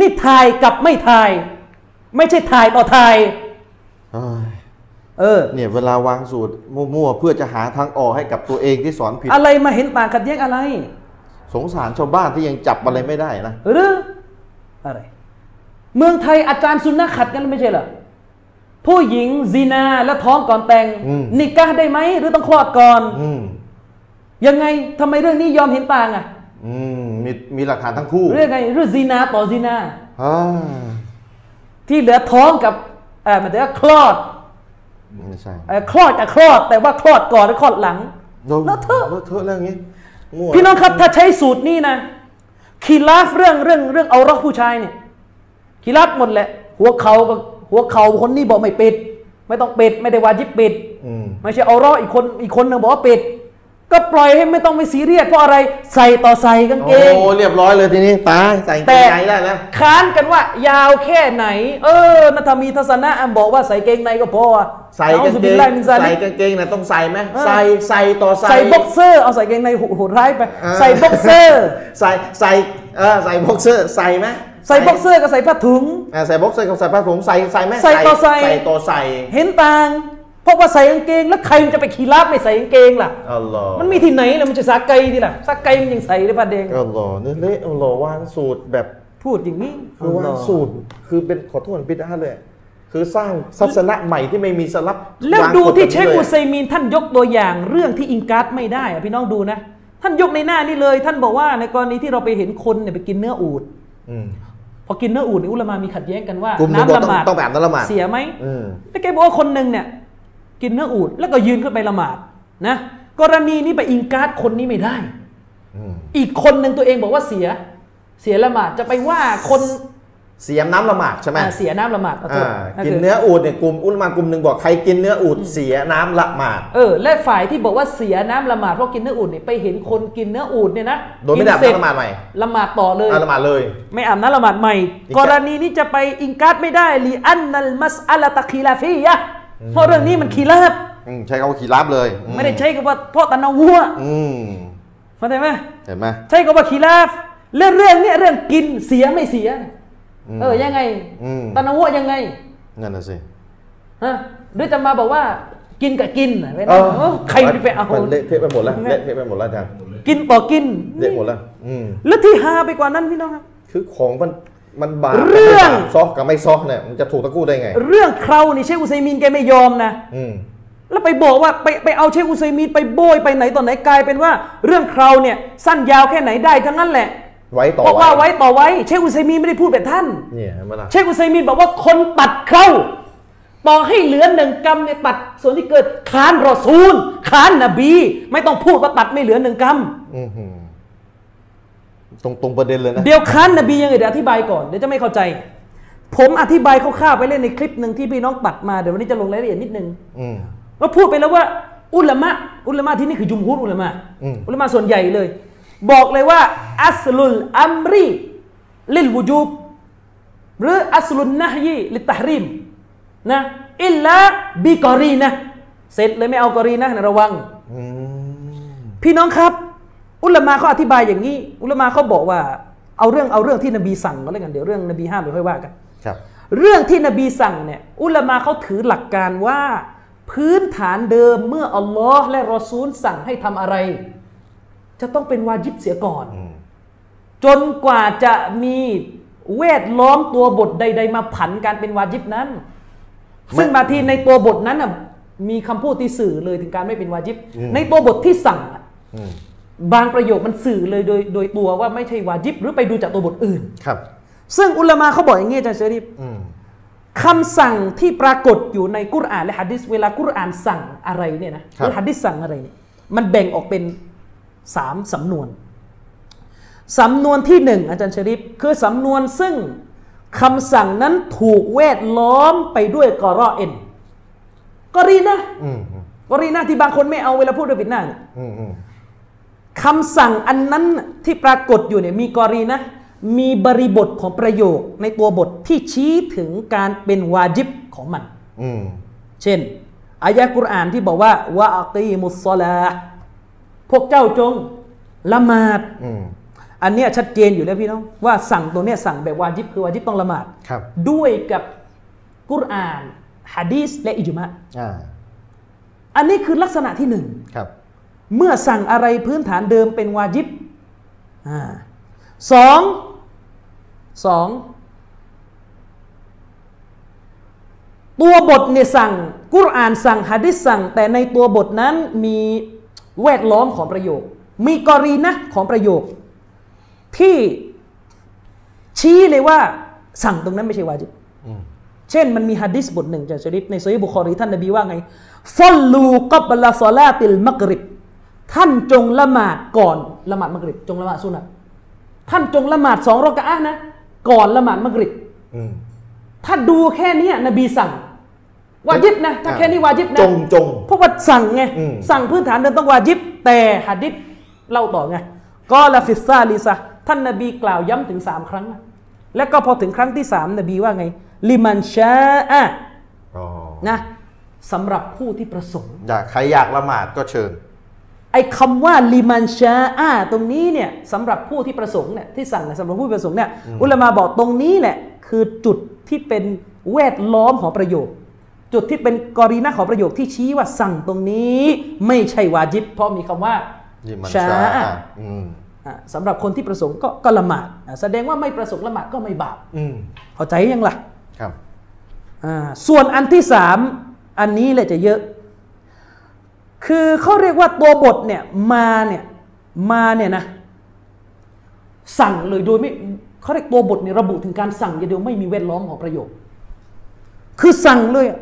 [SPEAKER 2] นี่ถ่ายกับไม่ถ่าย ไม่ใช่ถ่ายต่อถ่าย
[SPEAKER 1] เอ้ย
[SPEAKER 2] เออ
[SPEAKER 1] เนี่ยเวลาวางสูตรมั่วๆเพื่อจะหาทางออกให้กับตัวเองที่สอนผิด
[SPEAKER 2] อะไรมาเห็นต่างขัดแย้งอะไร
[SPEAKER 1] สงสารชาวบ้านที่ยังจับอะไรไม่ได้นะ
[SPEAKER 2] หรืออะไร เมืองไทยอาจารย์ซุนนะขัดกันไม่ใช่เหรอผู้หญิงซีนาและท้องก่อนแต่งนิกาได้ไหมหรือต้องคลอดก่อน
[SPEAKER 1] อืม
[SPEAKER 2] ยังไงทำไมเรื่องนี้ยอมเห็นต่างอ่ะ
[SPEAKER 1] อืมมีมีหลักฐานทั้งคู่
[SPEAKER 2] เรื่องไงเรื่องซีนาต่อซีนา
[SPEAKER 1] อ่า
[SPEAKER 2] ที่เหลือท้องกับเอ่อหมายถึงว่าคลอด
[SPEAKER 1] ไม่ใช่
[SPEAKER 2] เอ่อคลอดกับคลอด แต่ว่าคลอดก่อนหรือคลอดหลัง แล้วเถอะ
[SPEAKER 1] แล้วเถอะเรื่องนี้มั่ว
[SPEAKER 2] พี่น้องครับถ้าใช้สูตรนี้นะคีลาฟเรื่องเรื่องเรื่องเอารอกผู้ชายเนี่ยคีลาฟหมดแหละ หัวเขากับหัวเขาคนนี้บอกไม่ปิด ไม่ต้องปิดไม่ได้วาจิบปิด
[SPEAKER 1] อืม
[SPEAKER 2] ไม่ใช่เอารอกอีกคนอีกคนหนึ่งบอกว่าปิด ก็ปล่อยให้ไม่ต้องไปซีเรียสเพราะอะไรใส่ต่อใส่กางเก
[SPEAKER 1] โอ้
[SPEAKER 2] ง
[SPEAKER 1] เรียบร้อยเลยทีนี้ตายใส่
[SPEAKER 2] แต่
[SPEAKER 1] กางเกงในได้แล้ว
[SPEAKER 2] ค้านกันว่ายาวแค่ไหน เออนัทมีทัศนะอันบอกว่าใส่เกงในก็พอ
[SPEAKER 1] ใส่
[SPEAKER 2] เอา
[SPEAKER 1] กาง
[SPEAKER 2] สุ
[SPEAKER 1] เก
[SPEAKER 2] บิ
[SPEAKER 1] ง
[SPEAKER 2] ไลมินซา
[SPEAKER 1] ใส่
[SPEAKER 2] ลิก
[SPEAKER 1] กางเกงนะต้องใส่ไหม
[SPEAKER 2] เออ
[SPEAKER 1] ใส่ใส่ต่อใส่
[SPEAKER 2] ใส่บ็อกเซอร์เอาใส่เกงในโหโหดร้ายไป
[SPEAKER 1] เออ
[SPEAKER 2] ใส่บ็อกเซอร์
[SPEAKER 1] ใส่ใส่เออใส่บ็อกเซอร์ใส่ไหม
[SPEAKER 2] ใส่บ็อกเซอร์ก็ใส่ผ้าถุง
[SPEAKER 1] อ่าใส่บ็อกเซอร์กับใส่ผ้าผมใส่ใส่ไหม
[SPEAKER 2] ใส่ต่อใส่
[SPEAKER 1] ใส่ต่อใส่
[SPEAKER 2] เห็นต่าง เพราะว่าใส่กางเกง แล้วใครมันจะไปขี่ลาบไม่ใส่กางเกงล่ะ
[SPEAKER 1] อัลลอฮ์
[SPEAKER 2] มันมีที่ไหนล่ะมันจะสาไกดีล่ะสาไกมันยังใส่เลยประเด็น
[SPEAKER 1] อัลลอฮ์นี่เละอัลลอฮ์วางสูตรแบบ
[SPEAKER 2] พูดอย่างนี้
[SPEAKER 1] คือวางสูตรคือเป็นขอโทษบิดาเลย คือสร้างศาสนะใหม่ที่ไม่มีสลับ
[SPEAKER 2] แล้ว
[SPEAKER 1] าง
[SPEAKER 2] ดู
[SPEAKER 1] กฎ
[SPEAKER 2] ที่
[SPEAKER 1] แบบ
[SPEAKER 2] เชค
[SPEAKER 1] นี้ลย
[SPEAKER 2] อุไซมีนท่านยกตัวอย่างเรื่องที่อิงการ์ดไม่ได้อะพี่น้องดูนะ ท่านยกในหน้านี่เลย ท่านบอกว่าในกรณีที่เราไปเห็นคนเนี่ยไปกินเนื้ออูด
[SPEAKER 1] อืม
[SPEAKER 2] พอกินเนื้ออูดเนี่ยอุลามามีขัดแย้งกันว่าก
[SPEAKER 1] ลุ่มหนึ่งบอกต้อง
[SPEAKER 2] น้ำละหมาด
[SPEAKER 1] ต้องแบบนั้นละหมาด
[SPEAKER 2] เสียไหม
[SPEAKER 1] อืม
[SPEAKER 2] แล้วแกบอกว่าคนหนึ่งเนี่ยกินเนื้ออูดแล้วก็ยืนขึ้นไปละหมาดนะกรณีนี้ไปอิงการ์ดคนนี้ไม่ได้
[SPEAKER 1] อืม
[SPEAKER 2] อีกคนหนึ่งตัวเองบอกว่าเสีย เสียละหมาดจะไปว่าคน
[SPEAKER 1] เสียมน้ำละหมาดใช่ไหม
[SPEAKER 2] อ่าเสียน้ำละหมาดขอโทษ
[SPEAKER 1] อ่า
[SPEAKER 2] ะ
[SPEAKER 1] กิน
[SPEAKER 2] คื
[SPEAKER 1] เนื้ออูดเนี่ยกลุ่มอุลามากลุ่มหนึ่งบอกใครกินเนื้ออูดเสียน้ำละหมาด
[SPEAKER 2] เออและฝ่ายที่บอกว่าเสียน้ำละหมาดเพราะกินเนื้ออูดเนี่ยไปเห็นคนกินเนื้ออูดเนี่ยนะ
[SPEAKER 1] โดยไม่ได้อาบ
[SPEAKER 2] กินเสร็จ
[SPEAKER 1] น้ำละหมาดใหม่
[SPEAKER 2] ละหมาดต่อเลย
[SPEAKER 1] อาบน้ำละหมาดเลย
[SPEAKER 2] ไม่อาบน้ำละหมาดใหม่
[SPEAKER 1] อีก
[SPEAKER 2] กรณีนี้จะไปอิงการ์ดไม่ได้ลีอันนัลมัสอัลตะคีลาฟียะเพราะเรื่องนี้มันคีลาบ
[SPEAKER 1] อืมใช้คำว่าขี่รับเลยอื
[SPEAKER 2] ไม่ได้ใช้กับว่าเพราะตันนวัว
[SPEAKER 1] อืม
[SPEAKER 2] เข้าใจไหม
[SPEAKER 1] เห็นไหม
[SPEAKER 2] ใช่ก็ว่าคีลาฟเรื่องเรื่องเนี้ยเรื่องกินเสียไม่เสีย
[SPEAKER 1] อืม
[SPEAKER 2] เออยังไง
[SPEAKER 1] อืม
[SPEAKER 2] ตะนาวะยังไง
[SPEAKER 1] นั่นน่ะสิ
[SPEAKER 2] ฮะด้วยจะมาบอกว่า กินกับกินน่ะไม่ได้เออใครจะไปเอา
[SPEAKER 1] มันเละเทะไปหมดแล้วเละเทะไปหมดแล้วอาจารย์
[SPEAKER 2] กินต่อกิน
[SPEAKER 1] เละหมดแล้วอืม
[SPEAKER 2] แล้วที่ฮาไปกว่านั้นพี่น้องครับ
[SPEAKER 1] คือของมันมันบาป
[SPEAKER 2] เรื่อง
[SPEAKER 1] มันบาปซอกกับไม่ซอกเนี่ยมันจะถูกตะกู้ได้ไง
[SPEAKER 2] เรื่องเครานี่เชคอุซัยมินแกไม่ยอมนะ
[SPEAKER 1] อืม
[SPEAKER 2] แล้วไปบอกว่าไปไปเอาเชคอุซัยมินไปโบยไปไหนตอนไหนกลายเป็นว่า เรื่องเคราเนี่ยสั้นยาวแค่ไหนได้ทั้งนั้นแหละ
[SPEAKER 1] ไว้ต่อ
[SPEAKER 2] เพราะว่าไว้ต่อไว้เชคอุซัยมินไม่ได้พูดแบบท่าน
[SPEAKER 1] เนี่ยเห็นไหมล่ะ
[SPEAKER 2] เชคอุซัยมินบอกว่าคนตัดเข้าต่อให้เหลือหนึ่งกรรมเนี่ยตัดส่วนที่เกิดค้านรอซูลค้านนบี ไม่ต้องพูดว่าตัดไม่เหลือหนึ่งกรรม
[SPEAKER 1] อือหือตรงตรงประเด็นเลยนะ
[SPEAKER 2] เดี๋ยวค้านนบียังไงเดี๋ยวอธิบายก่อนเดี๋ยวจะไม่เข้าใจ ผมอธิบายคร่าวๆไปเล่นในคลิปหนึ่งที่พี่น้องตัดมาเดี๋ยววันนี้จะลงรายละเอียดนิดนึง
[SPEAKER 1] อืม
[SPEAKER 2] ว่าพูดไปแล้วว่าอุลามะอุลามะที่นี่คือจุมฮุดอุลามะ
[SPEAKER 1] อืม
[SPEAKER 2] อุลามะส่วนใหญ่เลย บอกเลยว่า อัสลุลอัมรีลิลวูจูบ หรืออัสลุนนะฮยีลิตะฮริมนะอิลลาบิกอรีนะเสร็จเลยไม่เอากอรีนะนะระวัง
[SPEAKER 1] อืม
[SPEAKER 2] พี่น้องครับ อุลามะเขาอธิบายอย่างนี้ อุลามะเขาบอกว่าเอาเรื่องเอาเรื่องที่นบีสั่งก็แล้วกันเดี๋ยวเรื่องนบีห้ามเดี๋ยวค่อยว่ากัน
[SPEAKER 1] ครับ
[SPEAKER 2] เรื่องที่นบีสั่งเนี่ยอุลามะเขาถือหลักการว่า พื้นฐานเดิมเมื่ออัลลอฮ์และรอซูลสั่งให้ทำอะไร จะต้องเป็นวาจิบเสียก่อน
[SPEAKER 1] อืม
[SPEAKER 2] จนกว่าจะมีเวทล้อมตัวบทใด ๆ มาผันการเป็นวาจิบนั้น ซึ่งบางทีในตัวบทนั้นน่ะมีคำพูดที่สื่อเลยถึงการไม่เป็นวาจิบ ในตัวบทที่สั่งอ่ะ
[SPEAKER 1] อืม
[SPEAKER 2] บางประโยคมันสื่อเลยโดยโดยตัวว่าไม่ใช่วาจิบ หรือไปดูจากตัวบทอื่น
[SPEAKER 1] ครับ
[SPEAKER 2] ซึ่งอุลามะเขาบอกอย่างนี้อาจารย์เชอรีฟ
[SPEAKER 1] อืม
[SPEAKER 2] คำสั่งที่ปรากฏอยู่ในกุรอานและหะดิษเวลากุรอานสั่งอะไรเนี่ยนะหรือหะดิษสั่งอะไรเนี่ยมันแบ่งออกเป็นสามสำนวน สำนวนที่หนึ่งอาจารย์ชริปคือสำนวนซึ่งคำสั่งนั้นถูกเวทล้อมไปด้วยกอรอเอ็นกอรีนะ
[SPEAKER 1] อืมอืม
[SPEAKER 2] กอรีนะที่บางคนไม่เอาเวลาพูดด้วยบิดหน้าเนี่ย
[SPEAKER 1] อืมอืม
[SPEAKER 2] คำสั่งอันนั้นที่ปรากฏอยู่เนี่ยมีกอรีนะมีบริบทของประโยคในตัวบทที่ชี้ถึงการเป็นวาจิบของมัน
[SPEAKER 1] อืม
[SPEAKER 2] เช่นอายะห์กุรอานที่บอกว่าวะอัตีมุสซอลาพวกเจ้าจงละหมาด
[SPEAKER 1] อืม
[SPEAKER 2] อันเนี้ยชัดเจนอยู่แล้วพี่น้องว่าสั่งตัวเนี้ยสั่งแบบวาจิบคือวาจิบต้องละหมาด
[SPEAKER 1] ครับ
[SPEAKER 2] ด้วยกับกุรอานฮะดีสและอิจมะ
[SPEAKER 1] อ่า
[SPEAKER 2] อันนี้คือลักษณะที่หนึ่ง
[SPEAKER 1] ครับ
[SPEAKER 2] เมื่อสั่งอะไรพื้นฐานเดิมเป็นวาจิบอาสองสองตัวบทเนี่ยสั่งกุรอานสั่งฮะดิษสั่ง แต่ในตัวบทนั้นมีแวดล้อมของประโยค มีกรีนะของประโยค ที่ชี้เลยว่าสั่งตรงนั้นไม่ใช่วาจิบ
[SPEAKER 1] อืม
[SPEAKER 2] เช่นมันมีฮะดิษบทหนึ่งจากชริฟในซอฮีห์บุคอรีท่านนบีว่าไงฟอลลูกับลาซอลาติลมักริบท่านจงละหมาดก่อนละหมาดมักริบจงละหมาดสุนัตท่านจงละหมาดสองรอกะอะห์นะ ก่อนละหมาดมักริบ
[SPEAKER 1] อืม
[SPEAKER 2] ถ้าดูแค่เนี้ยนบีสั่ง วาจิบนะ ถ้า
[SPEAKER 1] อ่า
[SPEAKER 2] แค่นี้วาจิบนะ
[SPEAKER 1] จงจง
[SPEAKER 2] เพราะว่าสั่งไง
[SPEAKER 1] อืม
[SPEAKER 2] สั่งพื้นฐานเดิมต้องวาจิบ แต่ฮะดิษเล่าต่อไงก็ละฟิซซาลิซะท่านนบีกล่าวย้ำถึงสามครั้งอะแล้วก็พอถึงครั้งที่สามนบีว่าไงลิมันชาอะ
[SPEAKER 1] อ๋อ
[SPEAKER 2] นะสำหรับผู้ที่ประสงค์
[SPEAKER 1] อยากใครอยากละหมาดก็เชิญ
[SPEAKER 2] ไอ้คำว่าลิมันชาอาตรงนี้เนี่ยสำหรับผู้ที่ประสงค์เนี่ยที่สั่งเนี่ยสำหรับผู้ประสงค์เนี่ยอุลามาบอกตรงนี้แหละคือจุดที่เป็นแวดล้อมของประโยค จุดที่เป็นกอรีนะของประโยคที่ชี้ว่าสั่งตรงนี้ไม่ใช่วาจิบ เพราะมีคำว่า
[SPEAKER 1] ยิมมัน
[SPEAKER 2] ชา
[SPEAKER 1] ชา
[SPEAKER 2] อะ
[SPEAKER 1] อืม
[SPEAKER 2] อ่ะสำหรับคนที่ประสงค์ก็ก็ละหมาดอ่ะแสดงว่าไม่ประสงค์ละหมาดก็ไม่บาป
[SPEAKER 1] อืม
[SPEAKER 2] เข้าใจยังล่ะ
[SPEAKER 1] ครับ
[SPEAKER 2] อ่าส่วนอันที่สามอันนี้แหละจะเยอะ คือเขาเรียกว่าตัวบทเนี่ยมาเนี่ยมาเนี่ยนะ สั่งเลยโดยไม่เขาเรียกตัวบทในยระบุถึงการสั่งอย่างเดียวไม่มีแวดล้อมของประโยค คือสั่งเลยอะ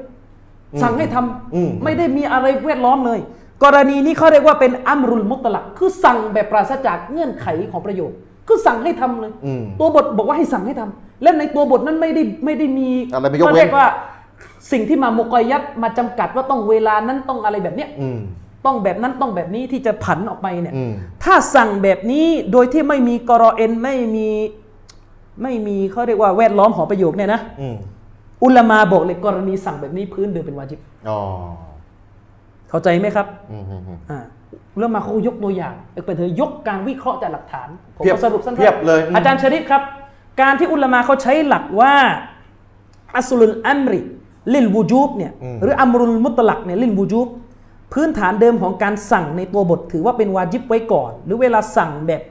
[SPEAKER 2] สั่งให้ทำ
[SPEAKER 1] อืม
[SPEAKER 2] ไม่ได้มีอะไรแวดล้อมเลย กรณีนี้เขาเรียกว่าเป็นอัมรุลมุตลัก คือสั่งแบบปราศจากเงื่อนไขของประโยค คือสั่งให้ทำเลย
[SPEAKER 1] อืม
[SPEAKER 2] ตัวบทบอกว่าให้สั่งให้ทำและในตัวบทนั้นไม่ได้ไม่ได้มี
[SPEAKER 1] อะไรไม่ยกเว้น
[SPEAKER 2] ขาเรียกว่า สิ่งที่มามุกอยยัดมาจำกัดว่าต้องเวลานั้นต้องอะไรแบบเนี้ย
[SPEAKER 1] อืม
[SPEAKER 2] ต้องแบบนั้นต้องแบบนี้ที่จะผันออกไปเนี่ย
[SPEAKER 1] อืม
[SPEAKER 2] ถ้าสั่งแบบนี้โดยที่ไม่มีกรอเอ็นไม่มีไม่มีเขาเรียกว่าแวดล้อมของประโยคเนี่ยนะ
[SPEAKER 1] อืม
[SPEAKER 2] อุลามาบอกเลยกรณีสั่งแบบนี้พื้นเดิมเป็นวาจิบ
[SPEAKER 1] อ๋อ
[SPEAKER 2] เข้าใจไหมครับ
[SPEAKER 1] อืมอืมอืม
[SPEAKER 2] อ่าอุลามาเขายกตัวอย่างเป็นเธอยกการวิเคราะห์จากหลักฐานผม
[SPEAKER 1] เพียบ
[SPEAKER 2] ก็สรุปสั้นๆ
[SPEAKER 1] เพียบเลยม
[SPEAKER 2] อาจารย์ชริฟครับ การที่อุลามะเขาใช้หลักว่าอัสลุลอัมริลิลวูจูบเนี่ยหรืออัมรุลมุตลักเนี่ยลิลวูจูบพื้นฐานเดิมของการสั่งในตัวบทถือว่าเป็นวาจิบไว้ก่อน หรือเวลาสั่งแบบ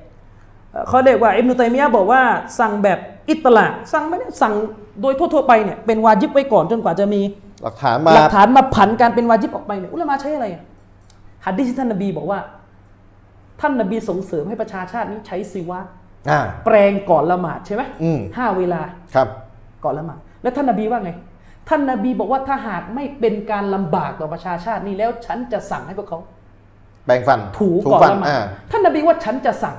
[SPEAKER 2] เอ่อเขาเรียกว่าอิบนุตัยมียะห์บอกว่าสั่งแบบอิตลาสั่งไม่ได้สั่งโดยทั่วๆไปเนี่ยเป็นวาจิบไว้ก่อนจนกว่าจะมี
[SPEAKER 1] หลักฐานมา
[SPEAKER 2] หลักฐานมาผันการเป็นวาจิบออกไปเนี่ยอุลามะใช้อะไรอะหัดดิษที่ท่านนบีบอกว่า ท่านนบีส่งเสริมให้ประชาชาตินี้ใช้ซีวะ
[SPEAKER 1] อ่า
[SPEAKER 2] แปลงก่อนละหมาดใช่ไหม
[SPEAKER 1] อืม
[SPEAKER 2] ห้าเวลา
[SPEAKER 1] ครับ
[SPEAKER 2] ก่อนละหมาด แล้วท่านนบีว่าไง ท่านนบีบอกว่าถ้าหากไม่เป็นการลำบากต่อประชาชาตินี้แล้วฉันจะสั่งให้พวกเขา
[SPEAKER 1] แปรงฟัน
[SPEAKER 2] ถูก่อน
[SPEAKER 1] ฟัน
[SPEAKER 2] ละหมาด
[SPEAKER 1] อ่า
[SPEAKER 2] ท่านนบีว่าฉันจะสั่ง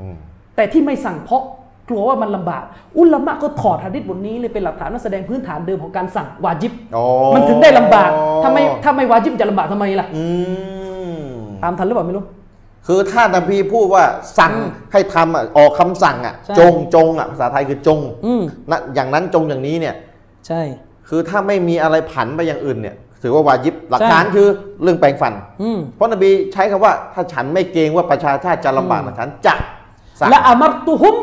[SPEAKER 1] อืม
[SPEAKER 2] แต่ที่ไม่สั่งเพราะกลัวว่ามันลำบาก อุลามะก็ถอดหะดิษบทนี้เลยเป็นหลักฐานว่าแสดงพื้นฐานเดิมของการสั่งวาจิบ
[SPEAKER 1] อ๋อ
[SPEAKER 2] มันถึงได้ลำบากถ้าไม่ถ้าไม่วาจิบจะลำบากทำไมล่ะ
[SPEAKER 1] อืม
[SPEAKER 2] ตามทันหรือเปล่าไม่รู้
[SPEAKER 1] คือถ้านบีพูดว่าสั่งให้ทำอ่ะออกคำสั่งอ่ะ
[SPEAKER 2] ใช่
[SPEAKER 1] จงจงอ่ะภาษาไทยคือจง
[SPEAKER 2] อืม
[SPEAKER 1] นะอย่างนั้นจงอย่างนี้เนี่ย
[SPEAKER 2] ใช่
[SPEAKER 1] คือถ้าไม่มีอะไรผันไปอย่างอื่นเนี่ย ถือว่าวาญิบหลัก
[SPEAKER 2] ใช่
[SPEAKER 1] ฐานคือเรื่องแปรงฟัน
[SPEAKER 2] อืม
[SPEAKER 1] เพราะนบีใช้คำว่าถ้าฉันไม่เกรงว่าประชาชาติจะลำบากฉันจะสั่ง
[SPEAKER 2] และอามัรตุฮุม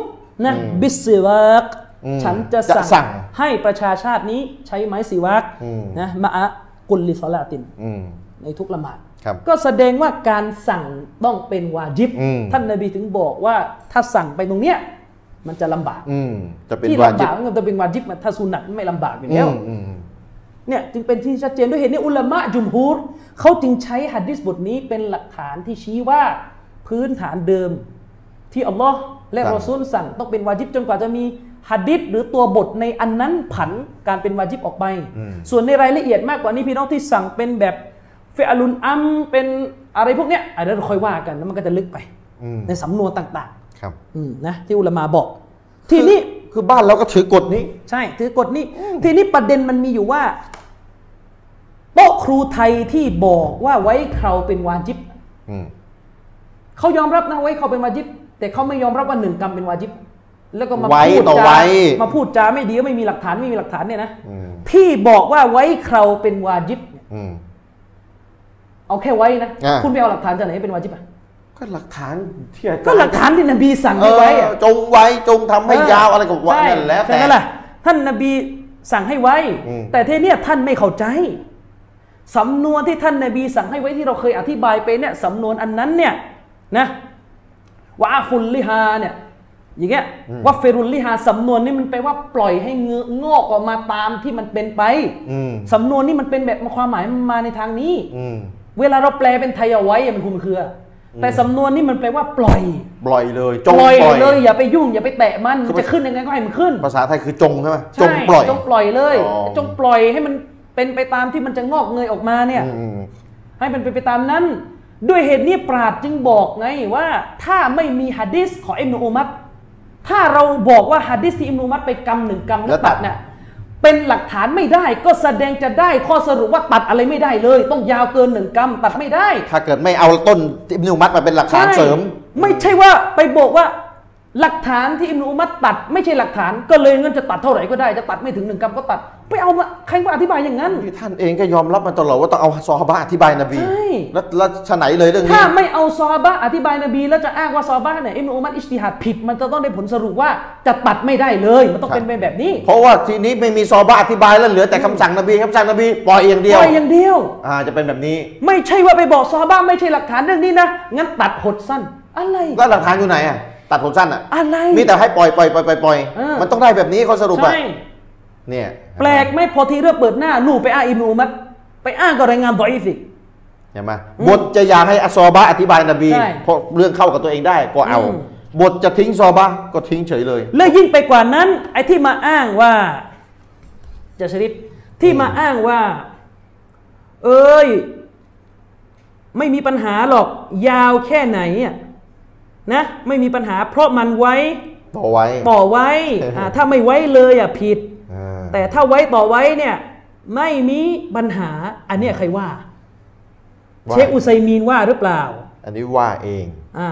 [SPEAKER 2] นะบิสซิวาก
[SPEAKER 1] อืม
[SPEAKER 2] ฉันจะ
[SPEAKER 1] จะสั่
[SPEAKER 2] สั่
[SPEAKER 1] ง
[SPEAKER 2] งให้ประชาชาตินี้ใช้ไม้สีวาก
[SPEAKER 1] อืม
[SPEAKER 2] นะมะอะกุลลิซอลาติน
[SPEAKER 1] อืม
[SPEAKER 2] ในทุกละหมาด
[SPEAKER 1] ครับ
[SPEAKER 2] ก็แสดงว่าการสั่งต้องเป็นวาญิบ
[SPEAKER 1] อืม
[SPEAKER 2] ท่านนบีถึงบอกว่าถ้าสั่งไปตรงเนี้ยมันจะลำบาก
[SPEAKER 1] อืมจะเป็น
[SPEAKER 2] ที่
[SPEAKER 1] วาญิบบ
[SPEAKER 2] ลำากมันจะเป็นวาญิบมันถ้าสุนัตไม่ลำบากอยู่
[SPEAKER 1] อื
[SPEAKER 2] แล้ว
[SPEAKER 1] มอืม
[SPEAKER 2] เนี่ยจึงเป็นที่ชัดเจนด้วยเหตุนี้อุลามะจุมฮูรเขาจึงใช้หัดดิษบทนี้เป็นหลักฐานที่ชี้ว่าพื้นฐานเดิม ที่อัลลอฮ์และรอซูลสั่งต้องเป็นวาจิบจนกว่าจะมีหัดดิษหรือตัวบทในอันนั้นผันการเป็นวาจิบออกไป ส่วนในรายละเอียดมากกว่านี้พี่น้องที่สั่งเป็นแบบเฟอลุนอัมเป็นอะไรพวกเนี้ยอันนั้นเราค่อยว่ากันแล้วมันก็จะลึกไป
[SPEAKER 1] อืม
[SPEAKER 2] ในสำนวนต่าง
[SPEAKER 1] ครับ
[SPEAKER 2] ๆอืมนะที่อุลามะบอก ทีนี้
[SPEAKER 1] คือบ้านเราก็ถือกฎนี้
[SPEAKER 2] ใช่ถือกฎนี้ ทีนี้ประเด็นมันมีอยู่ว่าโต๊ะครูไทยที่บอกว่าไว้เคราเป็นวาจิบ
[SPEAKER 1] อืม
[SPEAKER 2] เขายอมรับนะไว้เขาเป็นวาจิบ แต่เขาไม่ยอมรับว่าหนึ่งกรรมเป็นวาจิบ แล้วก็มา
[SPEAKER 1] ไว้
[SPEAKER 2] พูด
[SPEAKER 1] ต่อ
[SPEAKER 2] จา
[SPEAKER 1] ไว้
[SPEAKER 2] มาพูดจาไม่ดีก็ไม่มีหลักฐานไม่มีหลักฐานเนี่ยนะ
[SPEAKER 1] อืม
[SPEAKER 2] ที่บอกว่าไว้เคราเป็นวาจิบเนี่ย
[SPEAKER 1] อืม
[SPEAKER 2] เอาแค่ไว้นะ
[SPEAKER 1] อ่า
[SPEAKER 2] คุณไปเอาหลักฐานจากไหนเป็นวาจิบอ่ะ
[SPEAKER 1] ก็หลักฐานที่อาจารย์
[SPEAKER 2] ก็หลักฐานที่นบีสั่ง
[SPEAKER 1] เอ
[SPEAKER 2] ให้
[SPEAKER 1] อ
[SPEAKER 2] ไว้อะ
[SPEAKER 1] จงไว้จงทำให้ยาวอะไรก็ว่า
[SPEAKER 2] ใช่
[SPEAKER 1] นั่นแล้วแต่
[SPEAKER 2] ใช่ไหมล่ะท่านนบีสั่งให้ไว้
[SPEAKER 1] อืม
[SPEAKER 2] แต่ทีเนี้ยท่านไม่เข้าใจสำนวนที่ท่านนบีสั่งให้ไว้ที่เราเคยอธิบายไปเนี่ยสำนวนอันนั้นเนี่ยนะวะอาฟุลลิฮาเนี่ยอย่างเงี้ยว่าเฟรุลลิฮาสำนวนนี้มันแปลว่าปล่อยให้เงื้องอกออกมาตามที่มันเป็นไป
[SPEAKER 1] อืม
[SPEAKER 2] สำนวนนี้มันเป็นแบบความหมายมันมาในทางนี้
[SPEAKER 1] อืม
[SPEAKER 2] เวลาเราแปลเป็นไทยเอาไว้อะมันคลุมเครืออแต่สำนวนนี้มันแปลว่าปล่อย
[SPEAKER 1] ปล่อยเลยจ
[SPEAKER 2] ป
[SPEAKER 1] ง
[SPEAKER 2] ล่อย
[SPEAKER 1] ปล่อย
[SPEAKER 2] เลยอย่าไปยุ่งอย่าไปแตะมัน
[SPEAKER 1] คือมัน
[SPEAKER 2] จะขึ้นยังไงก็ให้มันขึ้น
[SPEAKER 1] ภาษาไทยคือจงใช่ไหมจ
[SPEAKER 2] ใช่
[SPEAKER 1] งปล่อย
[SPEAKER 2] จงปล่อยเลย
[SPEAKER 1] อ๋อ
[SPEAKER 2] จงปล่อยให้มันเป็นไปตามที่มันจะงอกเงยออกมาเนี่ย
[SPEAKER 1] อืมอืม
[SPEAKER 2] ให้มันเป็นไปตามนั้น ด้วยเหตุนี้ปราดจึงบอกไงว่าถ้าไม่มีฮะดิษของอิมนุอุมัตถ้าเราบอกว่าฮะดิษที่อิมนุอุมัตไปกำหนึ่งกำแล้วตัดเนี่ยเป็นหลักฐานไม่ได้ก็แสดงจะได้ข้อสรุปว่าตัดอะไรไม่ได้เลย ต้องยาวเกินหนึ่งกำตัดไม่ได้
[SPEAKER 1] ถ้าเกิดไม่เอาต้นอิบนุมัดมาเป็นหลักฐานเสริม
[SPEAKER 2] ใช่ไม่ใช่ว่าไปบอกว่าหลักฐานที่อิมนุอุมัตตัด ไม่ใช่หลักฐานก็เลยเงินจะตัดเท่าไหร่ก็ได้จะตัดไม่ถึงหนึ่งกรัมก็ตัด ไปเอามาใครมาอธิบายอย่างนั้น
[SPEAKER 1] ที่ท่านเองก็ยอมรับมาตลอดว่าต้องเอาซอฮาบะอธิบายนบี
[SPEAKER 2] ใช่
[SPEAKER 1] แล้วแล้วฉะไหนเลยเรื่องนี้
[SPEAKER 2] ถ้าไม่เอาซอฮาบะห์อธิบายนบี แล้วจะอ้างว่าซอฮาบะห์เนี่ยอิมนุอุมัตอิจติฮัดผิด มันจะต้องได้ผลสรุปว่าจะตัดไม่ได้เลย มันต้องเป็นไปแบบนี้
[SPEAKER 1] เพราะว่าทีนี้ไม่มีซอฮาบะอธิบายแล้วเหลือแต่คำสั่งนบีคำสั่งนบีปล่อยอย่างเดียว
[SPEAKER 2] ปล่อยอย่างเดียว
[SPEAKER 1] อ่าจะเป็นแบบนี้
[SPEAKER 2] ไม่ใช่ว่าไปบอกซอฮาบะห์ไม่ใช่หลักฐานเรื่องนี้นะงั้นตัดหดสั้นอะไร
[SPEAKER 1] แล้วหลักฐานอยู่ไหนอ่ะตัดผมสั้นอ่ะ
[SPEAKER 2] อะไร
[SPEAKER 1] มีแต่ให้ปล่อยปล่อยปล่อยปล่อยปล่อย
[SPEAKER 2] เออ
[SPEAKER 1] มันต้องได้แบบนี้เขาสรุปอ่ะ
[SPEAKER 2] ใช่
[SPEAKER 1] เนี่ย
[SPEAKER 2] แปลกไหมพอทีเรื่องเปิดหน้านู่นไปอ้างอิมนุอุมัตไปอ้างกับรายงานดออีฟอีก
[SPEAKER 1] เห็นไหมบทจะอยากให้อซอฮาบะอธิบายนบี
[SPEAKER 2] ใช่
[SPEAKER 1] เพราะเรื่องเข้ากับตัวเองได้ก็เอา
[SPEAKER 2] อืม
[SPEAKER 1] บทจะทิ้งซอบะห์ก็ทิ้งเฉยเลย
[SPEAKER 2] และยิ่งไปกว่านั้น ไอ้ที่มาอ้างว่าจะชริฟที่มาอ้างว่า เอ้ย ไม่มีปัญหาหรอก ยาวแค่ไหนอะนะ ไม่มีปัญหา เพราะมันไว้
[SPEAKER 1] ต่อไว้
[SPEAKER 2] ต่อไว้อ่าถ้าไม่ไว้เลยอ่ะผิด
[SPEAKER 1] อ่า
[SPEAKER 2] แต่ถ้าไว้ต่อไว้เนี่ย ไม่มีปัญหา อันเนี้ยใครว่า
[SPEAKER 1] ว่า
[SPEAKER 2] เชคอุไซมีนว่าหรือเปล่า
[SPEAKER 1] อันนี้ว่าเอง
[SPEAKER 2] อ่า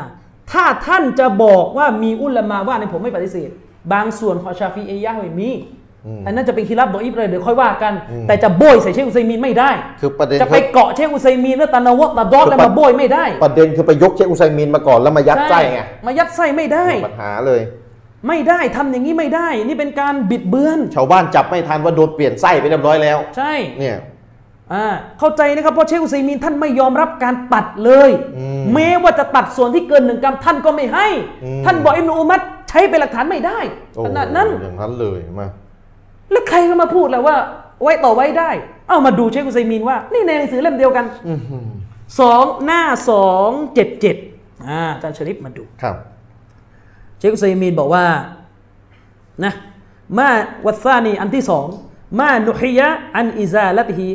[SPEAKER 2] ถ้าท่านจะบอกว่ามีอุลามาว่าในยผมไม่ปฏิเสธ บางส่วนของชาฟีเอียะห์เนี่ยมี
[SPEAKER 1] อืม
[SPEAKER 2] อันนั้นจะเป็นคีรับดออิฟเลยเดี๋ยวค่อยว่ากัน
[SPEAKER 1] อืม
[SPEAKER 2] แต่จะโบยใส่เชคอุไซมีนไม่ได้
[SPEAKER 1] คือประเด็น
[SPEAKER 2] จะไป
[SPEAKER 1] คือ
[SPEAKER 2] เกาะเชคอุไซมีนแล้วตานาวะตะดอด
[SPEAKER 1] คือ
[SPEAKER 2] แล้ว
[SPEAKER 1] ปะ
[SPEAKER 2] มาโบยไม่ได้
[SPEAKER 1] ประเด็นคือไปยกเชคอุไซมินมาก่อนแล้วมายัดไส้ไง
[SPEAKER 2] มายัดไส้ไม่ได้
[SPEAKER 1] มีปัญหาเลย
[SPEAKER 2] ไม่ได้ทำอย่างนี้ไม่ได้ นี่เป็นการบิดเบือน
[SPEAKER 1] ชาวบ้านจับไม่ทันว่าโดนเปลี่ยนไส้ไปเรียบร้อยแล้ว
[SPEAKER 2] ใช่
[SPEAKER 1] เนี่ย
[SPEAKER 2] อ่าเข้าใจนะครับเพราะเชคอุไซมีนท่านไม่ยอมรับการตัดเลย
[SPEAKER 1] อืม
[SPEAKER 2] แม้ว่าจะตัดส่วนที่เกินหนึ่งกรัมท่านก็ไม่ให้
[SPEAKER 1] อืม
[SPEAKER 2] ท่านบอกอิบนุอุมัดใช้เป็นหลักฐานไม่ได้
[SPEAKER 1] โอ้
[SPEAKER 2] ขนาดนั้น
[SPEAKER 1] อย่างนั้นเลยมา
[SPEAKER 2] แล้วใครก็มาพูดแล้วว่า ไว้ต่อไว้ได้ เอามาดูเชคอุซัยมีนว่า นี่ในหนังสือเล่มเดียวกัน
[SPEAKER 1] อื้อหือ
[SPEAKER 2] สองหน้าสองเจ็ดเจ็ดอ่าอาจารย์ชริปมาดู
[SPEAKER 1] ครับ
[SPEAKER 2] เชคอุซัยมีนบอกว่านะมาวัซานีอันที่สองมานุฮิยะอันอิซาลตฮิ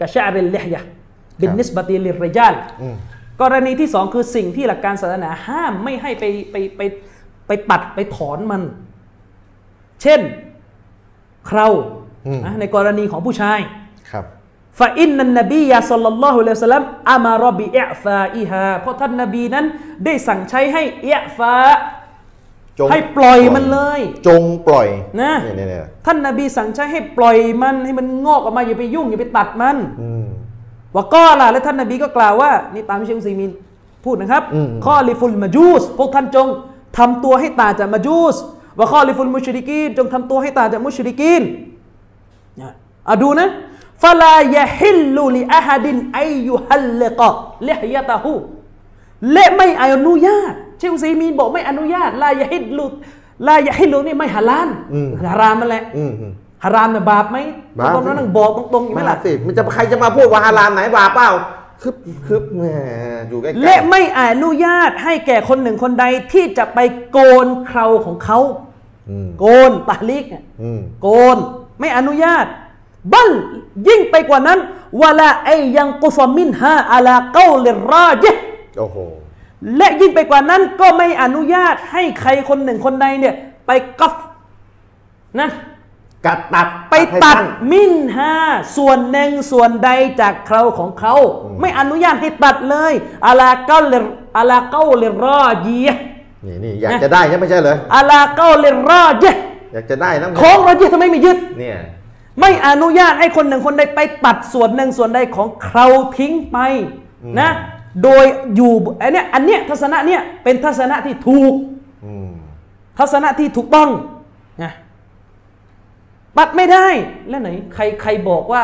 [SPEAKER 2] กะชะริลลิฮยะบินนิสบะติลิรริจาล
[SPEAKER 1] อืม
[SPEAKER 2] กรณีที่สองคือสิ่งที่หลักการศาสนาห้ามไม่ให้ไปไปไปไปตัดไปถอนมัน เช่นเครา
[SPEAKER 1] อืม
[SPEAKER 2] นะในกรณีของผู้ชาย
[SPEAKER 1] ครับ
[SPEAKER 2] ฟาอินนันนบียาสัลลัลลอฮุอะลัยฮิวะสัลลัมอามารอบิอิอฟาอิฮาเพราะท่านนบีนั้นได้สั่งใช้ให้อิอฟา
[SPEAKER 1] จง
[SPEAKER 2] ให้ปล่อยมันเลย
[SPEAKER 1] จงปล่อย
[SPEAKER 2] นะ
[SPEAKER 1] เนี่ยเนี่ยเนี่ย
[SPEAKER 2] ท่านนบีสั่งใช้ให้ปล่อยมันให้มันงอกออกมาอย่าไปยุ่งอย่าไปตัดมัน
[SPEAKER 1] อืม
[SPEAKER 2] วะก้อล่ะและท่านนบีก็กล่าวว่านี่ตามที่เชคอุซีมินพูดนะครับ
[SPEAKER 1] อืม
[SPEAKER 2] ข้อลิฟุลมาจูสพวกท่านจงทำตัวให้ต่างจากมาจูสวะข้อลิฟุลมุชริกีนจงทำตัวให้ต่างจากมุชริกีนนะอ่ะดูนะฟะลายะฮิลลุลิอาฮดินไอยุฮัลลกะลิฮยะตาฮูและไม่อนุญาต เชคอุซีมินบอกไม่อนุญาตลายะฮิลลุลายะฮิลลุนี่ไม่ฮาลาลฮารามนั่นแหละ
[SPEAKER 1] อืมอืม
[SPEAKER 2] ฮารามเนี่ยบาปไหม
[SPEAKER 1] บาปสิ
[SPEAKER 2] ตอนนั้นนั่งบอกตรงๆอยู่ไหม
[SPEAKER 1] ไม่
[SPEAKER 2] ล่ะ
[SPEAKER 1] ละสิมันจะใครจะมาพูดว่าฮารามไหนบาปเปล่าคึบคึบแหมอยู่ใกล้ๆ
[SPEAKER 2] และไม่อนุญาตให้แก่คนหนึ่งคนใดที่จะไปโกนเคราของเขา
[SPEAKER 1] อืม
[SPEAKER 2] โกนตะลิกเนี่ย
[SPEAKER 1] อืม
[SPEAKER 2] โกนไม่อนุญาต บัลยิ่งไปกว่านั้นวะลาไอยังกุซมินฮาอาลาเกาลิราเยะห์
[SPEAKER 1] โอ้โห
[SPEAKER 2] และยิ่งไปกว่านั้นก็ไม่อนุญาตให้ใครคนหนึ่งคนใดเนี่ยไปกัฟนะ
[SPEAKER 1] กัดตัด
[SPEAKER 2] ไป
[SPEAKER 1] ให้
[SPEAKER 2] ตัด
[SPEAKER 1] สั้น
[SPEAKER 2] มินฮาส่วนหนึ่งส่วนใดจากเคราของเขา
[SPEAKER 1] อืม
[SPEAKER 2] ไม่อนุญาตให้ตัดเลยอาลาเกาเลอาลาเกาเลรอจียะห์
[SPEAKER 1] นี่นี่อยาก
[SPEAKER 2] นะ
[SPEAKER 1] จะได้ใช่ไม่ใช่เหรอ
[SPEAKER 2] อาลาเกาเลรอจียะห์
[SPEAKER 1] อยากจะได้นะ
[SPEAKER 2] ของรอจียะห์ทำไมไม่ยึด
[SPEAKER 1] เนี่ย
[SPEAKER 2] ไม่อนุญาตให้คนหนึ่งคนใดไปตัดส่วนหนึ่งส่วนใดของเคราทิ้งไปนะ โดยอยู่อันเนี้ยอันเนี้ยทัศนะเนี่ยเป็นทัศนะที่ถูก
[SPEAKER 1] อืม
[SPEAKER 2] ทัศนะที่ถูกต้องนะตัดไม่ได้แล้วไหน ใครใครบอกว่า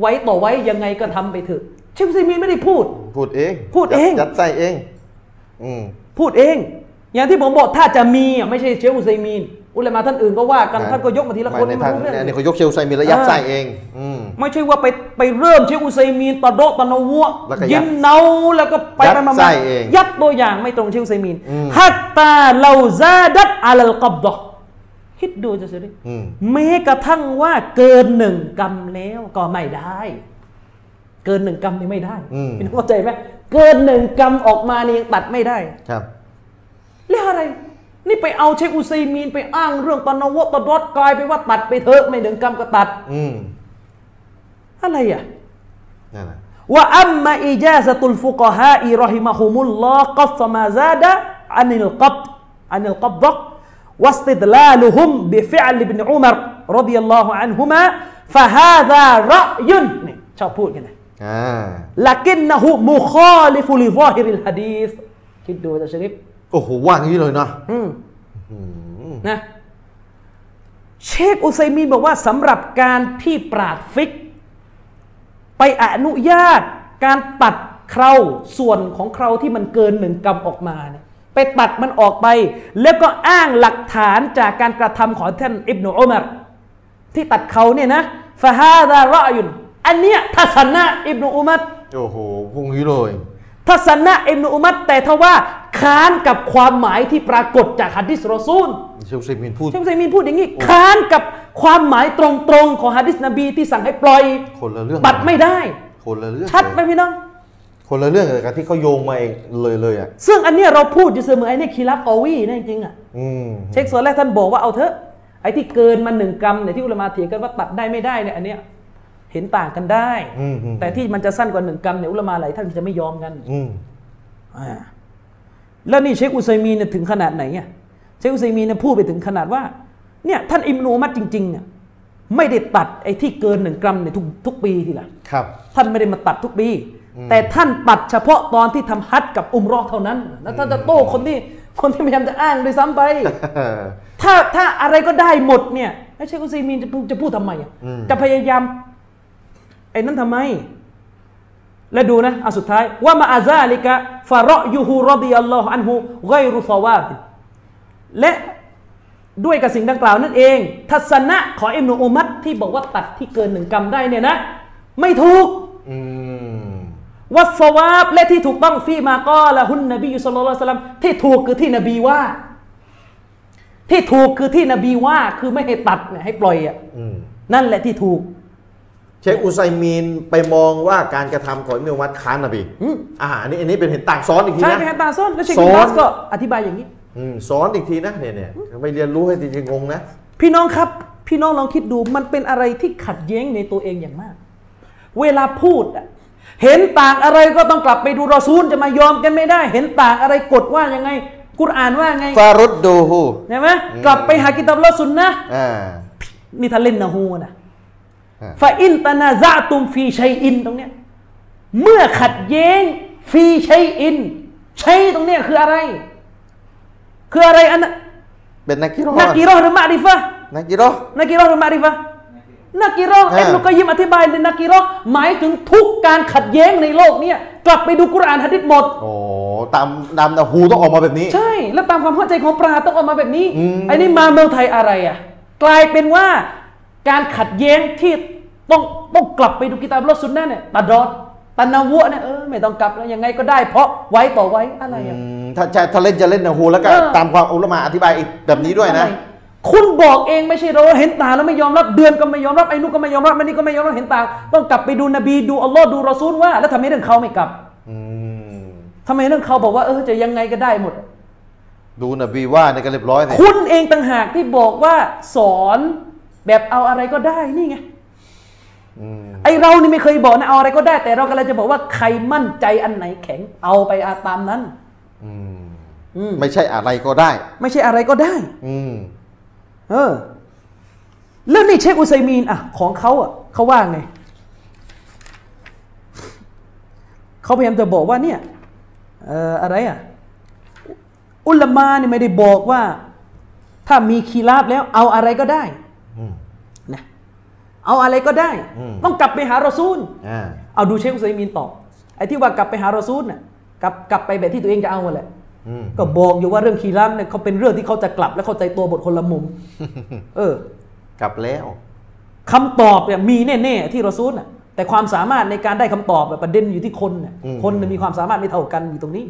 [SPEAKER 2] ไว้ต่อไว้ยังไงก็ทำไปเถอะเชฟซีมีนไม่ได้พูด
[SPEAKER 1] พูดเอง
[SPEAKER 2] พูดเอง
[SPEAKER 1] ยัยัดไส้เอง อืม
[SPEAKER 2] พูดเอง อย่างที่ผมบอกถ้าจะมีอ่ะไม่ใช่เชฟอุซัยมีนอุลามาท่านอื่นก็ว่ากันท่านก็ยกมาทีละคน
[SPEAKER 1] ใน
[SPEAKER 2] ให้
[SPEAKER 1] ทาง
[SPEAKER 2] รู้เรื่อง
[SPEAKER 1] อันนี้เขายกเชลไซมีระยะ
[SPEAKER 2] อ่า
[SPEAKER 1] ไส้เอง อืม
[SPEAKER 2] ไม่ใช่ว่าไปไปเริ่มเชคอุซัยมีนตะโดะตะนวะ
[SPEAKER 1] แล้วก็ยัด
[SPEAKER 2] ยิมเนาแล้วก็ไป
[SPEAKER 1] ยัด
[SPEAKER 2] ไปมา
[SPEAKER 1] ไส้
[SPEAKER 2] มา
[SPEAKER 1] เอง
[SPEAKER 2] ยัดตัวอย่างไม่ตรงเชคอุซัยมีน
[SPEAKER 1] อืม
[SPEAKER 2] ฮัตตาเลาซาดัตอาลัลกับดะคิดดูจะสิ
[SPEAKER 1] อืม
[SPEAKER 2] แม้กระทั่งว่าเกินหนึ่งกำแล้วก็ไม่ได้ เกินหนึ่งกำนี่ไม่ได้พี่น้องเข้าใจไหมเกินหนึ่งกำออกมานี่ยังตัดไม่ได้
[SPEAKER 1] ครับ
[SPEAKER 2] แล้วอะไร นี่ไปเอาเชคอุซัยมีนไปอ้างเรื่องตะนวะตะโดะกลายไปว่าตัดไปเถอะไม่หนึ่งกำก็ตัด
[SPEAKER 1] อืม
[SPEAKER 2] อะไรอ่ะ
[SPEAKER 1] นั่นน่ะ
[SPEAKER 2] ว่าอัมมาอิจาซะตุลฟุกฮาอิรอฮิมะฮุมุลลอฮ์กัฟมาซาดะอันิลกับอันิลกับดะวัสติดลาลุฮุมบิฟิอัลบินอุมรรดิยัลลอฮุอันฮุมาฟะฮาซารอยุนนี่ชอบพูดกันนะ
[SPEAKER 1] อ่า
[SPEAKER 2] ลักินนะฮุมุคอลิฟุลิซอฮิริลฮะดีษคิดดูอาจะชริฟ
[SPEAKER 1] โอ้โหว่างี้เลยเนาะ
[SPEAKER 2] อืม
[SPEAKER 1] อืม
[SPEAKER 2] นะเชคอุซัยมีนบอกว่าสำหรับการที่ปราดฟิก ไปอนุญาต การตัดเคราส่วนของเคราที่มันเกินหนึ่งกรรมออกมาเนี่ยไปตัดมันออกไป แล้วก็อ้างหลักฐานจากการกระทำของท่านอิบนุอุมารที่ตัดเขาเนี่ยนะฟาฮาดารอยุนอันเนี้ยทัศนะอิบนุอุมัร
[SPEAKER 1] โอ้โหพวกนี้เลย
[SPEAKER 2] ท ทัศนะอิบนุอุมัดแต่ทว่าค้านกับความหมายที่ปรากฏจากฮัดดิษรอซูล
[SPEAKER 1] เชคอุซัยมินพูด
[SPEAKER 2] เชคอุซัยมีนพูดอย่างนี้ ค้านกับความหมายตรงๆของฮัดดิษนบีที่สั่งให้ปล่อย
[SPEAKER 1] คนละเรื่อง
[SPEAKER 2] บัตรไม่ได้
[SPEAKER 1] คนละเรื่อง
[SPEAKER 2] ชัดไหมพี่น้อง
[SPEAKER 1] คนละเรื่องเลยกับที่เขาโยงมาเองเลยเลยอ่ะ
[SPEAKER 2] ซึ่งอันเนี้ยเราพูดอยู่เสมอไอ้เนี่ยคีรับกอวีนะจริงๆอ่ะ
[SPEAKER 1] อืม
[SPEAKER 2] เชคส่วนแรกท่านบอกว่าเอาเถอะไอ้ที่เกินมาหนึ่งกรัมเนี่ยที่อุลามาเถียงกันว่าตัดได้ไม่ได้เนี่ยอันเนี้ยเห็นต่างกันได้
[SPEAKER 1] อืมอืม
[SPEAKER 2] แต่ที่มันจะสั้นกว่าหนึ่งกรัมเนี่ยอุลามาหลายท่านจะไม่ยอมกัน
[SPEAKER 1] อืม
[SPEAKER 2] อ่าแล้วนี่เชคอุซัยมีนเนี่ยถึงขนาดไหนอ่ะเชคอุซัยมีนเนี่ยพูดไปถึงขนาดว่าเนี่ยท่านอิมนูมัดจริงๆเนี่ยไม่ได้ตัดไอ้ที่เกินหนึ่งกรัมเนี่ยทุกทุกปีทีหละ
[SPEAKER 1] ครับ
[SPEAKER 2] ท่านไม่ได้มาตัดทุกปี แต่ท่านตัดเฉพาะตอนที่ทำฮัจญ์กับอุมเรอเท่านั้นแล้วท่านจะโต้คนที่คนที่พยายามจะอ้างด้วยซ้ำไป ถ้าถ้าอะไรก็ได้หมดเนี่ยแล้วเชคอุซัยมีนจะพูดจะพูดทำไมอะ
[SPEAKER 1] อืม
[SPEAKER 2] จะพยายาม ไอ้นั้นทำไม และดูนะอันสุดท้ายว่ามาอาซาลิกะฟาระยูฮูรอดิยัลลอฮอันฮูไกรุซาวาบินและด้วยกับสิ่งดังกล่าวนั่นเอง ทัศนะของอิมนุอุมัตที่บอกว่าตัดที่เกินหนึ่งกรัมได้เนี่ยนะ ไม่ถูก
[SPEAKER 1] อืม
[SPEAKER 2] วัสวาบและที่ถูกต้องฟีมาก็ละหุนนบีอยู่สลลัลลอฮุอะลัยฮิวะสลลัมที่ถูกคือที่นบีว่า ที่ถูกคือที่นบีว่าคือไม่ให้ตัดเนี่ยให้ปล่อยอ่ะ
[SPEAKER 1] อืม
[SPEAKER 2] นั่นแหละที่ถูก
[SPEAKER 1] เชคอุซัยมีนไปมองว่าการกระทำของอิมนุมัดค้านนบี
[SPEAKER 2] อืม
[SPEAKER 1] อ่าอันนี้อันนี้เป็นเห็นต่างซ้อนอีกที
[SPEAKER 2] ใช่
[SPEAKER 1] นะ
[SPEAKER 2] ไหมฮะตาซ้อนแล้วเชค
[SPEAKER 1] ซ้อ
[SPEAKER 2] บิ
[SPEAKER 1] น
[SPEAKER 2] นบาสก็อธิบายอย่างนี้
[SPEAKER 1] อืมซ้อนอีกทีนะเนี่ยเนี่ยไปเรียนรู้ให้จริงๆงงนะ
[SPEAKER 2] พี่น้องครับ พี่น้องลองคิดดูมันเป็นอะไรที่ขัดแย้งในตัวเองอย่างมาก เวลาพูดอะเห็นต่างอะไรก็ต้องกลับไปดูรอซูลจะมายอมกันไม่ได้ เห็นต่างอะไรกฎว่ายังไง กุรอานว่าไง
[SPEAKER 1] ฟารุดดูฮู
[SPEAKER 2] ใช่ไหมกลับไปหากิตับและสุนนะ
[SPEAKER 1] อ่า
[SPEAKER 2] นี่ถ้าเล่นนะฮูนะ
[SPEAKER 1] ฮะ
[SPEAKER 2] ฟาอินตานาซาตุมฟีชัยอินตรงเนี้ยเมื่อขัดแย้งฟีชัยอินชัยตรงเนี้ยคืออะไร คืออะไรอันนะ
[SPEAKER 1] เป็นนักกีฬา
[SPEAKER 2] นักกีรอหรือมาริฟะห์
[SPEAKER 1] นักกีฬา
[SPEAKER 2] นักกีรอหรือมาริฟะห์นักกีรอ
[SPEAKER 1] ฮะ
[SPEAKER 2] เอ็มนุกอยยิมอธิบายในนักกีรอหมายถึงทุกการขัดแย้งในโลกเนี่ยกลับไปดูกุรอานหะดิษหมด
[SPEAKER 1] โอ้ตามตามนะฮูต้องออกมาแบบนี้
[SPEAKER 2] ใช่ แล้วตามความเข้าใจของปลาต้องออกมาแบบนี้
[SPEAKER 1] อืม
[SPEAKER 2] ไอ้นี่มาเมืองไทยอะไรอ่ะ กลายเป็นว่าการขัดแย้งที่ต้องต้องกลับไปดูกิตาบรถสุนนะเนี่ยตาดอดตานาวัวเนี่ยเออไม่ต้องกลับแล้วยังไงก็ได้ เพราะไว้ต่อไว้อะไร
[SPEAKER 1] อื
[SPEAKER 2] อ่ะ
[SPEAKER 1] มถ้าจะถ้าเล่นจะเล่นนะฮูแล้วก็
[SPEAKER 2] เออ
[SPEAKER 1] ตามความอุลามะอธิบายอีกแบบนี้ด้วยนะ
[SPEAKER 2] อะไรคุณบอกเองไม่ใช่เราเห็นต่างแล้วไม่ยอมรับเดือนก็ไม่ยอมรับไอ้นู่นก็ไม่ยอมรับไอ้นี่ก็ไม่ยอมรับเห็นต่างต้องกลับไปดูนบีดูอัลลอฮ์ดูรอซูลว่า แล้วทำไมเรื่องเขาไม่กลับ
[SPEAKER 1] อืม
[SPEAKER 2] ทำไมเรื่องเขาบอกว่าเออจะยังไงก็ได้หมด
[SPEAKER 1] ดูนบีว่าในยกันเรียบร้อยเลย
[SPEAKER 2] คุณเองต่างหากที่บอกว่าสอนแบบเอาอะไรก็ได้นี่ไง
[SPEAKER 1] อืม
[SPEAKER 2] ไอเรานี่ไม่เคยบอกนะเอาอะไรก็ได้ แต่เรากำลังจะบอกว่าใครมั่นใจอันไหนแข็งเอาไปอาตามนั้น
[SPEAKER 1] อืม
[SPEAKER 2] อืม
[SPEAKER 1] ไม่ใช่อะไรก็ได้
[SPEAKER 2] ไม่ใช่อะไรก็ได้
[SPEAKER 1] อืม
[SPEAKER 2] เออแล้วนี่เชคอุซัยมีนอ่ะของเขาอ่ะเขาว่าไงเขาพยายามจะบอกว่าเนี่ยเอ่ออะไรอ่ะอุลามาเนี่ยไม่ได้บอกว่า ถ้ามีคีลาบแล้วเอาอะไรก็ได้
[SPEAKER 1] อืม
[SPEAKER 2] นะเอาอะไรก็ได้
[SPEAKER 1] อืม
[SPEAKER 2] ต้องกลับไปหารอซูล
[SPEAKER 1] อ่า
[SPEAKER 2] เอาดูเชคอุซัยมีนตอบไอ้ที่ว่ากลับไปหารอซูลน่ะกลับกลับไปแบบที่ตัวเองจะเอาอะแหละ
[SPEAKER 1] อืม
[SPEAKER 2] ก็บอกอยู่ว่าเรื่องคีรัมเนี่ยเขาเป็นเรื่องที่เขาจะกลับและเข้าใจตัวบทคนละมุ ม เออก
[SPEAKER 1] ลับแล้ว
[SPEAKER 2] คำตอบเนี่ยมีแน่ๆที่รอซูลน่ะแต่ความสามารถในการได้คำตอบแบบประเด็นอยู่ที่คนน่ะ
[SPEAKER 1] อืม
[SPEAKER 2] คนน่ะมีความสามารถไม่เท่ากันอยู่ตรงนี้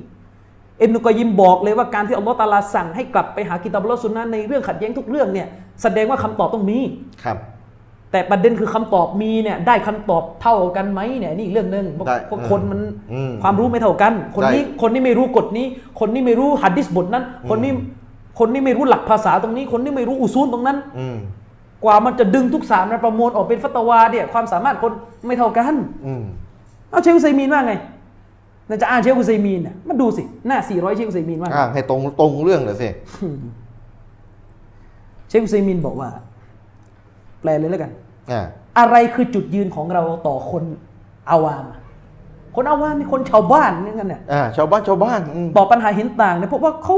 [SPEAKER 2] เอ็มนุกอยยิมบอกเลยว่าการที่อัลลอฮฺตะอาลาสั่งให้กลับไปหากิตาบอัลลอฮฺสุนนะในเรื่องขัดแย้งทุกเรื่องเนี่ยแสดงว่าคำตอบต้องมี
[SPEAKER 1] ครับ
[SPEAKER 2] แต่ประเด็นคือคำตอบมีเนี่ยได้คำตอบเท่ากันไหมเนี่ยนี่อีกเรื่องหนึ่งเพราะ
[SPEAKER 1] ได้
[SPEAKER 2] เพราะคนมัน
[SPEAKER 1] อืม
[SPEAKER 2] ความรู้ไม่เท่ากัน คนนี้
[SPEAKER 1] ได้
[SPEAKER 2] คนนี้ไม่รู้กฎนี้ คนนี้ไม่รู้หัดดิสบทนั้น คนนี้คนนี้ไม่รู้หลักภาษาตรงนี้ คนนี้ไม่รู้อุซูลตรงนั้น
[SPEAKER 1] อืม
[SPEAKER 2] กว่ามันจะดึงทุกสามนะประมวลออกเป็นฟัตวาเนี่ยความสามารถคนไม่เท่ากัน
[SPEAKER 1] อืม
[SPEAKER 2] เอาเชคอุซัยมีนว่าไงน่าจะอ่านเชคอุซัยมีนน่ะมาดูสิหน้า400เชคอุซัยมีนว่าไง
[SPEAKER 1] อ้างให้ตรงตรงเรื่องหน่อยสิ
[SPEAKER 2] เชคอุซัยมีนบอกว่า แปลเลยแล้วกัน
[SPEAKER 1] อ่า
[SPEAKER 2] อะไรคือจุดยืนของเราต่อคนอาวามอะคนอาวามนี่คนชาวบ้านนี่กันเนี่ย
[SPEAKER 1] อ่า ชาวบ้านชาวบ้านอืม
[SPEAKER 2] ต่อปัญหาเห็นต่างเนี่ยเพราะว่าเขา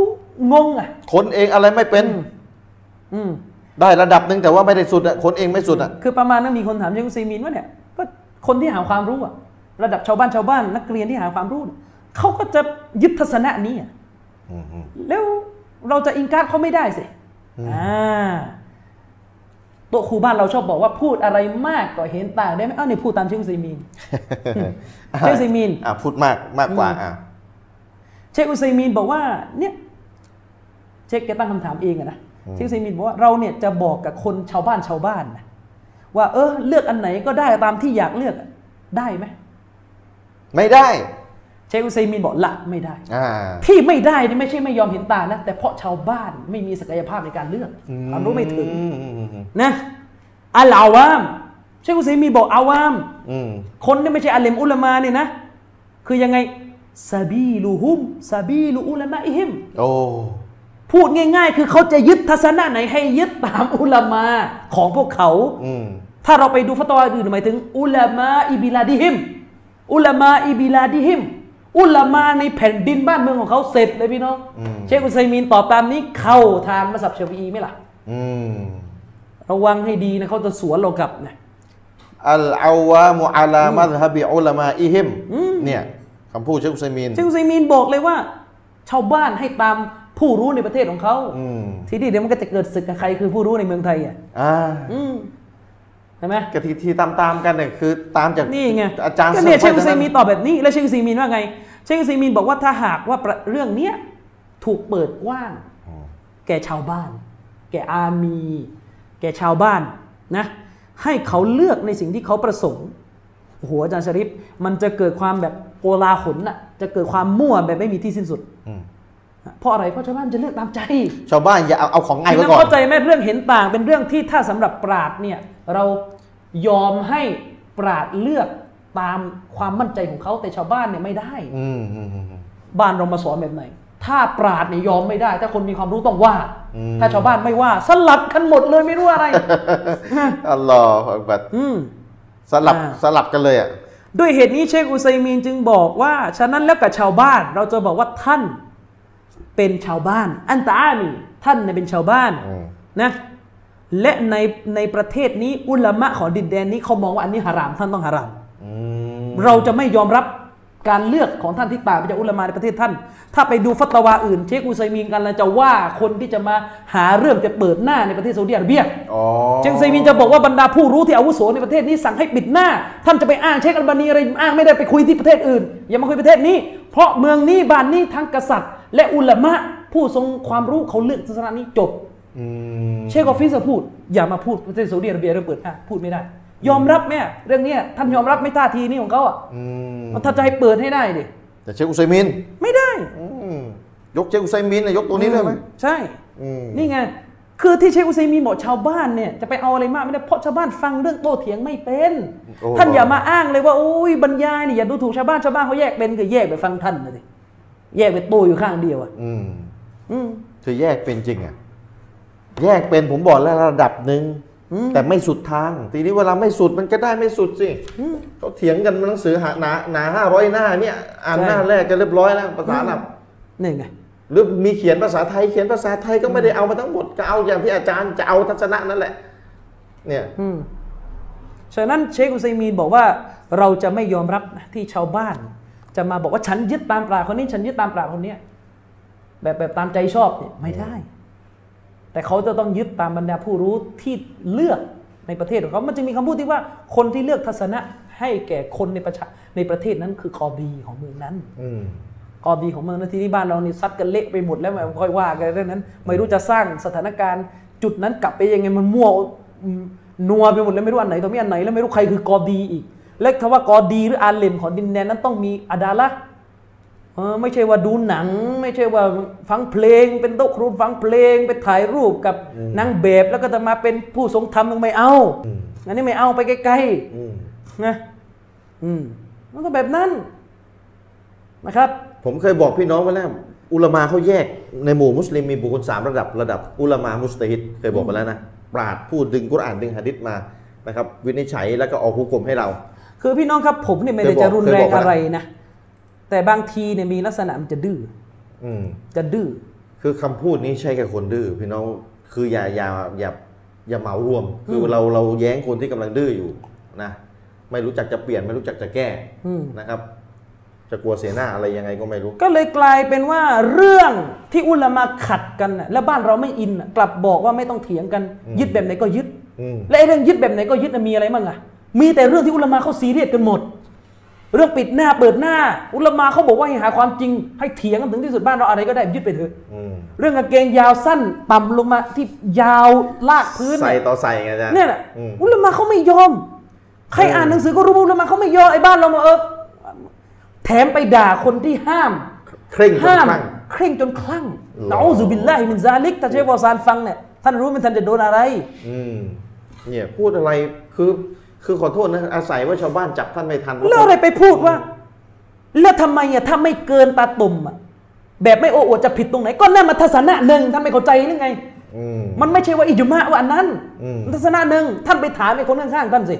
[SPEAKER 2] งงอ่ะ
[SPEAKER 1] คนเองอะไรไม่เป็น
[SPEAKER 2] อืม
[SPEAKER 1] ได้ระดับหนึ่งแต่ว่าไม่ได้สุดอะคนเองไม่สุดอะ
[SPEAKER 2] คือประมาณนั้นมีคนถามเชคอุซัยมีนว่าเนี่ยก็คนที่หาความรู้อ่ะ ระดับชาวบ้านชาวบ้าน นักเรียนที่หาความรู้เนี่ยเขาก็จะยึดทัศนะนี้อะ
[SPEAKER 1] อืมอืม
[SPEAKER 2] แล้วเราจะอิงการเขาไม่ได้สิ
[SPEAKER 1] อืม
[SPEAKER 2] อ่าตัวครูบ้านเราชอบบอกว่าพูดอะไรมากกว่าเห็นต่างได้ไหมเอ้านี่พูดตามเชคอุซัยมีน เชคอุซัยมีน
[SPEAKER 1] อ่าพูดมากมากกว่าอ่า
[SPEAKER 2] เชคอุซัยมีนบอกว่าเนี่ยเชคแกตั้งคำถามเองอะนะ
[SPEAKER 1] อืม
[SPEAKER 2] เชคอุซัยมีนบอกว่าเราเนี่ยจะบอกกับคนชาวบ้านชาวบ้านนะว่าเออเลือกอันไหนก็ได้ตามที่อยากเลือกอะได้ไหม
[SPEAKER 1] ไม่ได้
[SPEAKER 2] เชคอุซัยมีนบอกละไม่ได้
[SPEAKER 1] อ่า
[SPEAKER 2] ที่ไม่ได้นี่ไม่ใช่ไม่ยอมเห็นตานะแต่เพราะชาวบ้านไม่มีศักยภาพในการเลือกความรู้ไม่ถึง
[SPEAKER 1] อืมอืมอืม
[SPEAKER 2] นะอัลอาวามเชคอุซัยมีนบอกอาวาม
[SPEAKER 1] อืม
[SPEAKER 2] คนเนี่ยไม่ใช่อาเลมอุลามาเนี่ยนะ คือยังไงซาบีลูฮุมซาบีลูอุลามาอิฮิม
[SPEAKER 1] โอ้
[SPEAKER 2] พูดง่าย ๆ คือเขาจะยึดทัศนะไหนให้ยึดตามอุลามาของพวกเขา
[SPEAKER 1] อืม
[SPEAKER 2] ถ้าเราไปดูฟัตวาอื่นหมายถึง อุลามาอิบิลาดิฮิม อุลามาอิบิลาดิฮิม อุลามาในแผ่นดินบ้านเมืองของเขาเสร็จเลยพี่น้องเชคอุซัยมีนตอบตามนี้เข้าทางมัสับเชฟีอีไหมล่ะ
[SPEAKER 1] อืม
[SPEAKER 2] ระวังให้ดีนะเขาจะสวนเรากลับนะ
[SPEAKER 1] อัลอาวามุอาลามัซฮะบิอุลามาอิฮิมเนี่ยคำพูดเชคอุซัยมีน
[SPEAKER 2] เชคอุซัยมีนบอกเลยว่า ชาวบ้านให้ตามผู้รู้ในประเทศของเขา
[SPEAKER 1] อืม
[SPEAKER 2] ทีนี้เดี๋ยวมันก็จะเกิดศึกกับใครคือผู้รู้ในเมืองไทยอ่ะ
[SPEAKER 1] อ่า
[SPEAKER 2] อืมใช่ไหม
[SPEAKER 1] กะทีที่ตามตามๆกันเนี่ยคือตามจาก
[SPEAKER 2] นี่ไง
[SPEAKER 1] อาจารย์
[SPEAKER 2] ก็เนี่ยเช
[SPEAKER 1] ส
[SPEAKER 2] ค
[SPEAKER 1] มั
[SPEAKER 2] อุซัยมี
[SPEAKER 1] นั้น
[SPEAKER 2] ตอบแบบนี้ แล้วเชคอุซัยมีนว่าไง เชคอุซัยมีนบอกว่าถ้าหากว่าประเรื่องเนี้ยถูกเปิดกว้าง แก่ชาวบ้าน แก่อามี แก่ชาวบ้านนะให้เขาเลือกในสิ่งที่เขาประสงค์โอ้โหอาจารย์ชริปมันจะเกิดความแบบโกลาหลน่ะจะเกิดความมั่วแบบไม่มีที่สิ้นสุด
[SPEAKER 1] อืม
[SPEAKER 2] นะเพราะอะไรเพราะชาวบ้านจะเลือกตามใจ
[SPEAKER 1] ชาวบ้านอย่าเอาเอาของง่าย
[SPEAKER 2] ที
[SPEAKER 1] ไว้
[SPEAKER 2] นั้น
[SPEAKER 1] ก่อน
[SPEAKER 2] เข้าใจไหมเรื่องเห็นต่างเป็นเรื่องที่ถ้าสำหรับปราดเนี่ยเรายอมให้ปราดเลือกตามความมั่นใจของเขาแต่ชาวบ้านเนี่ยไม่ได้
[SPEAKER 1] อืมอืมอืม
[SPEAKER 2] บ้านเรามาสอนแบบไหน ถ้าปราดเนี่ยยอมไม่ได้ ถ้าคนมีความรู้ต้องว่า
[SPEAKER 1] อืม
[SPEAKER 2] ถ้าชาวบ้านไม่ว่า สลับกันหมดเลยไม่รู้ อะไร
[SPEAKER 1] อัลลอฮฺอักบัร
[SPEAKER 2] อืม
[SPEAKER 1] สลับ
[SPEAKER 2] อ่า
[SPEAKER 1] สลับกันเลยอ่ะ
[SPEAKER 2] ด้วยเหตุนี้เชคอุซัยมีนจึงบอกว่า ฉะนั้นแล้วกับชาวบ้าน เราจะบอกว่าท่านเป็นชาวบ้าน อันตะอามีท่านเนี่ยเป็นชาวบ้าน
[SPEAKER 1] อืม
[SPEAKER 2] นะและในในประเทศนี้อุลามะของดินแดนนี้เขามองว่าอันนี้หารามท่านต้องหาราม
[SPEAKER 1] อืม
[SPEAKER 2] เราจะไม่ยอมรับการเลือกของท่านที่ต่างไปจากอุลามะในประเทศท่าน ถ้าไปดูฟัตวาอื่น เชคอุซัยมีนกันเราจะว่าคนที่จะมาหาเรื่องจะเปิดหน้าในประเทศซาอุดิอาระเบีย
[SPEAKER 1] อ๋อ
[SPEAKER 2] เชคอุซัยมีนจะบอกว่าบรรดาผู้รู้ที่อาวุโสในประเทศนี้สั่งให้ปิดหน้า ท่านจะไปอ้างเชคอัลบานีอะไรอ้างไม่ได้ไปคุยที่ประเทศอื่น อย่ามาคุยประเทศนี้ เพราะเมืองนี้บ้านนี้ทั้งกษัตริย์ และอุลามะผู้ทรงความรู้เขาเลือกศาสนานี้จบ
[SPEAKER 1] อืม
[SPEAKER 2] เชคออฟฟิศพูดอย่ามาพูดประเทศซาอุดิอาระเบียเรื่องเปิดอ่ะพูดไม่ได้ ยอมรับไหมอ่ะเรื่องเนี้ยท่านยอมรับไหม่ท่าทีนี้ของเขาอ่ะ
[SPEAKER 1] อืม
[SPEAKER 2] มันถ้าจะให้เปิดให้ได้ดิ
[SPEAKER 1] แต่เชคอุซัยมิน
[SPEAKER 2] ไม่ได้
[SPEAKER 1] อืมยกเชคอุซัยมินนะยกตัวนี้เลยไหม
[SPEAKER 2] ใช่
[SPEAKER 1] อืม
[SPEAKER 2] นี่ไง คือที่เชคอุซัยมีนบอกชาวบ้านเนี่ยจะไปเอาอะไรมากไม่ได้เพราะชาวบ้านฟังเรื่องโต้เถียงไม่เป็น
[SPEAKER 1] โ
[SPEAKER 2] ท่านอย่ามาอ้างเลยว่าโอ้ยบรรยายนี่อย่าดูถูกชาวบ้านชาวบ้านเขาแยกเป็นก็แยกไปฟังท่านนะสิแยกเป็นตัวอยู่ข้างเดียวอ่ะ
[SPEAKER 1] อืม
[SPEAKER 2] อืม
[SPEAKER 1] คือแยกเป็นจริงอ่ะ แยกเป็นผมบอกแล้วระดับหนึ่ง
[SPEAKER 2] อืม
[SPEAKER 1] แต่ไม่สุดทาง ทีนี้เวลาไม่สุดมันก็ได้ไม่สุดสิ
[SPEAKER 2] อืม
[SPEAKER 1] เขาเถียงกันมันหนังสือหาหนาหนาห้าร้อยหน้าเนี่ย อ่าน
[SPEAKER 2] ใช่
[SPEAKER 1] หน้าแรกกันเรียบร้อยแล้วภาษาอาหลับ
[SPEAKER 2] นี่ไง
[SPEAKER 1] หรือมีเขียนภาษาไทยเขียนภาษาไทยก็ไม่ได้เอามาทั้งหมดก็เอาอย่างที่อาจารย์จะเอาทัศนะนั่นแหละ เนี่ย
[SPEAKER 2] อืมฉะนั้นเชคอุซัยมีนบอกว่าเราจะไม่ยอมรับนะที่ชาวบ้าน จะมาบอกว่าฉันยึดตามปราคนนี้ฉันยึดตามปราคนเนี้ยแบบแบบตามใจชอบเนี่ยไม่ได้ แต่เขาจะต้องยึดตามบรรดาผู้รู้ที่เลือกในประเทศของเขามันจึงมีคำพูดที่ว่าคนที่เลือกทัศนะให้แก่คนในประชาในประเทศนั้นคือกอดีของเมืองนั้น
[SPEAKER 1] อืม
[SPEAKER 2] กอดีของเมืองนั้นที่นี่บ้านเรานี่ซัดกันเละไปหมดแล้วไม่ค่อยว่ากันเรื่องนั้น ไม่รู้จะสร้างสถานการณ์จุดนั้นกลับไปยังไงมันมั่วอืมนัวไปหมดแล้วไม่รู้อันไหนต่อไม่อันไหนแล้วไม่รู้ใครคือกอดีอีก และคำว่ากอดีหรืออาเลมของดินแดนนั้นต้องมีอาดาละเออไม่ใช่ว่าดูหนัง ไม่ใช่ว่าฟังเพลง เป็นโต๊ะครูฟังเพลงไปถ่ายรูปกับนางแบบแล้วก็จะมาเป็นผู้ทรงธรรมยังไม่เอา
[SPEAKER 1] อืม
[SPEAKER 2] อันนี้ไม่เอาไปไกลๆ
[SPEAKER 1] อืม
[SPEAKER 2] นะอืมมันก็แบบนั้นนะครับ
[SPEAKER 1] ผมเคยบอกพี่น้องไว้แล้ว อุลามาเขาแยกในหมู่มุสลิมมีบุคคลสามระดับระดับ อุลามามุสตาฮิดเคยบอกไปแล้วนะ ปราดพูดดึงกุรอานดึงหะดิษมานะครับ วินิจฉัยแล้วก็ออกฮุกกลมให้เรา
[SPEAKER 2] คือพี่น้องครับผมเนี่ยไม่
[SPEAKER 1] เค
[SPEAKER 2] ได้
[SPEAKER 1] ยบอก
[SPEAKER 2] จะรุนแร
[SPEAKER 1] เค
[SPEAKER 2] ง
[SPEAKER 1] ยบอกไป
[SPEAKER 2] อะไรนะ แต่บางทีเนี่ยมีลักษณะมันจะดื้อ
[SPEAKER 1] อืม
[SPEAKER 2] จะดื้อ
[SPEAKER 1] คือคำพูดนี้ใช่กับคนดื้อพี่น้องคืออย่าอย่าอย่าอย่าเหมารวม คือเราเราแย้งคนที่กำลังดื้ออยู่นะไม่รู้จักจะเปลี่ยนไม่รู้จักจะแก้
[SPEAKER 2] อืม
[SPEAKER 1] นะครับ จะกลัวเสียหน้าอะไรยังไงก็ไม่รู้
[SPEAKER 2] ก็เลยกลายเป็นว่าเรื่องที่อุลามาขัดกันน่ะและบ้านเราไม่อินน่ะกลับบอกว่าไม่ต้องเถียงกัน
[SPEAKER 1] อืม
[SPEAKER 2] ยึดแบบไหนก็ยึด
[SPEAKER 1] อืม
[SPEAKER 2] และไอ้เรื่องยึดแบบไหนก็ยึดน่ะมีอะไรบ้างอะมีแต่เรื่องที่อุลามาเขาซีเรียสกันหมด เรื่องปิดหน้าเปิดหน้า อุลามาเขาบอกว่าให้หาความจริงให้เถียงกันถึงที่สุดบ้านเราอะไรก็ได้ยึดไปเถอะ
[SPEAKER 1] อืม
[SPEAKER 2] เรื่องกางเกงยาวสั้นต่ำลงมาที่ยาวลากพื้น
[SPEAKER 1] ใส่
[SPEAKER 2] เนี่ย
[SPEAKER 1] ต่อใส่ไงอาจารย์
[SPEAKER 2] เนี่ยแหละ
[SPEAKER 1] อืม
[SPEAKER 2] อุลามะเขาไม่ยอม ใคร
[SPEAKER 1] เอออ่
[SPEAKER 2] อ่านหนังสือก็รู้ว่าอุลามะเขาไม่ยอมไอ้บ้านเรามาเออแถมไปด่าคนที่ห้าม
[SPEAKER 1] เคร่งจน
[SPEAKER 2] ห้าม
[SPEAKER 1] คลั่ง
[SPEAKER 2] เคร่งจนคลั่ง
[SPEAKER 1] หรอ
[SPEAKER 2] นะอูซุบิลลาฮิมินซาลิกถ้าเชฟวอซานฟังเนี่ยท่านรู้ไหมันท่านจะโดนอะไร
[SPEAKER 1] อืมเนี่ยพูดอะไรคือคือขอโทษนะ อาศัยว่าชาวบ้านจับท่านไม่ทัน
[SPEAKER 2] แล้วอะไรไปพูดว่า แล้วทำไมอะถ้าไม่เกินตาตุ่มอะแบบไม่โอ้อวดจะผิดตรงไหน ก็นั่นมาทัศนะหนึ่งท่านไม่เข้าใจหรือไง
[SPEAKER 1] อืม
[SPEAKER 2] มันไม่ใช่ว่าอิจมาว่าอันนั้น
[SPEAKER 1] อืม
[SPEAKER 2] ทัศนะหนึ่งท่านไปถามไอ้คนข้างๆท่านสิ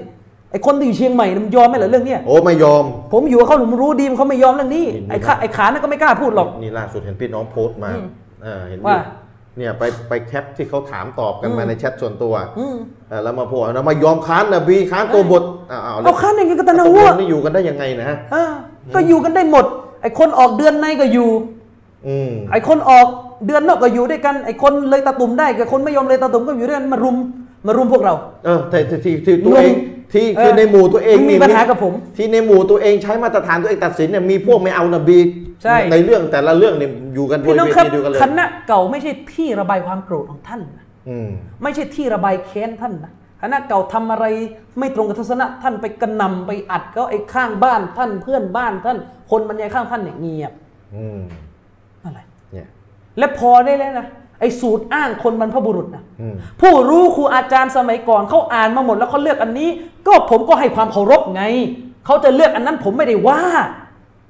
[SPEAKER 2] ไอ้คนที่อยู่เชียงใหม่น่ะมันยอมไหมเหรอเรื่องเนี้ย
[SPEAKER 1] โอ้ไม่ยอม
[SPEAKER 2] ผมอยู่กับเขาผมรู้ดีเขาไม่ยอมเรื่องนี้
[SPEAKER 1] เห็นไหม
[SPEAKER 2] ไอ้ขาไอ้ขานั่นก็ไม่กล้าพูดหรอก
[SPEAKER 1] นี่ล่าสุดเห็นพี่น้องโพสต์มา
[SPEAKER 2] อืม
[SPEAKER 1] เออเห็น
[SPEAKER 2] ว่า
[SPEAKER 1] เนี่ยไปไปแคปที่เขาถามตอบกันมา
[SPEAKER 2] อืม
[SPEAKER 1] ในแชทส่วนตัว
[SPEAKER 2] อืม
[SPEAKER 1] เออแล้วมาพูดนะมายอมค้านนะบีค้านตัวบทอ้าวแล้ว
[SPEAKER 2] เอาขั้นอย่างนี้ก็ตะนะ
[SPEAKER 1] ตกล
[SPEAKER 2] วะ
[SPEAKER 1] งนี่อยู่กันได้ยังไงนะฮะ
[SPEAKER 2] เออก็อยู่กันได้หมด ไอ้คนออกเดือนในก็อยู่
[SPEAKER 1] อืม
[SPEAKER 2] ไอ้คนออกเดือนนอกก็อยู่ด้วยกัน ไอ้คนเลยตาตุ่มได้กับคนไม่ยอมเลยตาตุ่มก็อยู่ด้วยกันมารุมมารุมพวกเรา
[SPEAKER 1] เออแต่ที่ที่ที่ตัวเอง
[SPEAKER 2] งง
[SPEAKER 1] ที่
[SPEAKER 2] เออ
[SPEAKER 1] คือในหมู่ตัวเอง
[SPEAKER 2] มี
[SPEAKER 1] นี่
[SPEAKER 2] ปัญหากับผม
[SPEAKER 1] ที่ในหมู่ตัวเองใช้มาตรฐานตัวเองตัดสินเนี่ยมีพวกไม่เอานบี
[SPEAKER 2] ใช่
[SPEAKER 1] ในเรื่องแต่ละเรื่องเนี่ยอยู่กันบ
[SPEAKER 2] พี่
[SPEAKER 1] น
[SPEAKER 2] น้อง
[SPEAKER 1] เว
[SPEAKER 2] ครับ
[SPEAKER 1] ทีเดียวกันเลย
[SPEAKER 2] คณะเก่าไม่ใช่ที่ระบายความโกรธของท่านนะ
[SPEAKER 1] อืม
[SPEAKER 2] ไม่ใช่ที่ระบายแค้นท่านนะคณะเก่าทำอะไรไม่ตรงกับทัศนะท่านไปกระหนำไปอัดก็ไอ้ข้างบ้านท่านเพื่อนบ้านท่าน คนบรรยายข้างท่านเนี่ยเงียบ
[SPEAKER 1] อืม
[SPEAKER 2] อะไร
[SPEAKER 1] เนี่ย
[SPEAKER 2] และพอได้แล้วนะไอ้สูตรอ้างคนบรรพบุรุษนะ
[SPEAKER 1] อืม
[SPEAKER 2] ผู้รู้ครูอาจารย์สมัยก่อนเขาอ่านมาหมดแล้วเขาเลือกอันนี้ ก็ผมก็ให้ความเคารพไงเขาจะเลือกอันนั้นผมไม่ได้ว่า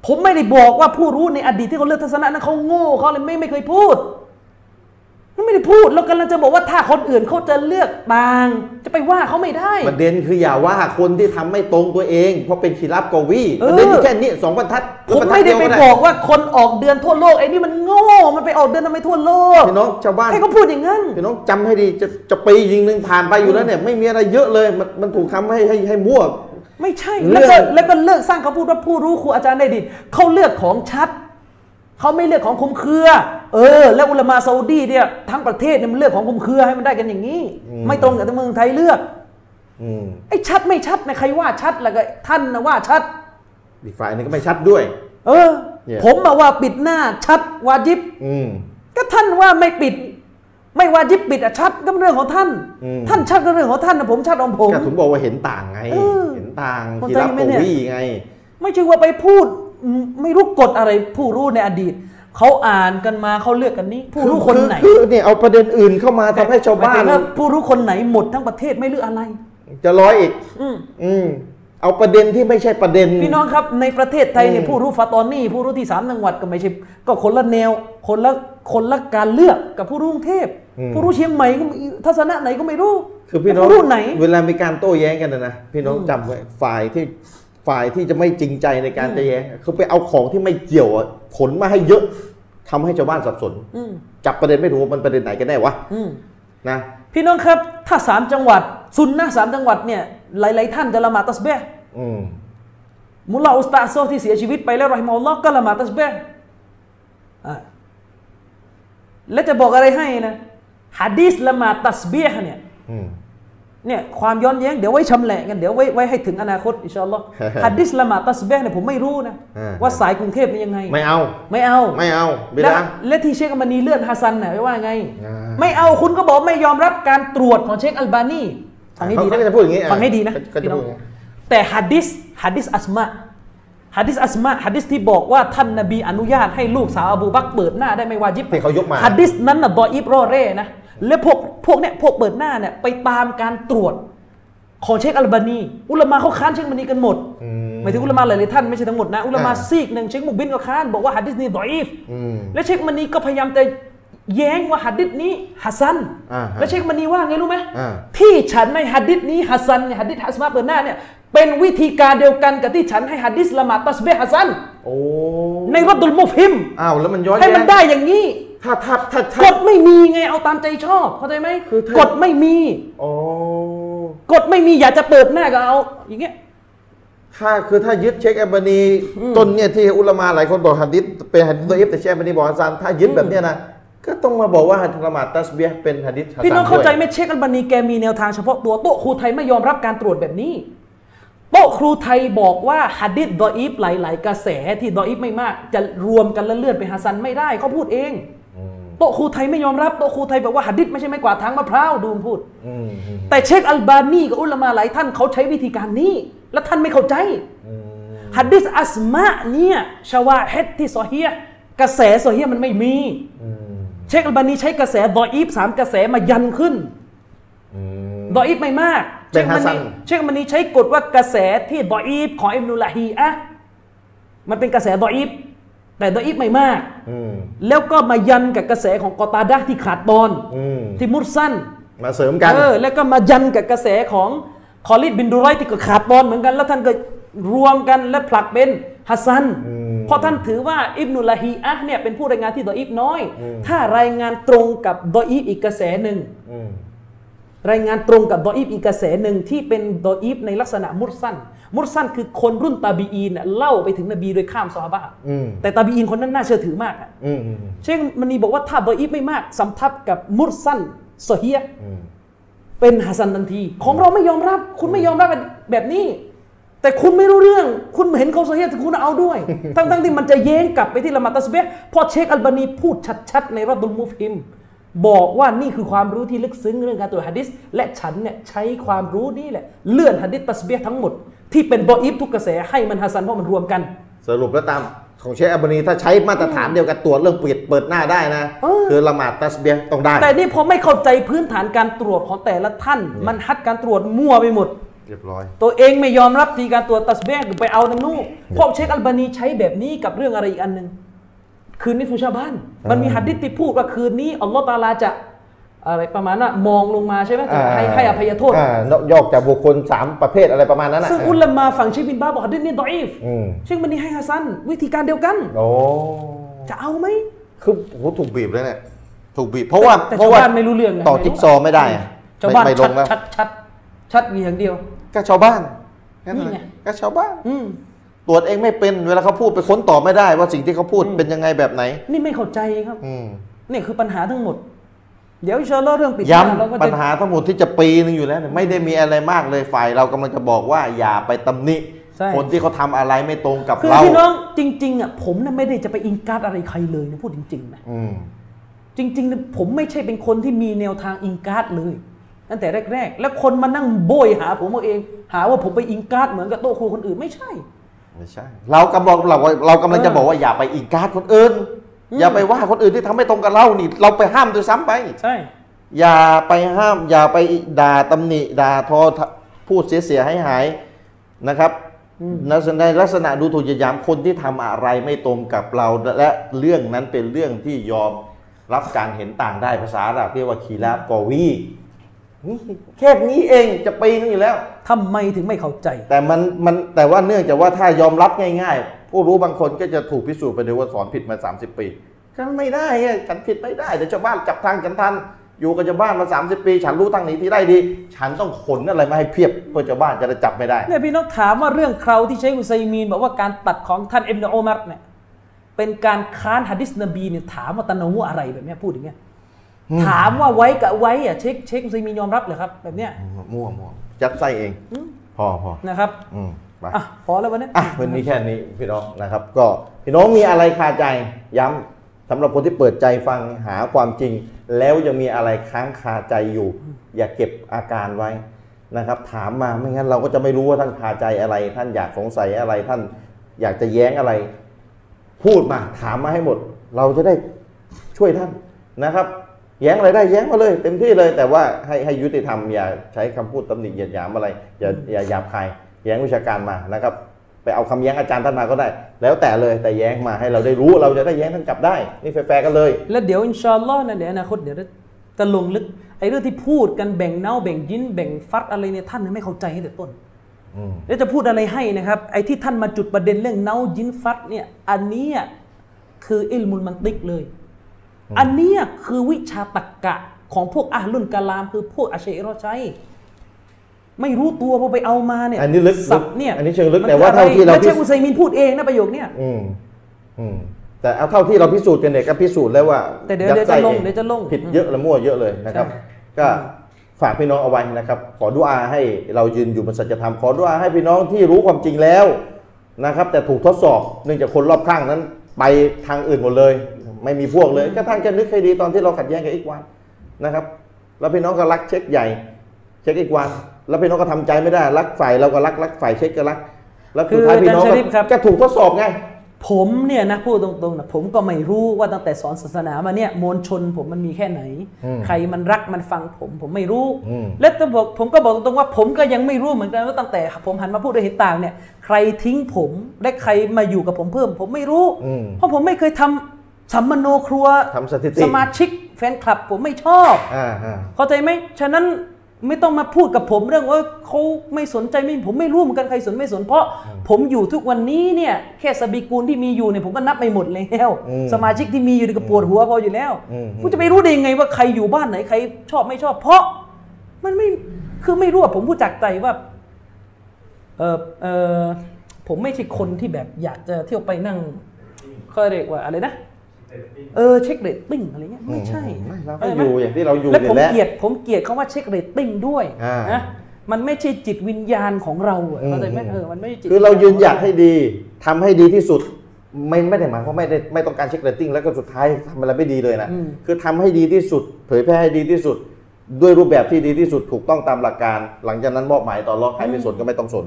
[SPEAKER 2] ผมไม่ได้บอกว่าผู้รู้ในอดีตที่เขาเลือกทัศนะนั้นเขาโง่เขาเลยไม่ไม่เคยพูดไม่ได้พูดแล้วกำลังจะบอกว่าถ้าคนอื่นเขาจะเลือกต่าง จะไปว่าเขาไม่ได้
[SPEAKER 1] ประเด็นคืออย่าว่าคนที่ทำไม่ตรงตัวเอง เพราะเป็นขีรับกวี
[SPEAKER 2] เออ
[SPEAKER 1] ประเด็นอยู่แค่นี้สองบรรทัด
[SPEAKER 2] ผม
[SPEAKER 1] บรรทั
[SPEAKER 2] ไม่ได้
[SPEAKER 1] เยว
[SPEAKER 2] ไป
[SPEAKER 1] น
[SPEAKER 2] บอกว่าคนออกเดือนทั่วโลกไอ้นี่มันโง่มันไปออกเดือนทำไมทั่วโลก
[SPEAKER 1] พี่น้องชาวบ้าน
[SPEAKER 2] ให้เขาพูดอย่างนั้น
[SPEAKER 1] พี่น้องจำให้ดีจะจะปียิงหนึ่งผ่านไปอยู่แล้วเนี่ยไม่มีอะไรเยอะเลยมันมันถูกทำให้ให้ให้มั่ว
[SPEAKER 2] ไม่ใช่
[SPEAKER 1] เลื
[SPEAKER 2] แล้ว
[SPEAKER 1] อก
[SPEAKER 2] ก็แล้วก็เลิกสร้างคำพูดว่าผู้รู้ครูอาจารย์ได้ดีเขาเลือกของชัดเขาไม่เลือกของคลุมเครือ เออ แล้วอุลามาซาอุดีเนี่ยทั้งประเทศเนี่ยมันเลือกของคลุมเครือให้มันได้กันอย่างนี้ ไม่ตรงกับที่เมืองไทยเลือก
[SPEAKER 1] อืม
[SPEAKER 2] ไอ้ชัดไม่ชัดนะใครว่าชัดแล้วก็ท่านนะว่าชัด
[SPEAKER 1] อีกฝ่ายหนึงก็ไม่ชัดด้วย
[SPEAKER 2] เออ
[SPEAKER 1] เนี่ย
[SPEAKER 2] ผมมาว่าปิดหน้าชัดวาจิบ
[SPEAKER 1] อืม
[SPEAKER 2] ก็ท่านว่าไม่ปิด ไม่วาจิบปิดอะชัดก็เรื่องของท่าน
[SPEAKER 1] อืม
[SPEAKER 2] ท่านชัดก็เรื่องของท่านนะผมชัดของผม
[SPEAKER 1] ก็ถึงบอกว่าเห็นต่างไง
[SPEAKER 2] เออ
[SPEAKER 1] เห็นต่าง
[SPEAKER 2] คน
[SPEAKER 1] ขี
[SPEAKER 2] ไทย
[SPEAKER 1] รับ
[SPEAKER 2] ไม่
[SPEAKER 1] ก
[SPEAKER 2] เนี่ย
[SPEAKER 1] วีไง
[SPEAKER 2] ไม่ใช่ว่าไปพูดอืมไม่รู้กฎอะไรผู้รู้ในอดีต เขาอ่านกันมาเขาเลือกกันนี้ ผู้รู้คนไหน
[SPEAKER 1] คือเนี่ยเอาประเด็นอื่นเข้ามาทำให้ชาวบ้า
[SPEAKER 2] หมย
[SPEAKER 1] น
[SPEAKER 2] ถึงผู้รู้คนไหนหมดทั้งประเทศไม่เลือกอะไร
[SPEAKER 1] จะร้อยอีก
[SPEAKER 2] อืม
[SPEAKER 1] อืมเอาประเด็นที่ไม่ใช่ประเด็น
[SPEAKER 2] พี่น้องครับในประเทศไทยเนี่ย
[SPEAKER 1] อืม
[SPEAKER 2] ผู้รู้ฟาตอนนี่ผู้รู้ที่สามจังหวัดก็ไม่ใช่ก็คนละแนว คนละคนละการเลือกกับผู้รู้กรุงเทพผู้รู้เชียงใหม่ก็ทัศนะไหนก็ไม่รู้
[SPEAKER 1] คือพี่น้อง
[SPEAKER 2] ผู้รู้ไหน
[SPEAKER 1] เวลามีการโต้แย้งกันนะนะพี่น้องจำไว้ฝ่ายที่ฝ่ายที่จะไม่จริงใจในการจะแย้งเขาไปเอาของที่ไม่เกี่ยวอะขนมาให้เยอะทำให้ชาวบ้านสับสน
[SPEAKER 2] อืม
[SPEAKER 1] จับประเด็นไม่ถูกว่ามันประเด็นไหนกันแน่วะ
[SPEAKER 2] อืม
[SPEAKER 1] นะ
[SPEAKER 2] พี่น้องครับ ถ้าสามจังหวัดซุนนะสามจังหวัดเนี่ยหลาย ๆ ท่านจะละหมาดตัสเบห์
[SPEAKER 1] อืม
[SPEAKER 2] มุลลาอุสตาโซที่เสียชีวิตไปแล้วรอฮิมอลลอฮ์ก็ละหมาดตัสเบห์อ่ะและจะบอกอะไรให้นะฮะดีสละหมาดตัสเบห์เนี่ย
[SPEAKER 1] อืม
[SPEAKER 2] เนี่ยความย้อนแย้งเดี๋ยวไว้ชำแหละกันเดี๋ยวไว้ไว้ให้ถึงอนาคตอินชาอัลลอฮ์ ฮะดีสละหมาดตัสเบห์เนี่ยผมไม่รู้นะ
[SPEAKER 1] อ่า
[SPEAKER 2] ว่าสายกรุงเทพเป็นยังไง
[SPEAKER 1] ไม่เอา
[SPEAKER 2] ไม่เอา
[SPEAKER 1] ไม่เอาเว
[SPEAKER 2] และ
[SPEAKER 1] ลา
[SPEAKER 2] และที่เชคอัลบานีเลื่อนฮัสซันน่ะไม่ว่าไง
[SPEAKER 1] อ่า
[SPEAKER 2] ไม่เอาคุณก็บอกไม่ยอมรับการตรวจของเชคอัลบานีฟังให้ดี
[SPEAKER 1] เขา
[SPEAKER 2] นะ
[SPEAKER 1] ก็จะพูดอย่างนี้อ่
[SPEAKER 2] ฟังให้ดีนะ
[SPEAKER 1] ก็จะ
[SPEAKER 2] พี่น้
[SPEAKER 1] พู
[SPEAKER 2] อ
[SPEAKER 1] ดอ
[SPEAKER 2] ง
[SPEAKER 1] ย่างนี้
[SPEAKER 2] แต่ฮัดดิสฮัดดิสอัสมาฮัดดิสอัสมาฮัดดิสที่บอกว่าท่านนบีอนุญาตให้ลูกสาวอบูบักรเปิดหน้าได้ไม่วาจิบ
[SPEAKER 1] ที่เขายกมา
[SPEAKER 2] ฮัดดิสนั้นน่ะดออิบรอเร่นะและพวกพวกเนี่ยพวกเปิดหน้าเนี่ยไปตามการตรวจของเชคอัลบานี อุลามาเขาค้านเชคอัลบานีกันหมด
[SPEAKER 1] อืม
[SPEAKER 2] หมายถึงอุลามาหลายๆท่านไม่ใช่ทั้งหมดนะอุลามา
[SPEAKER 1] อ่า
[SPEAKER 2] ซีกหนึ่งเชคมุกบินก็ค้านบอกว่าฮัดดิสนี้ดออิฟ
[SPEAKER 1] อืม
[SPEAKER 2] และเชคมันนีก็พยายามจะแย้งว่าหัดดิษนี้ฮัสซัน
[SPEAKER 1] อ่าฮะ
[SPEAKER 2] และเชคมันนีว่าไงรู้ไหม
[SPEAKER 1] อ่า
[SPEAKER 2] ที่ฉันในหัดดิษนี้ฮัสซันเนี่ยหัดดิษฮัสมาเปิดหน้าเนี่ยเป็นวิธีการเดียวกันกับที่ฉันให้หัดดิษละหมาดตัสเบฮ์ฮัสซัน
[SPEAKER 1] โอ้
[SPEAKER 2] ในรถดุลมุฟฮิม
[SPEAKER 1] อ้าวแล้วมันย้อน
[SPEAKER 2] ให้
[SPEAKER 1] แย้
[SPEAKER 2] มัน
[SPEAKER 1] ง
[SPEAKER 2] ได้อย่างนี้
[SPEAKER 1] ถ้าถ้าถ้าก ถ้า
[SPEAKER 2] ฎไม่มีไงเอาตามใจชอบเข้าใจไหม
[SPEAKER 1] คือถ้า
[SPEAKER 2] กฎไม่มี
[SPEAKER 1] อ๋อ
[SPEAKER 2] กฎไม่มีอยากจะเปิดหน้าก็เอาอย่างเงี้ย
[SPEAKER 1] ถ้าคือถ้ายึดเช็คแอบานีต้นเนี่ยที่อุลามาหลายคนบอกหัดดิษเป็นหัดดิษตัวอิฟแต่เชคแอบานีบอกฮัสซันถ้ายึดแบบเนี้ยนะก็ต้องมาบอกว่าหัดละหมาดตัสเบียเป็นหัดดิษฮัสซัน
[SPEAKER 2] พี่น้องเข้าใจไห
[SPEAKER 1] ด้วย
[SPEAKER 2] มเชคอัลบานีแกมีแนวทางเฉพาะตัวโต๊ะครูไทยไม่ยอมรับการตรวจแบบนี้ โต๊ะครูไทยบอกว่าฮัดดิษดออีฟหลาย ๆ กระแสที่ดออีฟไม่มาก จะรวมกันแล้วเลื่อนไปฮัสซันไม่ได้เขาพูดเอง
[SPEAKER 1] อืม
[SPEAKER 2] โต๊ะครูไทยไม่ยอมรับโต๊ะครูไทยบอกว่าฮัดดิษไม่ใช่ไม้กวาดทางมะพร้าวดูมพูด
[SPEAKER 1] อืมอืม
[SPEAKER 2] แต่เชคอัลบานีกับอุลามาหลายท่านเขาใช้วิธีการนี้ และท่านไม่เข้าใจ
[SPEAKER 1] อืม
[SPEAKER 2] ฮัดดิษอัสมาเนี่ยชาวาเฮดที่ซอฮียห์กระแสซอฮียห์มันไม่มี
[SPEAKER 1] อืม
[SPEAKER 2] เชคอัลบานีใช้กระแสดออีฟสามกระแสมายันขึ้น
[SPEAKER 1] อืม
[SPEAKER 2] ดออีฟไม่มาก
[SPEAKER 1] เป็นฮัสซัน
[SPEAKER 2] เชคมันนี้ใช้กฎว่ากระแสที่ดออีฟของอิมนุลาฮีอะห์มันเป็นกระแสดออีฟแต่ดออีฟไม่มาก
[SPEAKER 1] อืม
[SPEAKER 2] แล้วก็มายันกับกระแสของกอตาดะห์ที่ขาดตอน
[SPEAKER 1] อืม
[SPEAKER 2] ที่มุดสั้น
[SPEAKER 1] มาเสริมกัน
[SPEAKER 2] เออแล้วก็มายันกับกระแสของคอลิดบินดูไรที่ก็ขาดตอนเหมือนกันแล้วท่านก็รวมกันและผลักเป็นฮัสซัน
[SPEAKER 1] ม
[SPEAKER 2] เพราะท่านถือว่าอิบนุลาฮีอะห์เนี่ยเป็นผู้รายงานที่ดออีฟน้อย
[SPEAKER 1] อืม
[SPEAKER 2] ถ้ารายงานตรงกับดออีฟอีกกระแสหนึ่ง
[SPEAKER 1] อืม
[SPEAKER 2] รายงานตรงกับดออีฟอีกกระแสหนึ่งที่เป็นดออีฟในลักษณะมุรสั้นมุรสั้นคือคนรุ่นตาบีอีนเนี่ยเล่าไปถึงนบีโดยข้ามซอฮาบะห์
[SPEAKER 1] อืม
[SPEAKER 2] แต่ตาบีอีนคนนั้นน่าเชื่อถือมากอะ
[SPEAKER 1] อืมอืม
[SPEAKER 2] เชคมันนีบอกว่าถ้าดออีฟไม่มากสำทับกับมุรสั้นซอฮียะห์
[SPEAKER 1] อืม
[SPEAKER 2] เป็นฮัสซันทันที ของเราไม่ยอมรับ คุณไม่ยอมรับแบบนี้ แต่คุณไม่รู้เรื่อง คุณเห็นเขาซอฮียะห์แต่คุณเอา ด้วย ทั้งๆที่มันจะเย้งกลับไปที่ละหมาดตัสเบะห์เพอเชคอัลบานีพูดชัดๆในรอดุลมุฟฮิม บอกว่านี่คือความรู้ที่ลึกซึ้งเรื่องการตรวจหะดิษและฉันเนี่ยใช้ความรู้นี่แหละ เลื่อนหะดิษตัสเบียทั้งหมด ที่เป็นบออิฟทุกกระแสให้มันฮัสซันเพราะมันรวมกัน
[SPEAKER 1] สรุปแล้วตามของเชฟอับบานีถ้าใช้มาตรฐานเดียวกันตรวจเรื่องปิดเปิดหน้าได้นะ
[SPEAKER 2] เออ
[SPEAKER 1] คือละหมาดตัสเบียห์ต้องได้
[SPEAKER 2] แต่นี่พอไม่เข้าใจพื้นฐานการตรวจของแต่ละท่าน มันฮัดการตรวจมั่วไปหมด
[SPEAKER 1] เรียบร้อย
[SPEAKER 2] ตัวเองไม่ยอมรับทีการตรวจตัสเบียไปเอานังนู่นเพราะเชคอัลบานีใช้แบบนี้กับเรื่องอะไรอีกอันหนึ่งคืนนี้ฟูชาบ้าน มันมีหัดดิษที่พูดว่าคืนนี้อัลลอฮ์ตะอาลาจะอะไรประมาณน่ะมองลงมาใช่ไหมจะให้ให้อภัยโทษ
[SPEAKER 1] อ่ายอกจากบุคคล 3 ประเภทอะไรประมาณนั้นนะ
[SPEAKER 2] ซึ่งอุลามาฝั่งเชคบินบาบอกฮัดดิษนี่ดออีฟ
[SPEAKER 1] อืม
[SPEAKER 2] เชคมันนี่ให้ฮัสซัน วิธีการเดียวกัน
[SPEAKER 1] โอ้
[SPEAKER 2] จะเอาไหม
[SPEAKER 1] คือโหถูกบีบเลยเนี่ย ถูกบีบ เพราะว่า
[SPEAKER 2] แต่
[SPEAKER 1] เพ
[SPEAKER 2] ชา
[SPEAKER 1] ราะ
[SPEAKER 2] ว
[SPEAKER 1] ว่า
[SPEAKER 2] บ้านไม่รู้เรื่องไง
[SPEAKER 1] ต่อจิ๊กซอว์ไม่ได้อะ
[SPEAKER 2] ชาวบ้าน
[SPEAKER 1] ไม่ไม่ล
[SPEAKER 2] ชัด
[SPEAKER 1] งแล้ว
[SPEAKER 2] ชัดชัดชัดมีอย่างเดียว
[SPEAKER 1] ก็ชาวบ้านนั่น
[SPEAKER 2] นี่
[SPEAKER 1] แห
[SPEAKER 2] ไง
[SPEAKER 1] ละก็ชาวบ้าน
[SPEAKER 2] อืม
[SPEAKER 1] ตรวจเองไม่เป็น เวลาเขาพูดไปค้นต่อไม่ได้ ว่าสิ่งที่เขาพูดเป็นยังไงแบบไหน
[SPEAKER 2] นี่ไม่เข้าใจครับ
[SPEAKER 1] อืม
[SPEAKER 2] นี่คือปัญหาทั้งหมด เดี๋ยวอินชาอัลลอฮ์เรื่องปิด
[SPEAKER 1] ย้
[SPEAKER 2] เราก็
[SPEAKER 1] ำปั
[SPEAKER 2] จะ
[SPEAKER 1] ญหาทั้งหมดที่จะปีหนึงอยู่แล้วเนี่ยไม่ได้มีอะไรมากเลยฝ่ายเรากำลังจะบอกว่าอย่าไปตำหนิ
[SPEAKER 2] ใช่
[SPEAKER 1] คนที่เขาทำอะไรไม่ตรงกับ
[SPEAKER 2] คือ
[SPEAKER 1] เรา
[SPEAKER 2] พี่น้องจริง ๆอ่ะผมน่ะไม่ได้จะไปอิงการ์ดอะไรใครเลยนะพูดจริงๆนะ
[SPEAKER 1] อืม
[SPEAKER 2] จริงๆเนี่ยผมไม่ใช่เป็นคนที่มีแนวทางอิงการ์ดเลย ตั้งแต่แรก ๆ แล้วคนมานั่งโบยหาผมเอาเอง หาว่าผมไปอิงการ์ดเหมือนกับโต๊ะครูคนอื่นไม่ใช่
[SPEAKER 1] ไม่ใช่ เรากำลังเราเรากำลังจะบอกว่าอย่าไปอิงการดคนอื่น อย่าไปว่าคนอื่นที่ทำไม่ตรงกับเรานี่ เราไปห้ามด้วยซ้ำไป
[SPEAKER 2] ใช่
[SPEAKER 1] อย่าไปห้าม อย่าไปด่าตำหนิด่าทอทะพูดเสียเสียหายหายๆนะครับนะในลักษณะดูถูกเหยียดหยามคนที่ทำอะไรไม่ตรงกับเราและเรื่องนั้นเป็นเรื่องที่ยอมรับการเห็นต่างได้ภาษาอาหรับเรียกว่าคีลาฟกอวีนี่แค่นี้เองจะปีนึงอยู่แล้ว
[SPEAKER 2] ทำไมถึงไม่เข้าใจ
[SPEAKER 1] แต่มันมันแต่ว่าเนื่องจากว่าถ้ายอมรับง่ายๆ ผู้รู้บางคนก็จะถูกพิสูจน์ไปเลยว่าสอนผิดมา 30 ปีฉันไม่ได้อะฉันผิดไม่ได้แต่ชาวบ้านจับทางฉันทันอยู่กับชาวบ้านมา 30 ปี ฉันรู้ทางหนี้ที่ได้ดี ฉันต้องขนอะไรมาให้เพียบเพื่อชาวบ้านจะได้จับไม่ได้
[SPEAKER 2] เนี่ยพี่น้องถามว่าเรื่องเคราวที่ใช้อุซัยมีน บอกว่าการตัดของท่านอิบนาอุมัรเนี่ยเป็นการค้านหะดิษนบีเนี่ยถามว่าตะนาวุอะไรแบบเนี้ยพูดอย่างเงี้ยถามว่าไว้กับไว้อะเช็คเช็คอุซัยมีนยอมรับเหรอครับ แบบเนี้ย
[SPEAKER 1] มั่วมั่วจัดไส้เอง พอพอ
[SPEAKER 2] นะครับ
[SPEAKER 1] อืมไป
[SPEAKER 2] อ่ะพอแล้ววันนี้
[SPEAKER 1] อ่ะวันนี้แค่นี้พี่น้องนะครับ ก็พี่น้องมีอะไรคาใจย้ำสำหรับคนที่เปิดใจฟังหาความจริง แล้วยังมีอะไรค้างคาใจอยู่ อย่าเก็บอาการไว้นะครับ ถามมาไม่งั้นเราก็จะไม่รู้ว่าท่านคาใจอะไร ท่านอยากสงสัยอะไร ท่านอยากจะแย้งอะไร พูดมาถามมาให้หมด เราจะได้ช่วยท่านนะครับ แย้งอะไรได้แย้งมาเลย เต็มที่เลย แต่ว่าให้ให้ยุติธรรมอย่าใช้คำพูดตำหนิเหยียดหยามอะไร อย่าอย่าหยาบคายแย้งวิชาการมานะครับ ไปเอาคำแย้งอาจารย์ท่านมาก็ได้ แล้วแต่เลยแต่แย้งมาให้เราได้รู้ เราจะได้แย้งท่านกลับได้ นี่แฟร์ๆกันเลย
[SPEAKER 2] แล้วเดี๋ยวอินชาอัลลอฮ์นะเดี๋ยวอนาคตเดี๋ยวจะลงลึกไอ้เรื่องที่พูดกันแบ่งเน่าแบ่งยินแบ่งฟัดอะไรเนี่ยท่านน่ะไม่เข้าใจตั้งแต่ต้น
[SPEAKER 1] อืม
[SPEAKER 2] แล้วจะพูดอะไรให้นะครับ ไอ้ที่ท่านมาจุดประเด็นเรื่องเน่ายินฟัดเนี่ยอันเนี้ยคืออิลมุลมันติกเลย อันเนี้ยคือวิชาตรรกะของพวกอาลุนกะลาม คือพวกอาเชอรอชัยไม่รู้ตัวพอไปเอามาเนี่ย
[SPEAKER 1] อันนี้ลึก
[SPEAKER 2] ศัพท์เนี่ย
[SPEAKER 1] อันนี้เชิงลึก
[SPEAKER 2] มั
[SPEAKER 1] แต่ว่า
[SPEAKER 2] คืออะไร
[SPEAKER 1] เท่าที่เรา
[SPEAKER 2] และเชคอุซัยมินพูดเองนะประโยคเนี่ย
[SPEAKER 1] อืมอืมแต่เอาเท่าที่เราพิสูจน์กันเนี่ยก็พิสูจน์แล้วว่า
[SPEAKER 2] แต่เดี๋ยว
[SPEAKER 1] ดไส้
[SPEAKER 2] เดี๋ยวจะลง
[SPEAKER 1] อง
[SPEAKER 2] เดี๋ยวจะลง
[SPEAKER 1] ผิดเยอะและมั่วเยอะเลยนะครับ
[SPEAKER 2] ใช่
[SPEAKER 1] ก็ ฝากพี่น้องเอาไว้นะครับ ขอดุอาให้เรายืนอยู่บนสัจธรรม ขอดุอาให้พี่น้องที่รู้ความจริงแล้วนะครับ แต่ถูกทดสอบเนื่องจากคนรอบข้างนั้น ไปทางอื่นหมดเลย ไม่มีพวกเลยก็ท่านจะนึกให้ดีตอนที่เราขัดแย้งกับอีกวันนะครับ แล้วพี่น้องก็รักเช็คใหญ่ เช็คอีกวัน แล้วพี่น้องก็ทำใจไม่ได้รักฝ่ายเราก็รักรักฝ่ายเช็คก็รัก แล้วสุดท้าย
[SPEAKER 2] คือ
[SPEAKER 1] พี่
[SPEAKER 2] อาจารย์
[SPEAKER 1] น้อง
[SPEAKER 2] ชริฟครั
[SPEAKER 1] ก็
[SPEAKER 2] บ
[SPEAKER 1] ก็ถูกทดสอบไง
[SPEAKER 2] ผมเนี่ยนะพูดตรงๆนะผมก็ไม่รู้ว่าตั้งแต่สอนศาสนามาเนี่ยมวลชนผมมันมีแค่ไหน
[SPEAKER 1] อืม
[SPEAKER 2] ใครมันรักมันฟังผมผมไม่รู้
[SPEAKER 1] อืม
[SPEAKER 2] และต้องบอกผมก็บอกตรงๆว่าผมก็ยังไม่รู้เหมือนกันว่าตั้งแต่ ผมหันมาพูดด้วยเหตุต่างเนี่ย ใครทิ้งผมและใครมาอยู่กับผมเพิ่ม ผมไม่รู้
[SPEAKER 1] อืม
[SPEAKER 2] เพราะผมไม่เคยทำสัมมโนครัว
[SPEAKER 1] ทำสถิติ
[SPEAKER 2] สมาชิกแฟนคลับ ผมไม่ชอบ
[SPEAKER 1] อ่าอ่า
[SPEAKER 2] เข้าใจไหม ฉะนั้นไม่ต้องมาพูดกับผมเรื่องว่าเขาไม่สนใจไม่ผมไม่รู้เหมือนกันใครสนไม่สนเพราะ ผมอยู่ทุกวันนี้เนี่ยแค่สบีกูลที่มีอยู่เนี่ยผมก็นับไม่หมดแล้ว
[SPEAKER 1] อืม
[SPEAKER 2] สมาชิกที่มีอยู่นี่ก็ปวดหัวพออยู่แล้ว
[SPEAKER 1] อืม
[SPEAKER 2] กูจะไปรู้ได้ยังไงว่าใครอยู่บ้านไหนใครชอบไม่ชอบ เพราะมันไม่คือไม่รู้อะผมพูดจากใจว่าเออเออผมไม่ใช่คนที่แบบอยากจะเที่ยวไปนั่งเขาเรียกว่าอะไรนะเออเช็คเรตติ้งอะไรเงี้ยไม่ใช่
[SPEAKER 1] ไม่เราก็
[SPEAKER 2] เข้า
[SPEAKER 1] อ
[SPEAKER 2] ใจไหม
[SPEAKER 1] ยู่อย่างที่เราอยู่
[SPEAKER 2] และผ
[SPEAKER 1] นี่
[SPEAKER 2] ม
[SPEAKER 1] แหละ
[SPEAKER 2] เกลียดผมเกลียดคำว่าเช็คเรตติ้งด้วย
[SPEAKER 1] อ่าน
[SPEAKER 2] นะมันไม่ใช่จิตวิญญาณของเราอะเข้าใจไหมเออมันไม่ใช่จิต
[SPEAKER 1] คือเรายืนหยัดให้ดีทำให้ดีที่สุด ไม่ไม่ได้หมายความไม่ได้ไม่ต้องการเช็คเรตติ้งแล้วก็สุดท้ายทำอะไรไม่ดีเลยนะ คือทำให้ดีที่สุด เผยแพร่ให้ดีที่สุด ด้วยรูปแบบที่ดีที่สุดถูกต้องตามหลักการ หลังจากนั้นมอบหมายต่อรองใครไม่สนก็ไม่ต้องสน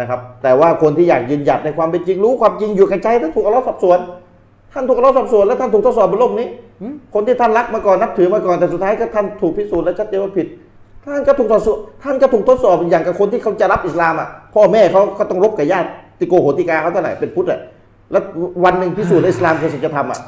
[SPEAKER 1] นะครับแต่ว่าคนที่อยากยืนหยัดในความเป็นจริงรู้ความจริงอยู่กับใจท่านถูกเอาล้อสอบสวน ท่านถูกเอาล้อสอบสวนและท่านถูกทดสอบบนโลกนี้ คนที่ท่านรักมาก่อนนับถือมาก่อนแต่สุดท้ายก็ท่านถูกพิสูจน์และชัดเจนว่าผิด ท่านก็ถูกทดสอบท่านก็ถูกทดสอบอย่างกับคนที่เขาจะรับอิสลามอ่ะพ่อแม่เขาก็ต้องรบกับญาติติโกโหติกาเขาเท่าไหร่เป็นพุทธอ่ะแล้ววันหนึ่งพิสูจน์ว่าอิสลามคือสิ่งจะทำอ่ะ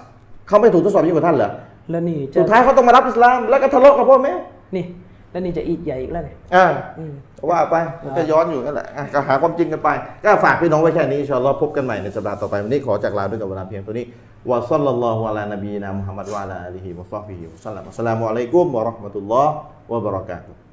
[SPEAKER 1] เขาไม่ถูกทดสอบยิ่งกว่าท่านเหรอ
[SPEAKER 2] แล้วนี่จะ
[SPEAKER 1] สุดท้ายเขาต้องมารับอิสลามแล้วก็ทะเลาะกับพ่อแม่
[SPEAKER 2] นี่ แล้วนี่จะอีกใหญ่อีกแล้วเนี่ย
[SPEAKER 1] อ่า
[SPEAKER 2] อืม
[SPEAKER 1] ว่าไปมันก็ย้อนอยู่กันแหละอ่ะก็หาความจริงกันไป ก็ฝากพี่น้องไว้แค่นี้อินชาอัลลอฮ์พบกันใหม่ในสัปดาห์ต่อไป วันนี้ขอจากลาด้วยกับเวลาเพียงเท่านี้วะซัลลัลลอฮุอะลานบีนะมุฮัมมัดวะอะลาอาลีฮิวะซอฮบิฮิวะสัลลัมอัสสลามุอะลัยกุมวะเราะห์มะตุลลอฮ์วะบะเราะกาตุฮ์